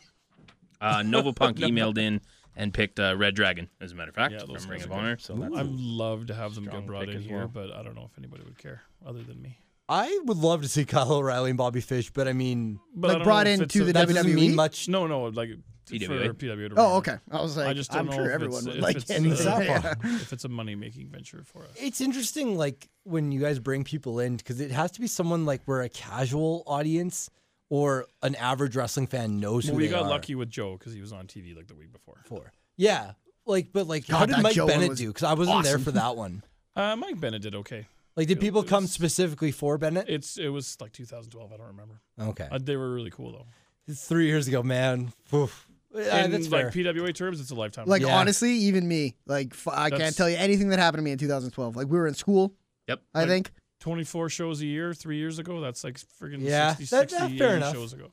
Speaker 1: Uh, Noble Punk emailed in and picked uh, Red Dragon, as a matter of fact,
Speaker 4: Yeah, those
Speaker 1: from Ring
Speaker 4: guys
Speaker 1: of
Speaker 4: are good.
Speaker 1: Honor. So that's
Speaker 4: I'd love to have them
Speaker 1: Strong
Speaker 4: get brought
Speaker 1: pick
Speaker 4: in
Speaker 1: as
Speaker 4: here,
Speaker 1: well.
Speaker 4: but I don't know if anybody would care other than me.
Speaker 2: I would love to see Kyle O'Reilly and Bobby Fish, but I mean,
Speaker 4: But
Speaker 3: Like,
Speaker 4: I don't know
Speaker 3: brought
Speaker 4: if
Speaker 3: in
Speaker 4: it's
Speaker 3: to
Speaker 4: a-
Speaker 3: the
Speaker 2: that doesn't
Speaker 3: WWE?
Speaker 2: mean much.
Speaker 4: No, no, like
Speaker 1: PWA.
Speaker 4: for PW. To bring
Speaker 3: Oh,
Speaker 4: in.
Speaker 3: okay. I was like,
Speaker 4: I just don't
Speaker 3: I'm
Speaker 4: know
Speaker 3: sure
Speaker 4: if
Speaker 3: everyone
Speaker 4: it's,
Speaker 3: would
Speaker 4: if
Speaker 3: like
Speaker 4: it's,
Speaker 3: it.
Speaker 4: uh,
Speaker 3: Yeah.
Speaker 4: if it's a money making venture for us.
Speaker 2: It's interesting, like when you guys bring people in, because it has to be someone like where a casual audience or an average wrestling fan knows who
Speaker 4: Well, we
Speaker 2: they
Speaker 4: got
Speaker 2: are.
Speaker 4: lucky with Joe because he was on TV like the week before.
Speaker 2: for. Yeah, like, but like, how
Speaker 3: God,
Speaker 2: did
Speaker 3: that
Speaker 2: Mike
Speaker 3: Joe one
Speaker 2: Bennett
Speaker 3: was
Speaker 2: do? Because I wasn't there
Speaker 3: awesome.
Speaker 2: for that one.
Speaker 4: Uh, Mike Bennett did okay.
Speaker 2: Like, did
Speaker 4: It
Speaker 2: people come
Speaker 4: was-
Speaker 2: specifically for Bennett?
Speaker 4: It's it was like 2012. I don't remember.
Speaker 2: Okay,
Speaker 4: Uh, they were really cool though.
Speaker 2: It's three years ago, man. Oof. Yeah,
Speaker 4: in
Speaker 2: Uh, that's fair.
Speaker 4: like PWA terms, it's a lifetime.
Speaker 3: Like
Speaker 2: Yeah.
Speaker 3: honestly, even me, like f- I can't
Speaker 4: That's-
Speaker 3: tell you anything that happened to me in 2012. Like we were in school,
Speaker 1: Yep.
Speaker 3: I think.
Speaker 4: 24 shows a year, three years ago. That's like freaking
Speaker 2: Yeah,
Speaker 4: 60,
Speaker 2: that-
Speaker 4: 60
Speaker 2: that- fair
Speaker 4: 80
Speaker 2: enough.
Speaker 4: shows ago.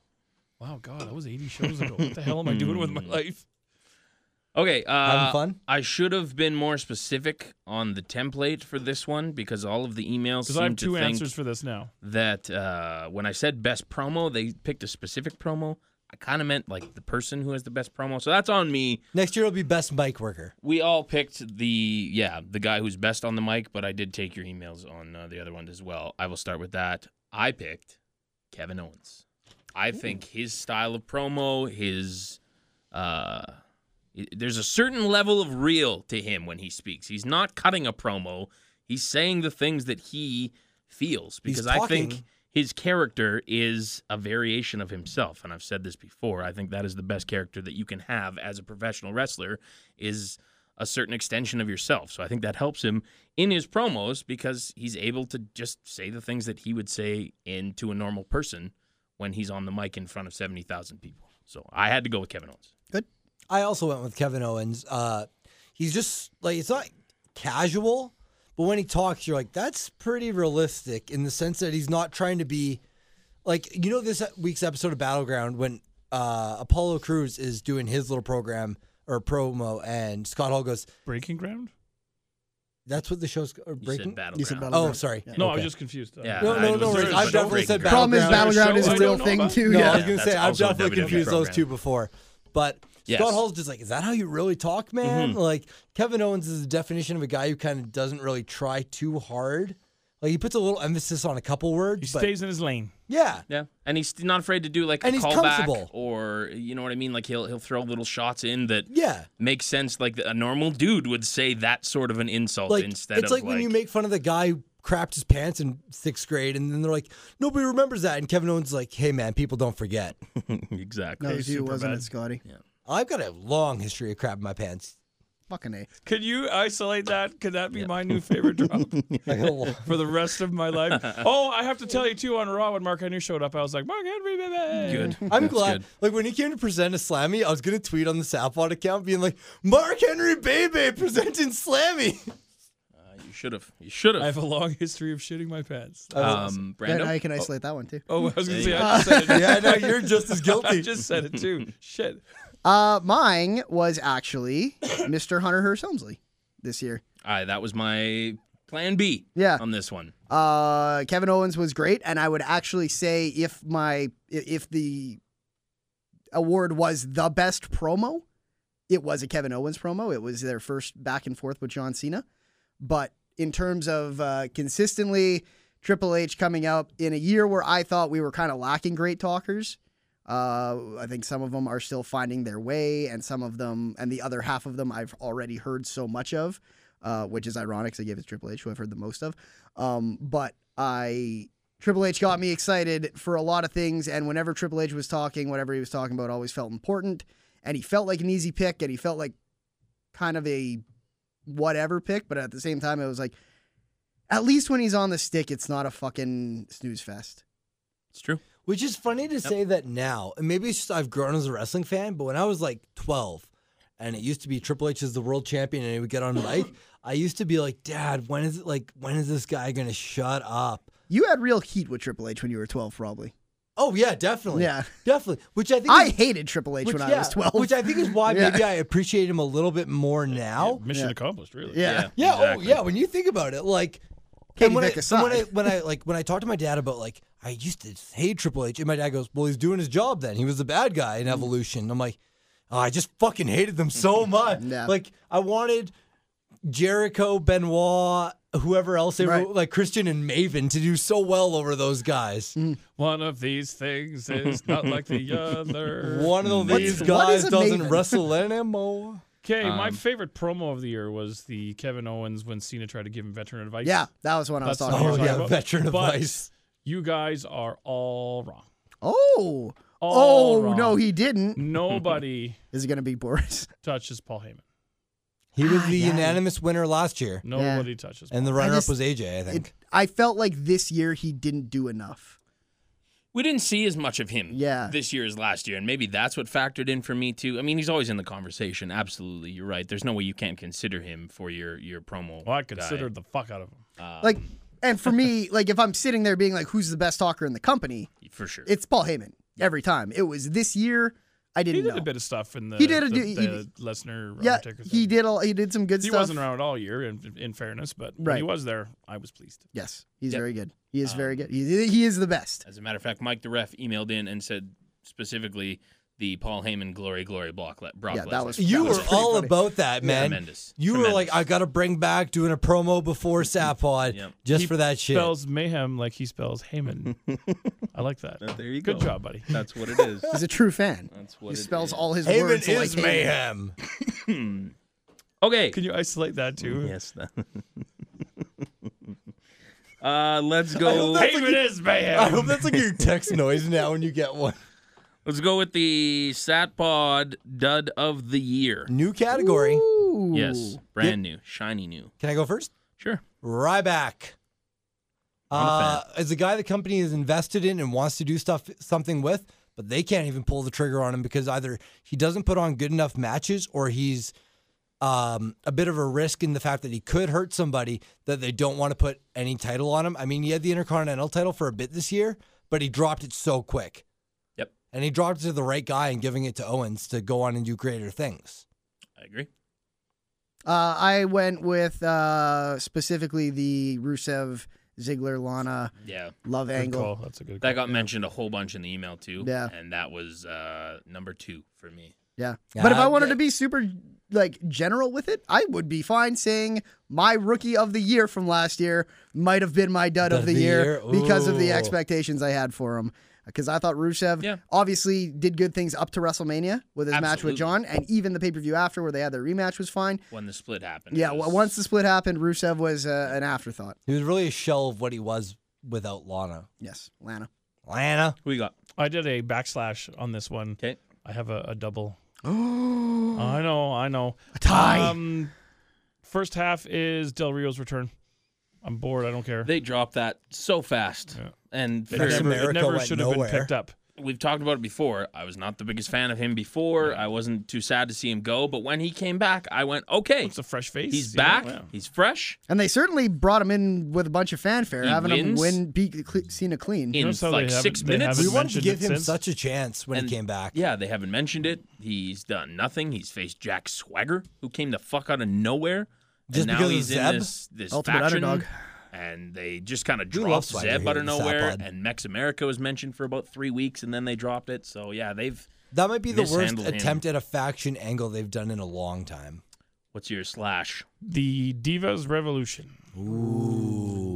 Speaker 4: Wow, God, that was 80 shows ago. What the hell am I doing with my life?
Speaker 1: Okay. Uh,
Speaker 2: Having fun?
Speaker 1: I should have been more specific on the template for this one because all of the emails
Speaker 4: Because
Speaker 1: seem
Speaker 4: I have
Speaker 1: to
Speaker 4: two
Speaker 1: think
Speaker 4: answers for this now.
Speaker 1: that uh, when I said best promo, they picked a specific promo. I kind of meant like the person who has the best promo. So that's on me.
Speaker 2: Next year will be best mic worker.
Speaker 1: We all picked the yeah the guy who's best on the mic, but I did take your emails on uh, the other one as well. I will start with that. I picked Kevin Owens. I think his style of promo, his uh, i- there's a certain level of real to him when he speaks. He's not cutting a promo. He's saying the things that he feels
Speaker 2: He's
Speaker 1: because I think
Speaker 2: talking.
Speaker 1: his character is a variation of himself and I've said this before. I think that is the best character that you can have as a professional wrestler is a certain extension of yourself. So I think that helps him in his promos because he's able to just say the things that he would say into a normal person when he's on the mic in front of 70,000 people. So I had to go with Kevin Owens.
Speaker 2: I also went with Kevin Owens. Uh, he's just like it's not casual, but when he talks, you're like, that's pretty realistic in the sense that he's not trying to be like you know this week's episode of Battleground when uh, Apollo Cruz is doing his little program or promo, and Scott Hall goes,
Speaker 4: Breaking ground?
Speaker 2: "That's what the show's or
Speaker 1: You
Speaker 2: breaking."
Speaker 1: said Battleground.
Speaker 3: You said
Speaker 2: Oh, sorry.
Speaker 4: No, I
Speaker 2: Okay.
Speaker 4: was just confused. Uh,
Speaker 1: Yeah,
Speaker 2: No,
Speaker 1: I
Speaker 2: no,
Speaker 1: was
Speaker 2: no.
Speaker 1: there,
Speaker 2: worries.
Speaker 1: but
Speaker 2: I've
Speaker 1: I
Speaker 2: definitely
Speaker 1: break
Speaker 2: said
Speaker 1: ground.
Speaker 2: Battleground.
Speaker 3: Problem is, Battleground
Speaker 4: show
Speaker 3: is a
Speaker 4: I
Speaker 3: real
Speaker 4: don't know
Speaker 3: thing
Speaker 4: about.
Speaker 3: too.
Speaker 2: No,
Speaker 3: yeah.
Speaker 2: I was gonna
Speaker 1: that's
Speaker 2: say I've
Speaker 1: also a
Speaker 2: definitely
Speaker 1: WWE
Speaker 2: confused those
Speaker 1: program.
Speaker 2: two before, but
Speaker 1: Yes. Mm-hmm.
Speaker 2: Scott Hall's just like, is that how you really talk, man? Like Kevin Owens is the definition of a guy who kind of doesn't really try too hard. Like he puts a little emphasis on a couple
Speaker 4: He
Speaker 2: words, but
Speaker 4: stays in his lane.
Speaker 2: yeah,
Speaker 1: Oh, Yeah, and he's not afraid to do like
Speaker 2: And
Speaker 1: a
Speaker 2: he's
Speaker 1: callback
Speaker 2: comfortable.
Speaker 1: or you know what I mean. Like he'll he'll throw little shots in that
Speaker 2: yeah.
Speaker 1: make sense. Like a normal dude would say that sort of an insult
Speaker 2: Like
Speaker 1: instead
Speaker 2: it's
Speaker 1: of
Speaker 2: like when you make fun of the guy who crapped his pants in sixth grade, and then they're like, nobody remembers that, and Kevin Owens is like, hey man, people don't forget.
Speaker 1: exactly.
Speaker 3: No, it was you,
Speaker 4: super
Speaker 3: wasn't
Speaker 4: bad.
Speaker 3: it, Scotty?
Speaker 2: I've got a long history of crapping my pants.
Speaker 3: Fucking a.
Speaker 4: Could you isolate that? Could that be my new favorite drop
Speaker 2: I got a long-
Speaker 4: for the rest of my life? Oh, I have to tell you too. On Raw, when Mark Henry showed up, I was like, Mark Henry, baby.
Speaker 1: Good.
Speaker 2: I'm
Speaker 1: That's
Speaker 2: glad.
Speaker 1: good.
Speaker 2: Like when he came to present a Slammy, I was gonna tweet on the Southpaw account being like, "Mark Henry Bebe presenting Slammy."
Speaker 1: Uh, you should have. You should
Speaker 4: I
Speaker 1: have.
Speaker 4: have a long history of shitting my pants.
Speaker 3: Uh,
Speaker 1: Um,
Speaker 3: That,
Speaker 1: Brando.
Speaker 3: I can isolate that one too.
Speaker 4: Oh, I was gonna say I just said it.
Speaker 2: yeah, I know you're just as
Speaker 4: I
Speaker 2: guilty.
Speaker 4: just said it too. Shit.
Speaker 3: Uh, mine was actually Mr. Hunter Hearst Helmsley this year.
Speaker 1: Aye, that was my plan B.
Speaker 3: Yeah.
Speaker 1: On this one.
Speaker 3: Uh, Kevin Owens was great, and I would actually say if my i- if the award was the best promo, it was a Kevin Owens promo. It was their first back and forth with John Cena, but in terms of uh, consistently Triple H coming up in a year where I thought we were kind of lacking great talkers. Uh, I think some of them are still finding their way, and some of them, and the other half of them, I've already heard so much of, uh, which is ironic. 'cause I gave it to Triple H, who I've heard the most of. Um, but I Triple H got me excited for a lot of things, and whenever Triple H was talking, whatever he was talking about always felt important, and he felt like an easy pick, and he felt like kind of a whatever pick, but at the same time, it was like, at least when he's on the stick, it's not a fucking snooze fest.
Speaker 1: It's true.
Speaker 2: Which is funny to say that now, and maybe it's just I've grown as a wrestling fan. But when I was like 12, and it used to be Triple H is the world champion, and he would get on mic, I used to be like, Dad, when is it like when is this guy gonna shut up?
Speaker 3: You had real heat with Triple H when you were 12, probably.
Speaker 2: Oh yeah, definitely.
Speaker 3: Yeah.
Speaker 2: definitely. Which I think
Speaker 3: I
Speaker 2: is-
Speaker 3: hated Triple H
Speaker 2: which,
Speaker 3: when I
Speaker 2: yeah,
Speaker 3: was 12.
Speaker 2: Which I think is why
Speaker 3: Yeah.
Speaker 2: maybe I appreciate him a little bit more now.
Speaker 4: Mission accomplished, really.
Speaker 3: yeah.
Speaker 2: Yeah,
Speaker 1: exactly.
Speaker 2: oh yeah. When you think about it, like
Speaker 3: Katie
Speaker 2: when, I,
Speaker 3: Vick
Speaker 2: and when I
Speaker 3: aside.
Speaker 2: when I like when I talk to my dad about like I used to hate Triple H, and my dad goes, "Well, he's doing his job. Then he was the bad guy
Speaker 3: Mm.
Speaker 2: in Evolution." I'm like, oh, I just fucking hated them so much.
Speaker 3: Yeah.
Speaker 2: Like I wanted Jericho, Benoit, whoever else they
Speaker 3: Right.
Speaker 2: were, like Christian and Maven, to do so well over those guys.
Speaker 3: Mm-hmm.
Speaker 4: One of these things is not like the other.
Speaker 2: One of these
Speaker 3: What's- what
Speaker 2: guys
Speaker 3: is a
Speaker 2: doesn't
Speaker 3: Maven?
Speaker 2: wrestle anymore.
Speaker 4: Okay,
Speaker 3: um,
Speaker 4: my favorite promo of the year was the Kevin Owens when Cena tried to give him veteran advice.
Speaker 3: Yeah, that was when I was
Speaker 4: That's
Speaker 3: talking
Speaker 4: what
Speaker 2: Oh
Speaker 3: about.
Speaker 4: you're
Speaker 2: yeah,
Speaker 4: about-
Speaker 2: veteran
Speaker 4: but-
Speaker 2: advice.
Speaker 4: You guys are all wrong.
Speaker 3: Oh.
Speaker 4: All
Speaker 3: oh,
Speaker 4: wrong.
Speaker 3: no, he didn't.
Speaker 4: Nobody
Speaker 3: Is it going to be Boris?
Speaker 4: touches Paul Heyman.
Speaker 2: He was the
Speaker 3: Ah, yeah.
Speaker 2: unanimous winner last year,
Speaker 4: Nobody touches.
Speaker 2: and
Speaker 4: Paul.
Speaker 2: the runner-up
Speaker 3: just-
Speaker 2: was AJ. I think.
Speaker 3: It, I felt like this year he didn't do enough.
Speaker 1: We didn't see as much of him
Speaker 3: Yeah.
Speaker 1: this year as last year, and maybe that's what factored in for me too. I mean, he's always in the conversation. Absolutely, you're right. There's no way you can't consider him for your your promo.
Speaker 4: well, I
Speaker 1: guy.
Speaker 4: considered the fuck out of him.
Speaker 3: like, and for me, like if I'm sitting there being like, who's the best talker in the company?
Speaker 1: for sure.
Speaker 3: It's Paul Heyman every time. It was this year. I
Speaker 4: He
Speaker 3: didn't
Speaker 4: did
Speaker 3: know.
Speaker 4: a bit of stuff in the.
Speaker 3: He did a-
Speaker 4: the,
Speaker 3: he-
Speaker 4: the Lesnar. uh,
Speaker 3: yeah,
Speaker 4: Undertaker
Speaker 3: he
Speaker 4: thing.
Speaker 3: did. All, he did some good
Speaker 4: He
Speaker 3: stuff.
Speaker 4: wasn't around all year, in, in fairness, but when he
Speaker 3: Right.
Speaker 4: was there, I was pleased.
Speaker 3: Yes, he's very good. He is
Speaker 4: Um,
Speaker 3: very good. He, he is the best.
Speaker 1: As a matter of fact, Mike the ref emailed in and said specifically the Paul Heyman glory glory block. Let Brock
Speaker 3: Yeah, that
Speaker 1: Lesnar.
Speaker 3: was-
Speaker 2: You
Speaker 3: was
Speaker 2: were
Speaker 3: pretty
Speaker 2: all
Speaker 3: funny.
Speaker 2: about that, man.
Speaker 1: Tremendous.
Speaker 2: You were
Speaker 1: Tremendous.
Speaker 2: like, I got to bring back doing a promo before Sapod
Speaker 1: Yep.
Speaker 2: just
Speaker 4: He
Speaker 2: for that shit.
Speaker 4: Spells mayhem like he spells Heyman. I like that.
Speaker 1: there you
Speaker 4: Good
Speaker 1: go.
Speaker 4: job, buddy.
Speaker 1: That's what it is.
Speaker 3: He's a true fan.
Speaker 1: That's
Speaker 3: He
Speaker 1: what it
Speaker 3: spells
Speaker 1: is.
Speaker 3: all his
Speaker 2: Heyman
Speaker 3: words
Speaker 2: is
Speaker 3: like Heyman.
Speaker 2: mayhem.
Speaker 1: Okay.
Speaker 4: Can you isolate that too?
Speaker 1: yes. That. uh, let's go.
Speaker 2: that-
Speaker 4: Heyman is
Speaker 2: I
Speaker 4: mayhem.
Speaker 2: hope that's like your text noise now when you get one.
Speaker 1: Let's go with the Satpod Dud of the Year.
Speaker 2: New category.
Speaker 3: Ooh.
Speaker 1: Yes, brand new, shiny new.
Speaker 2: Can I go first?
Speaker 1: Sure.
Speaker 2: Ryback.
Speaker 1: I'm a fan.
Speaker 2: Uh, is a guy the company is invested in and wants to do stuff something with, but they can't even pull the trigger on him because either he doesn't put on good enough matches or he's um, a bit of a risk in the fact that he could hurt somebody that they don't want to put any title on him. I mean, he had the Intercontinental title for a bit this year, but he dropped it so quick.
Speaker 1: Yep.
Speaker 2: And he dropped it to the right guy and giving it to Owens to go on and do greater things.
Speaker 1: I agree.
Speaker 3: Uh, I went with uh, specifically the Rusev, Ziggler, Lana
Speaker 1: Yeah.
Speaker 3: love
Speaker 4: Good
Speaker 3: angle.
Speaker 4: call. That's a good.
Speaker 1: That
Speaker 4: call.
Speaker 1: got mentioned a whole bunch in the email too.
Speaker 3: Yeah.
Speaker 1: And that was uh, number two for me.
Speaker 3: Yeah.
Speaker 2: Yeah,
Speaker 3: But if I
Speaker 2: I-
Speaker 3: wanted to be super like general with it, I would be fine saying my rookie of the year from last year might have been my dud of the, year, because of the
Speaker 2: Ooh.
Speaker 3: expectations I had for him. Because I thought Rusev
Speaker 1: Yeah.
Speaker 3: obviously did good things up to WrestleMania with his match with
Speaker 1: Absolutely.
Speaker 3: John, and even the pay per view after where they had their rematch was fine.
Speaker 1: When the split happened.
Speaker 3: Yeah,
Speaker 1: it
Speaker 3: w
Speaker 1: was-
Speaker 3: once the split happened, Rusev was uh, an afterthought.
Speaker 2: He was really a shell of what he was without Lana.
Speaker 3: Yes, Lana.
Speaker 2: Lana.
Speaker 1: Who we got?
Speaker 4: I did a backslash on this one.
Speaker 1: Okay.
Speaker 4: I have a, a double. I know. I know. A
Speaker 3: tie.
Speaker 4: Um, first half is Del Rio's return. I'm bored. I don't care.
Speaker 1: They dropped that so fast.
Speaker 4: Yeah.
Speaker 1: And
Speaker 4: It
Speaker 1: for-
Speaker 4: never, it
Speaker 2: America
Speaker 4: never
Speaker 2: went
Speaker 4: should have been
Speaker 2: nowhere.
Speaker 4: picked up.
Speaker 1: we've talked about it before. I was not the biggest fan of him before. I wasn't too sad to see him go, but when he came back, I went, okay,
Speaker 4: It's a fresh face.
Speaker 1: he's
Speaker 4: you know?
Speaker 1: back.
Speaker 4: Yeah.
Speaker 1: He's fresh.
Speaker 3: And they certainly brought him in with a bunch of fanfare,
Speaker 1: He
Speaker 3: having him
Speaker 1: wins?
Speaker 3: win, beat Cle- Cena clean.
Speaker 1: In
Speaker 4: Notice how they
Speaker 1: like
Speaker 4: haven't-
Speaker 1: six
Speaker 4: they
Speaker 1: minutes.
Speaker 4: haven't
Speaker 2: We wanted to
Speaker 4: mentioned
Speaker 2: give
Speaker 4: it
Speaker 2: him
Speaker 4: since.
Speaker 2: such a chance when
Speaker 1: And-
Speaker 2: he came back.
Speaker 1: Yeah, they haven't mentioned it. He's done nothing. He's faced Jack Swagger, who came the fuck out of nowhere.
Speaker 2: Just
Speaker 1: and now
Speaker 2: because of
Speaker 1: he's in
Speaker 2: Zeb?
Speaker 1: this, this
Speaker 3: Ultimate
Speaker 1: faction,
Speaker 3: Underdog.
Speaker 1: And they just kind of
Speaker 2: We love
Speaker 1: dropped
Speaker 2: Swagger
Speaker 1: Zeb
Speaker 2: here
Speaker 1: out of
Speaker 2: in the
Speaker 1: nowhere.
Speaker 2: South Pod.
Speaker 1: And Mex America was mentioned for about three weeks, and then they dropped it. So yeah, they've.
Speaker 2: That might be the worst
Speaker 1: Mishandled him.
Speaker 2: attempt at a faction angle they've done in a long time.
Speaker 1: What's your slash?
Speaker 4: The Divas Revolution.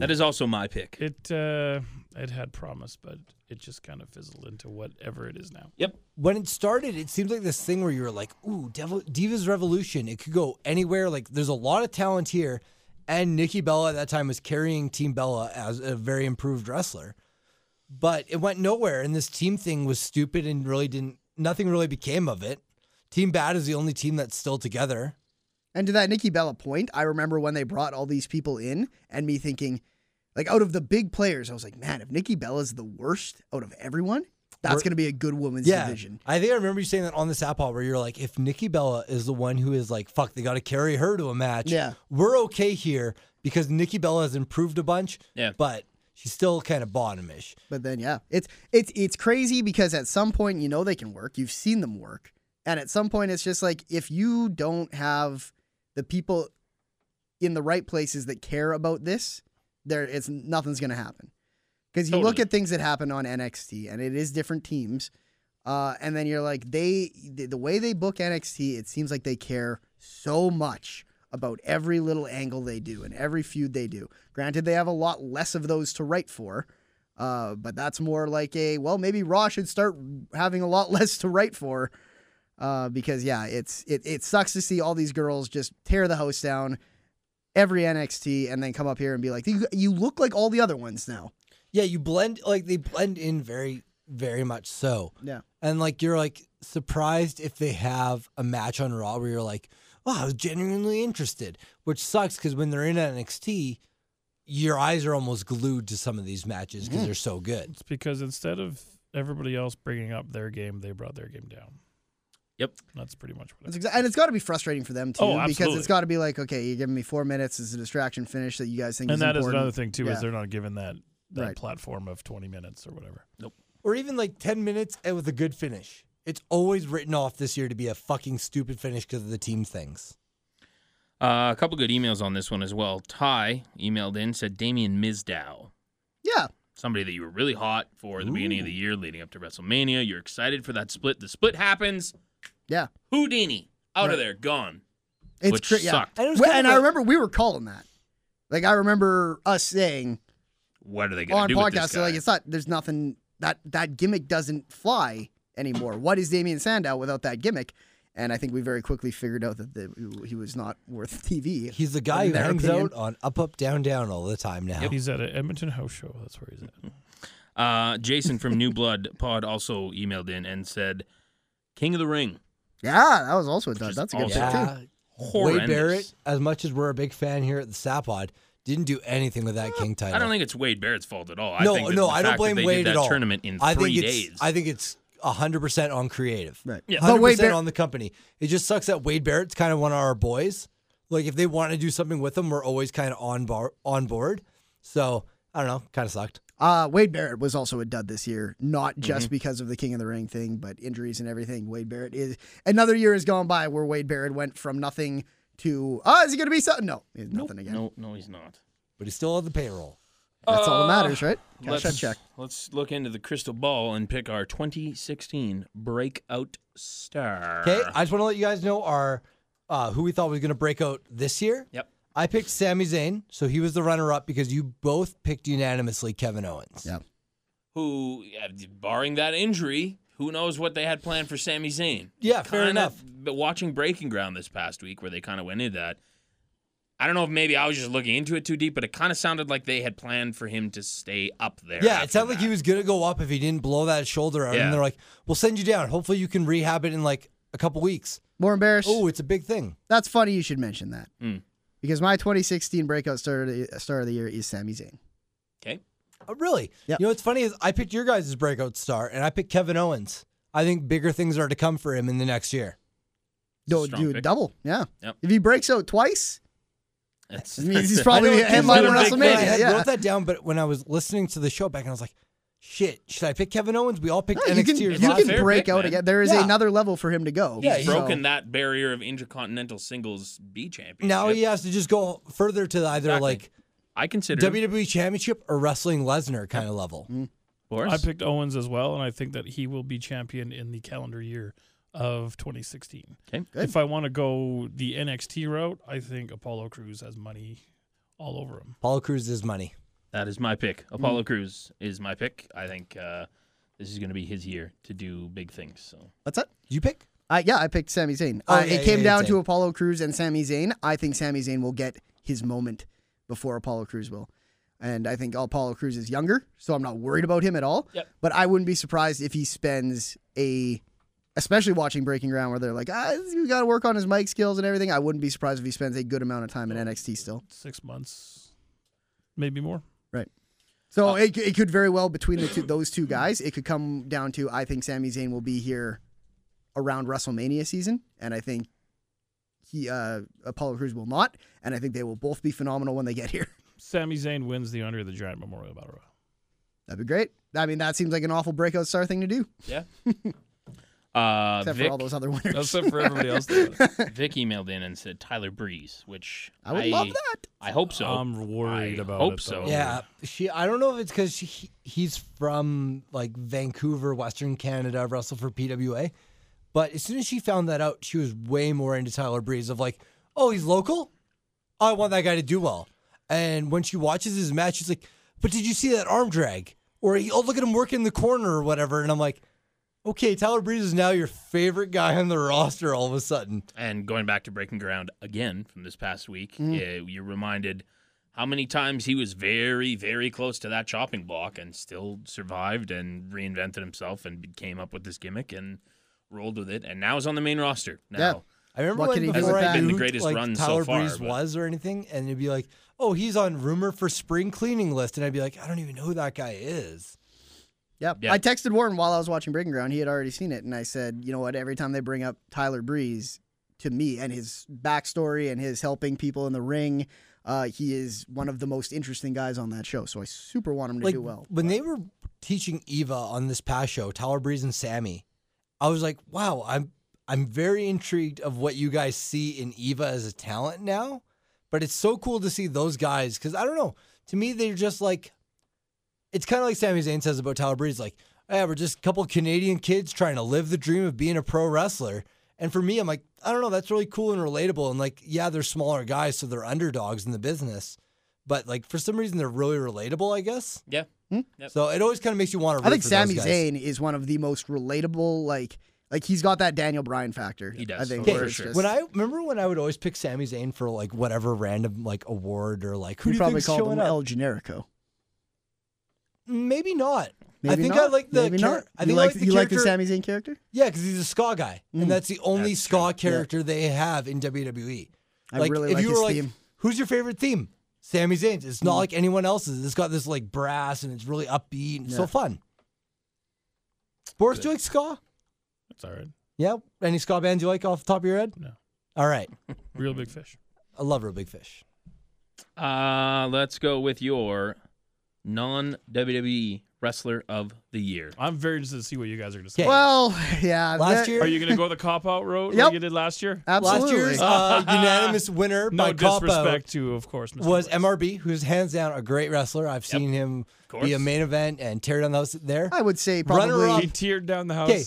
Speaker 1: That is also my pick.
Speaker 4: It uh, it had promise, but it just kind of fizzled into whatever it is now.
Speaker 1: Yep.
Speaker 2: When it started, it seemed like this thing where you were like, ooh, Devil, Divas Revolution. It could go anywhere. Like, there's a lot of talent here. And Nikki Bella at that time was carrying Team Bella as a very improved wrestler. But it went nowhere. And this team thing was stupid and really didn't, nothing really became of it. Team Bad is the only team that's still together.
Speaker 3: And to that Nikki Bella point, I remember when they brought all these people in and me thinking, like, out of the big players, I was like, man, if Nikki Bella's the worst out of everyone, that's
Speaker 2: We're-
Speaker 3: going to be a good women's
Speaker 2: Yeah.
Speaker 3: division.
Speaker 2: I think I remember you saying that on this app hall where you're like, if Nikki Bella is the one who is like, fuck, they got to carry her to a match.
Speaker 3: Yeah.
Speaker 2: We're okay here because Nikki Bella has improved a bunch.
Speaker 1: Yeah.
Speaker 2: But she's still kind of bottomish.
Speaker 3: But then, yeah, it's it's it's crazy because at some point you know they can work. You've seen them work, and at some point it's just like if you don't have the people in the right places that care about this, there it's nothing's going to happen. Because you look
Speaker 1: Totally.
Speaker 3: at things that happen on NXT, and it is different teams, uh, and then you're like they the, the way they book NXT, it seems like they care so much about every little angle they do and every feud they do. Granted, they have a lot less of those to write for. Uh, but that's more like a well, maybe Raw should start having a lot less to write for, uh, because yeah, it's it it sucks to see all these girls just tear the house down every NXT and then come up here and be like, you, you look like all the other ones now.
Speaker 2: Yeah. You blend, like, they blend in very, very much so.
Speaker 3: Yeah.
Speaker 2: And like, you're like surprised if they have a match on Raw where you're like, oh, I was genuinely interested, which sucks because when they're in NXT, your eyes are almost glued to some of these matches
Speaker 3: Mm.
Speaker 2: because they're so good.
Speaker 4: It's because instead of everybody else bringing up their game, they brought their game down.
Speaker 1: Yep.
Speaker 4: That's pretty much what it
Speaker 3: That's
Speaker 4: is.
Speaker 3: exa- and it's got to be frustrating for them too,
Speaker 4: Oh,
Speaker 3: because
Speaker 4: absolutely.
Speaker 3: it's got to be like, okay, you're giving me four minutes as a distraction finish that you guys think
Speaker 4: And
Speaker 3: is
Speaker 4: that is
Speaker 3: important.
Speaker 4: another thing too
Speaker 3: Yeah.
Speaker 4: is they're not given that that
Speaker 3: Right.
Speaker 4: platform of 20 minutes or whatever.
Speaker 2: or even like 10 minutes and with a good finish. It's always written off this year to be a fucking stupid finish because of the team things.
Speaker 1: Uh, a couple good emails on this one as well. Ty emailed in said Damian Mizdow,
Speaker 3: Yeah,
Speaker 1: somebody that you were really hot for the beginning of the year leading up to WrestleMania. You're excited for that split. The split happens.
Speaker 3: yeah,
Speaker 1: Houdini out of there, gone.
Speaker 3: it's
Speaker 1: which
Speaker 3: cra- yeah.
Speaker 1: sucked.
Speaker 2: And, it was
Speaker 3: Well,
Speaker 2: kind
Speaker 3: and
Speaker 2: of
Speaker 3: I
Speaker 2: a-
Speaker 3: remember we were calling that. Like I remember us saying,
Speaker 1: What are they going
Speaker 3: on
Speaker 1: to do with this
Speaker 3: podcasts, they're
Speaker 1: guy?
Speaker 3: like it's not there's nothing that that gimmick doesn't fly anymore. What is Damien Sandow without that gimmick? And I think we very quickly figured out that the, he was not worth TV.
Speaker 2: he's the guy
Speaker 3: in
Speaker 2: who
Speaker 3: their
Speaker 2: hangs
Speaker 3: opinion.
Speaker 2: out on up, up, down, down all the time now.
Speaker 4: He's at an Edmonton house show. That's where he's at.
Speaker 1: uh, Jason from New Blood Pod also emailed in and said King of the Ring.
Speaker 3: Yeah, that was also a dud.
Speaker 1: is
Speaker 3: That's a good
Speaker 1: also-
Speaker 3: pick too.
Speaker 1: horrendous.
Speaker 2: Wade Barrett, as much as we're a big fan here at the Sapod, didn't do anything with that king title.
Speaker 1: I don't think it's Wade Barrett's fault at all. I
Speaker 2: no,
Speaker 1: think that
Speaker 2: no,
Speaker 1: the
Speaker 2: I
Speaker 1: fact
Speaker 2: don't
Speaker 1: that
Speaker 2: blame
Speaker 1: they did
Speaker 2: Wade
Speaker 1: that
Speaker 2: at all.
Speaker 1: Tournament in
Speaker 2: I
Speaker 1: three
Speaker 2: think it's,
Speaker 1: days.
Speaker 2: I think it's hundred percent on creative.
Speaker 3: Right.
Speaker 1: Yeah.
Speaker 2: hundred
Speaker 3: But Wade
Speaker 2: percent
Speaker 3: Barrett-
Speaker 2: on the company. It just sucks that Wade Barrett's kind of one of our boys. Like if they want to do something with him, we're always kind of on bar on board. So I don't know, kind of sucked.
Speaker 3: Uh, Wade Barrett was also a dud this year, not
Speaker 1: Mm-hmm.
Speaker 3: just because of the King of the Ring thing, but injuries and everything. Wade Barrett is another year has gone by where Wade Barrett went from nothing to ah, is he going to be something? No, he's nothing again.
Speaker 1: no, no, he's not.
Speaker 2: But he's still on the payroll.
Speaker 3: That's all that matters, right? Cash that
Speaker 1: Uh, let's,
Speaker 3: check.
Speaker 1: Let's look into the crystal ball and pick our 2016 breakout star.
Speaker 2: Okay, I just want to let you guys know our uh, who we thought was going to break out this year.
Speaker 1: Yep.
Speaker 2: I picked Sami Zayn, so he was the runner-up because you both picked unanimously Kevin Owens.
Speaker 3: Yeah.
Speaker 1: Who, uh, barring that injury, who knows what they had planned for Sami Zayn?
Speaker 2: Yeah, fair
Speaker 1: Kinda-
Speaker 2: enough.
Speaker 1: But watching Breaking Ground this past week, where they kind of went into that, I don't know if maybe I was just looking into it too deep, but it kind of sounded like they had planned for him to stay up there.
Speaker 2: Yeah, it
Speaker 1: after
Speaker 2: sounded like
Speaker 1: that.
Speaker 2: he was gonna go up if he didn't blow that shoulder out,
Speaker 1: Yeah.
Speaker 2: and they're like, "We'll send you down. Hopefully, you can rehab it in like a couple weeks."
Speaker 3: More embarrassed.
Speaker 2: Oh, it's a big thing.
Speaker 3: That's funny you should mention that
Speaker 1: Mm.
Speaker 3: because my 2016 breakout star of the, star of the year is Sami Zayn.
Speaker 1: Okay.
Speaker 2: Oh, really?
Speaker 3: Yep.
Speaker 2: You know what's funny is I picked your guys' breakout star, and I picked Kevin Owens. I think bigger things are to come for him in the next year.
Speaker 3: Do,
Speaker 1: Strong
Speaker 3: do
Speaker 1: pick.
Speaker 3: double, yeah.
Speaker 1: Yep.
Speaker 3: If he breaks out twice,
Speaker 1: That's,
Speaker 3: it means
Speaker 1: that's-
Speaker 3: he's probably
Speaker 2: I know
Speaker 3: going
Speaker 2: it
Speaker 3: to
Speaker 2: feels
Speaker 3: headline
Speaker 1: like a big
Speaker 2: I
Speaker 3: WrestleMania.
Speaker 2: had
Speaker 3: Yeah.
Speaker 2: wrote that down, but when I was listening to the show back, and I was like, "Shit, should I pick Kevin Owens?" We all picked
Speaker 3: No, you
Speaker 2: NXT
Speaker 3: can,
Speaker 2: or
Speaker 3: you
Speaker 1: not
Speaker 2: something.
Speaker 3: can
Speaker 1: fair
Speaker 3: break
Speaker 1: pick,
Speaker 3: out
Speaker 1: man.
Speaker 3: again. There is
Speaker 2: Yeah.
Speaker 3: another level for him to go.
Speaker 2: Yeah,
Speaker 1: he's
Speaker 2: so-
Speaker 1: broken that barrier of intercontinental singles B championship.
Speaker 2: now he has to just go further to the either
Speaker 1: Exactly.
Speaker 2: like
Speaker 1: I consider him,
Speaker 2: WWE Championship or wrestling Lesnar kind of level.
Speaker 3: Mm-hmm.
Speaker 1: of course.
Speaker 4: I picked Owens as well, and I think that he will be champion in the calendar year of 2016.
Speaker 1: Okay.
Speaker 4: If I want to go the NXT route, I think Apollo Cruz has money all over him.
Speaker 2: Paul Cruz is money.
Speaker 1: That is my pick.
Speaker 2: Mm.
Speaker 1: Apollo Cruz is my pick. I think uh, this is going to be his year to do big things. So
Speaker 3: What's that?
Speaker 2: Did you pick?
Speaker 3: I, yeah, I picked Sami Zayn.
Speaker 2: Oh,
Speaker 3: uh,
Speaker 2: yeah,
Speaker 3: it came
Speaker 2: yeah,
Speaker 3: down
Speaker 2: Zayn.
Speaker 3: to Apollo Cruz and Sami Zayn. I think Sami Zayn will get his moment before Apollo Cruz will. And I think Apollo Cruz is younger, so I'm not worried about him at all.
Speaker 1: Yep.
Speaker 3: But I wouldn't be surprised if he spends a, especially watching Breaking Ground, where they're like, ah, you got to work on his mic skills and everything. I wouldn't be surprised if he spends a good amount of time in NXT still.
Speaker 4: Six months, maybe more.
Speaker 3: So it, it could very well between the two, those two guys, it could come down to I think Sami Zayn will be here around WrestleMania season, and I think he uh, Apollo Cruz will not, and I think they will both be phenomenal when they get here.
Speaker 4: Sami Zayn wins the Under the Giant Memorial Battle Royal.
Speaker 3: That'd be great. I mean, that seems like an awful breakout star thing to do,
Speaker 1: yeah. uh,
Speaker 3: except
Speaker 1: Vic,
Speaker 3: for all those other winners.
Speaker 4: That's it for everybody else. though.
Speaker 1: Vic emailed in and said Tyler Breeze, which
Speaker 3: I would love that.
Speaker 1: I hope so.
Speaker 4: I'm worried
Speaker 1: I
Speaker 4: about
Speaker 1: hope
Speaker 4: it,
Speaker 1: so.
Speaker 4: though.
Speaker 2: Yeah, she. I don't know if it's because he, he's from like Vancouver, Western Canada, wrestled for PWA, but as soon as she found that out, she was way more into Tyler Breeze. Of like, oh, he's local. I want that guy to do well. And when she watches his match, she's like, but did you see that arm drag? Or oh, look at him working in the corner or whatever. And I'm like, okay, Tyler Breeze is now your favorite guy on the roster all of a sudden.
Speaker 1: And going back to breaking ground again from this past week,
Speaker 3: Mm.
Speaker 1: yeah, you're reminded how many times he was very, very close to that chopping block and still survived and reinvented himself and be- came up with this gimmick and rolled with it. And now he's on the main roster. Now,
Speaker 2: I remember
Speaker 3: What
Speaker 2: when
Speaker 3: can he do
Speaker 2: before
Speaker 3: with
Speaker 2: I
Speaker 3: that?
Speaker 2: knew
Speaker 1: Been the
Speaker 2: who,
Speaker 1: greatest
Speaker 2: like,
Speaker 1: run so
Speaker 2: Tyler
Speaker 1: far,
Speaker 2: Breeze
Speaker 1: but-
Speaker 2: was or anything, and it'd be like, "Oh, he's on rumor for spring cleaning list," and I'd be like, "I don't even know who that guy is."
Speaker 3: Yep.
Speaker 1: Yeah.
Speaker 3: I texted Warren while I was watching Breaking Ground. He had already seen it, and I said, you know what? Every time they bring up Tyler Breeze to me and his backstory and his helping people in the ring, uh, he is one of the most interesting guys on that show. So I super want him to
Speaker 2: Like
Speaker 3: do well.
Speaker 2: when they were teaching Eva on this past show, Tyler Breeze and Sammy, I was like, "Wow, I'm I'm very intrigued of what you guys see in Eva as a talent now." But it's so cool to see those guys because I don't know. To me, they're just like, it's kind of like Sami Zayn says about Tyler Breeze, like, "Yeah, we're just a couple Canadian kids trying to live the dream of being a pro wrestler." And for me, I'm like, I don't know, that's really cool and relatable. And like, yeah, they're smaller guys, so they're underdogs in the business. But like, for some reason, they're really relatable, I guess.
Speaker 1: yeah.
Speaker 2: So it always kind of makes you want to.
Speaker 3: I think
Speaker 2: Sammy
Speaker 3: Sami Zayn is one of the most relatable. Like, like he's got that Daniel Bryan factor. He
Speaker 1: does,
Speaker 3: I think
Speaker 1: for
Speaker 3: where it's
Speaker 1: sure.
Speaker 3: just-
Speaker 2: When I remember when I would always pick Sami Zayn for like whatever random like award or like who
Speaker 3: we
Speaker 2: do you
Speaker 3: probably
Speaker 2: think's
Speaker 3: called
Speaker 2: showing
Speaker 3: him
Speaker 2: up?
Speaker 3: El Generico.
Speaker 2: Maybe not.
Speaker 3: Maybe
Speaker 2: think
Speaker 3: not.
Speaker 2: I like the
Speaker 3: Maybe
Speaker 2: char-
Speaker 3: not.
Speaker 2: I
Speaker 3: You
Speaker 2: think I
Speaker 3: like,
Speaker 2: like the
Speaker 3: you like the
Speaker 2: character-
Speaker 3: Sami Mm. Zayn character.
Speaker 2: Yeah, because he's a ska guy, and that's the only
Speaker 1: That's
Speaker 2: ska character they have in WWE.
Speaker 3: I really
Speaker 2: if
Speaker 3: like
Speaker 2: you
Speaker 3: his
Speaker 2: were like,
Speaker 3: theme. Mm.
Speaker 2: who's your favorite theme? Sami Zayn's. It's not like anyone else's. It's got this like brass, and it's really upbeat and so
Speaker 3: Yeah.
Speaker 2: fun. Boris, do you like ska?
Speaker 4: It's all right.
Speaker 2: Yeah. Any ska bands you like off the top of your head?
Speaker 4: No.
Speaker 2: All right.
Speaker 4: Real big fish.
Speaker 2: I love Real Big Fish.
Speaker 1: Uh, let's go with your non WWE wrestler of the year.
Speaker 4: I'm very interested to see what you guys are going to say.
Speaker 2: Okay.
Speaker 3: Well, yeah.
Speaker 2: Last
Speaker 3: that-
Speaker 2: year,
Speaker 4: Are you going to go the cop out road
Speaker 3: Yep.
Speaker 4: like you did last year?
Speaker 3: absolutely.
Speaker 2: last year's uh, unanimous winner
Speaker 4: No
Speaker 2: by cop out
Speaker 4: disrespect to, of course, Mr.
Speaker 2: was
Speaker 4: Bliss.
Speaker 2: MRB, who's hands down a great wrestler. I've seen him be a main event and tear down the house there.
Speaker 3: I would say
Speaker 2: Runner
Speaker 3: probably.
Speaker 2: up.
Speaker 4: He teared down the house.
Speaker 2: Okay.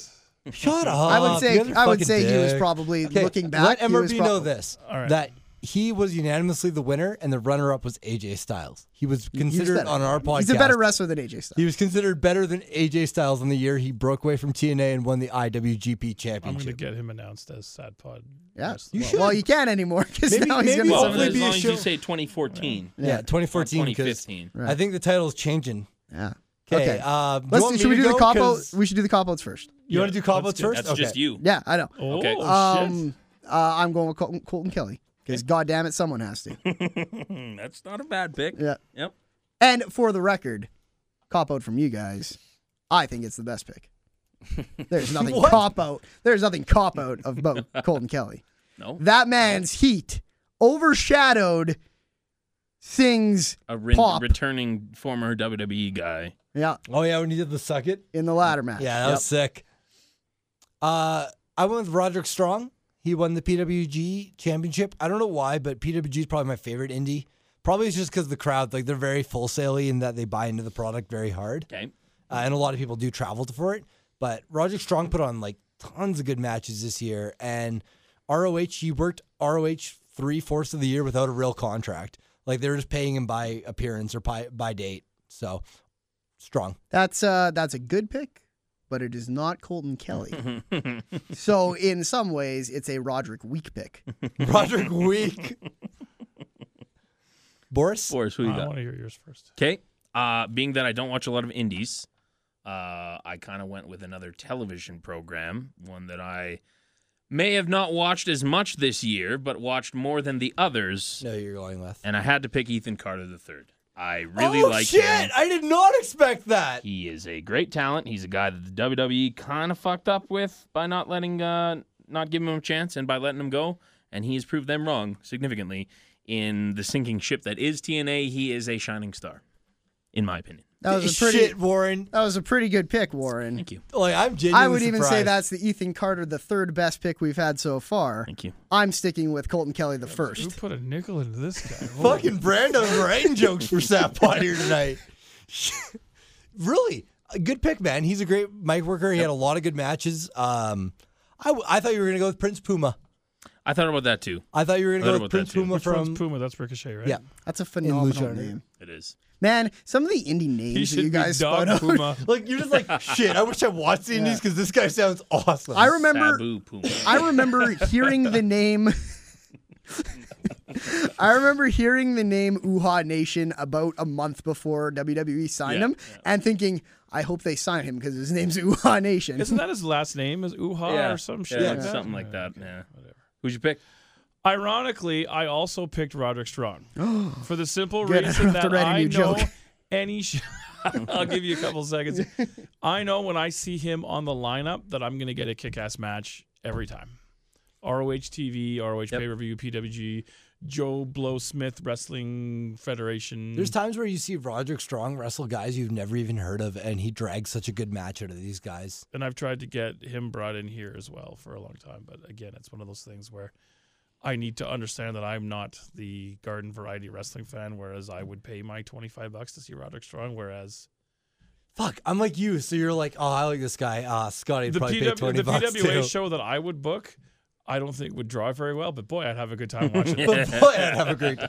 Speaker 2: Shut up.
Speaker 3: I would say
Speaker 2: You're the
Speaker 3: I would
Speaker 2: fucking
Speaker 3: say he was
Speaker 2: dick.
Speaker 3: probably
Speaker 2: Okay,
Speaker 3: looking back.
Speaker 2: Let
Speaker 3: he was
Speaker 2: MRB
Speaker 3: prob-
Speaker 2: know this
Speaker 4: All right.
Speaker 2: that he was unanimously the winner, and the runner-up was AJ Styles. He was
Speaker 3: He's
Speaker 2: considered
Speaker 3: better.
Speaker 2: on our podcast.
Speaker 3: He's a better wrestler than AJ Styles.
Speaker 2: He was considered better than AJ Styles on the year he broke away from TNA and won the IWGP
Speaker 4: I'm going to
Speaker 2: Championship.
Speaker 4: get him announced as Sad Pod.
Speaker 3: Yeah.
Speaker 4: wrestler.
Speaker 2: You
Speaker 3: well,
Speaker 2: should.
Speaker 3: well, you can't anymore because
Speaker 2: Maybe-
Speaker 3: now he's
Speaker 2: maybe
Speaker 3: going to
Speaker 1: Well,
Speaker 2: Well,
Speaker 1: as
Speaker 2: it'll
Speaker 1: long
Speaker 2: be a
Speaker 1: as
Speaker 2: show-
Speaker 1: you say 2014.
Speaker 2: yeah, 2014. 'cause
Speaker 1: 2015.
Speaker 2: I think the title's changing.
Speaker 3: Yeah.
Speaker 2: Okay.
Speaker 3: Okay.
Speaker 2: Uh, do you
Speaker 3: Let's
Speaker 2: want
Speaker 3: do,
Speaker 2: me
Speaker 3: should we
Speaker 2: to
Speaker 3: do the
Speaker 2: go?
Speaker 3: cop
Speaker 2: 'Cause-
Speaker 3: out? We should do the cop outs first.
Speaker 2: You want to do cop outs
Speaker 4: good.
Speaker 2: first?
Speaker 1: That's just you.
Speaker 3: Yeah, I know.
Speaker 4: Oh,
Speaker 1: Okay.
Speaker 4: shit.
Speaker 3: Um, uh, I'm going with Colton, Colton Kelly because goddamn it, someone has to.
Speaker 1: Hmm, That's not a bad pick.
Speaker 3: Yeah.
Speaker 1: Yep.
Speaker 3: and for the record, cop out from you guys. I think it's the best pick. There's nothing
Speaker 2: What?
Speaker 3: cop out. There's nothing cop out of about Colton Kelly.
Speaker 1: No.
Speaker 3: That man's heat overshadowed things.
Speaker 1: a re-
Speaker 3: Pop.
Speaker 1: returning former WWE guy.
Speaker 3: Yeah,
Speaker 2: Oh yeah, when you did the suck it.
Speaker 3: in the ladder match.
Speaker 2: Yeah, that was sick. Uh, I went with Roderick Strong. He won the PWG championship. I don't know why, but PWG is probably my favorite indie. Probably it's just because the crowd, like they're very full saily in that they buy into the product very hard,
Speaker 1: Okay.
Speaker 2: uh, and a lot of people do travel for it. But Roderick Strong put on like tons of good matches this year, and ROH he worked ROH three fourths of the year without a real contract. Like they were just paying him by appearance or by by date. So strong.
Speaker 3: That's uh that's a good pick, but it is not Colton Kelly. so in some ways it's a Roderick weak pick.
Speaker 2: Roderick Week. Boris?
Speaker 1: Boris, who you
Speaker 4: I
Speaker 1: got?
Speaker 4: want to hear yours first.
Speaker 1: Okay. Uh, being that I don't watch a lot of indies, uh, I kind of went with another television program, one that I may have not watched as much this year, but watched more than the others.
Speaker 2: No, you're going with.
Speaker 1: And I had to pick Ethan Carter III. I really
Speaker 2: oh,
Speaker 1: like
Speaker 2: shit!
Speaker 1: him.
Speaker 2: I did not expect that.
Speaker 1: He is a great talent. He's a guy that the WWE kind of fucked up with by not letting, uh, not giving him a chance and by letting him go. And he has proved them wrong significantly in the sinking ship that is TNA. He is a shining star, in my opinion.
Speaker 3: That was a pretty
Speaker 2: shit, Warren.
Speaker 3: that was a pretty good pick, Warren.
Speaker 1: Thank you.
Speaker 2: Like I'm genuinely
Speaker 3: I would even say
Speaker 2: surprised.
Speaker 3: that's the Ethan Carter the third best pick we've had so far.
Speaker 1: Thank you.
Speaker 3: I'm sticking with Colton Kelly the
Speaker 4: Who
Speaker 3: first.
Speaker 4: put a nickel into this guy? Holy
Speaker 2: fucking Brandon writing jokes for Sapphire here tonight. really, a good pick, man. He's a great mic worker. He had a lot of good matches. Um, I, w- I thought you were gonna go with Prince Puma.
Speaker 1: I thought about that too.
Speaker 2: I thought you were
Speaker 1: I
Speaker 2: gonna
Speaker 1: thought
Speaker 2: go
Speaker 1: about
Speaker 2: with Prince
Speaker 1: that too.
Speaker 2: Puma
Speaker 4: Which
Speaker 2: from
Speaker 4: one's Puma? That's Ricochet, right?
Speaker 2: yeah.
Speaker 3: That's a phenomenal
Speaker 2: Lucha.
Speaker 3: name.
Speaker 1: It is.
Speaker 3: Man, some of the indie
Speaker 4: He
Speaker 3: names that
Speaker 4: should
Speaker 3: you guys
Speaker 4: be
Speaker 3: spun
Speaker 4: Dog
Speaker 3: out.
Speaker 4: Puma.
Speaker 2: Like you're just like shit. I wish I watched the Indies because this guy sounds awesome.
Speaker 3: I remember
Speaker 1: Sabu Puma.
Speaker 3: I remember hearing the name. I remember hearing the name Uha Nation about a month before WWE signed
Speaker 1: Yeah,
Speaker 3: him, and thinking, I hope they sign him because his name's Uha Nation.
Speaker 4: Isn't that his last name? Is Uha
Speaker 1: Yeah.
Speaker 4: or some shit
Speaker 1: Yeah,
Speaker 4: like that?
Speaker 1: something like that. Yeah. Who's your pick?
Speaker 4: Ironically, I also picked Roderick Strong for the simple
Speaker 3: Good, I
Speaker 4: reason
Speaker 3: don't have to
Speaker 4: that
Speaker 3: write a
Speaker 4: I
Speaker 3: new
Speaker 4: know
Speaker 3: joke.
Speaker 4: any. Sh- I'll give you a couple seconds. I know when I see him on the lineup that I'm going to get a kick-ass match every time. ROH TV, ROH pay per view, PWG, Joe Blow Smith Wrestling Federation.
Speaker 2: There's times where you see Roderick Strong wrestle guys you've never even heard of, and he drags such a good match out of these guys.
Speaker 4: and I've tried to get him brought in here as well for a long time. But again, it's one of those things where I need to understand that I'm not the garden variety wrestling fan, whereas I would pay my 25 bucks to see Roderick Strong, whereas
Speaker 2: Fuck, I'm like you, so you're like, oh, I like this guy. Ah, Scotty
Speaker 4: the,
Speaker 2: probably paid
Speaker 4: PW,
Speaker 2: twenty
Speaker 4: the
Speaker 2: bucks
Speaker 4: PWA
Speaker 2: too.
Speaker 4: show that I would book, I don't think would draw very well, but boy, I'd have a good time watching it.
Speaker 2: but boy, I'd have a great.
Speaker 3: uh,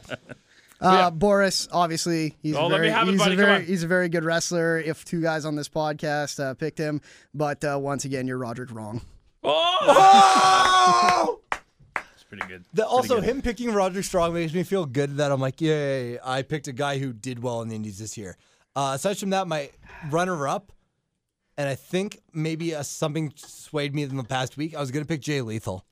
Speaker 4: yeah.
Speaker 3: Boris, obviously, he's, a
Speaker 4: Oh, let me
Speaker 3: very,
Speaker 4: have it,
Speaker 3: he's,
Speaker 4: buddy,
Speaker 3: a
Speaker 4: come
Speaker 3: very,
Speaker 4: on.
Speaker 3: he's a very good wrestler. If two guys on this podcast uh, picked him, but uh, once again, you're Roderick wrong.
Speaker 4: Oh!
Speaker 1: It's pretty good.
Speaker 2: The, also, him picking Roderick Strong makes me feel good that I'm like, yay, I picked a guy who did well in the Indies this year. Uh, aside from that, my runner up, and I think maybe uh, something swayed me in the past week. I was gonna pick Jay Lethal.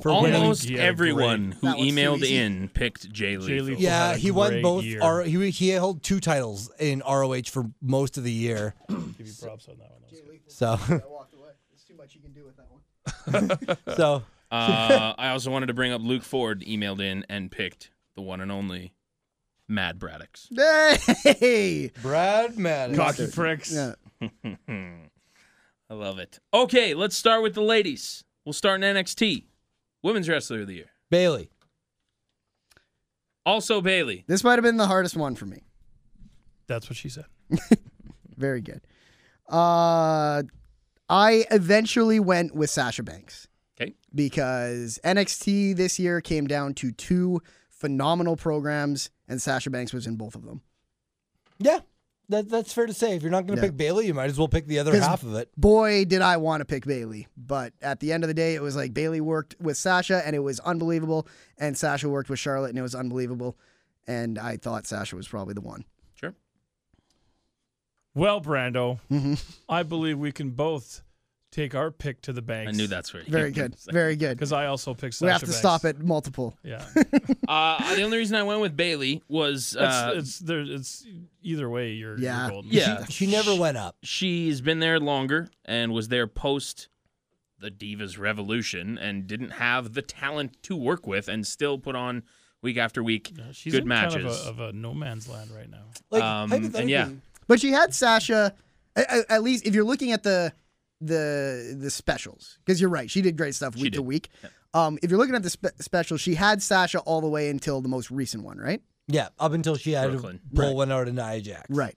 Speaker 2: For winning.
Speaker 1: Almost
Speaker 4: Yeah,
Speaker 1: everyone who
Speaker 3: That one's too
Speaker 1: emailed
Speaker 3: easy.
Speaker 1: in picked Jay Lethal.
Speaker 4: Lethal.
Speaker 2: Yeah,
Speaker 4: had a
Speaker 2: he won
Speaker 4: great
Speaker 2: both.
Speaker 4: year.
Speaker 2: R, he he held two titles in ROH for most of the year.
Speaker 4: Give you props on that one. That was good.
Speaker 2: So
Speaker 3: walked away. There's too much you can do with that one.
Speaker 2: so
Speaker 1: Uh, I also wanted to bring up Luke Ford emailed in and picked the one and only Mad Braddocks.
Speaker 3: Hey,
Speaker 2: Brad Maddox.
Speaker 4: Cocky pricks.
Speaker 3: yeah.
Speaker 1: I love it. Okay, let's start with the ladies. We'll start in NXT, Women's Wrestler of the Year.
Speaker 2: Bailey.
Speaker 1: Also Bailey.
Speaker 3: this might have been the hardest one for me.
Speaker 4: That's what she said.
Speaker 3: Very good. Uh, I eventually went with Sasha Banks.
Speaker 1: Okay.
Speaker 3: Because NXT this year came down to two phenomenal programs, and Sasha Banks was in both of them.
Speaker 2: Yeah, that that's fair to say. If you're not gonna
Speaker 3: Yeah.
Speaker 2: pick Bailey, you might as well pick the other
Speaker 3: 'Cause-
Speaker 2: half of it.
Speaker 3: Boy, did I want to pick Bailey. But at the end of the day, it was like Bailey worked with Sasha, and it was unbelievable. And Sasha worked with Charlotte, and it was unbelievable. And I thought Sasha was probably the one.
Speaker 1: Sure.
Speaker 4: Well, Brando,
Speaker 3: Mm-hmm.
Speaker 4: I believe we can both take our pick to the bank.
Speaker 1: I knew that's where. he
Speaker 3: Very
Speaker 1: came
Speaker 3: good.
Speaker 1: from.
Speaker 3: Very good.
Speaker 4: because I also picked. Sasha
Speaker 3: we have to
Speaker 4: Banks.
Speaker 3: stop at multiple.
Speaker 4: Yeah,
Speaker 1: Uh, the only reason I went with Bailey was uh,
Speaker 4: it's, it's there. It's either way. You're you're
Speaker 3: Yeah.
Speaker 4: golden.
Speaker 1: yeah,
Speaker 2: She never went up.
Speaker 1: she's been there longer and was there post the Divas Revolution and didn't have the talent to work with and still put on week after week
Speaker 4: Yeah, she's
Speaker 1: good
Speaker 4: in
Speaker 1: matches.
Speaker 4: kind of a, of a no man's land right now.
Speaker 2: Like
Speaker 1: Um, and
Speaker 2: hypothetically,
Speaker 1: yeah.
Speaker 3: But she had Sasha. a- a- At least if you're looking at the the the specials, because you're right, she did great stuff week
Speaker 1: did.
Speaker 3: to week. Um, if you're looking at the spe- specials, she had Sasha all the way until the most recent one, right?
Speaker 2: yeah, up until she had
Speaker 1: Brooklyn.
Speaker 2: to pull one out of Nia Jax.
Speaker 3: Right.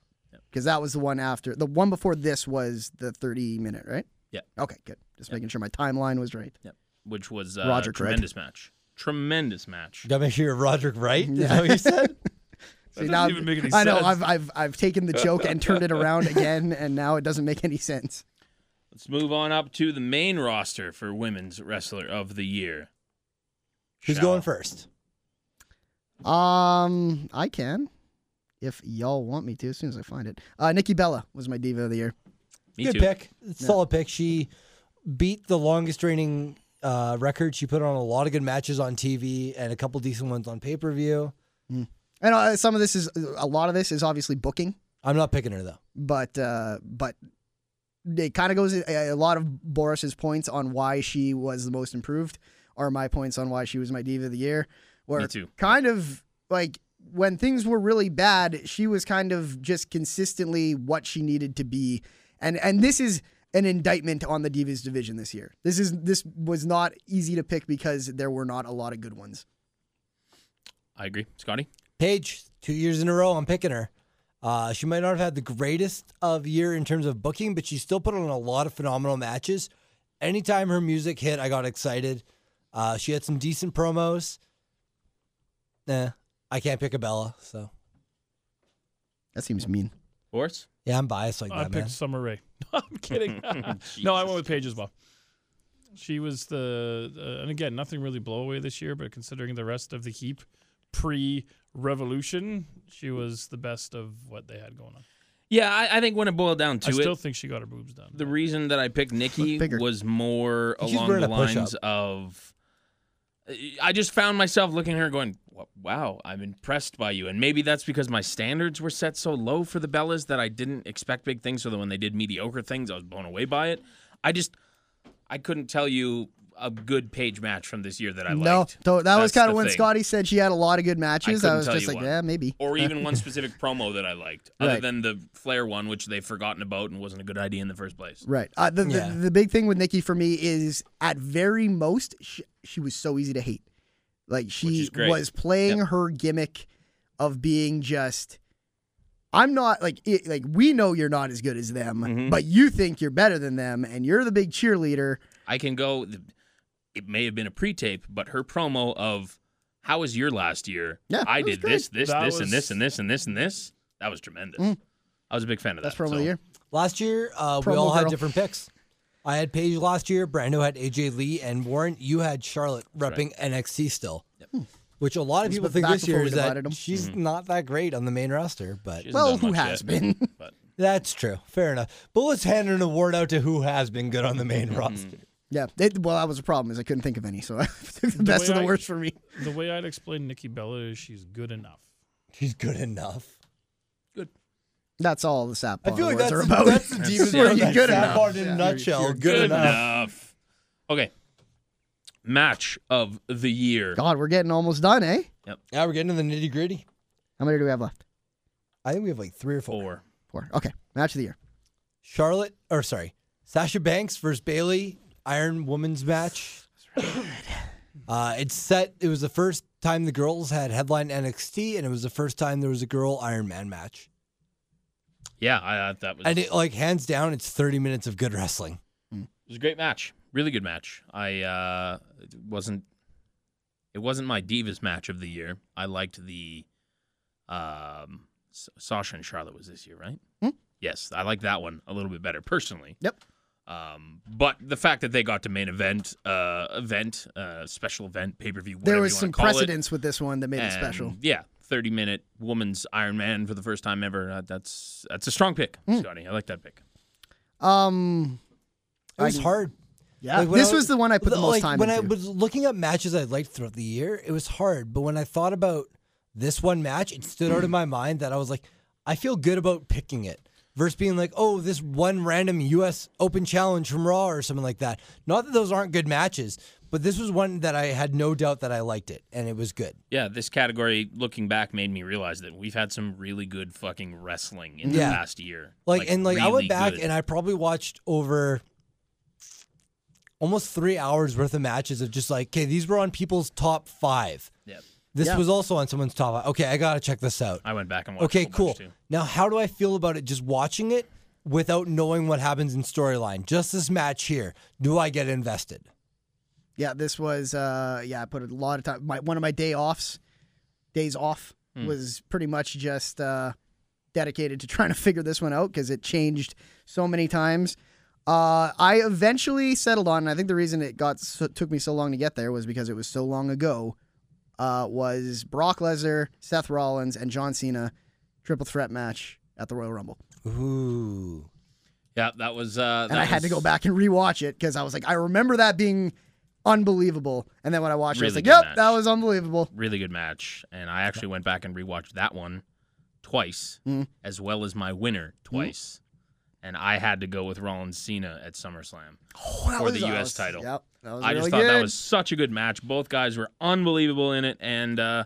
Speaker 3: Because that was the one after the one before this was the 30 minute, right?
Speaker 1: Yeah.
Speaker 3: Okay, good. Just making sure my timeline was right.
Speaker 1: Yep. Which was uh,
Speaker 3: Roger Craig.
Speaker 1: tremendous match. Tremendous match.
Speaker 2: Got to make sure you're Roderick Wright. Is that what you said?
Speaker 3: See,
Speaker 4: doesn't
Speaker 3: now-
Speaker 4: even make any
Speaker 3: I know
Speaker 4: sense.
Speaker 3: I've, I've I've taken the joke and turned it around again, and now it doesn't make any sense.
Speaker 1: Let's move on up to the main roster for Women's Wrestler of the Year.
Speaker 2: Who's
Speaker 1: Shall-
Speaker 2: going first?
Speaker 3: Um, I can, if y'all want me to, as soon as I find it. Uh, Nikki Bella was my diva of the year.
Speaker 1: Me
Speaker 2: Good
Speaker 1: too.
Speaker 2: pick. Solid pick. She beat the longest reigning uh, record. She put on a lot of good matches on TV and a couple decent ones on pay per view.
Speaker 3: And uh, some of this is a lot of this is obviously booking,
Speaker 2: I'm not picking her though.
Speaker 3: but uh, but it kind of goes uh, a, a lot of Boris's points on why she was the most improved are my points on why she was my diva of the year. Where
Speaker 1: Me too.
Speaker 3: kind of like when things were really bad, she was kind of just consistently what she needed to be, and and this is an indictment on the divas division this year. This is this was not easy to pick because there were not a lot of good ones.
Speaker 1: I agree. Scotty?
Speaker 2: Paige, two years in a row, I'm picking her. Uh, she might not have had the greatest of year in terms of booking, but she still put on a lot of phenomenal matches. Anytime her music hit, I got excited. Uh, she had some decent promos. Nah, I can't pick a Bella, so
Speaker 3: That seems mean.
Speaker 1: Boris?
Speaker 2: yeah, I'm biased like
Speaker 4: I
Speaker 2: that,
Speaker 4: picked
Speaker 2: man.
Speaker 4: Summer Rae. No, I'm kidding. no, I went with Paige as well. She was the, uh, and again, nothing really blow away this year, but considering the rest of the heap pre revolution, she was the best of what they had going on.
Speaker 1: Yeah, I, I think when it boiled down to it,
Speaker 4: I still think she got her boobs done.
Speaker 1: the reason that I picked Nikki
Speaker 3: bigger.
Speaker 1: was more
Speaker 2: She's
Speaker 1: along
Speaker 2: wearing
Speaker 1: the
Speaker 2: a push-up.
Speaker 1: lines of. I just found myself looking at her going, "Wa- wow, I'm impressed by you. And maybe that's because my standards were set so low for the Bellas that I didn't expect big things. So that when they did mediocre things, I was blown away by it. I just, I couldn't tell you a good page match from this year that I
Speaker 3: No,
Speaker 1: liked.
Speaker 3: so that was
Speaker 1: That's
Speaker 3: kind of
Speaker 1: the
Speaker 3: when
Speaker 1: thing.
Speaker 3: Scotty said she had a lot of good matches. I,
Speaker 1: couldn't
Speaker 3: was
Speaker 1: tell
Speaker 3: just
Speaker 1: you
Speaker 3: like,
Speaker 1: one.
Speaker 3: yeah, maybe.
Speaker 1: Or even one specific promo that I liked, other
Speaker 3: Right.
Speaker 1: than the Flair one, which they've forgotten about and wasn't a good idea in the first place.
Speaker 3: Right. Uh, the,
Speaker 2: Yeah.
Speaker 3: the the big thing with Nikki for me is at very most she, she was so easy to hate. Like she
Speaker 1: is great.
Speaker 3: was playing
Speaker 1: Yep.
Speaker 3: her gimmick of being just I'm not like it, like we know you're not as good as them,
Speaker 1: Mm-hmm.
Speaker 3: but you think you're better than them and you're the big cheerleader.
Speaker 1: I can go. It may have been a pre-tape, but her promo of "How was your last year?"
Speaker 3: Yeah,
Speaker 1: I
Speaker 3: that was
Speaker 1: did this, this,
Speaker 4: That
Speaker 1: this, and this,
Speaker 4: was-
Speaker 1: and this, and this, and this. That was tremendous. I was a big fan of
Speaker 3: Mm. That's
Speaker 1: that.
Speaker 3: probably
Speaker 1: so-
Speaker 3: year.
Speaker 2: Last year, uh, we
Speaker 3: Promo
Speaker 2: all had
Speaker 3: girl.
Speaker 2: different picks. I had Paige last year. Brando had AJ Lee and Warren. You had Charlotte repping NXT still, which a lot of
Speaker 3: This
Speaker 2: people
Speaker 3: was
Speaker 2: think
Speaker 3: back
Speaker 2: this year
Speaker 3: before we
Speaker 2: is that
Speaker 3: divided 'em.
Speaker 2: she's not that great on the main roster. But
Speaker 1: She hasn't
Speaker 3: Well,
Speaker 1: done
Speaker 3: who
Speaker 1: much
Speaker 3: has
Speaker 1: yet,
Speaker 3: been?
Speaker 1: But
Speaker 2: That's true. Fair enough. But let's hand an award out to who has been good on the main roster.
Speaker 3: Yeah. They, well, that was a problem is I couldn't think of any, so I took the
Speaker 4: The
Speaker 3: best
Speaker 4: way
Speaker 3: of the
Speaker 4: I-
Speaker 3: worst for me.
Speaker 4: The way I'd explain Nikki Bella is she's good enough.
Speaker 2: She's good enough.
Speaker 3: That's all the sap
Speaker 2: I feel like
Speaker 3: awards
Speaker 2: that's
Speaker 3: are
Speaker 2: the,
Speaker 3: about.
Speaker 2: that's the deepest
Speaker 3: Were
Speaker 2: part of
Speaker 3: you
Speaker 2: that
Speaker 3: good
Speaker 2: sad
Speaker 3: enough?
Speaker 2: part in
Speaker 3: Yeah.
Speaker 2: a nutshell.
Speaker 3: You're- you're
Speaker 2: good, enough.
Speaker 1: Okay. Match of the year.
Speaker 3: God, we're getting almost done, eh?
Speaker 2: Now we're getting to the nitty gritty.
Speaker 3: How many do we have left?
Speaker 2: I think we have like three or four.
Speaker 1: Four.
Speaker 3: Four. Okay. Match of the year.
Speaker 2: Charlotte, or sorry, Sasha Banks versus Bailey Iron Woman's match. Uh, it's set. It was the first time the girls had headline NXT, and it was the first time there was a girl Iron Man match.
Speaker 1: Yeah, I, I, that was,
Speaker 2: And
Speaker 1: it
Speaker 2: it, like hands down, it's thirty minutes of good wrestling.
Speaker 1: was a great match. Really good match. I uh, it wasn't. It wasn't my divas match of the year. I liked the. Um, S- Sasha and Charlotte was this year, right?
Speaker 3: Hmm?
Speaker 1: Yes, I like that one a little bit better personally.
Speaker 3: Yep.
Speaker 1: Um, but the fact that they got to main event, uh, event, uh, special event, pay per view,
Speaker 3: There was some precedence with this one that made it
Speaker 1: and,
Speaker 3: special.
Speaker 1: Yeah, thirty minute woman's Iron Man for the first time ever. Uh, that's that's a strong pick,
Speaker 3: Hmm.
Speaker 1: Scotty. I like that pick.
Speaker 3: Um,
Speaker 2: It was hard.
Speaker 3: yeah.
Speaker 2: Like, when
Speaker 3: this
Speaker 2: I-
Speaker 3: was the one I put the most
Speaker 2: like,
Speaker 3: time
Speaker 2: When
Speaker 3: into.
Speaker 2: I was looking up matches I liked throughout the year, it was hard. But when I thought about this one match, it stood out in my mind that I was like, I feel good about picking it. Versus being like, oh, this one random U.S. Open challenge from Raw or something like that. Not that those aren't good matches, but this was one that I had no doubt that I liked it and it was good.
Speaker 1: Yeah, this category, looking back, made me realize that we've had some really good fucking wrestling in the
Speaker 2: Yeah.
Speaker 1: last year.
Speaker 2: Like, and like I
Speaker 1: really
Speaker 2: went back
Speaker 1: good.
Speaker 2: and I probably watched over almost three hours worth of matches of just like, okay, these were on people's top five.
Speaker 1: Yep.
Speaker 2: This
Speaker 3: Yeah.
Speaker 2: was also on someone's top five. Okay, I gotta check this out.
Speaker 1: I went back and watched. a
Speaker 2: Okay,
Speaker 1: whole
Speaker 2: cool.
Speaker 1: bunch, too.
Speaker 2: Now, how do I feel about it just watching it without knowing what happens in storyline? Just this match here, do I get invested?
Speaker 3: yeah, this was. Uh, yeah, I put a lot of time. My, one of my day offs, days off, was pretty much just uh, dedicated to trying to figure this one out because it changed so many times. Uh, I eventually settled on, and I think the reason it got so, took me so long to get there was because it was so long ago. Uh, was Brock Lesnar, Seth Rollins, and John Cena triple threat match at the Royal Rumble?
Speaker 2: Ooh.
Speaker 1: Yeah, that was. Uh,
Speaker 3: and I had to go back and rewatch it because I was like, I remember that being unbelievable. And then when I watched
Speaker 1: Really
Speaker 3: it,
Speaker 1: good
Speaker 3: I was like,
Speaker 1: match.
Speaker 3: yep, that was unbelievable.
Speaker 1: Really good match, and I actually went back and rewatched that one twice,
Speaker 2: Mm.
Speaker 1: as well as my winner twice, and I had to go with Rollins Cena at SummerSlam.
Speaker 3: Oh, that
Speaker 1: For the
Speaker 3: was-
Speaker 1: US
Speaker 3: that was-
Speaker 1: title.
Speaker 3: Yep, that was
Speaker 1: I
Speaker 3: really
Speaker 1: just thought that
Speaker 3: good.
Speaker 1: was such a good match. Both guys were unbelievable in it, and uh,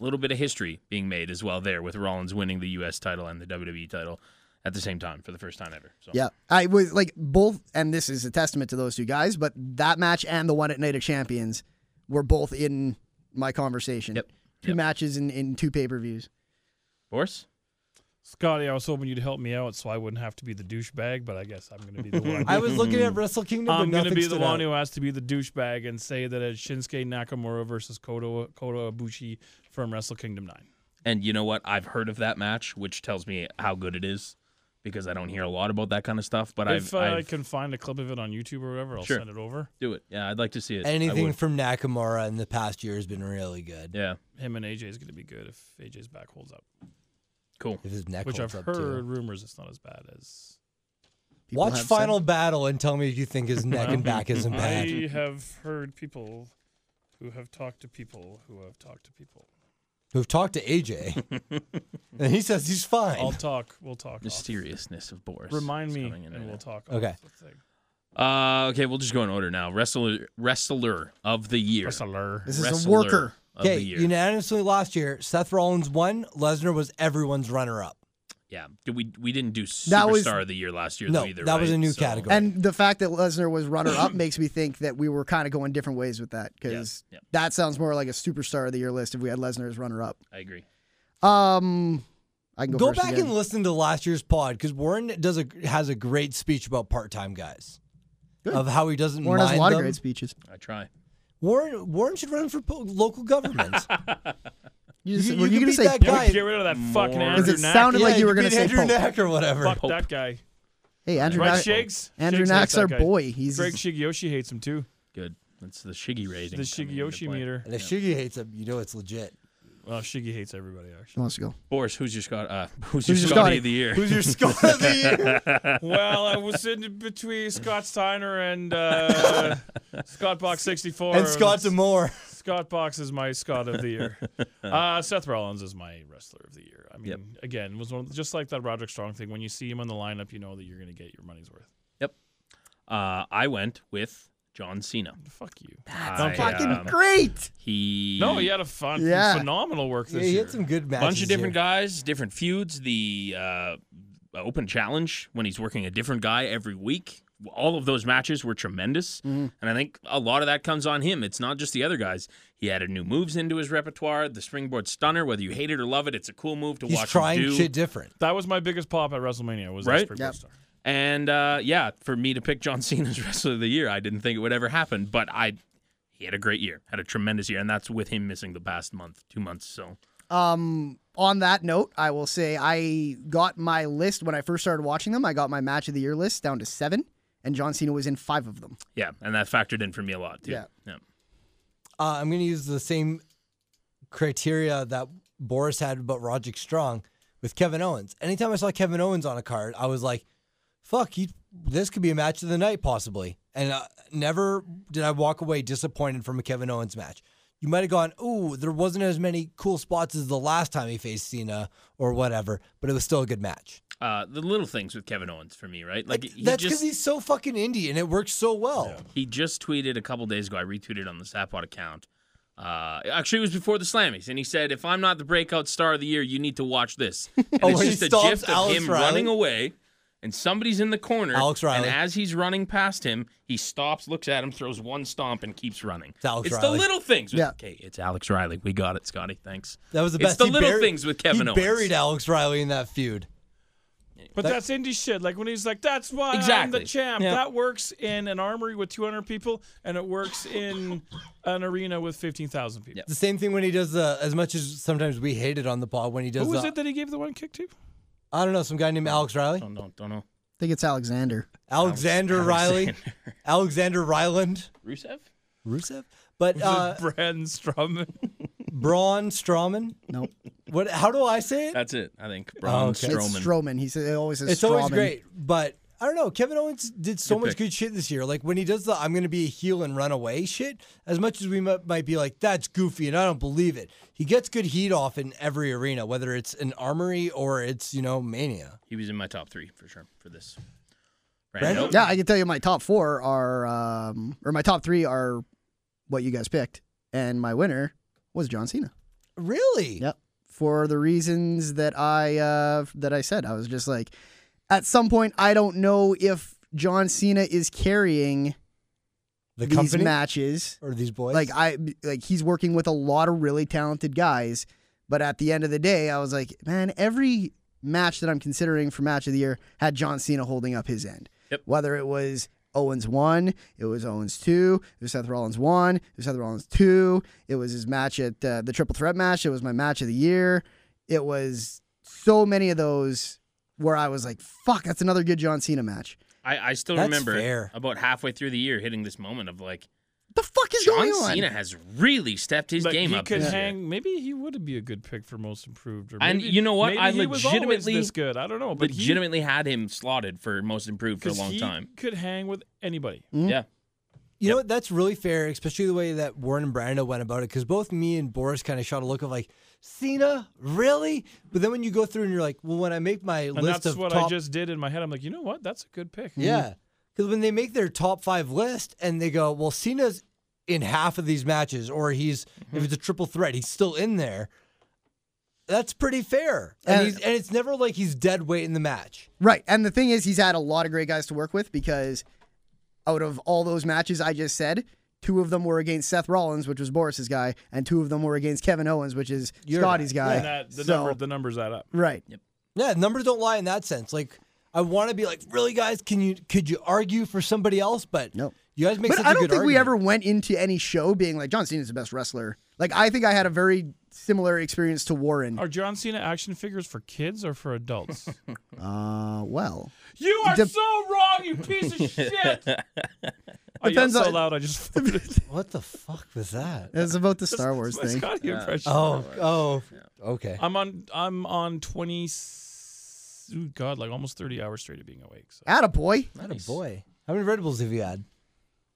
Speaker 1: a little bit of history being made as well there with Rollins winning the U.S. title and the WWE title at the same time for the first time ever. So
Speaker 3: Yeah, I was like both, and this is a testament to those two guys. But that match and the one at Night of Champions were both in my conversation.
Speaker 1: Yep.
Speaker 3: Two matches in, in two pay per views.
Speaker 1: Boris,
Speaker 4: Scotty, I was hoping you'd help me out so I wouldn't have to be the douchebag, but I guess I'm going to be the one.
Speaker 2: I was looking at Wrestle Kingdom, but
Speaker 4: I'm going
Speaker 2: nothing
Speaker 4: to be the
Speaker 2: stood
Speaker 4: one
Speaker 2: out.
Speaker 4: who has to be the douchebag and say that it's Shinsuke Nakamura versus Kota, Kota Ibushi from Wrestle Kingdom 9.
Speaker 1: and you know what? I've heard of that match, which tells me how good it is because I don't hear a lot about that kind of stuff. But
Speaker 4: If
Speaker 1: I've,
Speaker 4: uh, I
Speaker 1: I've
Speaker 4: can find a clip of it on YouTube or whatever, I'll
Speaker 1: Sure.
Speaker 4: send it over.
Speaker 1: do it. Yeah, I'd like to see it. I
Speaker 2: Anything
Speaker 1: would.
Speaker 2: from Nakamura in the past year has been really good.
Speaker 1: yeah,
Speaker 4: Him and AJ is going to be good if AJ's back holds up,
Speaker 1: cool.
Speaker 2: If his neck
Speaker 4: which I've
Speaker 2: holds up
Speaker 4: heard
Speaker 2: too.
Speaker 4: rumors it's not as bad as.
Speaker 3: People
Speaker 2: Watch
Speaker 3: have said-
Speaker 2: Final Battle and tell me if you think his neck and back isn't bad.
Speaker 4: I have heard people who have talked to people who have talked to people.
Speaker 2: We've talked to AJ, and he says he's fine.
Speaker 4: I'll talk. We'll talk. off.
Speaker 1: The seriousness of Boris.
Speaker 4: Remind
Speaker 1: is
Speaker 4: me,
Speaker 1: coming in
Speaker 4: and
Speaker 1: right
Speaker 4: we'll
Speaker 1: now.
Speaker 4: talk.
Speaker 2: Okay.
Speaker 4: off the thing.
Speaker 1: Uh, okay, we'll just go in order now. Wrestler, wrestler of the year.
Speaker 4: Wrestler.
Speaker 3: This is a
Speaker 1: Wrestler
Speaker 3: worker.
Speaker 1: of the
Speaker 2: Okay,
Speaker 1: year.
Speaker 2: unanimously last year, Seth Rollins won. Lesnar was everyone's runner-up.
Speaker 1: Yeah, Did we we didn't do superstar
Speaker 3: That was-
Speaker 1: of the year last year.
Speaker 2: No,
Speaker 1: though, either,
Speaker 2: that was
Speaker 1: right?
Speaker 2: a new
Speaker 1: So-
Speaker 2: category.
Speaker 3: And the fact that Lesnar was runner up makes me think that we were kind of going different ways with that because
Speaker 1: Yeah, yeah.
Speaker 3: that sounds more like a superstar of the year list if we had Lesnar as runner up.
Speaker 1: I agree.
Speaker 3: Um, I can go,
Speaker 2: Go
Speaker 3: first
Speaker 2: back
Speaker 3: again.
Speaker 2: and listen to last year's pod because Warren does a has a great speech about part-time guys, of how he doesn't
Speaker 3: Warren
Speaker 2: mind
Speaker 3: has a lot
Speaker 2: them.
Speaker 3: of great speeches.
Speaker 1: I try.
Speaker 2: Warren Warren should run for po- local government.
Speaker 3: You,
Speaker 2: you,
Speaker 3: just,
Speaker 2: you
Speaker 3: were
Speaker 2: could
Speaker 3: you gonna
Speaker 2: beat
Speaker 3: say
Speaker 2: that
Speaker 3: Pope?
Speaker 2: guy.
Speaker 4: Get rid of that fucking
Speaker 1: More-
Speaker 3: Because
Speaker 4: Andrew
Speaker 3: it
Speaker 4: Knack.
Speaker 3: sounded like
Speaker 2: Yeah,
Speaker 3: you were
Speaker 2: beat
Speaker 3: gonna say
Speaker 2: Andrew
Speaker 3: Pope.
Speaker 2: Knack or whatever.
Speaker 4: Fuck
Speaker 1: Pope.
Speaker 4: that guy.
Speaker 3: Hey, Andrew
Speaker 4: Right,
Speaker 3: Knack-
Speaker 4: Shakes?
Speaker 3: Andrew
Speaker 4: Shakes
Speaker 3: Knack's
Speaker 4: hates that
Speaker 3: our
Speaker 4: guy.
Speaker 3: boy. He's
Speaker 4: Greg Shigeyoshi hates him too.
Speaker 1: Good. That's the Shiggy rating.
Speaker 4: The
Speaker 1: coming into
Speaker 4: Shigeyoshi
Speaker 1: play.
Speaker 4: meter.
Speaker 2: And if Shiggy hates him, you know it's legit.
Speaker 4: Well, Shiggy hates everybody, actually.
Speaker 3: He wants to go.
Speaker 1: Boris, who's your Scott? Uh, who's,
Speaker 3: Who's
Speaker 1: your
Speaker 3: your
Speaker 1: Scotty
Speaker 3: Scotty?
Speaker 1: of the year?
Speaker 2: Who's your Scott of the year?
Speaker 4: well, I was sitting between Scott Steiner and uh, Scott Box 64.
Speaker 2: And Scott Demore.
Speaker 4: Scott Box is my Scott of the year. uh, Seth Rollins is my wrestler of the year. I mean, again, was one of, just like that Roderick Strong thing. When you see him on the lineup, you know that you're going to get your money's worth.
Speaker 1: Uh, I went with John Cena.
Speaker 4: Fuck you.
Speaker 1: I,
Speaker 3: Fucking
Speaker 1: um,
Speaker 3: great.
Speaker 1: he
Speaker 4: No, he had a fun,
Speaker 3: Yeah.
Speaker 4: phenomenal work
Speaker 2: Yeah,
Speaker 4: this
Speaker 2: he
Speaker 4: year.
Speaker 2: had some good matches.
Speaker 1: bunch of
Speaker 2: this
Speaker 1: different
Speaker 2: year.
Speaker 1: guys, different feuds. The uh, open challenge when he's working a different guy every week. All of those matches were tremendous, and I think a lot of that comes on him. It's not just the other guys. He added new moves into his repertoire. The springboard stunner, whether you hate it or love it, it's a cool move to
Speaker 2: He's
Speaker 1: watch
Speaker 2: trying
Speaker 1: him do.
Speaker 2: shit different.
Speaker 4: that was my biggest pop at WrestleMania. Was that
Speaker 1: Right?
Speaker 4: Springboard
Speaker 3: Yep.
Speaker 4: Star.
Speaker 1: And uh, yeah, for me to pick John Cena as wrestler of the year, I didn't think it would ever happen, but I he had a great year, had a tremendous year, and that's with him missing the past month, two months. So
Speaker 3: Um, on that note, I will say I got my list when I first started watching them. I got my match of the year list down to seven, and John Cena was in five of them.
Speaker 1: yeah, and that factored in for me a lot too.
Speaker 3: Yeah.
Speaker 2: Uh, I'm going to use the same criteria that Boris had about Roderick Strong with Kevin Owens. Anytime I saw Kevin Owens on a card, I was like, fuck, he, this could be a match of the night, possibly. And uh, never did I walk away disappointed from a Kevin Owens match. You might have gone, ooh, there wasn't as many cool spots as the last time he faced Cena or whatever, but it was still a good match.
Speaker 1: Uh, the little things with Kevin Owens for me, right? Like he
Speaker 2: That's because
Speaker 1: just
Speaker 2: he's so fucking indie and it works so well.
Speaker 1: he just tweeted a couple days ago. I retweeted on the Sapod account. Uh, actually, it was before the Slammies, and he said, "If I'm not the breakout star of the year, you need to watch this." And
Speaker 2: Oh,
Speaker 1: it's
Speaker 2: where he
Speaker 1: just a
Speaker 2: stomps
Speaker 1: gif of
Speaker 2: Alex
Speaker 1: him
Speaker 2: Riley?
Speaker 1: running away, and somebody's in the corner.
Speaker 2: Alex Riley.
Speaker 1: And as he's running past him, he stops, looks at him, throws one stomp, and keeps running. It's,
Speaker 2: Alex
Speaker 1: the
Speaker 2: Riley.
Speaker 1: little things. With,
Speaker 3: Yeah.
Speaker 1: Okay, it's Alex Riley. We got it, Scotty. Thanks.
Speaker 2: That was the
Speaker 1: It's
Speaker 2: best.
Speaker 1: the
Speaker 2: He
Speaker 1: little
Speaker 2: buried-
Speaker 1: things with Kevin
Speaker 2: he
Speaker 1: Owens.
Speaker 2: buried Alex Riley in that feud.
Speaker 4: But that's indie shit. Like when he's like, "That's why I'm
Speaker 1: Exactly.
Speaker 4: the champ."
Speaker 1: Yeah.
Speaker 4: That works in an armory with 200 people, and it works in an arena with 15,000 people.
Speaker 2: The same thing when he does the. As much as sometimes we hate it on the pod when he does.
Speaker 4: Who was
Speaker 2: the,
Speaker 4: it that he gave the one kick to?
Speaker 2: I don't know. Some guy named Alex Riley,
Speaker 1: Don't know. Don't know.
Speaker 3: I think it's Alexander.
Speaker 2: Alexander Riley, Alexander Ryland,
Speaker 1: Rusev.
Speaker 2: Rusev, but uh,
Speaker 4: Brandon Strowman.
Speaker 2: Braun Strowman.
Speaker 3: Nope.
Speaker 2: What? How do I say it?
Speaker 1: That's it. I think Braun
Speaker 2: Oh, okay.
Speaker 1: Strowman.
Speaker 3: It's Strowman. He says it always says
Speaker 2: It's always
Speaker 3: Strowman.
Speaker 2: great, but. I don't know. Kevin Owens did so
Speaker 1: Good
Speaker 2: much
Speaker 1: pick.
Speaker 2: good shit this year. Like when he does the "I'm going to be a heel and run away" shit, as much as we might, might be like, "That's goofy" and I don't believe it. He gets good heat off in every arena, whether it's an armory or it's you know Mania.
Speaker 1: He was in my top three for sure for this.
Speaker 2: Brando?
Speaker 1: Brando?
Speaker 3: Yeah, I can tell you my top four are, um, or my top three are what you guys picked, and my winner was John Cena.
Speaker 2: Really?
Speaker 3: Yep. For the reasons that I uh, that I said, I was just like, at some point, I don't know if John Cena is carrying
Speaker 2: The
Speaker 3: these
Speaker 2: company
Speaker 3: matches.
Speaker 2: or these boys?
Speaker 3: Like I like he's working with a lot of really talented guys, but at the end of the day, I was like, man, every match that I'm considering for match of the year had John Cena holding up his end.
Speaker 1: Yep.
Speaker 3: Whether it was Owens one, it was Owens two, it was Seth Rollins one, it was Seth Rollins two, it was his match at uh, the triple threat match. It was my match of the year. It was so many of those where I was like, fuck, that's another good John Cena match.
Speaker 1: I, I still
Speaker 2: That's
Speaker 1: remember
Speaker 2: fair.
Speaker 1: about halfway through the year hitting this moment of like
Speaker 3: The fuck is
Speaker 1: John
Speaker 3: going on?
Speaker 1: Cena has really stepped his
Speaker 4: Like,
Speaker 1: game
Speaker 4: he
Speaker 1: up.
Speaker 4: could
Speaker 1: this year.
Speaker 4: hang. Maybe he would be a good pick for most improved. Or
Speaker 1: And
Speaker 4: maybe-
Speaker 1: you know what?
Speaker 4: maybe
Speaker 1: I
Speaker 4: he was always
Speaker 1: legitimately-
Speaker 4: this good. I don't know, but
Speaker 1: Legitimately had him slotted for most improved for a
Speaker 4: because
Speaker 1: long
Speaker 4: he
Speaker 1: time.
Speaker 4: could hang with anybody.
Speaker 2: Mm-hmm.
Speaker 1: Yeah.
Speaker 2: You know what? That's really fair, especially the way that Warren and Brando went about it, because both me and Boris kind of shot a look of like, Cena, really? But then when you go through and you're like, well, when I make my
Speaker 4: And
Speaker 2: list
Speaker 4: that's
Speaker 2: of
Speaker 4: what
Speaker 2: top,
Speaker 4: I just Mm-hmm. did in my head. I'm like, you know what? That's a good pick.
Speaker 2: yeah, because when they make their top five list and they go, well, Cena's in half of these matches, or he's if
Speaker 4: Mm-hmm.
Speaker 2: it's a triple threat, he's still in there. That's pretty fair, and,
Speaker 3: And-
Speaker 2: he's, and it's never like he's dead weight in the match.
Speaker 3: Right. And the thing is, he's had a lot of great guys to work with because out of all those matches I just said, two of them were against Seth Rollins, which was Boris's guy, and two of them were against Kevin Owens, which is
Speaker 2: Your
Speaker 3: Scotty's guy.
Speaker 4: And that the
Speaker 3: So-
Speaker 4: number the numbers add up.
Speaker 3: right.
Speaker 2: Yeah, numbers don't lie in that sense. Like I want to be like, really, guys, can you could you argue for somebody else? But
Speaker 3: No.
Speaker 2: you guys make.
Speaker 3: But
Speaker 2: such
Speaker 3: I
Speaker 2: a
Speaker 3: don't
Speaker 2: good
Speaker 3: think we ever
Speaker 2: argument.
Speaker 3: went into any show being like, John Cena's the best wrestler. Like, I think I had a very similar experience to Warren.
Speaker 4: Are John Cena action figures for kids or for adults?
Speaker 3: Uh, well.
Speaker 4: you are
Speaker 3: Dep-
Speaker 4: so wrong, you piece of shit. I I yelled
Speaker 3: Depends
Speaker 4: so
Speaker 3: on-
Speaker 4: loud I just
Speaker 2: What the fuck was that?
Speaker 3: It's about the Star Wars
Speaker 4: my
Speaker 3: thing.
Speaker 4: Scotty impression.
Speaker 2: Oh, oh, okay.
Speaker 4: I'm on I'm on 20 s- ooh, god like almost 30 hours straight of being awake. So
Speaker 3: Atta boy.
Speaker 2: Not a boy. How many Red Bulls have you had?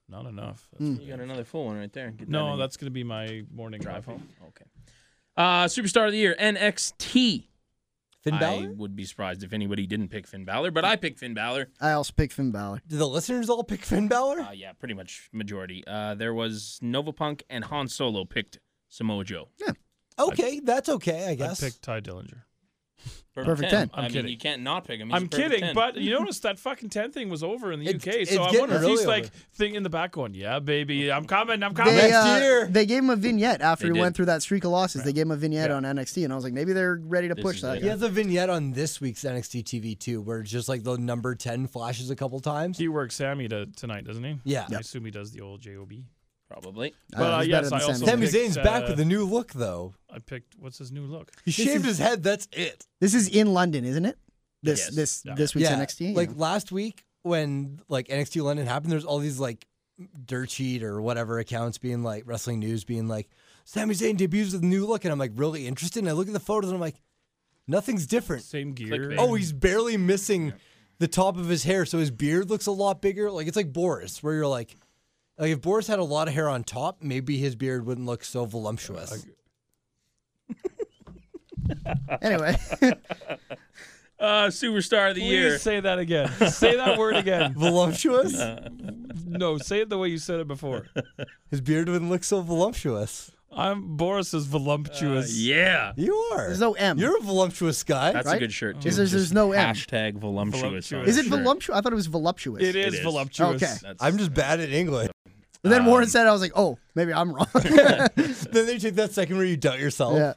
Speaker 4: not enough.
Speaker 3: Hmm.
Speaker 4: That's
Speaker 1: You got another full one right there. Get that
Speaker 4: No,
Speaker 1: in.
Speaker 4: that's going to be my morning drive home.
Speaker 1: okay. Uh, superstar of the year NXT.
Speaker 2: Finn
Speaker 1: I
Speaker 2: Balor?
Speaker 1: would be surprised if anybody didn't pick Finn Balor, but I picked Finn Balor.
Speaker 3: I also pick Finn Balor.
Speaker 2: Did the listeners all pick Finn Balor?
Speaker 1: Uh, yeah, pretty much majority. Uh, there was Nova Punk and Han Solo picked Samoa Joe.
Speaker 2: okay, that's okay, I guess.
Speaker 4: I picked Ty Dillinger.
Speaker 3: Perfect 10.
Speaker 1: I
Speaker 4: I'm
Speaker 1: mean,
Speaker 4: kidding.
Speaker 1: you can't not pick him. He's
Speaker 4: I'm
Speaker 1: a perfect
Speaker 4: kidding,
Speaker 1: 10.
Speaker 4: but you notice that fucking 10 thing was over in the
Speaker 2: It's-
Speaker 4: UK,
Speaker 2: it's
Speaker 4: so I
Speaker 2: getting
Speaker 4: wonder if
Speaker 2: really
Speaker 4: he's like
Speaker 2: over.
Speaker 4: thing in the back going, "Yeah, baby, I'm coming, I'm coming."
Speaker 3: They,
Speaker 2: Next
Speaker 3: uh,
Speaker 2: year.
Speaker 3: they gave him a vignette after
Speaker 1: They
Speaker 3: he went
Speaker 1: did.
Speaker 3: through that streak of losses. They gave him a vignette
Speaker 4: Yeah.
Speaker 3: on NXT, and I was like, maybe they're ready to
Speaker 1: This
Speaker 3: push
Speaker 1: is
Speaker 3: that.
Speaker 1: like-
Speaker 2: He
Speaker 3: guy.
Speaker 2: has a vignette on this week's NXT TV too, where it's just like the number ten flashes a couple times.
Speaker 4: he works Sammy to, tonight, doesn't he?
Speaker 2: Yeah.
Speaker 4: I assume he does the old job.
Speaker 1: probably.
Speaker 4: But uh,
Speaker 3: he's better
Speaker 4: yes,
Speaker 3: than
Speaker 4: I also
Speaker 3: Sami
Speaker 2: Sami
Speaker 4: picked,
Speaker 2: Zayn's back
Speaker 4: uh,
Speaker 2: with a new look though.
Speaker 4: I picked what's his new look?
Speaker 2: He shaved his head. That's it.
Speaker 3: This is in London, isn't it? This
Speaker 1: Yes.
Speaker 3: this
Speaker 4: Yeah.
Speaker 3: this week's
Speaker 2: yeah.
Speaker 3: NXT. yeah.
Speaker 2: Like last week when like NXT London happened, there's all these like dirt sheet or whatever accounts being like wrestling news being like Sami Zayn debuts with a new look, and I'm like really interested. And I look at the photos and I'm like, nothing's different.
Speaker 4: Same gear.
Speaker 1: Clickbait.
Speaker 2: Oh, he's barely missing the top of his hair, so his beard looks a lot bigger. Like it's like Boris, where you're like, like if Boris had a lot of hair on top, maybe his beard wouldn't look so voluptuous.
Speaker 3: anyway,
Speaker 1: Uh, superstar of the year.
Speaker 4: Please say that again. say that word again.
Speaker 2: voluptuous?
Speaker 4: No, say it the way you said it before.
Speaker 2: His beard wouldn't look so voluptuous.
Speaker 4: I'm Boris is voluptuous.
Speaker 1: Uh, Yeah,
Speaker 2: You are.
Speaker 3: There's no M.
Speaker 2: You're a voluptuous guy.
Speaker 1: that's
Speaker 3: Right?
Speaker 1: a good shirt. Too.
Speaker 3: Is there- there's
Speaker 1: Just
Speaker 3: no M.
Speaker 1: hashtag voluptuous. on
Speaker 4: Voluptuous.
Speaker 1: the
Speaker 3: is it
Speaker 1: shirt.
Speaker 3: voluptuous? I thought it was voluptuous.
Speaker 4: It is
Speaker 1: is.
Speaker 4: voluptuous.
Speaker 3: Okay.
Speaker 1: That's-
Speaker 2: I'm just bad at English.
Speaker 3: And then
Speaker 2: Um,
Speaker 3: Warren said, it, I was like, oh, maybe I'm wrong.
Speaker 2: then they take that second where you doubt yourself.
Speaker 3: yeah.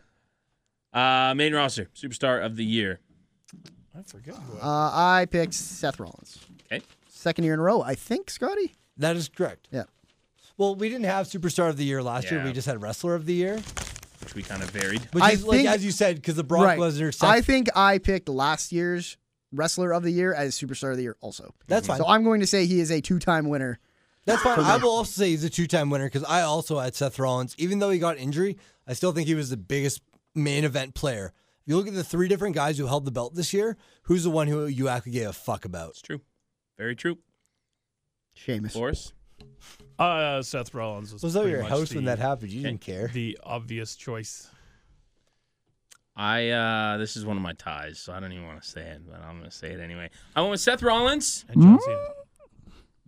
Speaker 1: Uh, main roster superstar of the year.
Speaker 4: I forget.
Speaker 3: Uh, I picked Seth Rollins.
Speaker 1: Okay.
Speaker 3: Second year in a row, I think, Scotty.
Speaker 2: That is correct.
Speaker 3: Yeah.
Speaker 2: Well, we didn't have superstar of the year last year.
Speaker 1: Yeah.
Speaker 2: We just had wrestler of the year,
Speaker 1: Which we kind of varied.
Speaker 2: which
Speaker 3: I
Speaker 2: is like
Speaker 3: think-
Speaker 2: as you said, because the Brock
Speaker 3: right.
Speaker 2: Lesnar. Seth-
Speaker 3: I think I picked last year's wrestler of the year as superstar of the year also.
Speaker 2: That's fine.
Speaker 3: So I'm going to say he is a two-time winner.
Speaker 2: That's fine. I will also say he's a two-time winner because I also had Seth Rollins. Even though he got injury, I still think he was the biggest main event player. If you look at the three different guys who held the belt this year, who's the one who you actually gave a fuck about?
Speaker 1: It's true. Very true.
Speaker 3: Seamus.
Speaker 1: Boris.
Speaker 4: Uh, Seth Rollins was,
Speaker 2: Was that
Speaker 4: pretty
Speaker 2: your
Speaker 4: much
Speaker 2: house
Speaker 4: the,
Speaker 2: when that happened? You didn't care.
Speaker 4: The obvious choice.
Speaker 1: I uh this is one of my ties, so I don't even want to say it, but I'm gonna say it anyway. I went with Seth Rollins,
Speaker 4: And John Cena.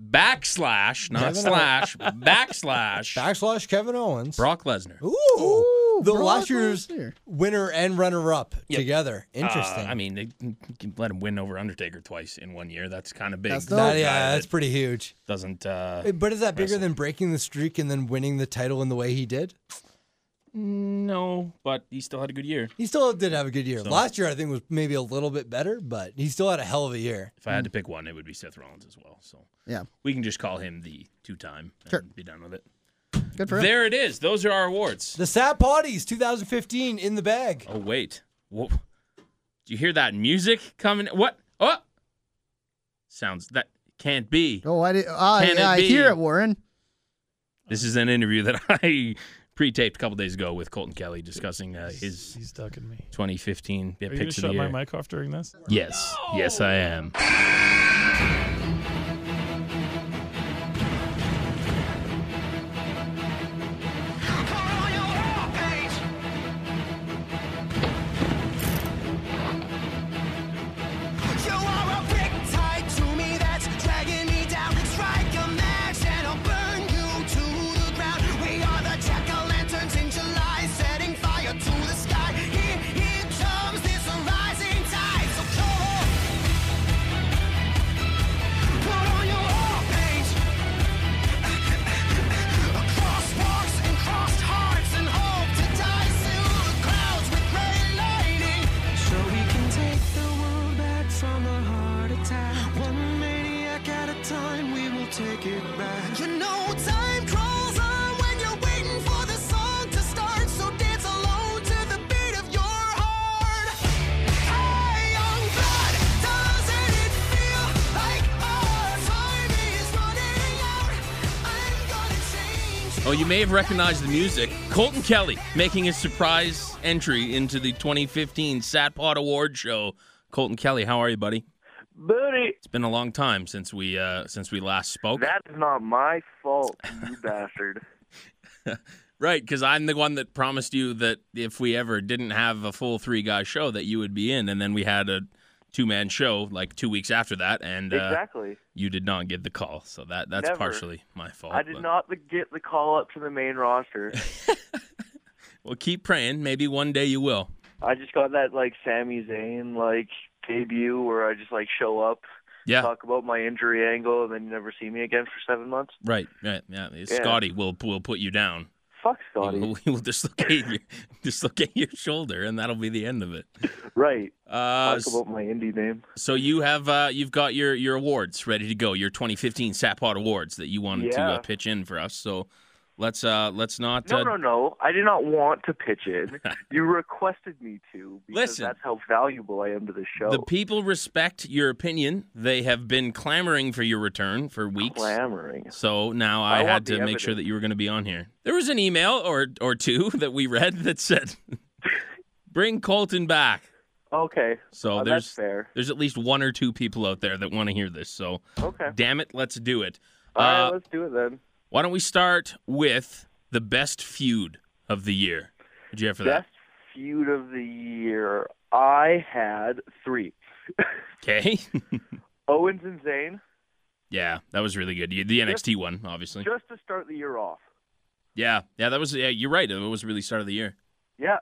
Speaker 1: backslash, not
Speaker 2: Kevin
Speaker 1: slash, backslash
Speaker 2: Backslash Kevin Owens.
Speaker 1: Brock Lesnar.
Speaker 2: Ooh, the
Speaker 3: Brock
Speaker 2: last year's
Speaker 3: Lesnar.
Speaker 2: winner and runner-up
Speaker 1: Yep.
Speaker 2: together. Interesting.
Speaker 1: Uh, I mean, they can can let him win over Undertaker twice in one year. That's kind of big.
Speaker 3: That's
Speaker 1: for
Speaker 3: the-
Speaker 1: a
Speaker 2: That-
Speaker 1: guy
Speaker 2: yeah, that's
Speaker 1: that
Speaker 2: pretty huge.
Speaker 1: doesn't. Uh,
Speaker 2: But is that bigger
Speaker 1: Wrestling.
Speaker 2: than breaking the streak and then winning the title in the way he did?
Speaker 1: no, but he still had a good year.
Speaker 2: He still did have a good year. Last year, I think, was maybe a little bit better, but he still had a hell of a year.
Speaker 1: If I had to pick one, it would be Seth Rollins as well. So
Speaker 3: Yeah.
Speaker 1: we can just call him the two-time and
Speaker 3: Sure.
Speaker 1: be done with it.
Speaker 3: Good for him.
Speaker 1: There it is. Those are our awards.
Speaker 2: The Sat Potties 2015 in the bag.
Speaker 1: Oh wait, Whoa. do you hear that music coming? What? Oh, sounds that can't be.
Speaker 3: Oh, I, did, ah,
Speaker 1: Can it
Speaker 3: yeah, I
Speaker 1: be?
Speaker 3: hear it, Warren.
Speaker 1: This is an interview that I pre-taped a couple days ago with Colton Kelly discussing uh, his
Speaker 4: He's ducking me.
Speaker 1: 2015 yeah,
Speaker 4: Are you gonna
Speaker 1: picks of the
Speaker 4: shut my
Speaker 1: year.
Speaker 4: mic off during this?
Speaker 1: Yes, yes, I am.
Speaker 6: Comes this rising tide, so come on.
Speaker 1: Oh, you may have recognized the music. Colton Kelly making his surprise entry into the 2015 Satpod Award Show. Colton Kelly, how are you, buddy?
Speaker 9: Booty,
Speaker 1: It's been a long time since we uh, since we last spoke.
Speaker 9: that is not my fault, you bastard.
Speaker 1: Right, because I'm the one that promised you that if we ever didn't have a full three guy show, that you would be in, and then we had a two man show like two weeks after that, and uh,
Speaker 9: exactly.
Speaker 1: you did not get the call. So that that's
Speaker 9: Never.
Speaker 1: partially my fault.
Speaker 9: I did
Speaker 1: but-
Speaker 9: not the- get the call up to the main roster.
Speaker 1: Well, keep praying. Maybe one day you will.
Speaker 9: I just got that like Sami Zayn like debut where I just like show up,
Speaker 1: Yeah,
Speaker 9: talk about my injury angle, and then you never see me again for seven months.
Speaker 1: right, right, yeah.
Speaker 9: Yeah.
Speaker 1: Scotty will will put you down.
Speaker 9: Fuck
Speaker 1: He
Speaker 9: Scotty.
Speaker 1: will- He will dislocate your dislocate your shoulder, and that'll be the end of it.
Speaker 9: right.
Speaker 1: Uh,
Speaker 9: Talk about my indie name.
Speaker 1: so you have uh, you've got your your awards ready to go. Your 2015 Sapod awards that you wanted to uh,
Speaker 9: Yeah.
Speaker 1: pitch in for us. So let's uh let's not.
Speaker 9: No,
Speaker 1: uh,
Speaker 9: no, no. I did not want to pitch in. you requested me to because
Speaker 1: Listen.
Speaker 9: that's how valuable I am to the show.
Speaker 1: The people respect your opinion. They have been clamoring for your return for weeks.
Speaker 9: Clamoring.
Speaker 1: So now I,
Speaker 9: I want
Speaker 1: had to
Speaker 9: the
Speaker 1: make sure
Speaker 9: evidence.
Speaker 1: that you were going to be on here. There was an email or or two that we read that said, "Bring Colton back."
Speaker 9: Okay.
Speaker 1: So
Speaker 9: Uh,
Speaker 1: there's
Speaker 9: that's fair.
Speaker 1: there's at least one or two people out there that want to hear this. So
Speaker 9: Okay.
Speaker 1: damn it, let's do it.
Speaker 9: All right,
Speaker 1: Uh,
Speaker 9: let's do it then.
Speaker 1: why don't we start with the best feud of the year? What do you have for
Speaker 9: Best feud of the year. I had three.
Speaker 1: that? Okay.
Speaker 9: Owens and Zayn,
Speaker 1: yeah, that was really good. The NXT one, obviously.
Speaker 9: just to start the year off.
Speaker 1: Yeah, yeah, that was. Yeah, you're right. It was really start of the year.
Speaker 9: Yeah.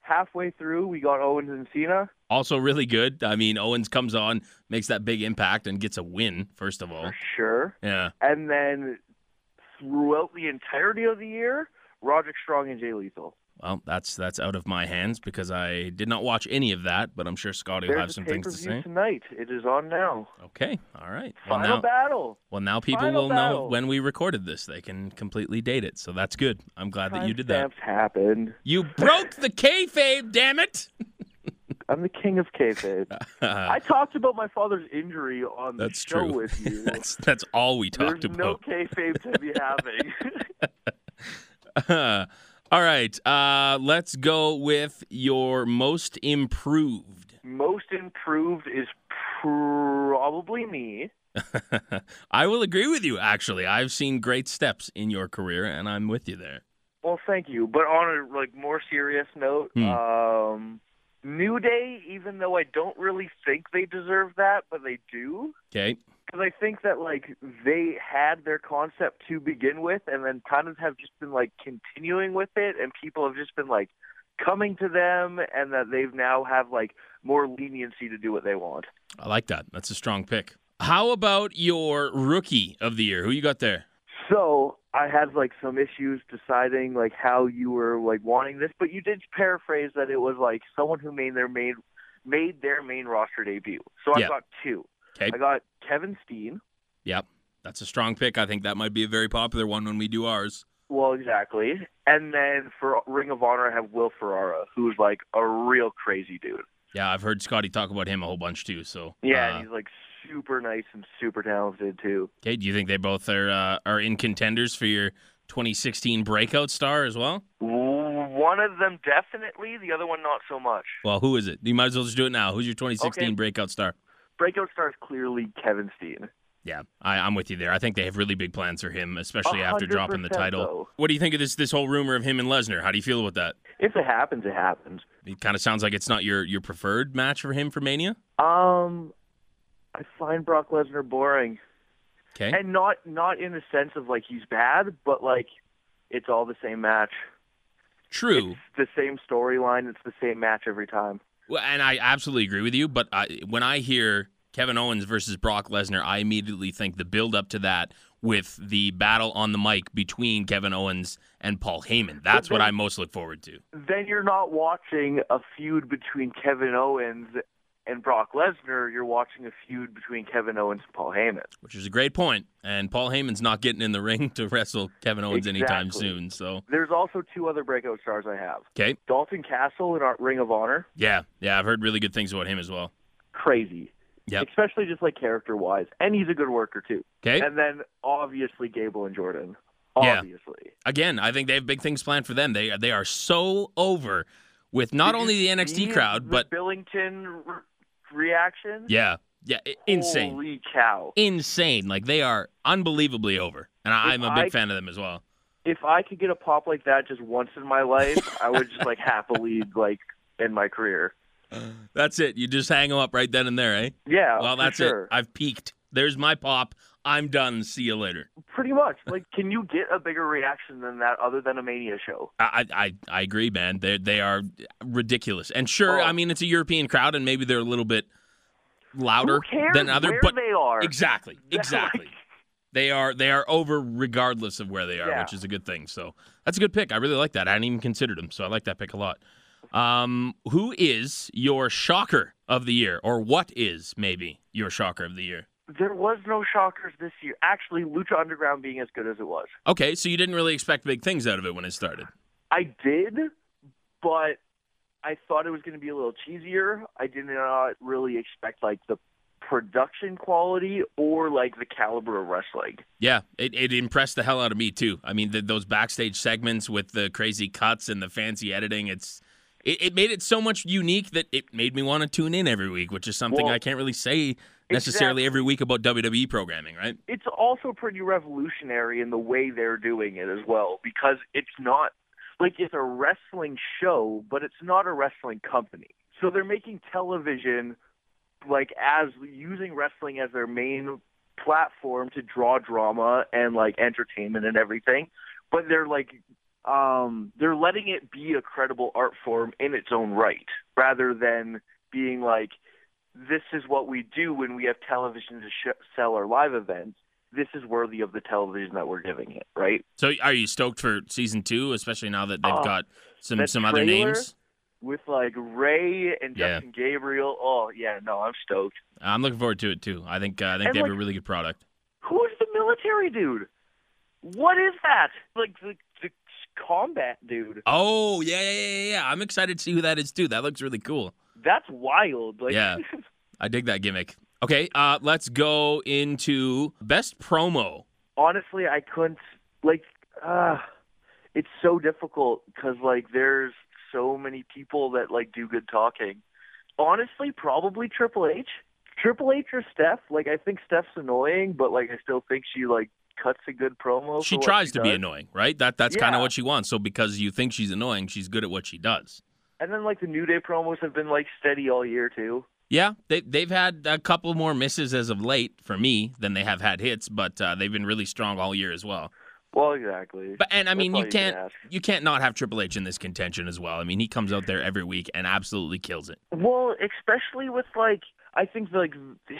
Speaker 9: Halfway through, we got Owens and Cena.
Speaker 1: Also, really good. I mean, Owens comes on, makes that big impact, and gets a win. First of all,
Speaker 9: For sure.
Speaker 1: yeah,
Speaker 9: And then throughout the entirety of the year, Roderick Strong and Jay Lethal.
Speaker 1: Well, that's that's out of my hands because I did not watch any of that, but I'm sure Scotty will have
Speaker 9: There's
Speaker 1: some
Speaker 9: a
Speaker 1: things to say.
Speaker 9: pay-per-view tonight. It is on now.
Speaker 1: Okay, all right. Well
Speaker 9: Final
Speaker 1: now,
Speaker 9: battle.
Speaker 1: well now people
Speaker 9: Final
Speaker 1: will know
Speaker 9: battle.
Speaker 1: when we recorded this. They can completely date it, so that's good. I'm glad that you did that.
Speaker 9: Timestamps happened.
Speaker 1: You broke the kayfabe, damn it!
Speaker 9: I'm the king of kayfabe. I talked about my father's injury on the
Speaker 1: that's
Speaker 9: show
Speaker 1: true.
Speaker 9: with you.
Speaker 1: that's that's all we
Speaker 9: There's
Speaker 1: talked
Speaker 9: no
Speaker 1: about.
Speaker 9: kayfabe to be having.
Speaker 1: all right, uh, let's go with your most improved.
Speaker 9: Most improved is probably me.
Speaker 1: I will agree with you. Actually, I've seen great steps in your career, and I'm with you there.
Speaker 9: Well, thank you. But on a like more serious note,
Speaker 1: Hmm.
Speaker 9: um, New Day, even though I don't really think they deserve that, but they do.
Speaker 1: Okay.
Speaker 9: Because I think that like they had their concept to begin with, and then kind of have just been like continuing with it, and people have just been like coming to them, and that they've now have like more leniency to do what they want.
Speaker 1: I like that. That's a strong pick. How about your rookie of the year? Who you got there?
Speaker 9: So I had like some issues deciding like how you were like wanting this, but you did paraphrase that it was like someone who made their main made their main roster debut. So I
Speaker 1: Yeah.
Speaker 9: got two.
Speaker 1: Okay.
Speaker 9: I got Kevin Steen.
Speaker 1: Yep. That's a strong pick. I think that might be a very popular one when we do ours.
Speaker 9: Well, exactly. And then for Ring of Honor, I have Will Ferrara, who's like a real crazy dude.
Speaker 1: Yeah, I've heard Scotty talk about him a whole bunch too. So
Speaker 9: Yeah,
Speaker 1: uh,
Speaker 9: and he's like super nice and super talented too.
Speaker 1: okay. Do you think they both are uh, are in contenders for your 2016 breakout star as well?
Speaker 9: One of them definitely, the other one not so much.
Speaker 1: Well, who is it? You might as well just do it now. Who's your 2016
Speaker 9: Okay.
Speaker 1: breakout star?
Speaker 9: Breakout star is clearly Kevin Steen.
Speaker 1: Yeah, I, I'm with you there. I think they have really big plans for him, especially
Speaker 9: A
Speaker 1: after
Speaker 9: hundred
Speaker 1: dropping the
Speaker 9: percent,
Speaker 1: title.
Speaker 9: though.
Speaker 1: What do you think of this this whole rumor of him and Lesnar? How do you feel about that?
Speaker 9: If it happens, it happens.
Speaker 1: It kind of sounds like it's not your your preferred match for him for Mania.
Speaker 9: Um, I find Brock Lesnar boring,
Speaker 1: Okay.
Speaker 9: and not not in the sense of like he's bad, but like it's all the same match,
Speaker 1: True.
Speaker 9: it's the same storyline, it's the same match every time.
Speaker 1: Well, and I absolutely agree with you. But I, when I hear Kevin Owens versus Brock Lesnar, I immediately think the build up to that with the battle on the mic between Kevin Owens and Paul Heyman. That's what I most look forward to.
Speaker 9: Then you're not watching a feud between Kevin Owens and Brock Lesnar. You're watching a feud between Kevin Owens and Paul Heyman.
Speaker 1: Which is a great point. And Paul Heyman's not getting in the ring to wrestle Kevin Owens anytime
Speaker 9: Exactly.
Speaker 1: soon. So
Speaker 9: There's also two other breakout stars I have:
Speaker 1: okay,
Speaker 9: Dalton Castle in our Ring of Honor,
Speaker 1: yeah, yeah, I've heard really good things about him as well.
Speaker 9: crazy,
Speaker 1: Yep.
Speaker 9: especially just like character wise, and he's a good worker too.
Speaker 1: Okay,
Speaker 9: And then obviously Gable and Jordan.
Speaker 1: Yeah.
Speaker 9: obviously.
Speaker 1: Again, I think they have big things planned for them. They they are so over with not
Speaker 9: Did you
Speaker 1: only the
Speaker 9: see
Speaker 1: NXT crowd,
Speaker 9: the
Speaker 1: but
Speaker 9: Billington re- reaction.
Speaker 1: yeah, yeah, i- insane,
Speaker 9: Holy cow!
Speaker 1: insane. Like they are unbelievably over, and I, I'm a big
Speaker 9: I-
Speaker 1: fan of them as well.
Speaker 9: If I could get a pop like that just once in my life, I would just like happily like in my career.
Speaker 1: That's it. You just hang them up right then and there, eh?
Speaker 9: Yeah.
Speaker 1: well,
Speaker 9: Oh, for
Speaker 1: that's
Speaker 9: sure.
Speaker 1: it. I've peaked. There's my pop. I'm done. See you later.
Speaker 9: Pretty much. Like, can you get a bigger reaction than that other than a Mania show?
Speaker 1: I I, I- I agree, man. They they are ridiculous. And sure,
Speaker 9: Oh.
Speaker 1: I mean it's a European crowd, and maybe they're a little bit louder
Speaker 9: Who cares
Speaker 1: than other.
Speaker 9: where
Speaker 1: but
Speaker 9: they are?
Speaker 1: exactly,
Speaker 9: They're
Speaker 1: exactly.
Speaker 9: like-
Speaker 1: They are they are over regardless of where they are,
Speaker 9: Yeah.
Speaker 1: which is a good thing. So that's a good pick. I really like that. I hadn't even considered him, so I like that pick a lot. Um, who is your shocker of the year, or what is maybe your shocker of the year?
Speaker 9: There was no shockers this year. Actually, Lucha Underground being as good as it was,
Speaker 1: Okay, so you didn't really expect big things out of it when it started.
Speaker 9: I did, but I thought it was going to be a little cheesier. I did not really expect like the production quality or like the caliber of wrestling.
Speaker 1: Yeah, it, it impressed the hell out of me too. I mean, th those backstage segments with the crazy cuts and the fancy editing, it's it, it made it so much unique that it made me want to tune in every week, which is something
Speaker 9: Well,
Speaker 1: I can't really say necessarily
Speaker 9: exactly.
Speaker 1: every week about WWE programming, right?
Speaker 9: it's also pretty revolutionary in the way they're doing it as well because it's not like it's a wrestling show, but it's not a wrestling company. So they're making television like as using wrestling as their main platform to draw drama and like entertainment and everything, but they're like um they're letting it be a credible art form in its own right rather than being like this is what we do when we have television to sh- sell our live events. This is worthy of the television that we're giving it, right?
Speaker 1: So, are you stoked for season two, especially now that they've
Speaker 9: Oh,
Speaker 1: got some
Speaker 9: that
Speaker 1: some other
Speaker 9: trailer?
Speaker 1: names?
Speaker 9: With like Ray and
Speaker 1: Yeah.
Speaker 9: Justin Gabriel. Oh yeah, no, I'm stoked.
Speaker 1: I'm looking forward to it too. I think uh, I think
Speaker 9: And,
Speaker 1: they have
Speaker 9: like-
Speaker 1: a really good product.
Speaker 9: Who is the military dude? What is that? Like the the combat dude.
Speaker 1: Oh yeah, yeah, yeah, yeah, yeah. I'm excited to see who that is too. That looks really cool.
Speaker 9: That's wild. Like
Speaker 1: Yeah. I dig that gimmick. Okay, uh, let's go into best promo.
Speaker 9: honestly, I couldn't like. Uh, it's so difficult because like there's so many people that like do good talking. Honestly, probably Triple H, Triple H or Steph. Like I think Steph's annoying, but like I still think she like cuts a good promo.
Speaker 1: She
Speaker 9: for what
Speaker 1: tries to be
Speaker 9: does.
Speaker 1: annoying, right? That that's kind of
Speaker 9: Yeah.
Speaker 1: what she wants. So because you think she's annoying, she's good at what she does.
Speaker 9: And then like the New Day promos have been like steady all year too.
Speaker 1: Yeah, they they've had a couple more misses as of late for me than they have had hits, but uh, they've been really strong all year as well.
Speaker 9: Well, exactly.
Speaker 1: But and I mean,
Speaker 9: all
Speaker 1: you
Speaker 9: you can
Speaker 1: can't
Speaker 9: ask.
Speaker 1: you can't not have Triple H in this contention as well. I mean, he comes out there every week and absolutely kills it.
Speaker 9: Well, especially with like I think like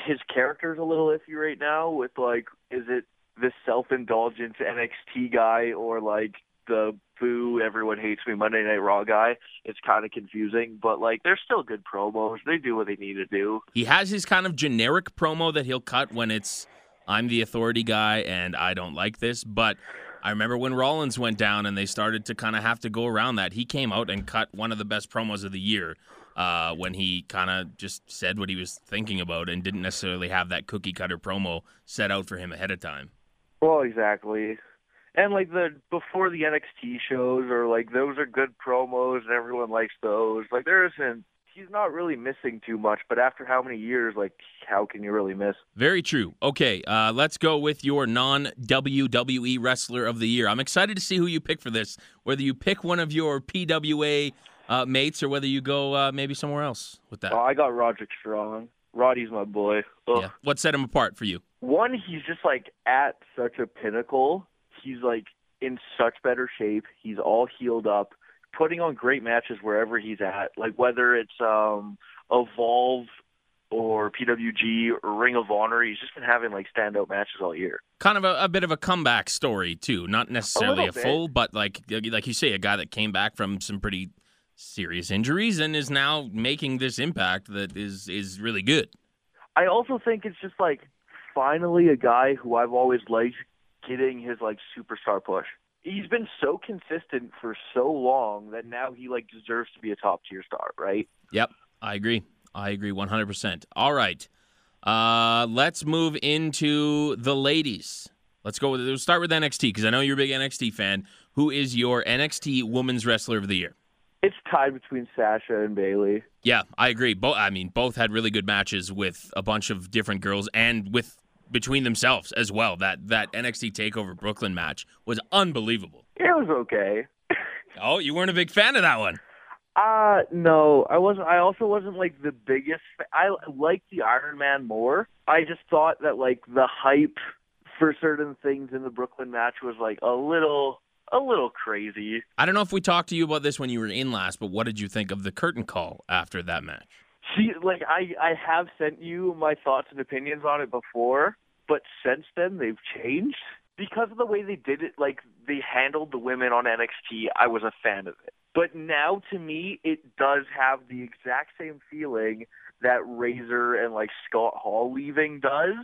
Speaker 9: his character's a little iffy right now with like is it the self-indulgent NXT guy or like the boo everyone hates me Monday Night Raw guy. It's kind of confusing, but like they're still good promos. They do what they need to do.
Speaker 1: He has his kind of generic promo that he'll cut when it's I'm the authority guy and I don't like this, but I remember when Rollins went down and they started to kind of have to go around that. He came out and cut one of the best promos of the year uh, when he kind of just said what he was thinking about and didn't necessarily have that cookie cutter promo set out for him ahead of time.
Speaker 9: Well, exactly. And like the before the NXT shows or like those are good promos and everyone likes those. Like there isn't he's not really missing too much, but after how many years like how can you really miss?
Speaker 1: Very true. Okay, uh, let's go with your non WWE wrestler of the year. I'm excited to see who you pick for this. Whether you pick one of your PWA uh, mates or whether you go uh, maybe somewhere else with that.
Speaker 9: Oh, I got Roderick Strong. Roddy's my boy. Ugh.
Speaker 1: Yeah. What set him apart for you?
Speaker 9: One, he's just like at such a pinnacle. He's like in such better shape. He's all healed up, putting on great matches wherever he's at. Like whether it's um Evolve or PWG or Ring of Honor, he's just been having like standout matches all year.
Speaker 1: Kind of a, a bit of a comeback story too. Not necessarily a,
Speaker 9: little bit.
Speaker 1: full, but like like you say, a guy that came back from some pretty serious injuries and is now making this impact that is is really good.
Speaker 9: I also think it's just like finally a guy who I've always liked getting his like superstar push. He's been so consistent for so long that now he like deserves to be a top tier star, right?
Speaker 1: Yep, I agree. I agree 100%. All right. Uh, let's move into the ladies. Let's go with it. Let's start with NXT because I know you're a big NXT fan. Who is your NXT Women's Wrestler of the Year?
Speaker 9: It's tied between Sasha and Bailey.
Speaker 1: Yeah, I agree. Both, I mean, both had really good matches with a bunch of different girls and with between themselves as well. That that NXT Takeover Brooklyn match was unbelievable.
Speaker 9: It was okay.
Speaker 1: Oh, you weren't a big fan of that one.
Speaker 9: Uh no, I wasn't. I also wasn't like the biggest. fa- I liked the Iron Man more. I just thought that like the hype for certain things in the Brooklyn match was like a little, a little crazy.
Speaker 1: I don't know if we talked to you about this when you were in last, but what did you think of the curtain call after that match?
Speaker 9: See, like I, I have sent you my thoughts and opinions on it before, but since then they've changed because of the way they did it. Like they handled the women on NXT, I was a fan of it. But now, to me, it does have the exact same feeling that Razor and like Scott Hall leaving does,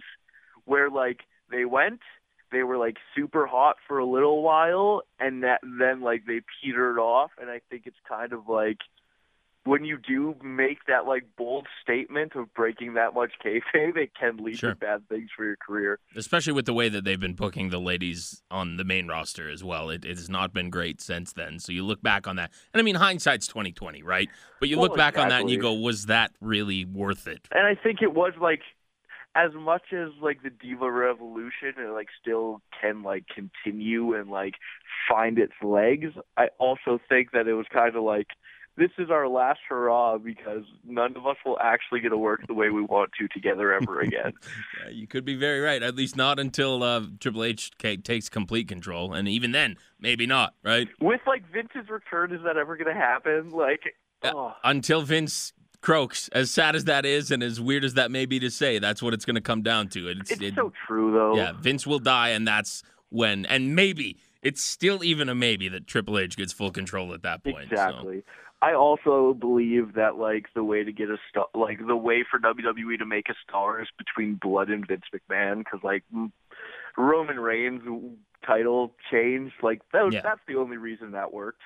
Speaker 9: where like they went, they were like super hot for a little while, and that then like they petered off. And I think it's kind of like when you do make that like bold statement of breaking that much kayfabe, it can lead
Speaker 1: Sure.
Speaker 9: to bad things for your career.
Speaker 1: Especially with the way that they've been booking the ladies on the main roster as well. It, it has not been great since then. So you look back on that. And I mean, hindsight's 2020, right? But you
Speaker 9: Well,
Speaker 1: look back on that and you go,
Speaker 9: Oh, exactly.
Speaker 1: was that really worth it?
Speaker 9: And I think it was like as much as like the diva revolution it like still can like continue and like find its legs. I also think that it was kind of like this is our last hurrah because none of us will actually get to work the way we want to together ever again.
Speaker 1: Uh, You could be very right. At least not until uh, Triple H ca- takes complete control, and even then, maybe not. Right?
Speaker 9: With like Vince's return, is that ever going to happen? Like,
Speaker 1: Uh,
Speaker 9: oh.
Speaker 1: Until Vince croaks. As sad as that is, and as weird as that may be to say, that's what it's going to come down to. It's,
Speaker 9: it's
Speaker 1: it-
Speaker 9: so true though.
Speaker 1: yeah. Vince will die, and that's when. And maybe it's still even a maybe that Triple H gets full control at that point. so.
Speaker 9: Exactly. I also believe that like the way to get a star, like the way for WWE to make a star is between Blood and Vince McMahon, because like m- Roman Reigns title change, like that,
Speaker 1: Yeah.
Speaker 9: that's the only reason that worked.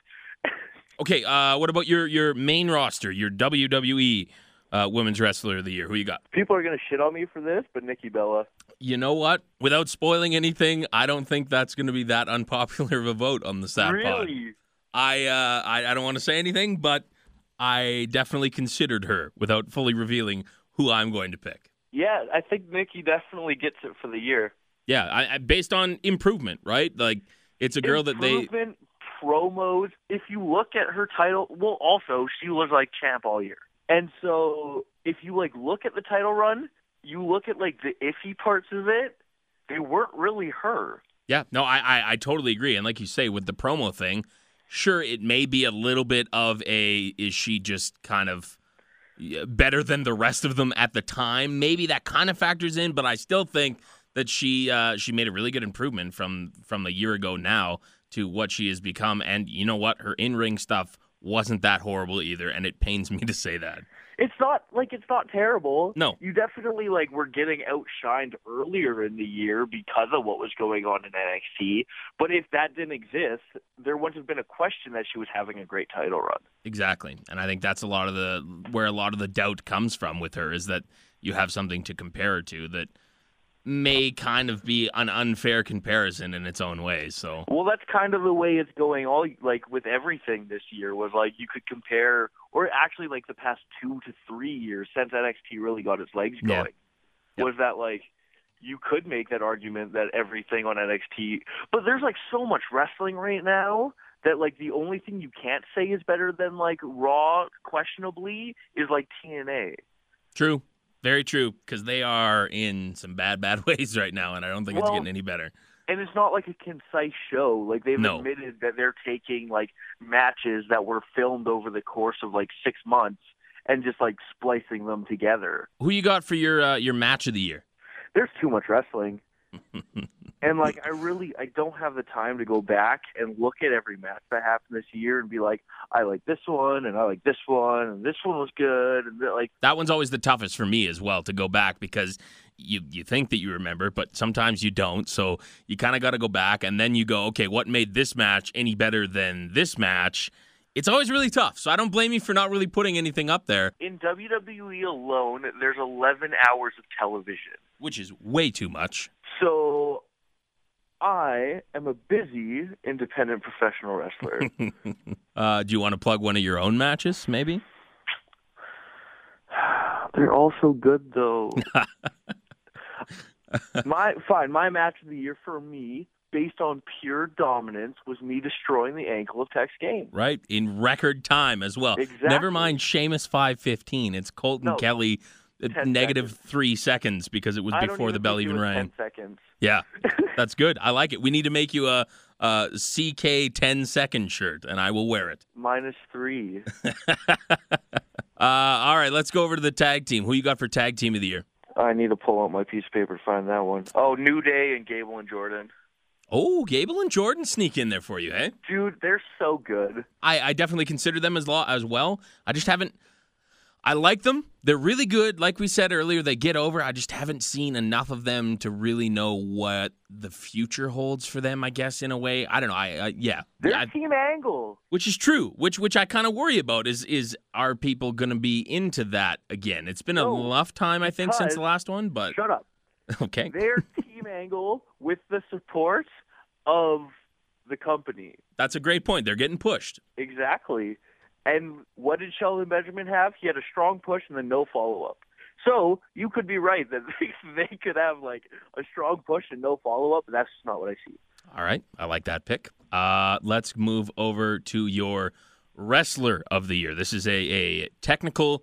Speaker 1: Okay. Uh, what about your your main roster? Your WWE uh, Women's Wrestler of the Year. Who you got?
Speaker 9: People are gonna shit on me for this, but Nikki Bella.
Speaker 1: you know what? Without spoiling anything, I don't think that's going to be that unpopular of a vote on the Sat Pod.
Speaker 9: really?
Speaker 1: I, uh, I I don't want to say anything, but I definitely considered her without fully revealing who I'm going to pick.
Speaker 9: Yeah, I think Nikki definitely gets it for the year.
Speaker 1: Yeah, I, I, based on improvement, right? Like it's a girl that they
Speaker 9: Improvement, promos. If you look at her title, well, also she was like champ all year, and so if you like look at the title run, you look at like the iffy parts of it. They weren't really her.
Speaker 1: Yeah, no, I, I I totally agree. And like you say, with the promo thing, sure, it may be a little bit of a is she just kind of yeah, better than the rest of them at the time? Maybe that kind of factors in, but I still think that she uh, she made a really good improvement from from a year ago now to what she has become. And you know what, her in ring stuff wasn't that horrible either, and it pains me to say that.
Speaker 9: It's not like it's not terrible.
Speaker 1: No.
Speaker 9: you definitely like were getting outshined earlier in the year because of what was going on in NXT. But if that didn't exist, there wouldn't have been a question that she was having a great title run.
Speaker 1: Exactly. And I think that's a lot of the where a lot of the doubt comes from with her is that you have something to compare her to that may kind of be an unfair comparison in its own way. So
Speaker 9: Well, that's kind of the way it's going all like with everything this year was like you could compare or actually like the past 2 to 3 years since NXT really got its legs
Speaker 1: Yeah.
Speaker 9: going. Was that like you could make that argument that everything on NXT but there's like so much wrestling right now that like the only thing you can't say is better than like Raw questionably is like TNA.
Speaker 1: true. Very true, because they are in some bad, bad ways right now, and I don't think it's
Speaker 9: Well-
Speaker 1: getting any better.
Speaker 9: and it's not like a concise show. Like they've
Speaker 1: No.
Speaker 9: admitted that they're taking like matches that were filmed over the course of like six months and just like splicing them together.
Speaker 1: Who you got for your uh, your match of the year?
Speaker 9: There's too much wrestling. and like I really I don't have the time to go back and look at every match that happened this year and be like, I like this one and I like this one and this one was good and that, like
Speaker 1: That one's always the toughest for me as well to go back because you you think that you remember, but sometimes you don't. So you kind of got to go back and then you go, okay, what made this match any better than this match? It's always really tough. So I don't blame you for not really putting anything up there,
Speaker 9: in WWE alone there's eleven hours of television.
Speaker 1: which is way too much.
Speaker 9: So I am a busy independent professional wrestler.
Speaker 1: Uh, do you want to plug one of your own matches, maybe?
Speaker 9: They're all so good though. my fine, my match of the year for me, based on pure dominance, was me destroying the ankle of Tex Game.
Speaker 1: Right? In record time as well. Never
Speaker 9: Exactly.
Speaker 1: mind Seamus 515. It's Colton
Speaker 9: No,
Speaker 1: Kelly at
Speaker 9: 10
Speaker 1: negative three seconds because it was
Speaker 9: I don't
Speaker 1: before the
Speaker 9: even
Speaker 1: bell
Speaker 9: think it
Speaker 1: even
Speaker 9: was
Speaker 1: rang.
Speaker 9: Ten seconds.
Speaker 1: Yeah, that's good. I like it. We need to make you a, a CK 10 second shirt, and I will wear it.
Speaker 9: Minus three.
Speaker 1: Uh, all right, let's go over to the tag team. Who you got for tag team of the year?
Speaker 9: I need to pull out my piece of paper to find that one. Oh, New Day and Gable and Jordan.
Speaker 1: Oh, Gable and Jordan sneak in there for you, eh?
Speaker 9: Dude, they're so good.
Speaker 1: I, I definitely consider them as law as well. I just haven't. I like them. They're really good. Like we said earlier, they get over. I just haven't seen enough of them to really know what the future holds for them. I guess in a way, I don't know. I, I yeah,
Speaker 9: They're
Speaker 1: I-
Speaker 9: Team Angle.
Speaker 1: which is true. Which which I kind of worry about is is are people going to be into that again? It's been
Speaker 9: No,
Speaker 1: a rough time, I think, since
Speaker 9: because-
Speaker 1: the last one. But
Speaker 9: Shut up.
Speaker 1: okay,
Speaker 9: They're Team Angle with the support of the company.
Speaker 1: that's a great point. They're getting pushed.
Speaker 9: Exactly. And what did Sheldon Benjamin have? He had a strong push and then no follow up. So you could be right that they, they could have like a strong push and no follow up, but that's just not what I see.
Speaker 1: All right, I like that pick. Uh, let's move over to your wrestler of the year. This is a, a technical,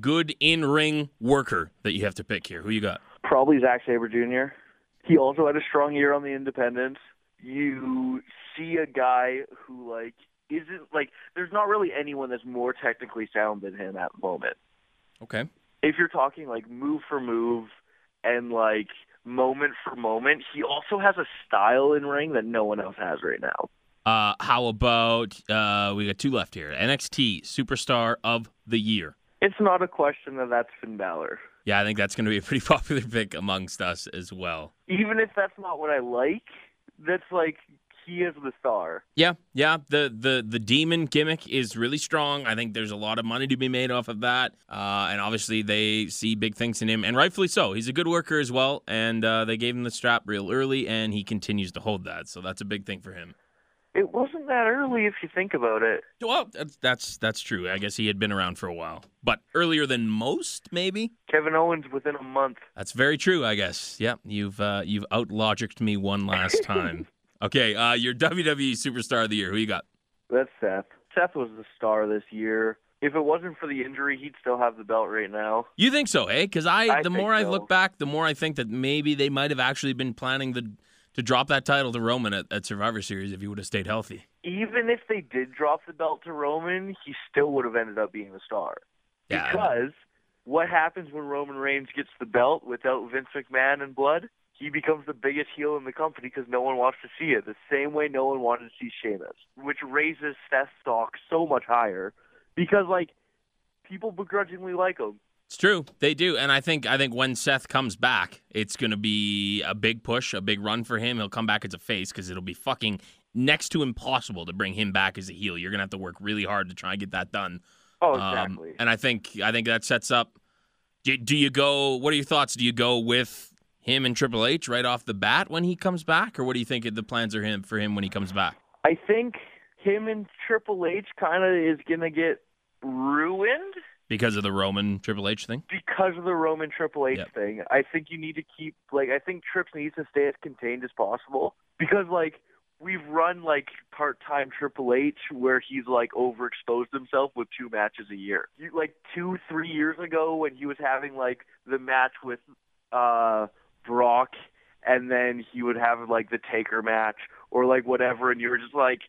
Speaker 1: good in ring worker that you have to pick here. Who you got?
Speaker 9: Probably Zack Saber Jr. He also had a strong year on the independents. You see a guy who like isn't like there's not really anyone that's more technically sound than him at the moment.
Speaker 1: Okay.
Speaker 9: if you're talking like move for move and like moment for moment, he also has a style in ring that no one else has right now.
Speaker 1: Uh, how about uh, we got two left here? NXT Superstar of the Year.
Speaker 9: It's not a question that that's Finn Balor.
Speaker 1: Yeah, I think that's going to be a pretty popular pick amongst us as well.
Speaker 9: Even if that's not what I like, that's like he is the star.
Speaker 1: Yeah, yeah. The the the demon gimmick is really strong. I think there's a lot of money to be made off of that, uh, and obviously they see big things in him, and rightfully so. He's a good worker as well, and uh, they gave him the strap real early, and he continues to hold that. So that's a big thing for him.
Speaker 9: It wasn't that early if you think about it.
Speaker 1: Well, that's that's, that's true. I guess he had been around for a while, but earlier than most, maybe.
Speaker 9: Kevin Owens within a month.
Speaker 1: That's very true. I guess. Yeah, you've uh, you've outlogicked me one last time. okay, uh, your WWE Superstar of the Year. Who you got?
Speaker 9: That's Seth. Seth was the star this year. If it wasn't for the injury, he'd still have the belt right now.
Speaker 1: You think so, eh? Because I,
Speaker 9: I
Speaker 1: the
Speaker 9: think
Speaker 1: more I
Speaker 9: so.
Speaker 1: look back, the more I think that maybe they might have actually been planning the, to drop that title to Roman at, at Survivor Series if he would have stayed healthy.
Speaker 9: even if they did drop the belt to Roman, he still would have ended up being the star.
Speaker 1: Yeah, I know.
Speaker 9: Because what happens when Roman Reigns gets the belt without Vince McMahon and blood? He becomes the biggest heel in the company because no one wants to see it. The same way no one wanted to see Sheamus, which raises Seth's stock so much higher because like people begrudgingly like him.
Speaker 1: It's true, they do, and I think I think when Seth comes back, it's gonna be a big push, a big run for him. He'll come back as a face because it'll be fucking next to impossible to bring him back as a heel. You're gonna have to work really hard to try and get that done.
Speaker 9: Oh,
Speaker 1: Um,
Speaker 9: exactly.
Speaker 1: and I think I think that sets up. Do, do you go? What are your thoughts? Do you go with him and Triple H right off the bat when he comes back, or what do you think the plans are him for him when he comes back?
Speaker 9: I think him and Triple H kind of is gonna get ruined
Speaker 1: Because of the Roman Triple H thing.
Speaker 9: because of the Roman Triple H
Speaker 1: Yep.
Speaker 9: thing, I think you need to keep like I think Trips needs to stay as contained as possible because like we've run like part-time Triple H where he's like overexposed himself with two matches a year. You, like 2 3 years ago when he was having like the match with uh Brock and then he would have like the Taker match or like whatever and you were just like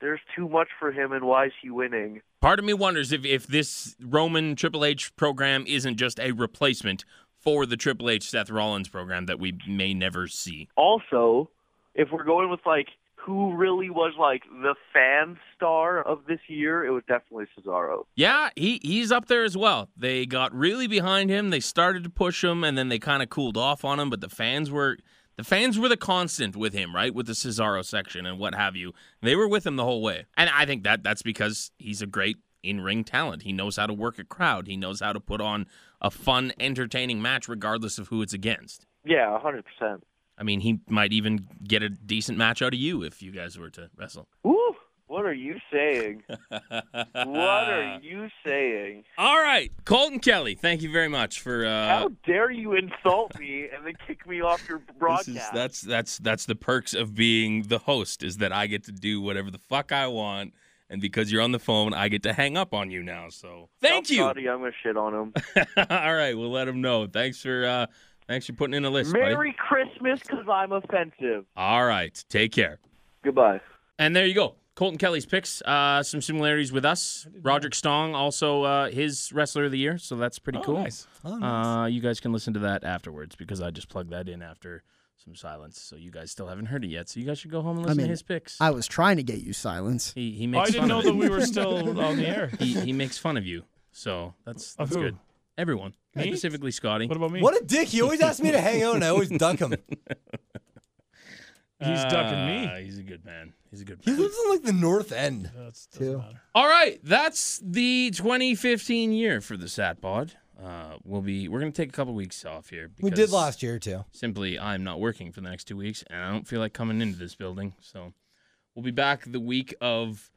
Speaker 9: there's too much for him and why is he winning?
Speaker 1: Part of me wonders if if this Roman Triple H program isn't just a replacement for the Triple H Seth Rollins program that we may never see.
Speaker 9: also, if we're going with like who really was like the fan star of this year, it was definitely Cesaro.
Speaker 1: Yeah, he he's up there as well. They got really behind him. They started to push him, and then they kind of cooled off on him. But the fans were the fans were the constant with him, right? With the Cesaro section and what have you. They were with him the whole way, and I think that that's because he's a great in ring talent. He knows how to work a crowd. He knows how to put on a fun, entertaining match, regardless of who it's against.
Speaker 9: Yeah, a hundred percent.
Speaker 1: I mean, he might even get a decent match out of you if you guys were to wrestle.
Speaker 9: Woo! What are you saying? what are you saying?
Speaker 1: All right, Colton Kelly, thank you very much for. Uh,
Speaker 9: How dare you insult me and then kick me off your broadcast?
Speaker 1: This is, that's that's that's the perks of being the host is that I get to do whatever the fuck I want, and because you're on the phone, I get to hang up on you now. So thank
Speaker 9: Tell
Speaker 1: you.
Speaker 9: Scotty I'm gonna shit on him.
Speaker 1: All right, we'll let him know. Thanks for uh, thanks for putting in a list, buddy.
Speaker 9: Merry Christmas, because I'm offensive.
Speaker 1: All right, take care.
Speaker 9: Goodbye.
Speaker 1: And there you go. Colton Kelly's picks, uh, some similarities with us. Roderick Strong, also uh, his wrestler of the year, so that's pretty
Speaker 4: Oh,
Speaker 1: cool.
Speaker 4: nice.
Speaker 2: Oh,
Speaker 1: Uh, you guys can listen to that afterwards because I just plugged that in after some silence. So you guys still haven't heard it yet. So you guys should go home and listen
Speaker 3: mean,
Speaker 1: to his picks.
Speaker 3: I was trying to get you silence.
Speaker 1: he he
Speaker 4: Oh, I
Speaker 1: makes
Speaker 4: didn't
Speaker 1: fun
Speaker 4: know
Speaker 1: of
Speaker 4: that
Speaker 1: it.
Speaker 4: we were still on the air.
Speaker 1: he, he makes fun of you. So that's
Speaker 4: Of
Speaker 1: that's
Speaker 4: who?
Speaker 1: good. Everyone,
Speaker 4: Me?
Speaker 1: specifically Scotty.
Speaker 4: What about me?
Speaker 2: What a dick. He always asks me to hang out and I always duck him.
Speaker 4: He's ducking
Speaker 1: Ah,
Speaker 4: me.
Speaker 1: He's a good man. He's a good
Speaker 2: He
Speaker 1: man.
Speaker 2: lives in like the north end.
Speaker 4: That's doesn't
Speaker 2: Two.
Speaker 4: matter.
Speaker 1: All right, that's the 2015 year for the Satpod. Uh, we'll be we're gonna take a couple weeks off here.
Speaker 2: We
Speaker 1: Because
Speaker 2: did last year too.
Speaker 1: Simply, I'm not working for the next two weeks, and I don't feel like coming into this building. So, we'll be back the week of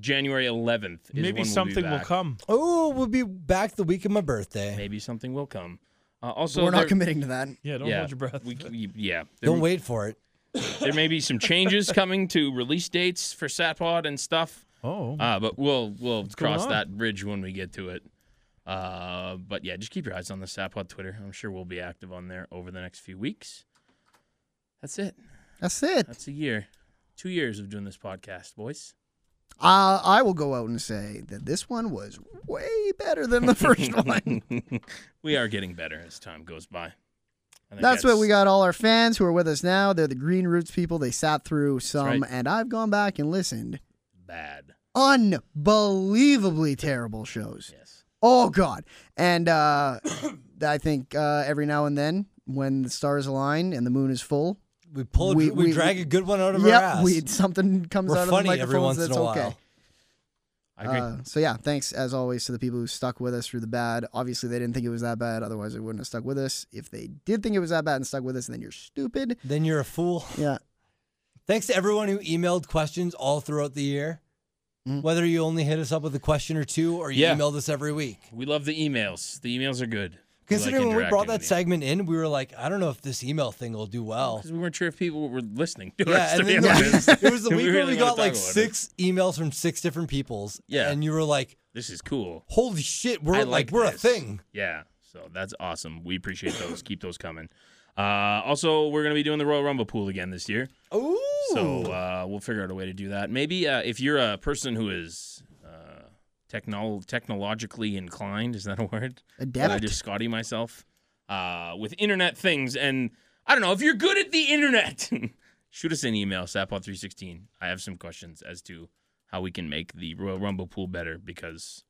Speaker 1: January 11th. Is when
Speaker 4: Maybe
Speaker 1: we'll be
Speaker 4: something will
Speaker 1: back.
Speaker 4: come.
Speaker 2: Oh, we'll be back the week of my birthday.
Speaker 1: Maybe something will come. Uh, also,
Speaker 3: We're not
Speaker 1: there-
Speaker 3: committing to that.
Speaker 4: Yeah, don't
Speaker 1: yeah,
Speaker 4: hold your breath.
Speaker 1: We, we, yeah, there-
Speaker 2: Don't wait for it.
Speaker 1: there may be some changes coming to release dates for Satpod and stuff.
Speaker 4: oh,
Speaker 1: Uh, but we'll we'll
Speaker 4: going
Speaker 1: cross
Speaker 4: on?
Speaker 1: that bridge when we get to it. Uh, but yeah, just keep your eyes on the Sapod Twitter. I'm sure we'll be active on there over the next few weeks. That's it.
Speaker 3: That's it.
Speaker 1: That's a year, two years of doing this podcast, boys.
Speaker 3: Uh, I will go out and say that this one was way better than the first one.
Speaker 1: we are getting better as time goes by. I think
Speaker 3: That's what we got. All our fans who are with us now, they're the Green Roots people. They sat through some,
Speaker 1: right.
Speaker 3: and I've gone back and listened.
Speaker 1: Bad.
Speaker 3: Unbelievably terrible shows.
Speaker 1: Yes.
Speaker 3: Oh God! And uh, I think uh, every now and then, when the stars align and the moon is full,
Speaker 2: We pull.
Speaker 3: We-
Speaker 2: We, we,
Speaker 3: we-
Speaker 2: drag a good one out of our
Speaker 3: yep,
Speaker 2: ass.
Speaker 3: we something comes
Speaker 2: We're
Speaker 3: out of the
Speaker 2: funny
Speaker 3: microphones
Speaker 2: every once in
Speaker 3: that's
Speaker 2: a
Speaker 3: okay.
Speaker 2: while.
Speaker 1: I agree.
Speaker 3: Uh, so yeah, thanks as always to the people who stuck with us through the bad. Obviously, they didn't think it was that bad; otherwise, they wouldn't have stuck with us. If they did think it was that bad and stuck with us, then you're stupid.
Speaker 2: Then you're a fool.
Speaker 3: Yeah,
Speaker 2: Thanks to everyone who emailed questions all throughout the year. Whether you only hit us up with a question or two, or you
Speaker 1: Yeah.
Speaker 2: emailed us every week.
Speaker 1: we love the emails. The emails are good. We like
Speaker 2: Considering when we
Speaker 1: interacting
Speaker 2: brought that
Speaker 1: with you.
Speaker 2: segment in, we were like, I don't know if this email thing will do well.
Speaker 1: 'Cause we weren't sure if people were listening to
Speaker 2: Oh. Yeah,
Speaker 1: us.
Speaker 2: and
Speaker 1: to be
Speaker 2: then the
Speaker 1: honest.
Speaker 2: week- it was the
Speaker 1: We
Speaker 2: week where
Speaker 1: really
Speaker 2: we
Speaker 1: wanna
Speaker 2: got
Speaker 1: talk
Speaker 2: like
Speaker 1: about it.
Speaker 2: six emails from six different peoples.
Speaker 1: Yeah.
Speaker 2: and you were like,
Speaker 1: This is cool.
Speaker 2: "Holy shit, we're
Speaker 1: I
Speaker 2: like, we're
Speaker 1: this.
Speaker 2: a thing."
Speaker 1: Yeah. So that's awesome. We appreciate those. Keep those coming. Uh, also, we're going to be doing the Royal Rumble pool again this year.
Speaker 2: Ooh,
Speaker 1: So uh, we'll figure out a way to do that. Maybe uh, if you're a person who is uh, technol- technologically inclined, is that a word? Did I
Speaker 3: adept.
Speaker 1: just Scotty myself uh, with internet things. And I don't know, if you're good at the internet, shoot us an email, sapod316. I have some questions as to how we can make the Royal Rumble pool better because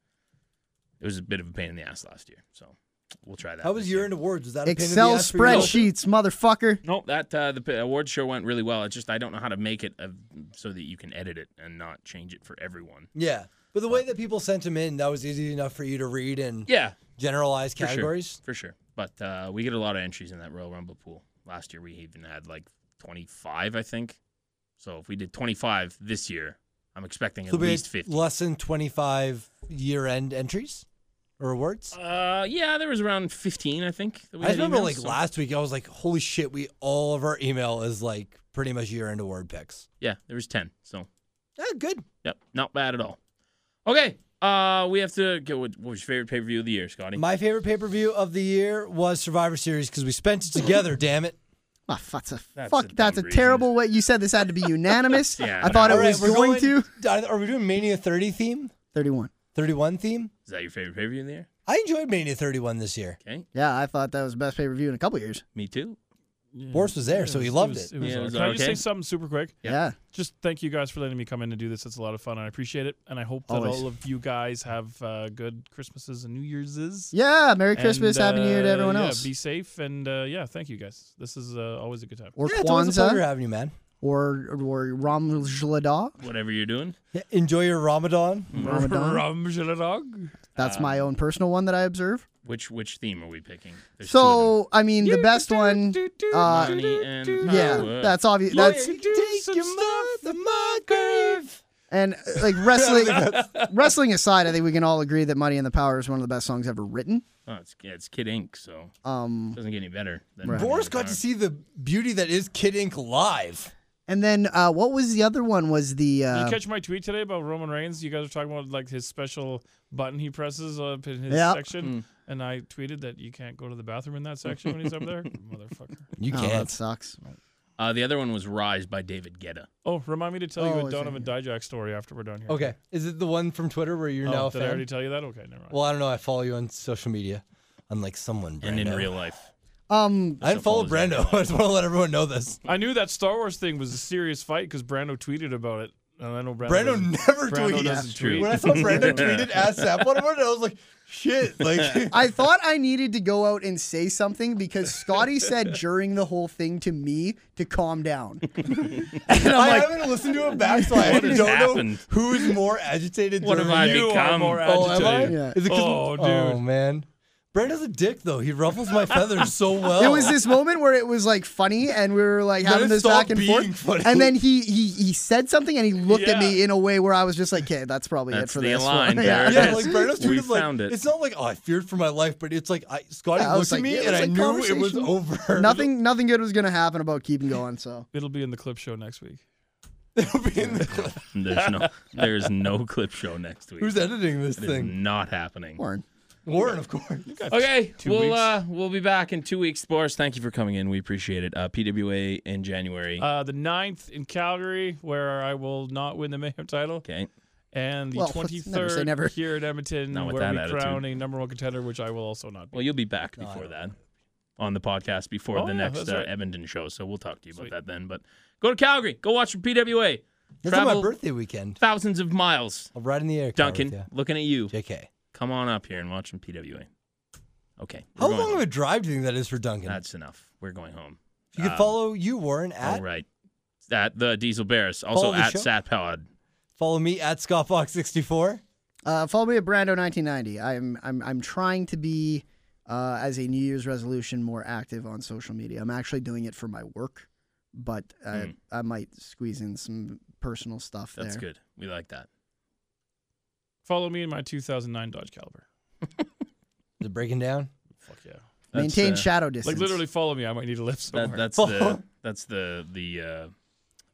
Speaker 1: it was a bit of a pain in the ass last year. So we'll try that.
Speaker 2: how was
Speaker 1: this
Speaker 2: your end awards? Was that a pain in the
Speaker 3: Excel
Speaker 2: ass for you?
Speaker 3: spreadsheets, motherfucker.
Speaker 1: Nope, that uh, the p- awards show went really well. It's just I don't know how to make it uh, so that you can edit it and not change it for everyone.
Speaker 2: Yeah, but the way that people sent them in, that was easy enough for you to read and
Speaker 1: Uh. Yeah,
Speaker 2: generalize
Speaker 1: For sure.
Speaker 2: categories.
Speaker 1: for sure. But uh, we get a lot of entries in that Royal Rumble pool. Last year we even had like 25, I think. So if we did 25 this year, I'm expecting
Speaker 2: So
Speaker 1: at
Speaker 2: we had
Speaker 1: least 50.
Speaker 2: Less than twenty-five year-end entries or awards.
Speaker 1: Uh, yeah, there was around 15, I think. that we
Speaker 2: I
Speaker 1: had
Speaker 2: just remember
Speaker 1: emails,
Speaker 2: like
Speaker 1: so-
Speaker 2: last week, I was like, "Holy shit, we all of our email is like pretty much year-end award picks."
Speaker 1: Yeah, there was 10. So
Speaker 2: Yeah, Ah, good.
Speaker 1: yep, not bad at all. Okay, uh, we have to go. What what was your favorite pay per view of the year, Scotty?
Speaker 2: My favorite pay-per-view of the year was Survivor Series because we spent it together. damn it.
Speaker 3: Ah, fuck, that's a,
Speaker 1: That's
Speaker 3: fuck,
Speaker 1: a dumb
Speaker 3: that's a
Speaker 1: reason.
Speaker 3: terrible way. You said this had to be unanimous.
Speaker 1: Yeah,
Speaker 3: I thought
Speaker 1: no.
Speaker 3: it was
Speaker 2: we're uh,
Speaker 3: going, to.
Speaker 2: Are we doing Mania 30 theme?
Speaker 3: 31.
Speaker 2: 31 theme?
Speaker 1: Is that your favorite pay per view of the year?
Speaker 2: I enjoyed Mania 31 this year.
Speaker 1: Okay,
Speaker 3: Yeah, I thought that was the best pay per view in a couple years.
Speaker 1: me too.
Speaker 2: Boris was there, so he loved it.
Speaker 4: It was,
Speaker 1: Yeah, Mm. it was
Speaker 4: Can I just
Speaker 1: okay.
Speaker 4: say something super quick?
Speaker 3: Yeah.
Speaker 4: Just thank you guys for letting me come in and do this. It's a lot of fun, and I appreciate it. And I hope that
Speaker 3: Always.
Speaker 4: all of you guys have uh, good Christmases and New Year'ses.
Speaker 3: Yeah. Merry Christmas.
Speaker 4: And,
Speaker 3: Happy New Year to
Speaker 4: uh,
Speaker 3: everyone
Speaker 4: yeah,
Speaker 3: else.
Speaker 4: Be safe, and uh, yeah, thank you guys. This is uh, always a good time.
Speaker 3: or
Speaker 2: yeah, it's always a pleasure
Speaker 3: Kwanzaa.
Speaker 2: having you, man.
Speaker 3: Or, or Ram Jlada.
Speaker 1: Whatever you're doing.
Speaker 2: Yeah, enjoy your Ramadan.
Speaker 1: Mm-hmm.
Speaker 3: Ramadan.
Speaker 4: Rum, jilla dog.
Speaker 3: um, That's my own personal one that I observe.
Speaker 1: Which which theme are we picking? There's two of them.
Speaker 3: So I mean, the best one. Uh,
Speaker 1: Money and
Speaker 4: Oh,
Speaker 3: yeah,
Speaker 1: power.
Speaker 3: that's obvious. That's
Speaker 2: Take your mother, my grave.
Speaker 3: and uh, like wrestling. wrestling aside, I think we can all agree that "Money and the Power" is one of the best songs ever written.
Speaker 1: Oh, it's, yeah, it's Kid Ink, so
Speaker 3: Um,
Speaker 1: doesn't get any better. Than
Speaker 3: Right.
Speaker 2: Boris got to see the beauty that is Kid Ink live.
Speaker 3: and then uh, what was the other one? Was the
Speaker 4: Did you
Speaker 3: uh,
Speaker 4: catch my tweet today about Roman Reigns? You guys are talking about like his special button he presses up in his
Speaker 3: Yeah.
Speaker 1: Hmm.
Speaker 4: section, and I tweeted that you can't go to the bathroom in that section when he's up there, motherfucker.
Speaker 2: You
Speaker 3: oh, that
Speaker 2: can't.
Speaker 3: sucks.
Speaker 1: Uh, the other one was Rise by David Guetta.
Speaker 4: Oh, remind me to tell
Speaker 3: Oh,
Speaker 4: you
Speaker 3: is
Speaker 4: a
Speaker 3: it?
Speaker 4: Donovan Dijak story after we're done here.
Speaker 2: okay. Is it the one from Twitter where you're
Speaker 4: Oh,
Speaker 2: now a
Speaker 4: did I already
Speaker 2: fan?
Speaker 4: tell you that? Okay, never mind.
Speaker 2: Well, I don't know. I follow you on social media, unlike someone. Brando.
Speaker 1: And in real life.
Speaker 3: Um,
Speaker 2: I didn't follow
Speaker 1: follows everyone.
Speaker 2: Brando. I just want to let everyone know this.
Speaker 4: I knew that Star Wars thing was a serious fight because Brando tweeted about it, and I know Brando.
Speaker 2: Brando
Speaker 4: doesn't-
Speaker 2: never
Speaker 4: Brando
Speaker 2: tweets.
Speaker 4: doesn't tweet.
Speaker 2: When I saw Brando tweeted ASAP, what about it? I was like, shit. Like,
Speaker 3: I thought I needed to go out and say something because Scotty said during the whole thing to me to calm down. and I'm
Speaker 2: I
Speaker 3: like,
Speaker 2: haven't listened to it back, so I
Speaker 1: What
Speaker 2: don't
Speaker 1: has
Speaker 2: know
Speaker 1: happened?
Speaker 2: who is more agitated.
Speaker 1: What have
Speaker 2: during
Speaker 1: I
Speaker 2: you.
Speaker 4: you are
Speaker 1: become-
Speaker 4: more
Speaker 2: Oh, am I?
Speaker 4: agitated.
Speaker 3: Yeah.
Speaker 2: Is it 'cause-
Speaker 4: Oh, dude.
Speaker 2: Oh, man. Brenda's a dick, though. He ruffles my feathers so well.
Speaker 3: it was this moment where it was like funny, and we were like
Speaker 2: Then
Speaker 3: having
Speaker 2: Oh. it
Speaker 3: this
Speaker 2: stopped
Speaker 3: back and
Speaker 2: being
Speaker 3: forth.
Speaker 2: funny.
Speaker 3: And then he he he said something, and he looked at
Speaker 4: Yeah.
Speaker 3: me in a way where I was just like, "Okay, that's probably
Speaker 1: That's
Speaker 3: it for
Speaker 1: the
Speaker 3: this
Speaker 1: line.
Speaker 3: one."
Speaker 1: There it
Speaker 2: Yeah,
Speaker 1: is.
Speaker 2: like Brenda's tweet
Speaker 1: We
Speaker 2: is like,
Speaker 1: found it.
Speaker 2: it's not like, oh, I feared for my life, but it's like, I Scotty
Speaker 3: Yeah, I
Speaker 2: looked
Speaker 3: was
Speaker 2: at
Speaker 3: like,
Speaker 2: me and
Speaker 3: it was
Speaker 2: I
Speaker 3: like
Speaker 2: knew it was
Speaker 3: conversation.
Speaker 2: over.
Speaker 3: Nothing nothing good was gonna happen about keeping going. So
Speaker 4: It'll be in the clip show next week.
Speaker 2: It'll be in the clip.
Speaker 1: There's no there's no clip show next week.
Speaker 2: Who's editing this
Speaker 1: It is
Speaker 2: thing?
Speaker 1: not happening.
Speaker 3: Warren,
Speaker 2: Warren, of course.
Speaker 1: Okay,
Speaker 4: Two
Speaker 1: we'll
Speaker 4: weeks.
Speaker 1: uh we'll be back in two weeks, Boris. Thank you for coming in. We appreciate it. Uh, PWA in January.
Speaker 4: Uh, the 9th in Calgary, where I will not win the Mayhem title.
Speaker 1: okay,
Speaker 4: And the
Speaker 3: Well, let's never say
Speaker 4: 23rd
Speaker 3: never.
Speaker 4: here at Edmonton,
Speaker 1: Not with
Speaker 4: where
Speaker 1: that
Speaker 4: we
Speaker 1: attitude.
Speaker 4: crown a number one contender, which I will also not be.
Speaker 1: well you'll be back before that on the podcast before
Speaker 4: Oh,
Speaker 1: the
Speaker 4: yeah,
Speaker 1: next
Speaker 4: that's
Speaker 1: uh,
Speaker 4: right.
Speaker 1: Edmonton show. So we'll talk to you about
Speaker 4: Sweet.
Speaker 1: that then. But go to Calgary. Go watch some PWA.
Speaker 2: That's on
Speaker 1: Travel
Speaker 2: my birthday weekend.
Speaker 1: thousands of miles.
Speaker 2: I'll ride in the air.
Speaker 1: Duncan,
Speaker 2: Car
Speaker 1: looking at you.
Speaker 2: with ya. JK.
Speaker 1: Come on up here and watch some PWA. Okay. we're
Speaker 2: How
Speaker 1: going
Speaker 2: long
Speaker 1: home.
Speaker 2: of a drive do you think that is for Duncan?
Speaker 1: That's enough. We're going home.
Speaker 2: you can
Speaker 1: um,
Speaker 2: follow you, Warren, at
Speaker 1: All right. At the Diesel Bears. Also
Speaker 2: Follow the
Speaker 1: at
Speaker 2: show.
Speaker 1: SatPod.
Speaker 2: follow me at scottfox64.
Speaker 3: uh, follow me at Brando 1990. I'm I'm I'm trying to be. Uh, as a New Year's resolution, more active on social media. I'm actually doing it for my work, but I, I might squeeze in some personal stuff
Speaker 1: Hmm. That's
Speaker 3: there.
Speaker 1: good. We like that.
Speaker 4: Follow me in my 2009 Dodge Caliber.
Speaker 2: Is it breaking down?
Speaker 4: Fuck yeah.
Speaker 1: That's,
Speaker 3: Maintain
Speaker 1: uh,
Speaker 3: shadow distance.
Speaker 4: Like, literally follow me. I might need a lift somewhere.
Speaker 1: That, that's the that's the the uh,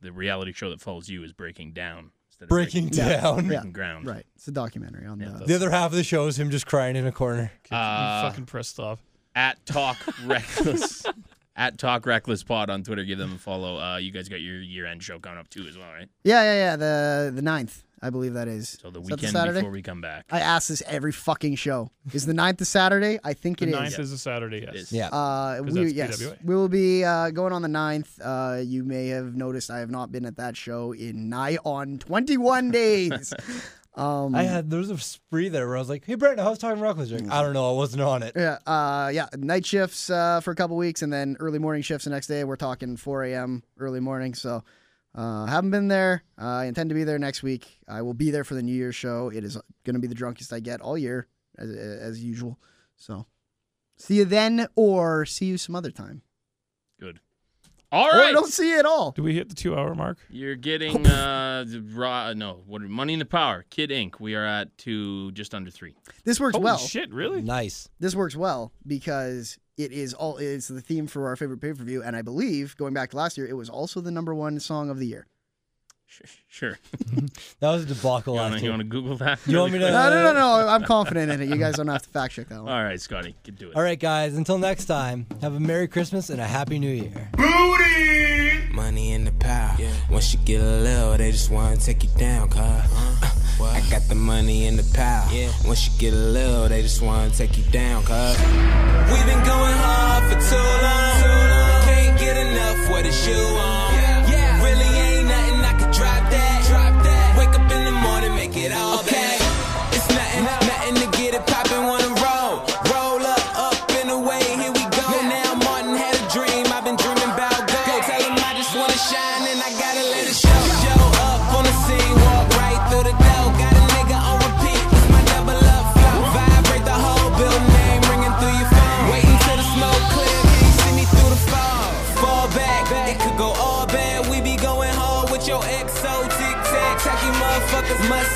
Speaker 1: the reality show that follows you is breaking down instead of
Speaker 2: Breaking down.
Speaker 1: breaking ground.
Speaker 3: Right. It's a documentary on
Speaker 4: Yeah,
Speaker 3: the.
Speaker 2: The other half of the show is him just crying in a corner.
Speaker 4: Okay,
Speaker 1: Uh,
Speaker 4: you fucking press stop.
Speaker 1: At Talk Reckless. At Talk Reckless Pod on Twitter. Give them a follow. Uh, you guys got your year end show coming up too as well, right?
Speaker 3: Yeah, yeah, yeah. The the ninth, I believe that is.
Speaker 1: So the
Speaker 3: Is that
Speaker 1: weekend
Speaker 3: Saturday?
Speaker 1: before we come back.
Speaker 3: I ask this every fucking show. Is the ninth a Saturday? I think it
Speaker 4: The
Speaker 3: is.
Speaker 4: 9th is a Saturday, yes.
Speaker 1: is.
Speaker 2: Yeah.
Speaker 3: Uh,
Speaker 4: 'Cause
Speaker 3: we,
Speaker 4: that's
Speaker 3: yes,
Speaker 4: PWA.
Speaker 3: we will be uh, going on the 9th. Uh, you may have noticed I have not been at that show in nigh on 21 days. um,
Speaker 2: I had there was a spree there where I was like, "Hey, Brandon, how's Talking Reckless?" You're Like, I don't know. I wasn't on it.
Speaker 3: yeah, uh, yeah, night shifts uh, for a couple weeks and then early morning shifts the next day. We're talking 4 a.m. early morning. So uh, haven't been there. Uh, I intend to be there next week. I will be there for the New Year's show. It is going to be the drunkest I get all year, as, as usual. So see you then or see you some other time.
Speaker 1: Good. All
Speaker 3: or
Speaker 1: right.
Speaker 3: don't see you at all.
Speaker 4: Do we hit the two hour mark?
Speaker 1: You're getting uh the raw no what money in the power Kid Inc. We are at two just under three.
Speaker 3: This works
Speaker 4: Holy
Speaker 3: well.
Speaker 4: shit, really?
Speaker 2: Nice.
Speaker 3: This works well because it is all it's the theme for our favorite pay per view, and I believe going back to last year, it was also the number one song of the year.
Speaker 1: Sure. sure.
Speaker 2: That was a debacle
Speaker 1: You
Speaker 2: last
Speaker 1: want to
Speaker 2: year.
Speaker 1: Google that?
Speaker 2: You want me to-
Speaker 3: no, no, no, no. I'm confident in it. You guys don't have to fact check that one.
Speaker 1: All right, Scotty, can do it.
Speaker 2: All right, guys. Until next time, have a Merry Christmas and a Happy New Year.
Speaker 10: Money in the power. Once you get a little, they just wanna take you down, cuz. Uh, I got the money in the power. Once you get a little, they just wanna take you down, cuz. We've been going hard for too long. Can't get enough what it's you on. Yeah. Really ain't nothing I could drop that. Drop that. Wake up in the morning, make it all back. It's nothing, nothing to get it poppin', wanna roll. Roll up, up and away, here we go. Now Martin had a dream, I've been dreaming about gold. Tell him I just wanna shine and I gotta let it show. Show up on the scene, walk right through the door. Got a nigga on repeat, it's my double up flow. Vibrate the whole building, name ringing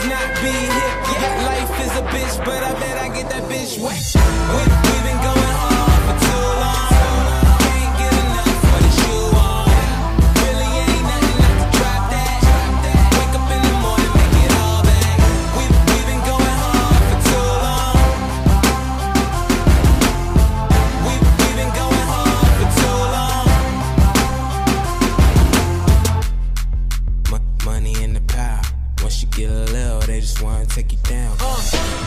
Speaker 10: not being hip. Yeah, life is a bitch, but I bet I get that bitch wet. We, we've been going on for too long. Can't get enough of the shoe on. Really ain't nothing not to drop that. Wake up in the morning, make it all back. We, we've been going on for too long. We, we've been going on for too long. Mo- money in the power. Once you get a little, they just wanna take you down. Uh,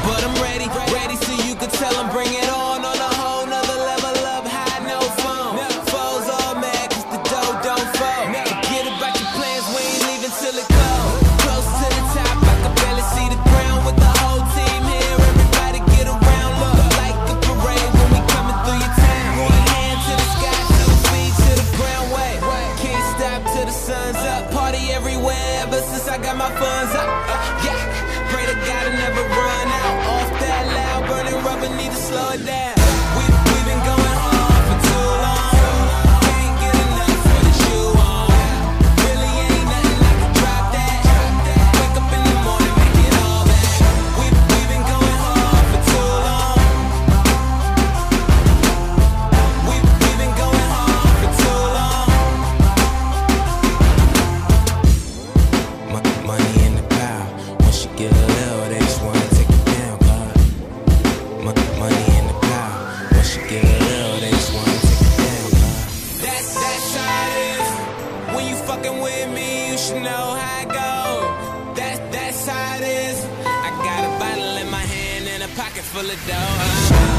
Speaker 10: But I'm ready, ready so you can tell them bring it on on a whole nother level up high, no phone. Foes all mad cause the dough don't fall. Forget about your plans, we ain't leaving till it goes. Close to the top, I can barely see the ground with the whole team here. Everybody get around, look like the parade when we coming through your town. One hand to the sky, two feet to the ground, wait. Can't stop till the sun's up. Party everywhere ever since I got my funds up. Uh, yeah, pray to God I never run out. Off that loud burning rubber, need to slow it down. We, we've been going on for too long. Can't get enough for the shoe on. Really ain't nothing I can drop that. Wake up in the morning, make it all back. We, we've been going on for too long. We, we've been going on for too long. Mon- Money in the power. Once you get a little, they just wanna take you down, God. Mon- Money in the power. Once you get a little, they just wanna take you down, God. That's that's how it is. When you fucking with me, you should know how it goes. That's that's how it is. I got a bottle in my hand and a pocket full of dough. huh?